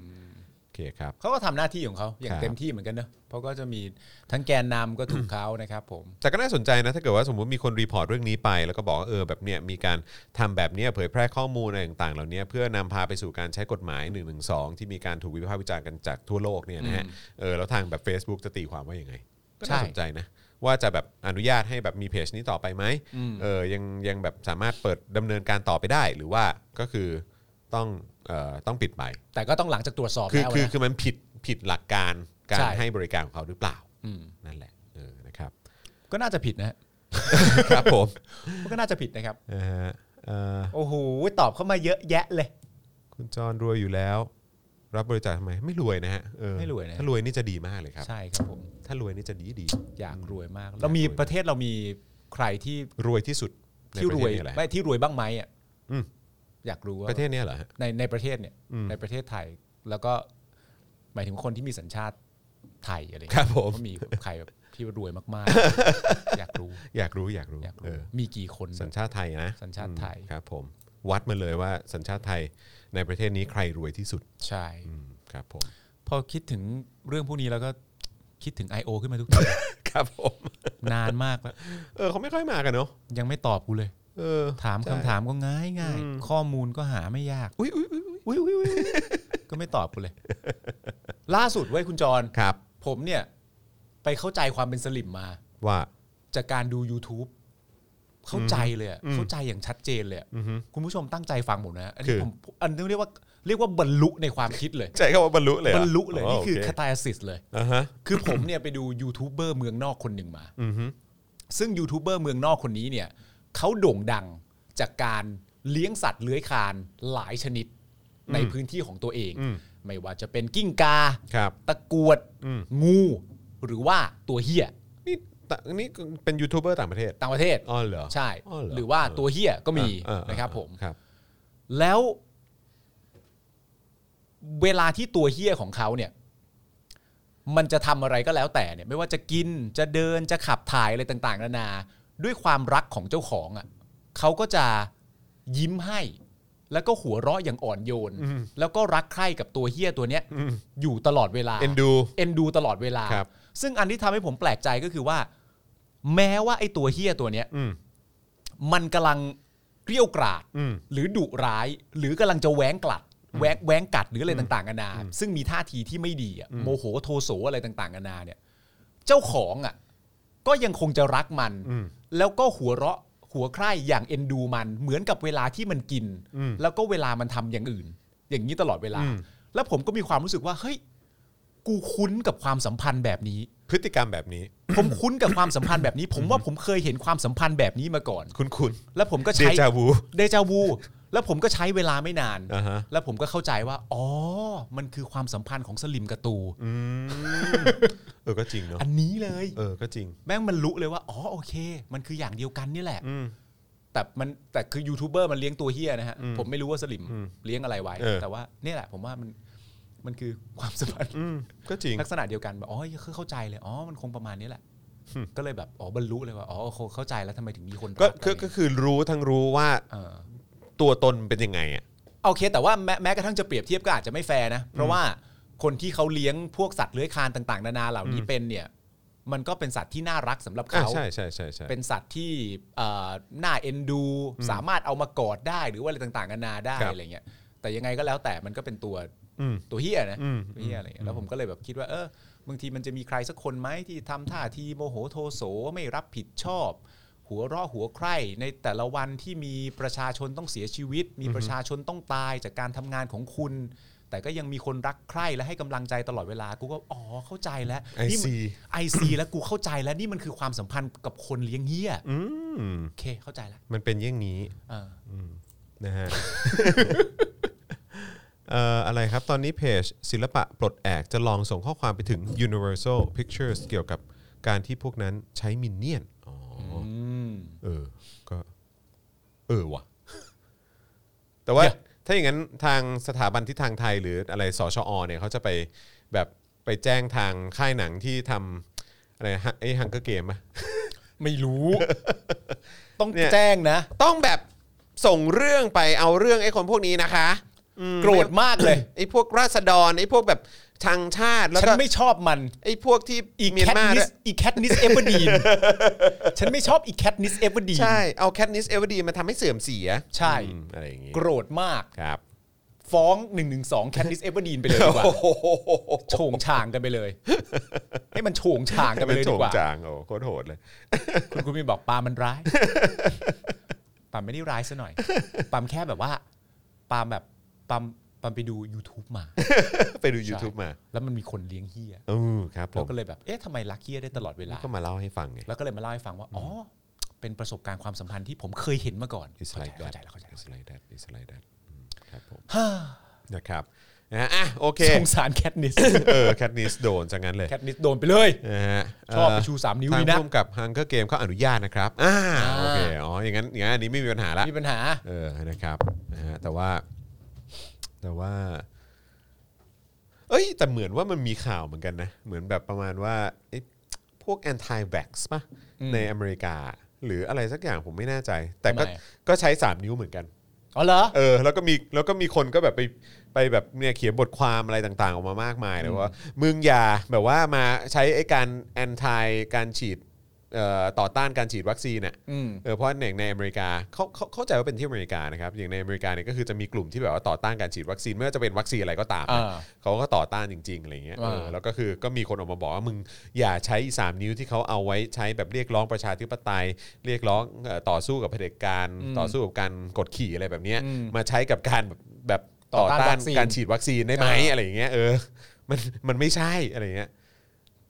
S2: โอเคครับ
S3: เขาก็ทำหน้าที่ของเขาอย่า
S2: ครั
S3: ง
S2: บ
S3: เต็มที่เหมือนกันเนอะเพราะก็จะมีทั้งแกนนำก็ถูกเขานะครับ ผม
S2: แต่ก็น่าสนใจนะถ้าเกิดว่าสมมติมีคนรีพอร์ตเรื่องนี้ไปแล้วก็บอกว่าเออแบบเนี้ยมีการทำแบบเนี้ยเผยแพร่ข้อมูลอะไรต่างๆ เหล่านี้เพื่อนำพาไปสู่การใช้กฎหมาย1นึที่มีการถูกวิพากษ์วิจารณ์กันจากทั่วโลกเนี่ยนะฮะเออแล้วทางแบบ Facebook จะตีความว่าอย่างไง ก็น่า
S3: ใช่
S2: สนใจนะ ว่าจะแบบอนุญาตให้แบบมีเพจนี้ต่อไปไหมเออยังยังแบบสามารถเปิดดำเนินการต่อไปได้ หรือว่าก็คือต้องเอ่อต้องปิดไป
S3: แต่ก็ต้องหลังจากตรวจสอบ
S2: คือ
S3: แล้ว
S2: คือ
S3: นะ
S2: คือมันผิดผิดหลักการกา
S3: ใช่
S2: รให้บริการของเขาหรือเปล่า
S3: ม
S2: นั่นแหละเออนะครับ
S3: ก็น่าจะผิดนะฮะ
S2: ครับผม
S3: มันก็น่าจะผิดนะครับ
S2: นะฮะเอ่อ
S3: โอ้โหตอบเข้ามาเยอะแยะเลย
S2: คุณจรรวยอยู่แล้ว รับบริจาคทำไมไม่รวยนะฮะเออ
S3: ไม่รวยนะ
S2: ถ้ารวยนี่จะดีมากเลยครับ
S3: ใช่ครับผม
S2: ถ้ารวยนี่จะดีดี
S3: อยากรวยมาก
S2: อยากรวย
S3: เรามีประเทศเรามีใครที่
S2: รวยที่สุดใน
S3: ที่
S2: ประ
S3: ร
S2: เท
S3: ว
S2: ศ
S3: ย
S2: นี้แหละ
S3: ไม่ที่รวยบ้างไหมอ่ะ
S2: อืม
S3: อยากรู้ว่า
S2: ประเทศเนี้ยเหรอฮะ
S3: ในในประเทศเนี่ย
S2: อืม
S3: ในประเทศไทยแล้วก็หมายถึงคนที่มีสัญชาติไทยอะไรเงี้ย
S2: ครับผม
S3: ว่ามีใครแบบที่รวยมากๆ อยากรู้
S2: อยากรู้อยากรู้
S3: อยาก
S2: เอ
S3: รู้
S2: อ
S3: มีกี่คน
S2: สัญชาติไทยนะ
S3: สัญชาติไทย
S2: อืมครับ ผม วัดมาเลยว่าสัญชาติไทยในประเทศนี้ใครรวยที่สุด
S3: ใช่
S2: อืมครับผม
S3: พอคิดถึงเรื่องพวกนี้แล้วก็คิดถึง I.O. ขึ้นมาทุกที
S2: ค รับผม
S3: นานมากแล้ว
S2: เออเขาไม่ค่อยมากันเนาะ
S3: ยังไม่ตอบกูเลย
S2: เออ
S3: ถาม
S2: ใช่
S3: คำถามก็ง่ายง่าย ข้อมูลก็หาไม่ยาก
S2: อุ้ยอุ้ยอุ๊ย
S3: อุ๊ยอุ๊ยอุ๊ยก็ไม่ตอบกูเลย ล่าสุดเว้ยคุณจร
S2: ครับ
S3: ผมเนี่ย ไปเข้าใจความเป็นสลิมมา
S2: ว่า
S3: จากการดู YouTube เข้าใจเลยอะเข้าใจอย่างชัดเจนเลยอะ
S2: อือฮึ
S3: คุณผู้ชมตั้งใจฟังผมนะ อันนี้
S2: คือ
S3: ผมอันนี้เรียกว่าเรียกว่าบรรลุในความคิดเลย
S2: ใจเขาว่าบรรลุเลยห
S3: บ
S2: อ
S3: รรลุเลย นี่คือ
S2: โเ
S3: คาตาซิสเลย
S2: อ่าฮะ
S3: คือผมเนี่ยไปดูยูทูบเบอร์เมืองนอกคนหนึ่งมา
S2: อือฮึ
S3: ซึ่งยูทูบเบอร์เมืองนอกคนนี้เนี่ยเขาโด่งดังจากการเลี้ยงสัตว์เลื้อยคลานหลายชนิดในพื้นที่ของตัวเอง ไม่ว่าจะเป็นกิ้งกา
S2: ครับ
S3: ตะกรวด
S2: อืม
S3: งู หรือว่าตัวเฮีย
S2: นี่ตะนี่เป็นยูทูบเบอร์ต่างประเทศ
S3: ต่างประเทศ
S2: อ๋อเหรอ
S3: ใช่
S2: อ๋อเหรอ
S3: หรือว่าตัวเฮียก็มี
S2: เออเออ
S3: นะครับผม
S2: ครับ
S3: แล้วเวลาที่ตัวเฮี้ยของเขาเนี่ย มันจะทำอะไรก็แล้วแต่เนี่ย ไม่ว่าจะกินจะเดินจะขับถ่ายอะไรต่างๆนานา ด้วยความรักของเจ้าของอะ่ะเขาก็จะยิ้มให้ แล้วก็หัวเราะอย่างอ่อนโยน แล้วก็รักใคร่กับตัวเฮี้ยตัวเนี้ยอยู่ตลอดเวลา
S2: เอ็นดู
S3: เอ็นดูตลอดเวลา
S2: ครับ
S3: ซึ่งอันที่ทำให้ผมแปลกใจก็คือว่า แม้ว่าไอ้ตัวเฮี้ยตัวเนี้ย
S2: อืม
S3: มันกำลังเกรี้ยวกราด
S2: อืม
S3: หรือดุร้ายหรือกำลังจะแหวงกลัดแหวงแหวงกัดหรืออะไรต่างๆกันานาซึ่งมีท่าทีที่ไม่ดีอะโมโหโทโสอะไรต่างๆกันานาเนี่ย เจ้าของอ่ะก็ยังคงจะรักมัน
S2: อืม
S3: แล้วก็หัวเราะหัวใคร่อย่างเอ็นดูมัน เหมือนกับเวลาที่มันกิน
S2: อืม
S3: แล้วก็เวลามันทำอย่างอื่น อย่างนี้ตลอดเวลา
S2: อืม
S3: แล้วผมก็มีความรู้สึกว่าเฮ้ย กูคุ้นกับความสัมพันธ์แบบนี้
S2: พฤติกรรมแบบนี้
S3: ผมคุ้นกับความสัมพันธ์แบบนี้ ผมว่าผมเคยเห็นความสัมพันธ์แบบนี้มาก่อน
S2: คุณคุณ
S3: แล้วผมก็
S2: เด
S3: ใช้
S2: จาวู
S3: เดจาวู แล้วผมก็ใช้เวลาไม่นาน
S2: อ่าฮะ
S3: แล้วผมก็เข้าใจว่า อ๋อ มันคือความสัมพันธ์ของสลิมกับตู
S2: อื มเออก็จริงเนาะ
S3: อันนี้เลย
S2: เออก็จริง
S3: แม่งมันรู้เลยว่า อ๋อ โอเค มันคืออย่างเดียวกันนี่แหละ
S2: อืม
S3: แต่มันแต่คือยูทูบเบอร์มันเลี้ยงตัวเฮียนะฮะ
S2: อืม
S3: ผมไม่รู้ว่าสลิม
S2: อืม
S3: เลี้ยงอะไรไว้
S2: เออ
S3: แต่ว่าเนี่ยแหละ ผมว่ามันมันคือความสัมพันธ์
S2: อืมก็จริง
S3: ลักษณะเดียวกันแบบอ๋อคือเข้าใจเลย อ๋อ มันคงประมาณนี้แหละ
S2: อืม
S3: ก็เลยแบบ อ๋อ บรรลุเลยว่า อ๋อโอเคเข้าใจแล้วทำไมถึงมีคน
S2: ก็
S3: รัก
S2: คือ
S3: อะไร
S2: ก็คือรู้ทั้งรู้ว่า
S3: เออ
S2: ตัวตนเป็นยังไงอ่ะ
S3: โอเค แต่ว่าแม้แม้กระทั่งจะเปรียบเทียบก็อาจจะไม่แฟร์นะ เพราะว่าคนที่เขาเลี้ยงพวกสัตว์เลื้อยคลานต่าง ๆ นานาเหล่านี้
S2: อืม
S3: เป็นเนี่ย มันก็เป็นสัตว์ที่น่ารักสำหรับ
S2: อ่ะ
S3: เขา
S2: ใช่ใช่ใช่ใช่
S3: เป็นสัตว์ที่เอ่อน่าเอ็นดู สามารถเอามากอดได้หรือว่าอะไรต่างๆนานาได้
S2: ครับ
S3: อะไรเงี้ยแต่ยังไงก็แล้วแต่มันก็เป็นตัว
S2: อืม
S3: ตัวเฮียนะ
S2: อืม
S3: ตัวเฮียอะไรเงี้ยแล้วผมก็เลยแบบคิดว่าเออบางทีมันจะมีใครสักคนไหมที่ทำท่าทีโมโหโทโสไม่รับผิดชอบ หัวเราะหัวใคร่ในแต่ละวันที่มีประชาชนต้องเสียชีวิต มีประชาชนต้องตายจากการทำงานของคุณ แต่ก็ยังมีคนรักใคร่และให้กำลังใจตลอดเวลากูก็อ๋อเข้าใจแล้ว
S2: ไอ
S3: นี่มัน
S2: ซี
S3: ไอซีแล้วกูเข้าใจแล้วนี่มันคือความสัมพันธ์กับคนเลี้ยงเหี้ย
S2: อืม
S3: โอเคเข้าใจแล้ว
S2: มันเป็นอย่างนี้
S3: เออ
S2: อืมนะ ฮะ เอ่ออะไรครับ ตอนนี้เพจศิลปะปลดแอกจะลองส่งข้อความไปถึง Universal Pictures เกี่ยวกับการที่พวกนั้นใช้มินเนี่ยนอ๋ออ
S3: อืม
S2: เออ ก็ เออว่ะ แต่ว่า
S3: เนี่ย
S2: ถ้าอย่างนั้นทางสถาบันทิศทางไทยหรืออะไรสชอเนี่ยเขาจะไปแบบไปแจ้งทางค่ายหนังที่ทำอะไรฮะไอ้ฮังเกอร์เกมอะ
S3: ไม่รู้ ต้อง
S2: เนี่ย
S3: แจ้งนะ
S2: ต้องแบบส่งเรื่องไปเอาเรื่องไอ้คนพวกนี้นะคะ
S3: โกรธมากเลย
S2: ไอ้พวกราษฎรไอ้พวกแบบทางชาติแล้ว
S3: ฉัน
S2: ก็
S3: ไม่ชอบมัน
S2: ไอ้พวกที่
S3: อี
S2: เมีย
S3: แคนท
S2: มา
S3: นิ
S2: ด้วย
S3: สอีแคทนิสเอเวอร์ดีนฉันไม่ชอบอีแคทนิสเอเวอร์ดีน
S2: ใช่เอาแคทนิสเอเวอร์ดีมาทำให้เสื่อมเสีย
S3: ใช่
S2: อืมอะไรอย่างงี้
S3: โกรธมาก
S2: ครับ
S3: ฟ้อง1นึแคทนิ สเอเวอร์ดีนไปเลยดีกว่าโฉงฉางกันไปเลย ให้มันโฉงฉางกันไปเลยดีกว่า
S2: โฉงจางโอ้โคตรโหดเลย
S3: คุณคุณมีบอกปาล์มมัน ร้ายปาล์มไม่ได้ร้ายซะหน่อยปาล์มแค่แบบว่าปาล์มแบบปาล์มปาล์มไปดู YouTube มา
S2: ไปดู YouTube มา
S3: แล้วมันมีคนเลี้ยงเฮีย
S2: เออครับผ
S3: เรา
S2: ม
S3: ก็เลยแบบ เอ๊ะทำไมรักเฮียได้ตลอดเวลา
S2: ก็มาเล่าให้ฟังไง
S3: แล้วก็เลยมาเล่าให้ฟังว่า อ๋อ เป็นประสบการณ์ความสัมพันธ์ที่ผมเคยเห็นมาก่อน
S2: It's
S3: เข้าใจ
S2: like
S3: เข้า
S2: that
S3: ใจแล้วเข้าใจ
S2: It's like that It's like that อืมครับผมนะครับนะฮะอ่ะโอเค
S3: สงสารแคท นิส
S2: เออแคทนิสโดนจังงั้นเลย
S3: แคทนิสโดนไปเลย
S2: นะฮะ
S3: ชอบไปชูสามนิ้ว
S2: ทาง
S3: นี่นะ
S2: ร่วมกับ Hunger Game เขาอนุญาตนะครับอ่าโอเค อ๋อ อย่างนั้น อย่างนั้นอันนี้ไม่มีปัญหาละ
S3: มีปัญหา
S2: เออ นะครับนะฮะแต่ว่า แต่ว่า เอ้ย แต่เหมือนว่ามันมีข่าวเหมือนกันนะ เหมือนแบบประมาณว่าไอ้พวก anti vax ป่ะ
S3: อืม
S2: ในอเมริกา หรืออะไรสักอย่างผมไม่แน่ใจ แต่ก็
S3: ทำไม
S2: ก็ใช้ 3 นิ้วเหมือนกัน
S3: อ๋อเหรอ
S2: เออแล้วก็มีแล้วก็มีคนก็แบบไปไปแบบเนี่ยเขียนบทความอะไรต่างๆ ออกมามากมายเลยว่ามึงอย่าแบบว่ามาใช้ไอ้การแอนทายการฉีดเอ่อต่อต้านการฉีดวัคซีนอ่ะ
S3: อืม
S2: เออเพราะในในอเมริกาเขาเขาเข้าใจว่าเป็นที่อเมริกานะครับอย่างในอเมริกาเนี่ยก็คือจะมีกลุ่มที่แบบว่าต่อต้านการฉีดวัคซีนไม่ว่าจะเป็นวัคซีนอะไรก็ตามนะ
S3: อ่า
S2: เขาก็ต่อต้านจริงๆอะไรเงี้ยเออ
S3: อ่า
S2: แล้วก็คือก็มีคนออกมาบอกว่ามึงอย่าใช้สามนิ้วที่เขาเอาไว้ใช้แบบเรียกร้องประชาธิปไตย เรียกร้องเอ่อต่อสู้กับเผด็จการต่อสู้กับการกดขี่อะไรแบบเนี้ย
S3: อืม
S2: มาใช้กับการแบบแบบต่อ
S3: ต่อต้าน
S2: ต้า
S3: วัน คซีน
S2: การฉีดวัคซีนได้ไหม
S3: อ่า
S2: อะไรอย่างเงี้ยเออมันมันไม่ใช่อะไรอย่างเงี้ย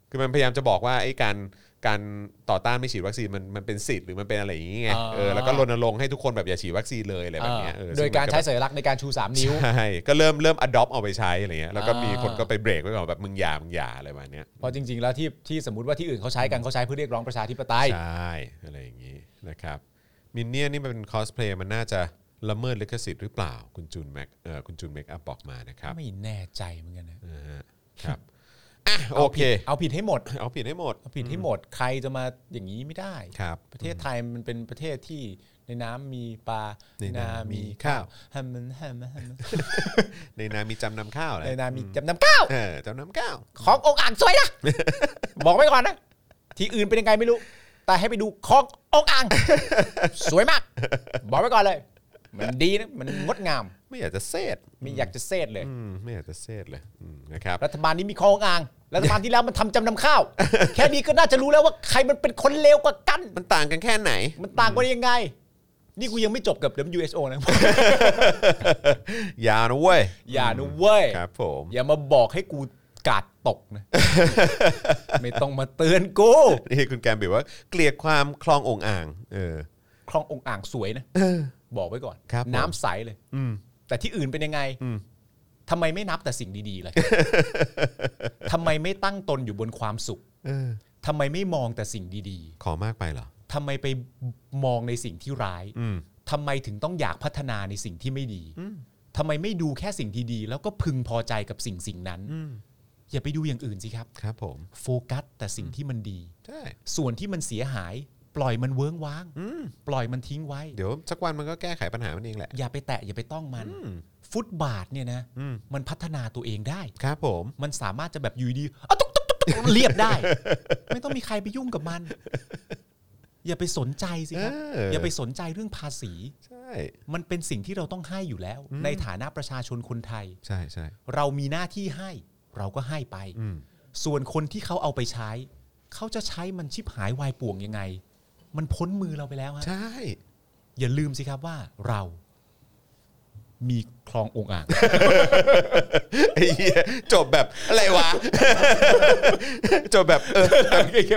S2: คือมันพยายามจะบอกว่าไอ้การการต่อต้านไม่ฉีดวัคซีนมันมันเป็นสิทธิ์หรือมันเป็นอะไรอย่างเงี้ยเออแล้วก็รณรงค์ให้ทุกคนแบบอย่าฉีดวัคซีนเลยอะไรแบบเนี้ยเออ
S3: โดยการใช้
S2: ซึ่งมัน
S3: สัญลักษณ์ในการชูสาม
S2: ก็
S3: นิ้ว
S2: ใช่ก็เริ่มเริ่ม adopt เอาไปใช้อะไรเงี้ยแล้วก็มี
S3: อ่า
S2: คนก็ไปเบรกไว้ก่อนแบบมึงอย่ามึงอย่าอะไรประมาณเนี้ย
S3: เพราะจริง ๆ แล้วที่ที่สมมติว่าที่อื่นเขาใช้กันเขาใช้เพื่อเรียกร้องประชาธิปไตย
S2: ใช่อะไรอย่างนี้นะครับมินเนี่ยนี่มันเป็นคอสเพลย์มันน่าจะละเมิดลิขสิทธิ์หรือเปล่า คุณจูนแม็กเออคุณจูนเมคอัพบอกมานะครับ
S3: ไม่แน่ใจเหมือนกันนะ
S2: นะฮะครับอ่ะโอเค
S3: เอาผิดให้หมด
S2: เอาผิดให้หมด
S3: เอาผิดให้หมดใครจะมาอย่างนี้ไม่ได้
S2: ครับ
S3: ประเทศไทยมันเป็นประเทศที่ในน้ำมีปลา
S2: ในนามีข้าว
S3: ฮัมมันฮัมมันฮัมมัน
S2: ในนามีจำนำข้าวอะไร
S3: ในน้ำมีจำนำข้าว
S2: เออจำนำข้าว
S3: ขององค์อ่างสวย นะ บอกไว้ก่อนนะ ที่อื่นเป็นยังไงไม่รู้ แต่ให้ไปดูขององค์อ่าง สวยมาก บอกไว้ก่อนเลย มันดีนะ มันงดงาม
S2: ไม่อยากจะเซด
S3: ไม่อยากจะเซตเลย
S2: อืมไม่อยากจะเซดเลยอืมนะครับ
S3: รัฐบาลนี้มีขององอ่างรัฐบาลที่แล้วมันทำจำนำข้าว แค่นี้ก็น่าจะรู้แล้วว่าใครมันเป็นคนเลวกว่ากัน
S2: มันต่างกันแค่ไหน
S3: มันต่างกันยังไง นี่กูยังไม่จบกับ WHO นะ
S2: ยาวนะเว้ย
S3: อย่านะเว้ย
S2: ครับผม
S3: อย่ามาบอกให้กู กาดตก นะ ไม่ต้องมาเตือนกู
S2: นี่คุณแกมบอกว่าเกลียดความคลององอ่าง เออ
S3: คลององอ่างสวยนะบอกไว้ก่อน
S2: ครับผม
S3: น้ำใสเลยแต่ที่อื่นเป็นยังไง
S2: อืม
S3: ทำไมไม่นับแต่สิ่งดี ๆเลย ทำไมไม่ตั้งตนอยู่บนความสุข
S2: เออ
S3: ทำไมไม่มองแต่สิ่งดี
S2: ขอมากไปเหรอ
S3: ๆทำไมไปมองในสิ่งที่ร้าย
S2: อืม
S3: ทำไมถึงต้องอยากพัฒนาในสิ่งที่ไม่ดี ทำไมไม่ดูแค่สิ่งที่ดี แล้วก็พึงพอใจกับสิ่งสิ่งนั้น
S2: อืม
S3: อย่าไปดูอย่างอื่นสิครับ
S2: ครับผม
S3: โฟกัสแต่สิ่งที่มันดี
S2: ใช่
S3: ส่วนที่มันเสียหาย ปล่อยมันเวิ้งว้าง
S2: อืม
S3: ปล่อยมันทิ้งไว้
S2: เดี๋ยวสักวันมันก็แก้ไขปัญหามันเองแหละ
S3: อย่าไปแตะอย่าไปต้องมัน
S2: อืม
S3: ฟุตบาทเนี่ยนะ
S2: อืม
S3: มันพัฒนาตัวเองได้
S2: ครับผม
S3: มันสามารถจะแบบอยู่ดีๆอะตุ๊กตุ๊กตุ๊กตุ๊กเรียบ ได้ ไม่ต้องมีใครไปยุ่งกับมัน อย่าไปสนใจสิครับ
S2: เอออ
S3: อย่าไปสนใจเรื่องภาษี
S2: ใช่
S3: มันเป็นสิ่งที่เราต้องให้อยู่แล้ว ในฐานะประชาชนคนไทย
S2: ใช่ใช่
S3: เรามีหน้าที่ให้ เราก็ให้ไป
S2: อืม
S3: ส่วนคนที่เขาเอาไปใช้ เขาจะใช้มันชิบหายวายป่วงยังไง มันพ้นมือเราไปแล้วฮะ
S2: ใช่
S3: อย่าลืมสิครับว่าเรา มีคลององ อ่าง
S2: ไอ้เหี้ยจบแบบอะไรวะ จบแบบเออ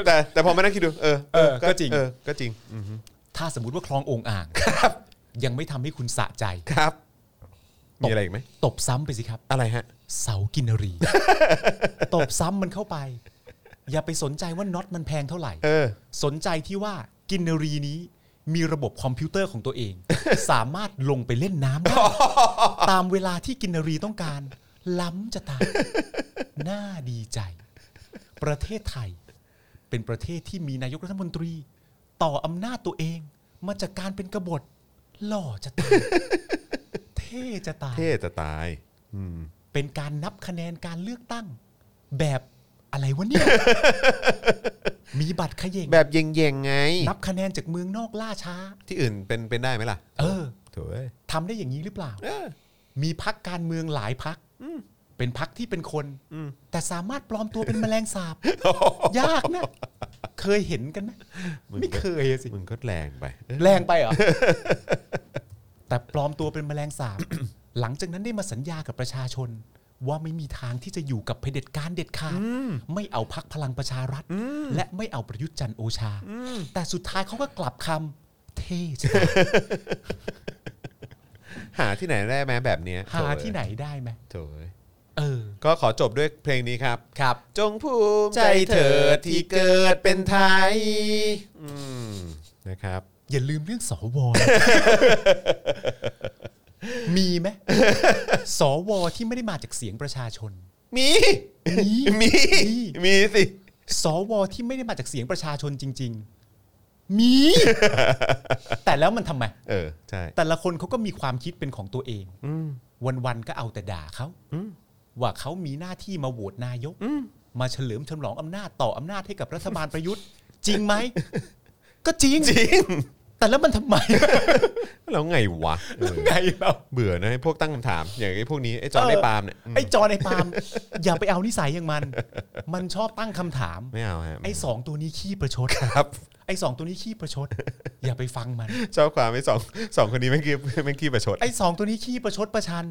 S2: แต่แต่แต่พอมานั่งคิดดู เออ
S3: เออก็จริง
S2: เออก็จริงอืม
S3: ถ้าสมมติว่าคลององอ่างยังไม่ทำให้คุณสะใจ
S2: ครับ มีอะไรอีกไหม
S3: ตบซ้ำไปสิครับ
S2: อะไรฮะ
S3: เสากินรี ตบซ้ำมันเข้าไป อย่าไปสนใจว่าน็อตมันแพงเท่าไหร่
S2: เออ
S3: สนใจที่ว่ากินนรีนี้มีระบบคอมพิวเตอร์ของตัวเอง สามารถลงไปเล่นน้ำได้ ตามเวลาที่กินนรีต้องการ ล้ำจะ ตายน่าดีใจ ประเทศไทย เป็นประเทศที่มีนายกรัฐมนตรี ต่ออำนาจตัวเอง มาจากการเป็นกบฏหล่อจะตาย เท่จะตาย
S2: เท่จะตาย อืม
S3: เป็นการนับคะแนนการเลือกตั้ง แบบอะไรวะ เนี่ย มีบัตรเขย่ง
S2: แบบเย่งๆไง
S3: นับคะแนนจากเมืองนอกล่าช้า
S2: ที่อื่นเป็นเป็นได้ไหมล่ะ
S3: เออ
S2: โถ่เอ้ย
S3: ทำได้อย่างนี้หรือเปล่า
S2: เออ
S3: มีพักการเมืองหลายพัก เป็นพักที่เป็นคน แต่สามารถปลอมตัวเป็นแมลงส าบ ยากนะ เคยเห็นกันไหม
S2: มึง
S3: ไม่เคยอะสิ
S2: มึงก็แรงไปเออ
S3: แรงไปเหรอ แต่ปลอมตัวเป็นแมลงสาบ หลังจากนั้นได้มาสัญญากับประชาชน ว่าไม่มีทางที่จะอยู่กับเผด็จการเด็ดขาดไม่เอาพักพลังประชารัฐ และไม่เอาประยุทธ์จันทร์โอชา แต่สุดท้ายเขาก็กลับคำเท่จัง
S2: หาที่ไหนได้ไหมแบบเนี้ย
S3: หาที่ไหนได้ไหม
S2: โถ่เอ้ย
S3: เออ
S2: ก็ขอจบด้วยเพลงนี้ครับ
S3: ครับ
S2: จงภูมิใจเถิดที่เกิดเป็นไทย อืม นะครับ
S3: อย่าลืมเรื่องส วนะ มี ไหมสวที่ไม่ได้มาจากเสียงประชาชน
S2: มี มี มีสิ
S3: สวที่ไม่ได้มาจากเสียงประชาชนจริง ๆ มี แต่แล้วมันทำไม
S2: เออ ใช่
S3: แต่ละคนเขาก็มีความคิดเป็นของตัวเอง วันๆก็เอาแต่ด่าเขาว่าเขามีหน้าที่มาโหวตนายก มาเฉลิมฉลองอำนาจต่ออำนาจให้กับรัฐบาลประยุทธ์ จริงไห ม ก็จริง
S2: จริง
S3: แต่แล้วมันทำไม
S2: แล้วไงวะเออ
S3: ไงเรา
S2: เบื่อนะไอ้พวกตั้งคำถาม อย่างไอ้พวกนี้ ไอ้จอร์น
S3: เออ
S2: ไอ้ปาล์มเนี่ยอืม
S3: ไอ้จอในไอ้ปาล์ม อย่าไปเอานิสัยอย่างมัน มันชอบตั้งคำถาม
S2: ไม่เอาฮะ
S3: ไอ้สองตัวนี้ขี้ประชด
S2: ครับ
S3: ไอ้สองตัวนี้ขี้ประชด อย่าไปฟังมัน
S2: ชอบความไอ้สองสองคนนี้แม่งคีแม่งคีประชด
S3: ไอ้สองตัวนี้ขี้ประชดประชัน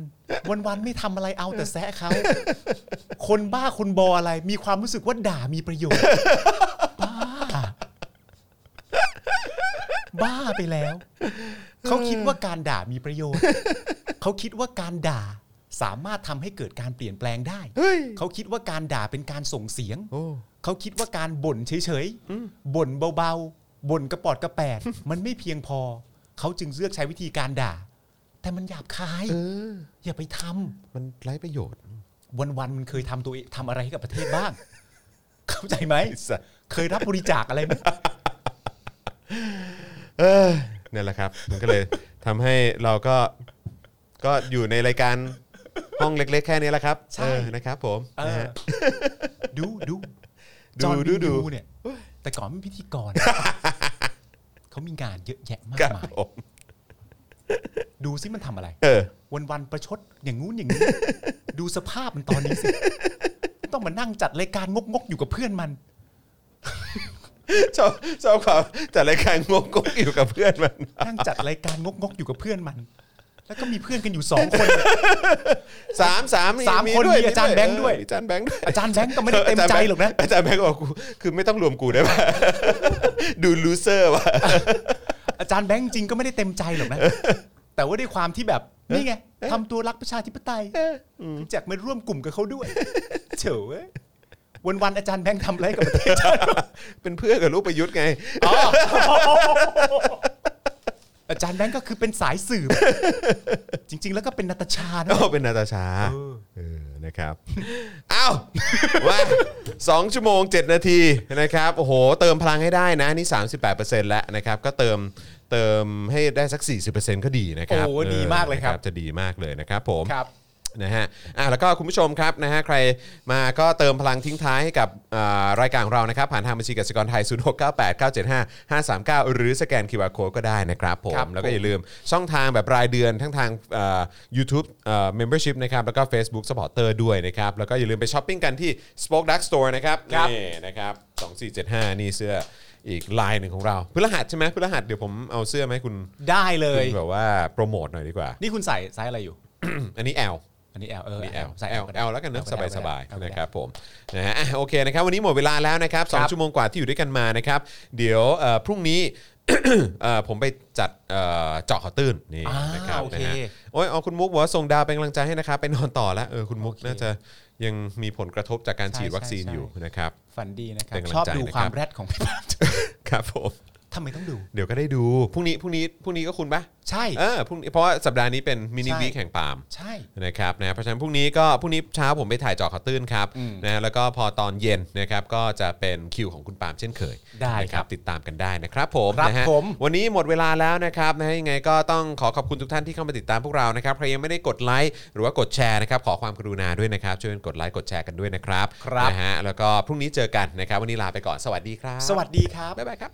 S3: วันๆไม่ทำอะไรเอาแต่แซะเขา คนบ้าคนบออะไร มีความรู้สึกว่าด่ามีประโยชน์ บ้า บ้าไปแล้ว เขาคิดว่าการด่ามีประโยชน์ เขาคิดว่าการด่าสามารถทำให้เกิดการเปลี่ยนแปลงได้
S2: เฮ้ย
S3: เขาคิดว่าการด่าเป็นการส่งเสียง
S2: โอ้
S3: เขาคิดว่าการบ่นเฉยๆ บ่นเบาๆ บ่นกระปอดกระแปด มันไม่เพียงพอ เขาจึงเลือกใช้วิธีการด่า แต่มันหยาบคาย
S2: เออ
S3: อย่าไปทำ
S2: มันไร้ประโยชน์
S3: วันๆ มันเคยทำตัวเองทำอะไรให้กับประเทศบ้าง เข้าใจไหม
S2: ไอ้สัส
S3: เคยรับบริจาคอะไรไหม
S2: เออนั่นแหละครับ มันก็เลยทำให้เราก็ก็อยู่ในรายการห้องเล็ก ๆ แค่นี้แหละครับ
S3: ใช่
S2: เออนะครับ ผม
S3: เอ
S2: นะ
S3: อ
S2: ฮะ
S3: ดูดู
S2: ดู
S3: จอห์น
S2: ดู
S3: วิน
S2: ดู
S3: ยูเนี่ย แต่ก่อนเป็นพิธีก ร เขามีงานเยอะแยะมาก
S2: ครับ
S3: มาย
S2: ผม
S3: ดูซิมันทำอะไร
S2: เออ
S3: วันวันๆประชดอย่างงู้นอย่างนี้ ดูสภาพมันตอนนี้สิ ต้องมานั่งจัดรายการงกงกๆอยู่กับเพื่อนมัน
S2: ชอบชอบความจัดรายการงงกงอยู่กับเพื่อนมัน
S3: นั่งจัดรายการงกงกๆอยู่กับเพื่อนมัน แล้วก็มีเพื่อนกันอยู่สองคน
S2: สามสาม
S3: สามคนมีอาจารย์แบงค์ด้วย
S2: มีอาจารย์แบงค์ด้วย
S3: อาจารย์แบงก์ก็ไม่ได้เต็มใจหรอกนะ
S2: อาจารย์แบงค์บอกกูคือไม่ต้องรวมกู ได้ป่ะ ดูลูเซอร์ว่ะ
S3: อาจารย์แบงก์จริงก็ไม่ได้เต็มใจหรอกนะ แต่ว่าด้วยความที่แบบนี่ไงทำตัวรักประชาธิปไตยแจกมาร่วมกลุ่มกับเขาด้วยเฉยเว้ยวันๆอาจารย์แบงก์ทำอะไรกับประเทศชาติ
S2: เป็นเพื่อนกับลูกประยุทธ์ไง
S3: อาจารย์แบงก์ก็คือเป็นสายสืบจริง ๆ แล้วก็เป็นนาตาชานะ
S2: โอ้เป็นนาตาชาเออนะครับ อ้าวว่าสองชั่วโมง 7 นาทีนะครับ โอ้โห เติมพลังให้ได้นะ นี่ 38%แล้วนะครับ ก็เติมเติมให้ได้สัก 40%ก็ดีนะครับ
S3: โอ้ดีมากเลยครับ
S2: ออนะจะดีมากเลยนะครับผม
S3: ครับ
S2: นะฮะ อ่ะแล้วก็คุณผู้ชมครับนะฮะใครมาก็เติมพลังทิ้งท้ายให้กับอ่ารายการของเรานะครับ ผ่านทางบัญชีกสิกรไทย 0698975539 หรือสแกน QR Code ก็ได้นะครับผม
S3: ครับ
S2: แล้วก็
S3: ผม
S2: อย่าลืมช่องทางแบบรายเดือนทั้งทางอ่า YouTube อ่า Membership นะครับ แล้วก็ Facebook Supporter ด้วยนะครับ แล้วก็อย่าลืมไปช้อปปิ้งกันที่ Spoke Dark Store นะครับ
S3: ครับ
S2: นี่นะครับ2475 นี่เสื้ออีกลายหนึ่งของเราพฤหัสใช่ไหมพฤหัสเดี๋ยวผมเอาเสื้อมาให้คุณ
S3: ได้เลย
S2: คุณแบบว่าโปรโมทหน่อยดีกว่า
S3: นี่คุณใส่ไซส์อะไรอยู่
S2: อันนี้ L
S3: อันนี้ L เออ
S2: นี่
S3: L
S2: L
S3: ใส่
S2: L L แล้วกันเนอะ
S3: เอา
S2: ส
S3: ไป
S2: บาย
S3: เอา
S2: ส
S3: ไป
S2: บาย
S3: เอาไป
S2: นะครับผมนะฮะอ่ะโอเคนะครับ วันนี้หมดเวลาแล้วนะครับสอง
S3: ครับ
S2: ชั่วโมงกว่าที่อยู่ด้วยกันมานะครับ เดี๋ยวเอ่อพรุ่งนี้ เอ่อผมไปจัดเอ่อเจาะข่าวตื้นนี่
S3: อ่าน
S2: นะครับ
S3: โอเค
S2: นะฮะโอ้ยเอาคุณมุกบอกว่าส่งดาวเป็นกำลังใจให้นะครับไปนอนต่อแล้วเออคุณมุก
S3: โอเค
S2: น่าจะยังมีผลกระทบจากการ
S3: ใช่
S2: ฉีดวัคซีน
S3: ใช่ใช่
S2: อยู่นะครับ
S3: ฝันดีนะครับ
S2: เป็นกำลัง
S3: ชอบ
S2: ใจ
S3: ดู
S2: นะครับ
S3: ความแรดของพี่ ปาล์ม
S2: ครับผม
S3: ทำไมต้องดู
S2: เดี๋ยวก็ได้ดูพรุ่งนี้พรุ่งนี้พรุ่งนี้ก็คุณปะ
S3: ใช่
S2: เออพรุ่งนี้เพราะว่าสัปดาห์นี้เป็นมินิ
S3: ใช่
S2: วีคแห่งปาล์ม
S3: ใช่
S2: นะครับนะเพราะฉะนั้นพรุ่งนี้ก็พรุ่งนี้เช้าผมไปถ่ายเจอข่าวตื้นครับ
S3: อืม
S2: นะแล้วก็พอตอนเย็นนะครับก็จะเป็นคิวของคุณปาล์มเช่นเคย
S3: ได้ครับ
S2: นะติดตามกันได้นะครับผม
S3: ครับ
S2: นะฮะ
S3: ผม
S2: วันนี้หมดเวลาแล้วนะครับนะฮะยังไงก็ต้องขอขอบคุณทุกท่านที่เข้ามาติดตามพวกเรานะครับใครยังไม่ได้กดไลค์หรือว่ากดแชร์นะครับขอความกรุณาด้วยนะครับช่วยกันกดไลค์กดแชร์กันด้วยนะครับ
S3: ครับ
S2: นะฮะแล้วก็พรุ่งนี้เจอกันนะครับวันนี้ลาไปก่อนสวัสดีครับ
S3: สวัสดีครับ
S2: บ๊ายบายครับ